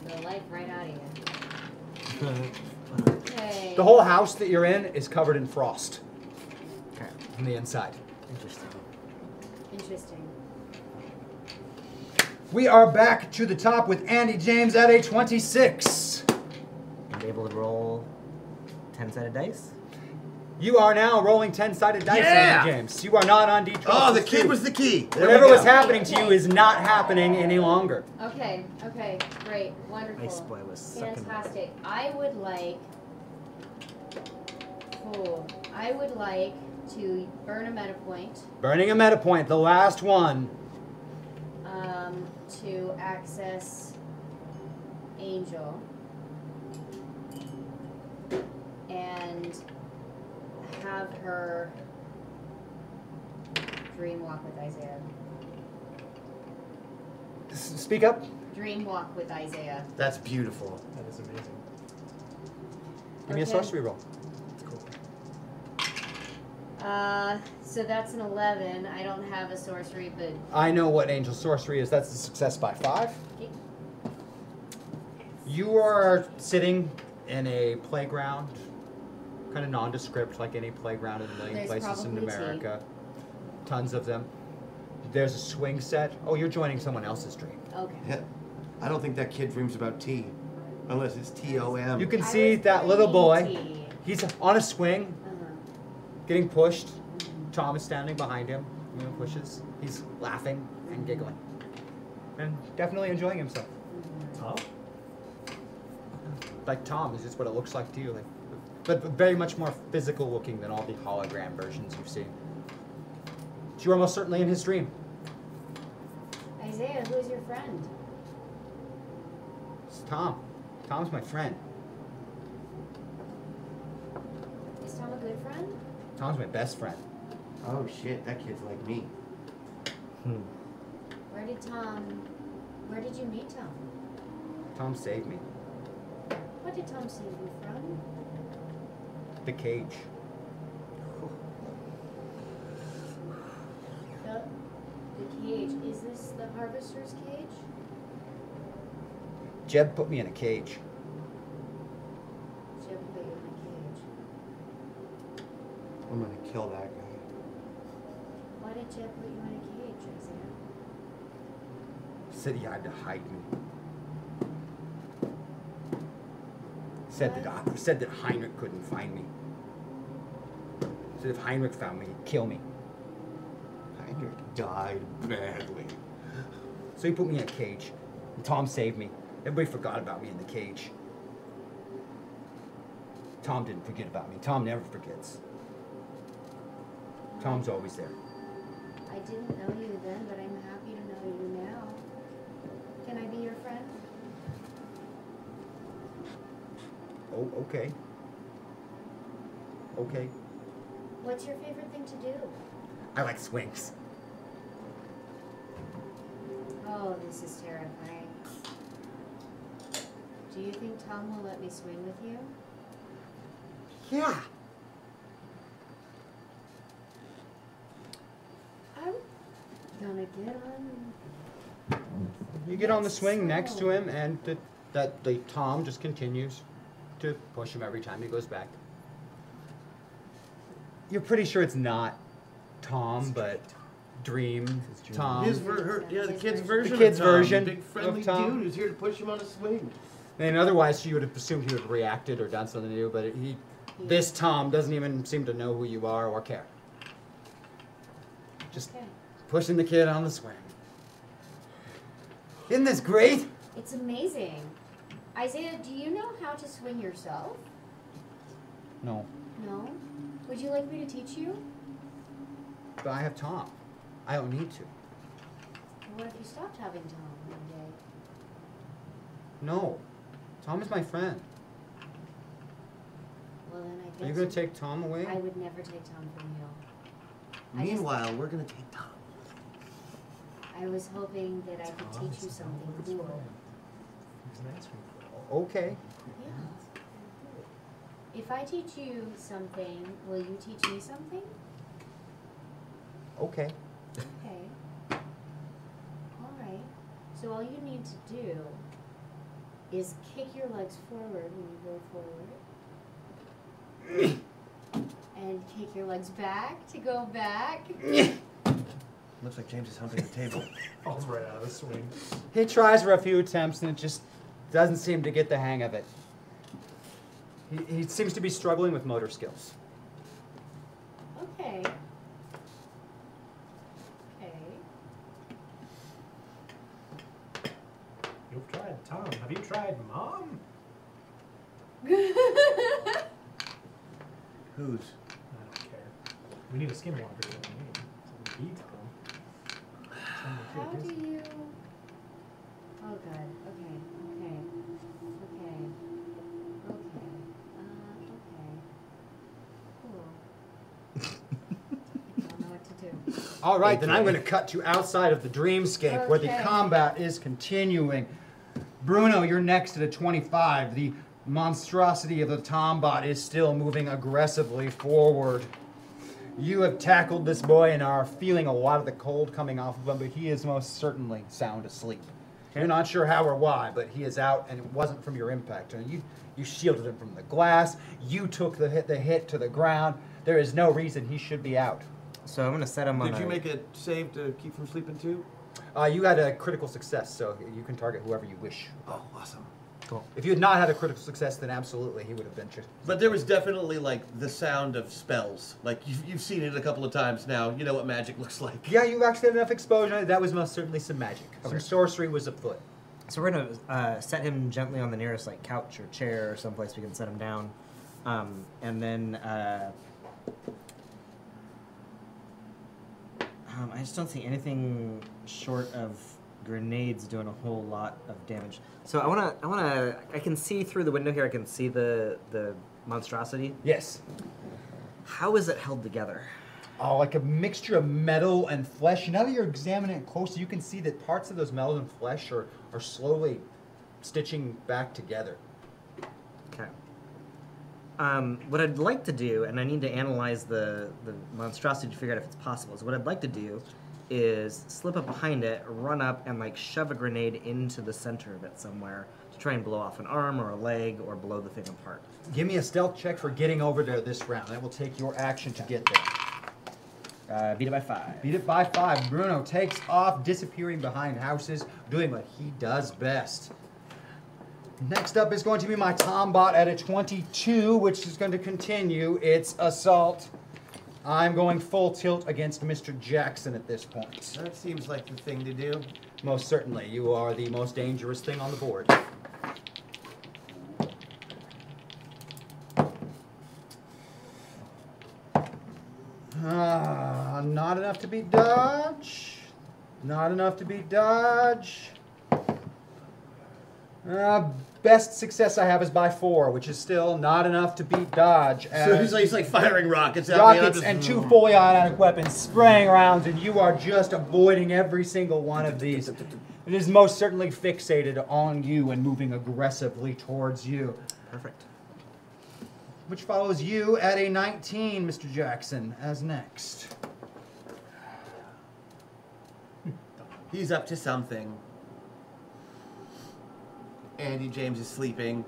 Speaker 5: The life right out of you. Yay.
Speaker 2: the whole house that you're in is covered in frost. Okay. From the inside. Interesting.
Speaker 5: Interesting.
Speaker 2: We are back to the top with Andy James at a 26.
Speaker 6: I'm able to roll 10 sided dice.
Speaker 2: You are now rolling 10 sided dice,
Speaker 6: Yeah!
Speaker 2: Andy James. You are not on D12.
Speaker 6: Oh, the
Speaker 2: It's
Speaker 6: kid
Speaker 2: two.
Speaker 6: was the key. There
Speaker 2: Whatever
Speaker 6: we
Speaker 2: was
Speaker 6: go.
Speaker 2: happening to you is not happening any longer.
Speaker 5: Okay, okay, great, wonderful.
Speaker 2: Ice boy was sucking my
Speaker 5: Fantastic. I would like. Cool. I would like to burn a meta point
Speaker 2: Burning a meta point, the last one.
Speaker 5: um, to access Angel. And have her dream walk with Isaiah.
Speaker 2: S- speak up.
Speaker 5: Dream walk with Isaiah.
Speaker 3: That's beautiful.
Speaker 4: That is amazing.
Speaker 2: Give me a
Speaker 5: Okay.
Speaker 2: sorcery roll.
Speaker 5: Uh, so that's an 11. I don't have a sorcery, but
Speaker 2: I know what angel sorcery is. That's a success by five.
Speaker 5: Okay.
Speaker 2: You are sitting in a playground, kind of nondescript, like any playground in a million
Speaker 5: There's
Speaker 2: places in
Speaker 5: probably tea.
Speaker 2: America. Tons of them. There's a swing set. Oh, you're joining someone else's dream.
Speaker 5: okay.
Speaker 3: Yeah. I don't think that kid dreams about tea, unless it's T O M.
Speaker 2: You can see that little boy. He's on a swing, getting pushed. Tom is standing behind him. You know, pushes. He's laughing and giggling, and definitely enjoying himself.
Speaker 4: Oh.
Speaker 2: Like Tom is just what it looks like to you, like, but but very much more physical looking than all the hologram versions you've seen. But you are most certainly in his dream.
Speaker 5: Isaiah, who's your friend?
Speaker 2: It's Tom. Tom's my friend.
Speaker 5: Is Tom a good friend?
Speaker 2: Tom's my best friend.
Speaker 3: Oh shit, that kid's like me.
Speaker 5: Where did Tom. Where did you meet Tom?
Speaker 2: Tom saved me.
Speaker 5: What did Tom save you from?
Speaker 2: The cage.
Speaker 5: The, the cage. Is this the harvester's cage?
Speaker 2: Jeb put me in a cage.
Speaker 5: Jeb put you in a cage.
Speaker 3: I'm gonna kill that guy.
Speaker 5: Why did Jeb put you in a cage, Isaiah?
Speaker 2: Said he had to hide me. Said that I, said that Heinrich couldn't find me. Said if Heinrich found me, he'd kill me.
Speaker 3: Heinrich died badly.
Speaker 2: So he put me in a cage. And Tom saved me. Everybody forgot about me in the cage. Tom didn't forget about me. Tom never forgets. Tom's always there.
Speaker 5: I didn't know you then, but I'm happy to know you now. Can I be your friend?
Speaker 2: Oh, okay. Okay.
Speaker 5: What's your favorite thing to do?
Speaker 2: I like swings.
Speaker 5: Oh, this is terrifying. Do you think Tom will let me swing with you?
Speaker 2: Yeah.
Speaker 5: I'm gonna get on.
Speaker 2: You get on the swing next to him, and the, that the Tom just continues to push him every time he goes back. You're pretty sure it's not Tom, but Dream Tom.
Speaker 3: His ver- her, yeah, the kid's version.
Speaker 2: The kid's
Speaker 3: of Tom.
Speaker 2: version
Speaker 3: Big friendly
Speaker 2: of Tom.
Speaker 3: dude who's here to push him on a swing.
Speaker 2: And otherwise, you would have assumed he would have reacted or done something to you, but he, this Tom doesn't even seem to know who you are or care. Just pushing the kid on the swing. Isn't this great?
Speaker 5: It's amazing. Isaiah, do you know how to swing yourself?
Speaker 2: No,
Speaker 5: No? Would you like me to teach you?
Speaker 2: but I have Tom. I don't need to.
Speaker 5: What if you stopped having Tom one day?
Speaker 2: No. Tom is my friend.
Speaker 5: Well, then I guess.
Speaker 2: Are you going to take Tom away?
Speaker 5: I would never take Tom from you. I just-
Speaker 3: Meanwhile, we're gonna take Tom.
Speaker 5: I was hoping that I could teach you something cool.
Speaker 2: Okay.
Speaker 5: If I teach you something, will you teach me something?
Speaker 2: Okay.
Speaker 5: Okay. All right. So all you need to do is kick your legs forward when you go forward, and kick your legs back to go back.
Speaker 3: Looks like James is humping the table.
Speaker 4: Falls right out of the swing.
Speaker 2: He tries for a few attempts and it just doesn't seem to get the hang of it. He, he seems to be struggling with motor skills.
Speaker 5: Okay. Okay.
Speaker 4: You've tried Tom. Have you tried Mom?
Speaker 3: Who's?
Speaker 4: I don't care. We need a skinwalker. We don't need to be Tom. Tom
Speaker 5: How
Speaker 4: would
Speaker 5: do
Speaker 4: be a
Speaker 5: you? Oh God. Okay. Okay. Okay. Okay. Uh, okay. Cool. I don't know what to do.
Speaker 2: All right, then I'm
Speaker 3: Okay.
Speaker 2: going to cut to outside of the dreamscape where the
Speaker 5: Okay.
Speaker 2: combat is continuing. Bruno, you're next at a 25. The monstrosity of the Tombot is still moving aggressively forward. You have tackled this boy and are feeling a lot of the cold coming off of him, but he is most certainly sound asleep. You're not sure how or why, but he is out, and it wasn't from your impact. And you, you shielded him from the glass. You took the hit, the hit to the ground. There is no reason he should be out.
Speaker 6: So I'm gonna set him on.
Speaker 3: Did you
Speaker 6: a-
Speaker 3: make a save to keep from sleeping too?
Speaker 2: Uh, you had a critical success, so you can target whoever you wish.
Speaker 3: Oh, awesome.
Speaker 2: If you had not had a critical success, then absolutely he would have been just.
Speaker 3: But there was definitely like the sound of spells. Like you've, you've seen it a couple of times now. You know what magic looks like.
Speaker 2: Yeah, you actually had enough exposure. That was most certainly some magic. Some sorcery was afoot.
Speaker 6: So we're gonna uh, set him gently on the nearest like couch or chair or someplace we can set him down, um, and then. Uh, um, I just don't see anything short of grenades doing a whole lot of damage. So I wanna, I wanna, I can see through the window here. I can see the the monstrosity.
Speaker 2: Yes.
Speaker 6: How is it held together?
Speaker 2: Oh, like a mixture of metal and flesh. Now that you're examining it closer, you can see that parts of those metal and flesh are, are slowly stitching back together.
Speaker 6: Okay. Um, what I'd like to do, and I need to analyze the, the monstrosity to figure out if it's possible, is what I'd like to do is slip up behind it, run up, and like shove a grenade into the center of it somewhere to try and blow off an arm or a leg or blow the thing apart.
Speaker 2: Give me a stealth check for getting over there this round. That will take your action to get there.
Speaker 6: Uh, beat it by five.
Speaker 2: Beat it by five. Bruno takes off, disappearing behind houses, doing what he does best. Next up is going to be my Tombot at a 22, which is going to continue its assault. I'm going full tilt against Mr. Jackson at this point.
Speaker 3: That seems like the thing to do.
Speaker 2: Most certainly, you are the most dangerous thing on the board. Ah, not enough to beat dodge. Not enough to beat dodge. Uh, best success I have is by four, which is still not enough to beat dodge.
Speaker 3: So
Speaker 2: as-
Speaker 3: he's like, he's like firing rockets at me. I'm
Speaker 2: rockets
Speaker 3: just-
Speaker 2: and two fully ionic weapons spraying rounds, and you are just avoiding every single one of these. It is most certainly fixated on you and moving aggressively towards you,
Speaker 6: Perfect.
Speaker 2: which follows you at a 19, Mr. Jackson, as next.
Speaker 3: He's up to something. Andy James is sleeping.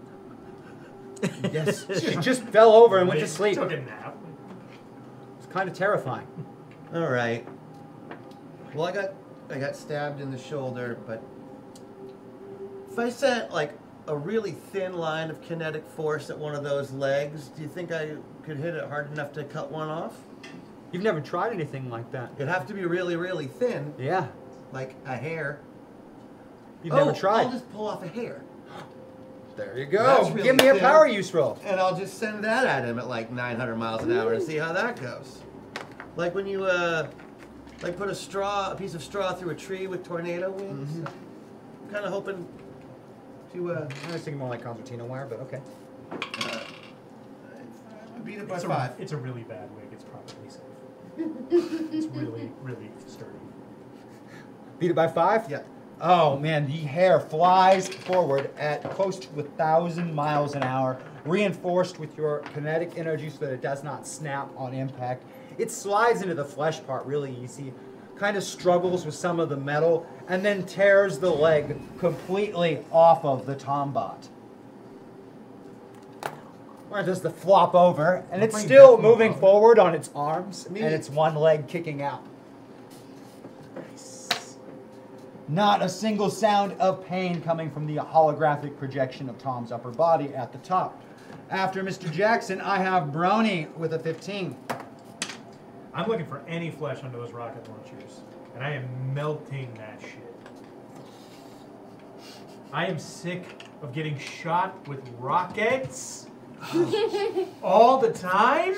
Speaker 2: Yes, she just fell over and went to
Speaker 4: He
Speaker 2: sleep.
Speaker 4: Took a nap.
Speaker 2: It's kind of terrifying.
Speaker 3: All right. Well, I got I got stabbed in the shoulder, but if I sent like a really thin line of kinetic force at one of those legs, do you think I could hit it hard enough to cut one off?
Speaker 2: You've never tried anything like that.
Speaker 3: It'd have to be really, really thin,
Speaker 2: Yeah,
Speaker 3: like a hair.
Speaker 2: you've
Speaker 3: oh,
Speaker 2: never tried.
Speaker 3: I'll just pull off a hair,
Speaker 2: There you go.
Speaker 3: That's really
Speaker 2: Give me a
Speaker 3: thin.
Speaker 2: power use roll.
Speaker 3: and I'll just send that at him at like 900 miles an hour and see how that goes. Like when you uh, like put a Mm-hmm. straw, a piece of straw through a tree with tornado wings. Kind of hoping to uh,
Speaker 2: I was thinking more like concertina wire, but okay.
Speaker 3: beat it by
Speaker 4: It's a,
Speaker 3: five.
Speaker 4: it's a really bad wig. It's probably safe. It's really, really sturdy.
Speaker 2: Beat it by five? Yeah. Oh man, the hair flies forward at close to a thousand miles an hour, reinforced with your kinetic energy so that it does not snap on impact. It slides into the flesh part really easy, kind of struggles with some of the metal, and then tears the leg completely off of the Tombot. Where it does the flop over, and it's
Speaker 11: Bring
Speaker 2: still
Speaker 11: that
Speaker 2: moving forward on its arms, and
Speaker 11: Immediate-
Speaker 2: its one leg kicking out. Not a single sound of pain coming from the holographic projection of Tom's upper body at the top. After Mr. Jackson, I have Brony with a 15.
Speaker 4: I'm looking for any flesh under those rocket launchers, and I am melting that shit. I am sick of getting shot with rockets all the time.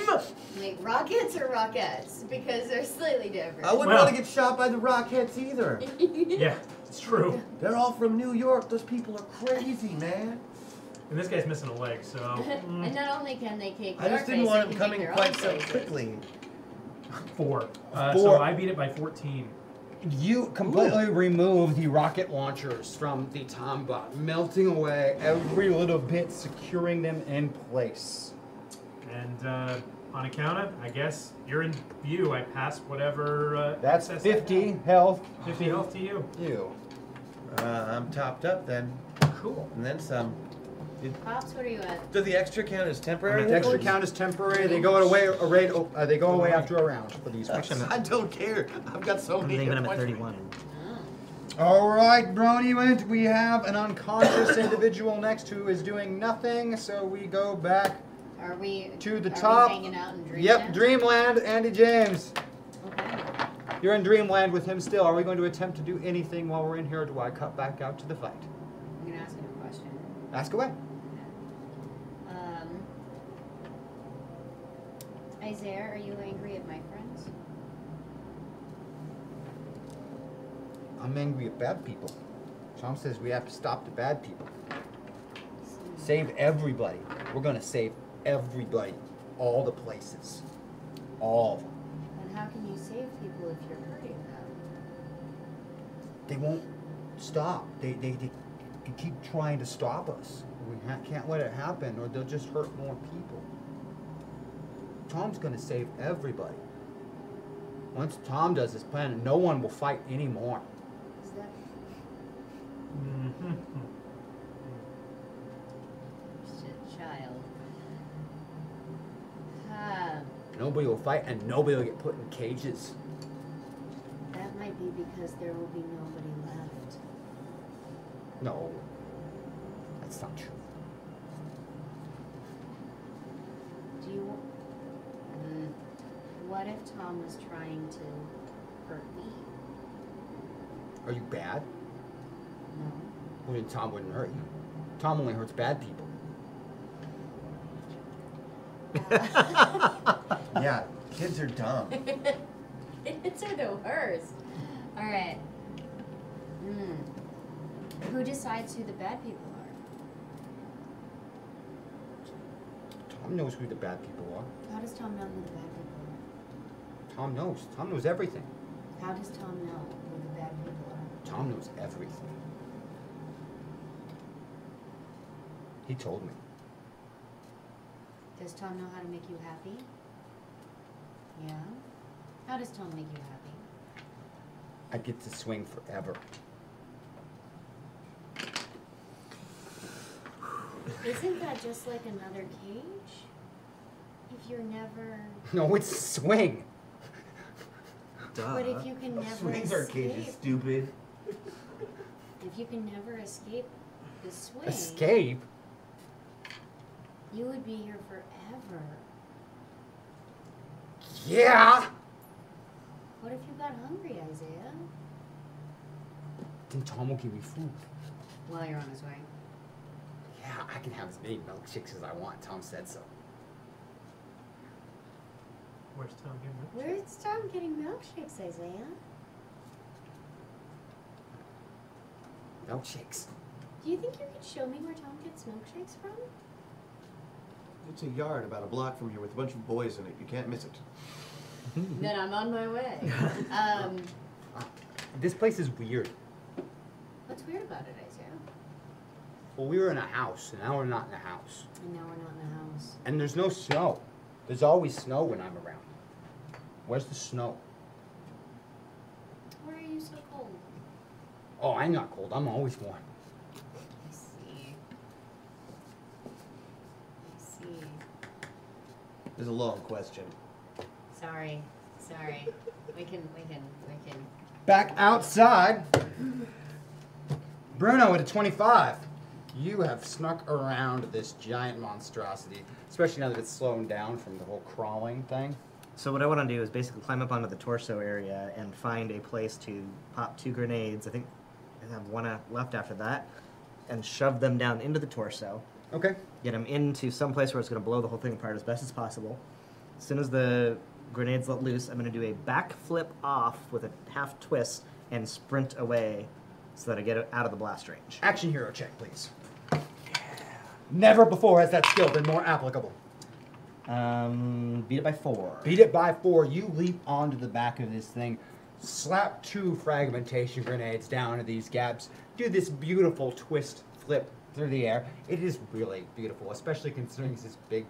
Speaker 5: Wait, rockets or rockets? Because they're slightly different.
Speaker 3: I wouldn't
Speaker 4: Well-
Speaker 3: want to get shot by the Rockheads either.
Speaker 4: Yeah, it's true.
Speaker 3: They're all from New York. Those people are crazy, man.
Speaker 4: And this guy's missing a leg, so mm,
Speaker 5: and not only can they kick
Speaker 3: I
Speaker 5: your
Speaker 3: just didn't
Speaker 5: face,
Speaker 3: want
Speaker 5: they can
Speaker 3: them
Speaker 5: kick
Speaker 3: coming
Speaker 5: your
Speaker 3: quite
Speaker 5: own
Speaker 3: so
Speaker 5: faces.
Speaker 3: quickly.
Speaker 4: four. Uh, So
Speaker 2: Four.
Speaker 4: I beat it by 14.
Speaker 2: You completely remove the rocket launchers from the Tombot, melting away every little bit, securing them in place.
Speaker 4: And uh, on account of, I guess you're in view. I pass whatever. Uh,
Speaker 2: That's
Speaker 4: access-
Speaker 2: 50 health.
Speaker 4: 50 health to you.
Speaker 2: You.
Speaker 3: Uh, I'm topped up then,
Speaker 4: Cool.
Speaker 3: and then some.
Speaker 5: Pops, what are you at?
Speaker 3: Does the extra count as temporary?
Speaker 2: The extra count is temporary. They go away. A raid. Uh, they go away after a round for these. ones.
Speaker 3: I don't care. I've got so
Speaker 6: I
Speaker 3: many.
Speaker 6: think I'm
Speaker 3: hit
Speaker 6: at
Speaker 3: points.
Speaker 6: 31.
Speaker 2: All right, Brony went. We have an unconscious individual next who is doing nothing, so we go back.
Speaker 5: Are we
Speaker 2: To the
Speaker 5: are
Speaker 2: top.
Speaker 5: We hanging out in dream
Speaker 2: yep,
Speaker 5: now?
Speaker 2: Dreamland, Andy James.
Speaker 5: Okay.
Speaker 2: You're in Dreamland with him still. Are we going to attempt to do anything while we're in here, or do I cut back out to the fight?
Speaker 5: I'm gonna ask him a question.
Speaker 2: Ask away.
Speaker 5: Um, Isaiah, are you angry at my friends?
Speaker 2: I'm angry at bad people. Tom says we have to stop the bad people. Save everybody. We're going to save everybody. All the places. All of them.
Speaker 5: And how can you save people if you're hurting them?
Speaker 2: they won't stop. They, they, they, they keep trying to stop us. We ha- can't let it happen, or they'll just hurt more people. Tom's gonna save everybody. Once Tom does his plan, no one will fight anymore.
Speaker 5: Is that
Speaker 4: Mhm.
Speaker 5: shit, child? Ah,
Speaker 2: Nobody will fight, and nobody will get put in cages.
Speaker 5: that might be because there will be nobody left.
Speaker 2: No, that's not true.
Speaker 5: Do you? Mm, what if Tom was trying to hurt me?
Speaker 2: Are you bad?
Speaker 5: No.
Speaker 2: I mean, Tom wouldn't hurt you. Tom only hurts bad people.
Speaker 3: Yeah, kids are dumb.
Speaker 5: It's are the worst. All right. Mm. Hmm. Who decides who the bad people are?
Speaker 2: Tom knows who the bad people are.
Speaker 5: How does Tom know who the bad people are?
Speaker 2: Tom knows. Tom knows everything.
Speaker 5: How does Tom know who the bad people are?
Speaker 2: Tom knows everything. He told me.
Speaker 5: Does Tom know how to make you happy? Yeah. How does Tom make you happy?
Speaker 2: I get to swing forever.
Speaker 5: Isn't that just like another cage? If you're never,
Speaker 2: No, it's swing.
Speaker 6: Duh.
Speaker 5: but if you can never
Speaker 3: Swings are cages,
Speaker 5: escape,
Speaker 3: stupid.
Speaker 5: if you can never escape the swing,
Speaker 2: Escape.
Speaker 5: you would be here forever.
Speaker 2: Yeah.
Speaker 5: What if you got hungry, Isaiah?
Speaker 2: Then Tom will give me food.
Speaker 5: While you're on his way.
Speaker 2: Yeah, I can have as many milkshakes as I want. Tom said so.
Speaker 4: Where's Tom here?
Speaker 5: Where's Tom getting milkshakes, Isaiah?
Speaker 2: Milkshakes.
Speaker 12: Do you think you could show me where Tom gets milkshakes from?
Speaker 3: It's a yard about a block from here with a bunch of boys in it. You can't miss it.
Speaker 5: then I'm on my way. Um,
Speaker 11: This place is weird.
Speaker 5: what's weird about it, I do?
Speaker 2: Well, we were in a house, and now we're not in a house.
Speaker 5: And now we're not in the house.
Speaker 2: And there's no snow. There's always snow when I'm around. Where's the snow?
Speaker 12: Where are you so cold?
Speaker 2: Oh, I'm not cold. I'm always warm.
Speaker 5: I see. I see.
Speaker 3: It's a long question.
Speaker 5: Sorry, sorry. We can, we can, we can.
Speaker 2: Back outside. Bruno at a 25. You have snuck around this giant monstrosity, especially now that it's slowing down from the whole crawling thing.
Speaker 6: So what I want to do is basically climb up onto the torso area and find a place to pop two grenades. I think I have one uh, left after that, and shove them down into the torso.
Speaker 2: Okay.
Speaker 6: Get them into some place where it's going to blow the whole thing apart as best as possible. As soon as the grenades let loose, I'm going to do a backflip off with a half twist and sprint away, so that I get out of the blast range.
Speaker 2: Action hero check, please. Never before has that skill been more applicable.
Speaker 6: Um, beat it by four.
Speaker 2: Beat it by four. You leap onto the back of this thing, slap two fragmentation grenades down into these gaps, do this beautiful twist flip through the air. It is really beautiful, especially considering he's this big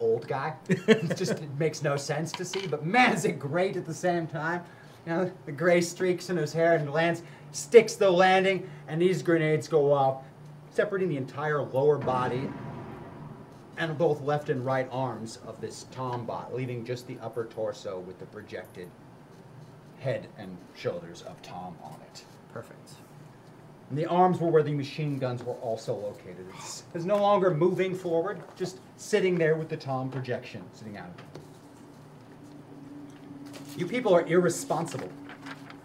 Speaker 2: old guy. it just it makes no sense to see, but man, is it great at the same time. You know, the gray streaks in his hair and lands, sticks the landing, and these grenades go off, separating the entire lower body and both left and right arms of this Tombot, leaving just the upper torso with the projected head and shoulders of Tom on it.
Speaker 6: Perfect.
Speaker 2: And the arms were where the machine guns were also located. It's, it's no longer moving forward, just sitting there with the Tom projection sitting out of it. You people are irresponsible.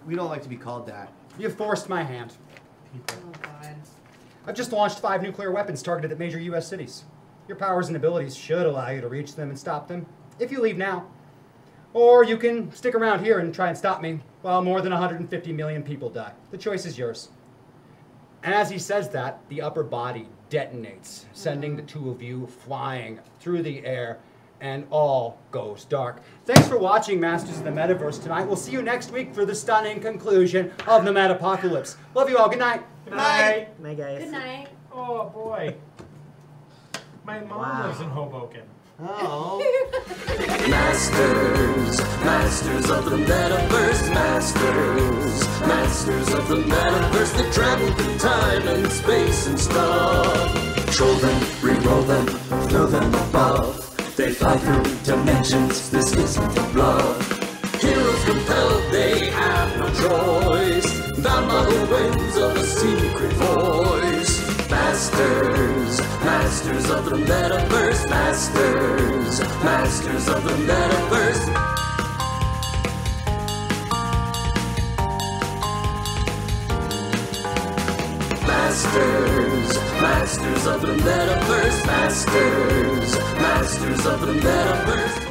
Speaker 3: We don't like to be called that.
Speaker 2: You forced my hand.
Speaker 5: Oh God.
Speaker 2: I've just launched five nuclear weapons targeted at major U.S. cities. Your powers and abilities should allow you to reach them and stop them if you leave now. Or you can stick around here and try and stop me while more than 150 million people die. The choice is yours. And as he says that, the upper body detonates, sending the two of you flying through the air, and all goes dark. Thanks for watching Masters of the Metaverse tonight. We'll see you next week for the stunning conclusion of the Metapocalypse. Love you all. Good night.
Speaker 4: Good night.
Speaker 6: Night, guys.
Speaker 12: Good night.
Speaker 4: Oh boy. My mom
Speaker 6: Wow.
Speaker 4: lives in Hoboken.
Speaker 3: Oh.
Speaker 7: Masters, masters of the metaverse, masters, masters of the metaverse that travel through time and space and stuff. Troll them, reroll them, throw them above. They fly through dimensions, this isn't a bluff. Heroes compelled, they have no choice. Bound by the winds of a secret voice. Masters, masters of the metaverse, masters, masters of the metaverse. Masters, masters of the metaverse, masters, masters of the metaverse.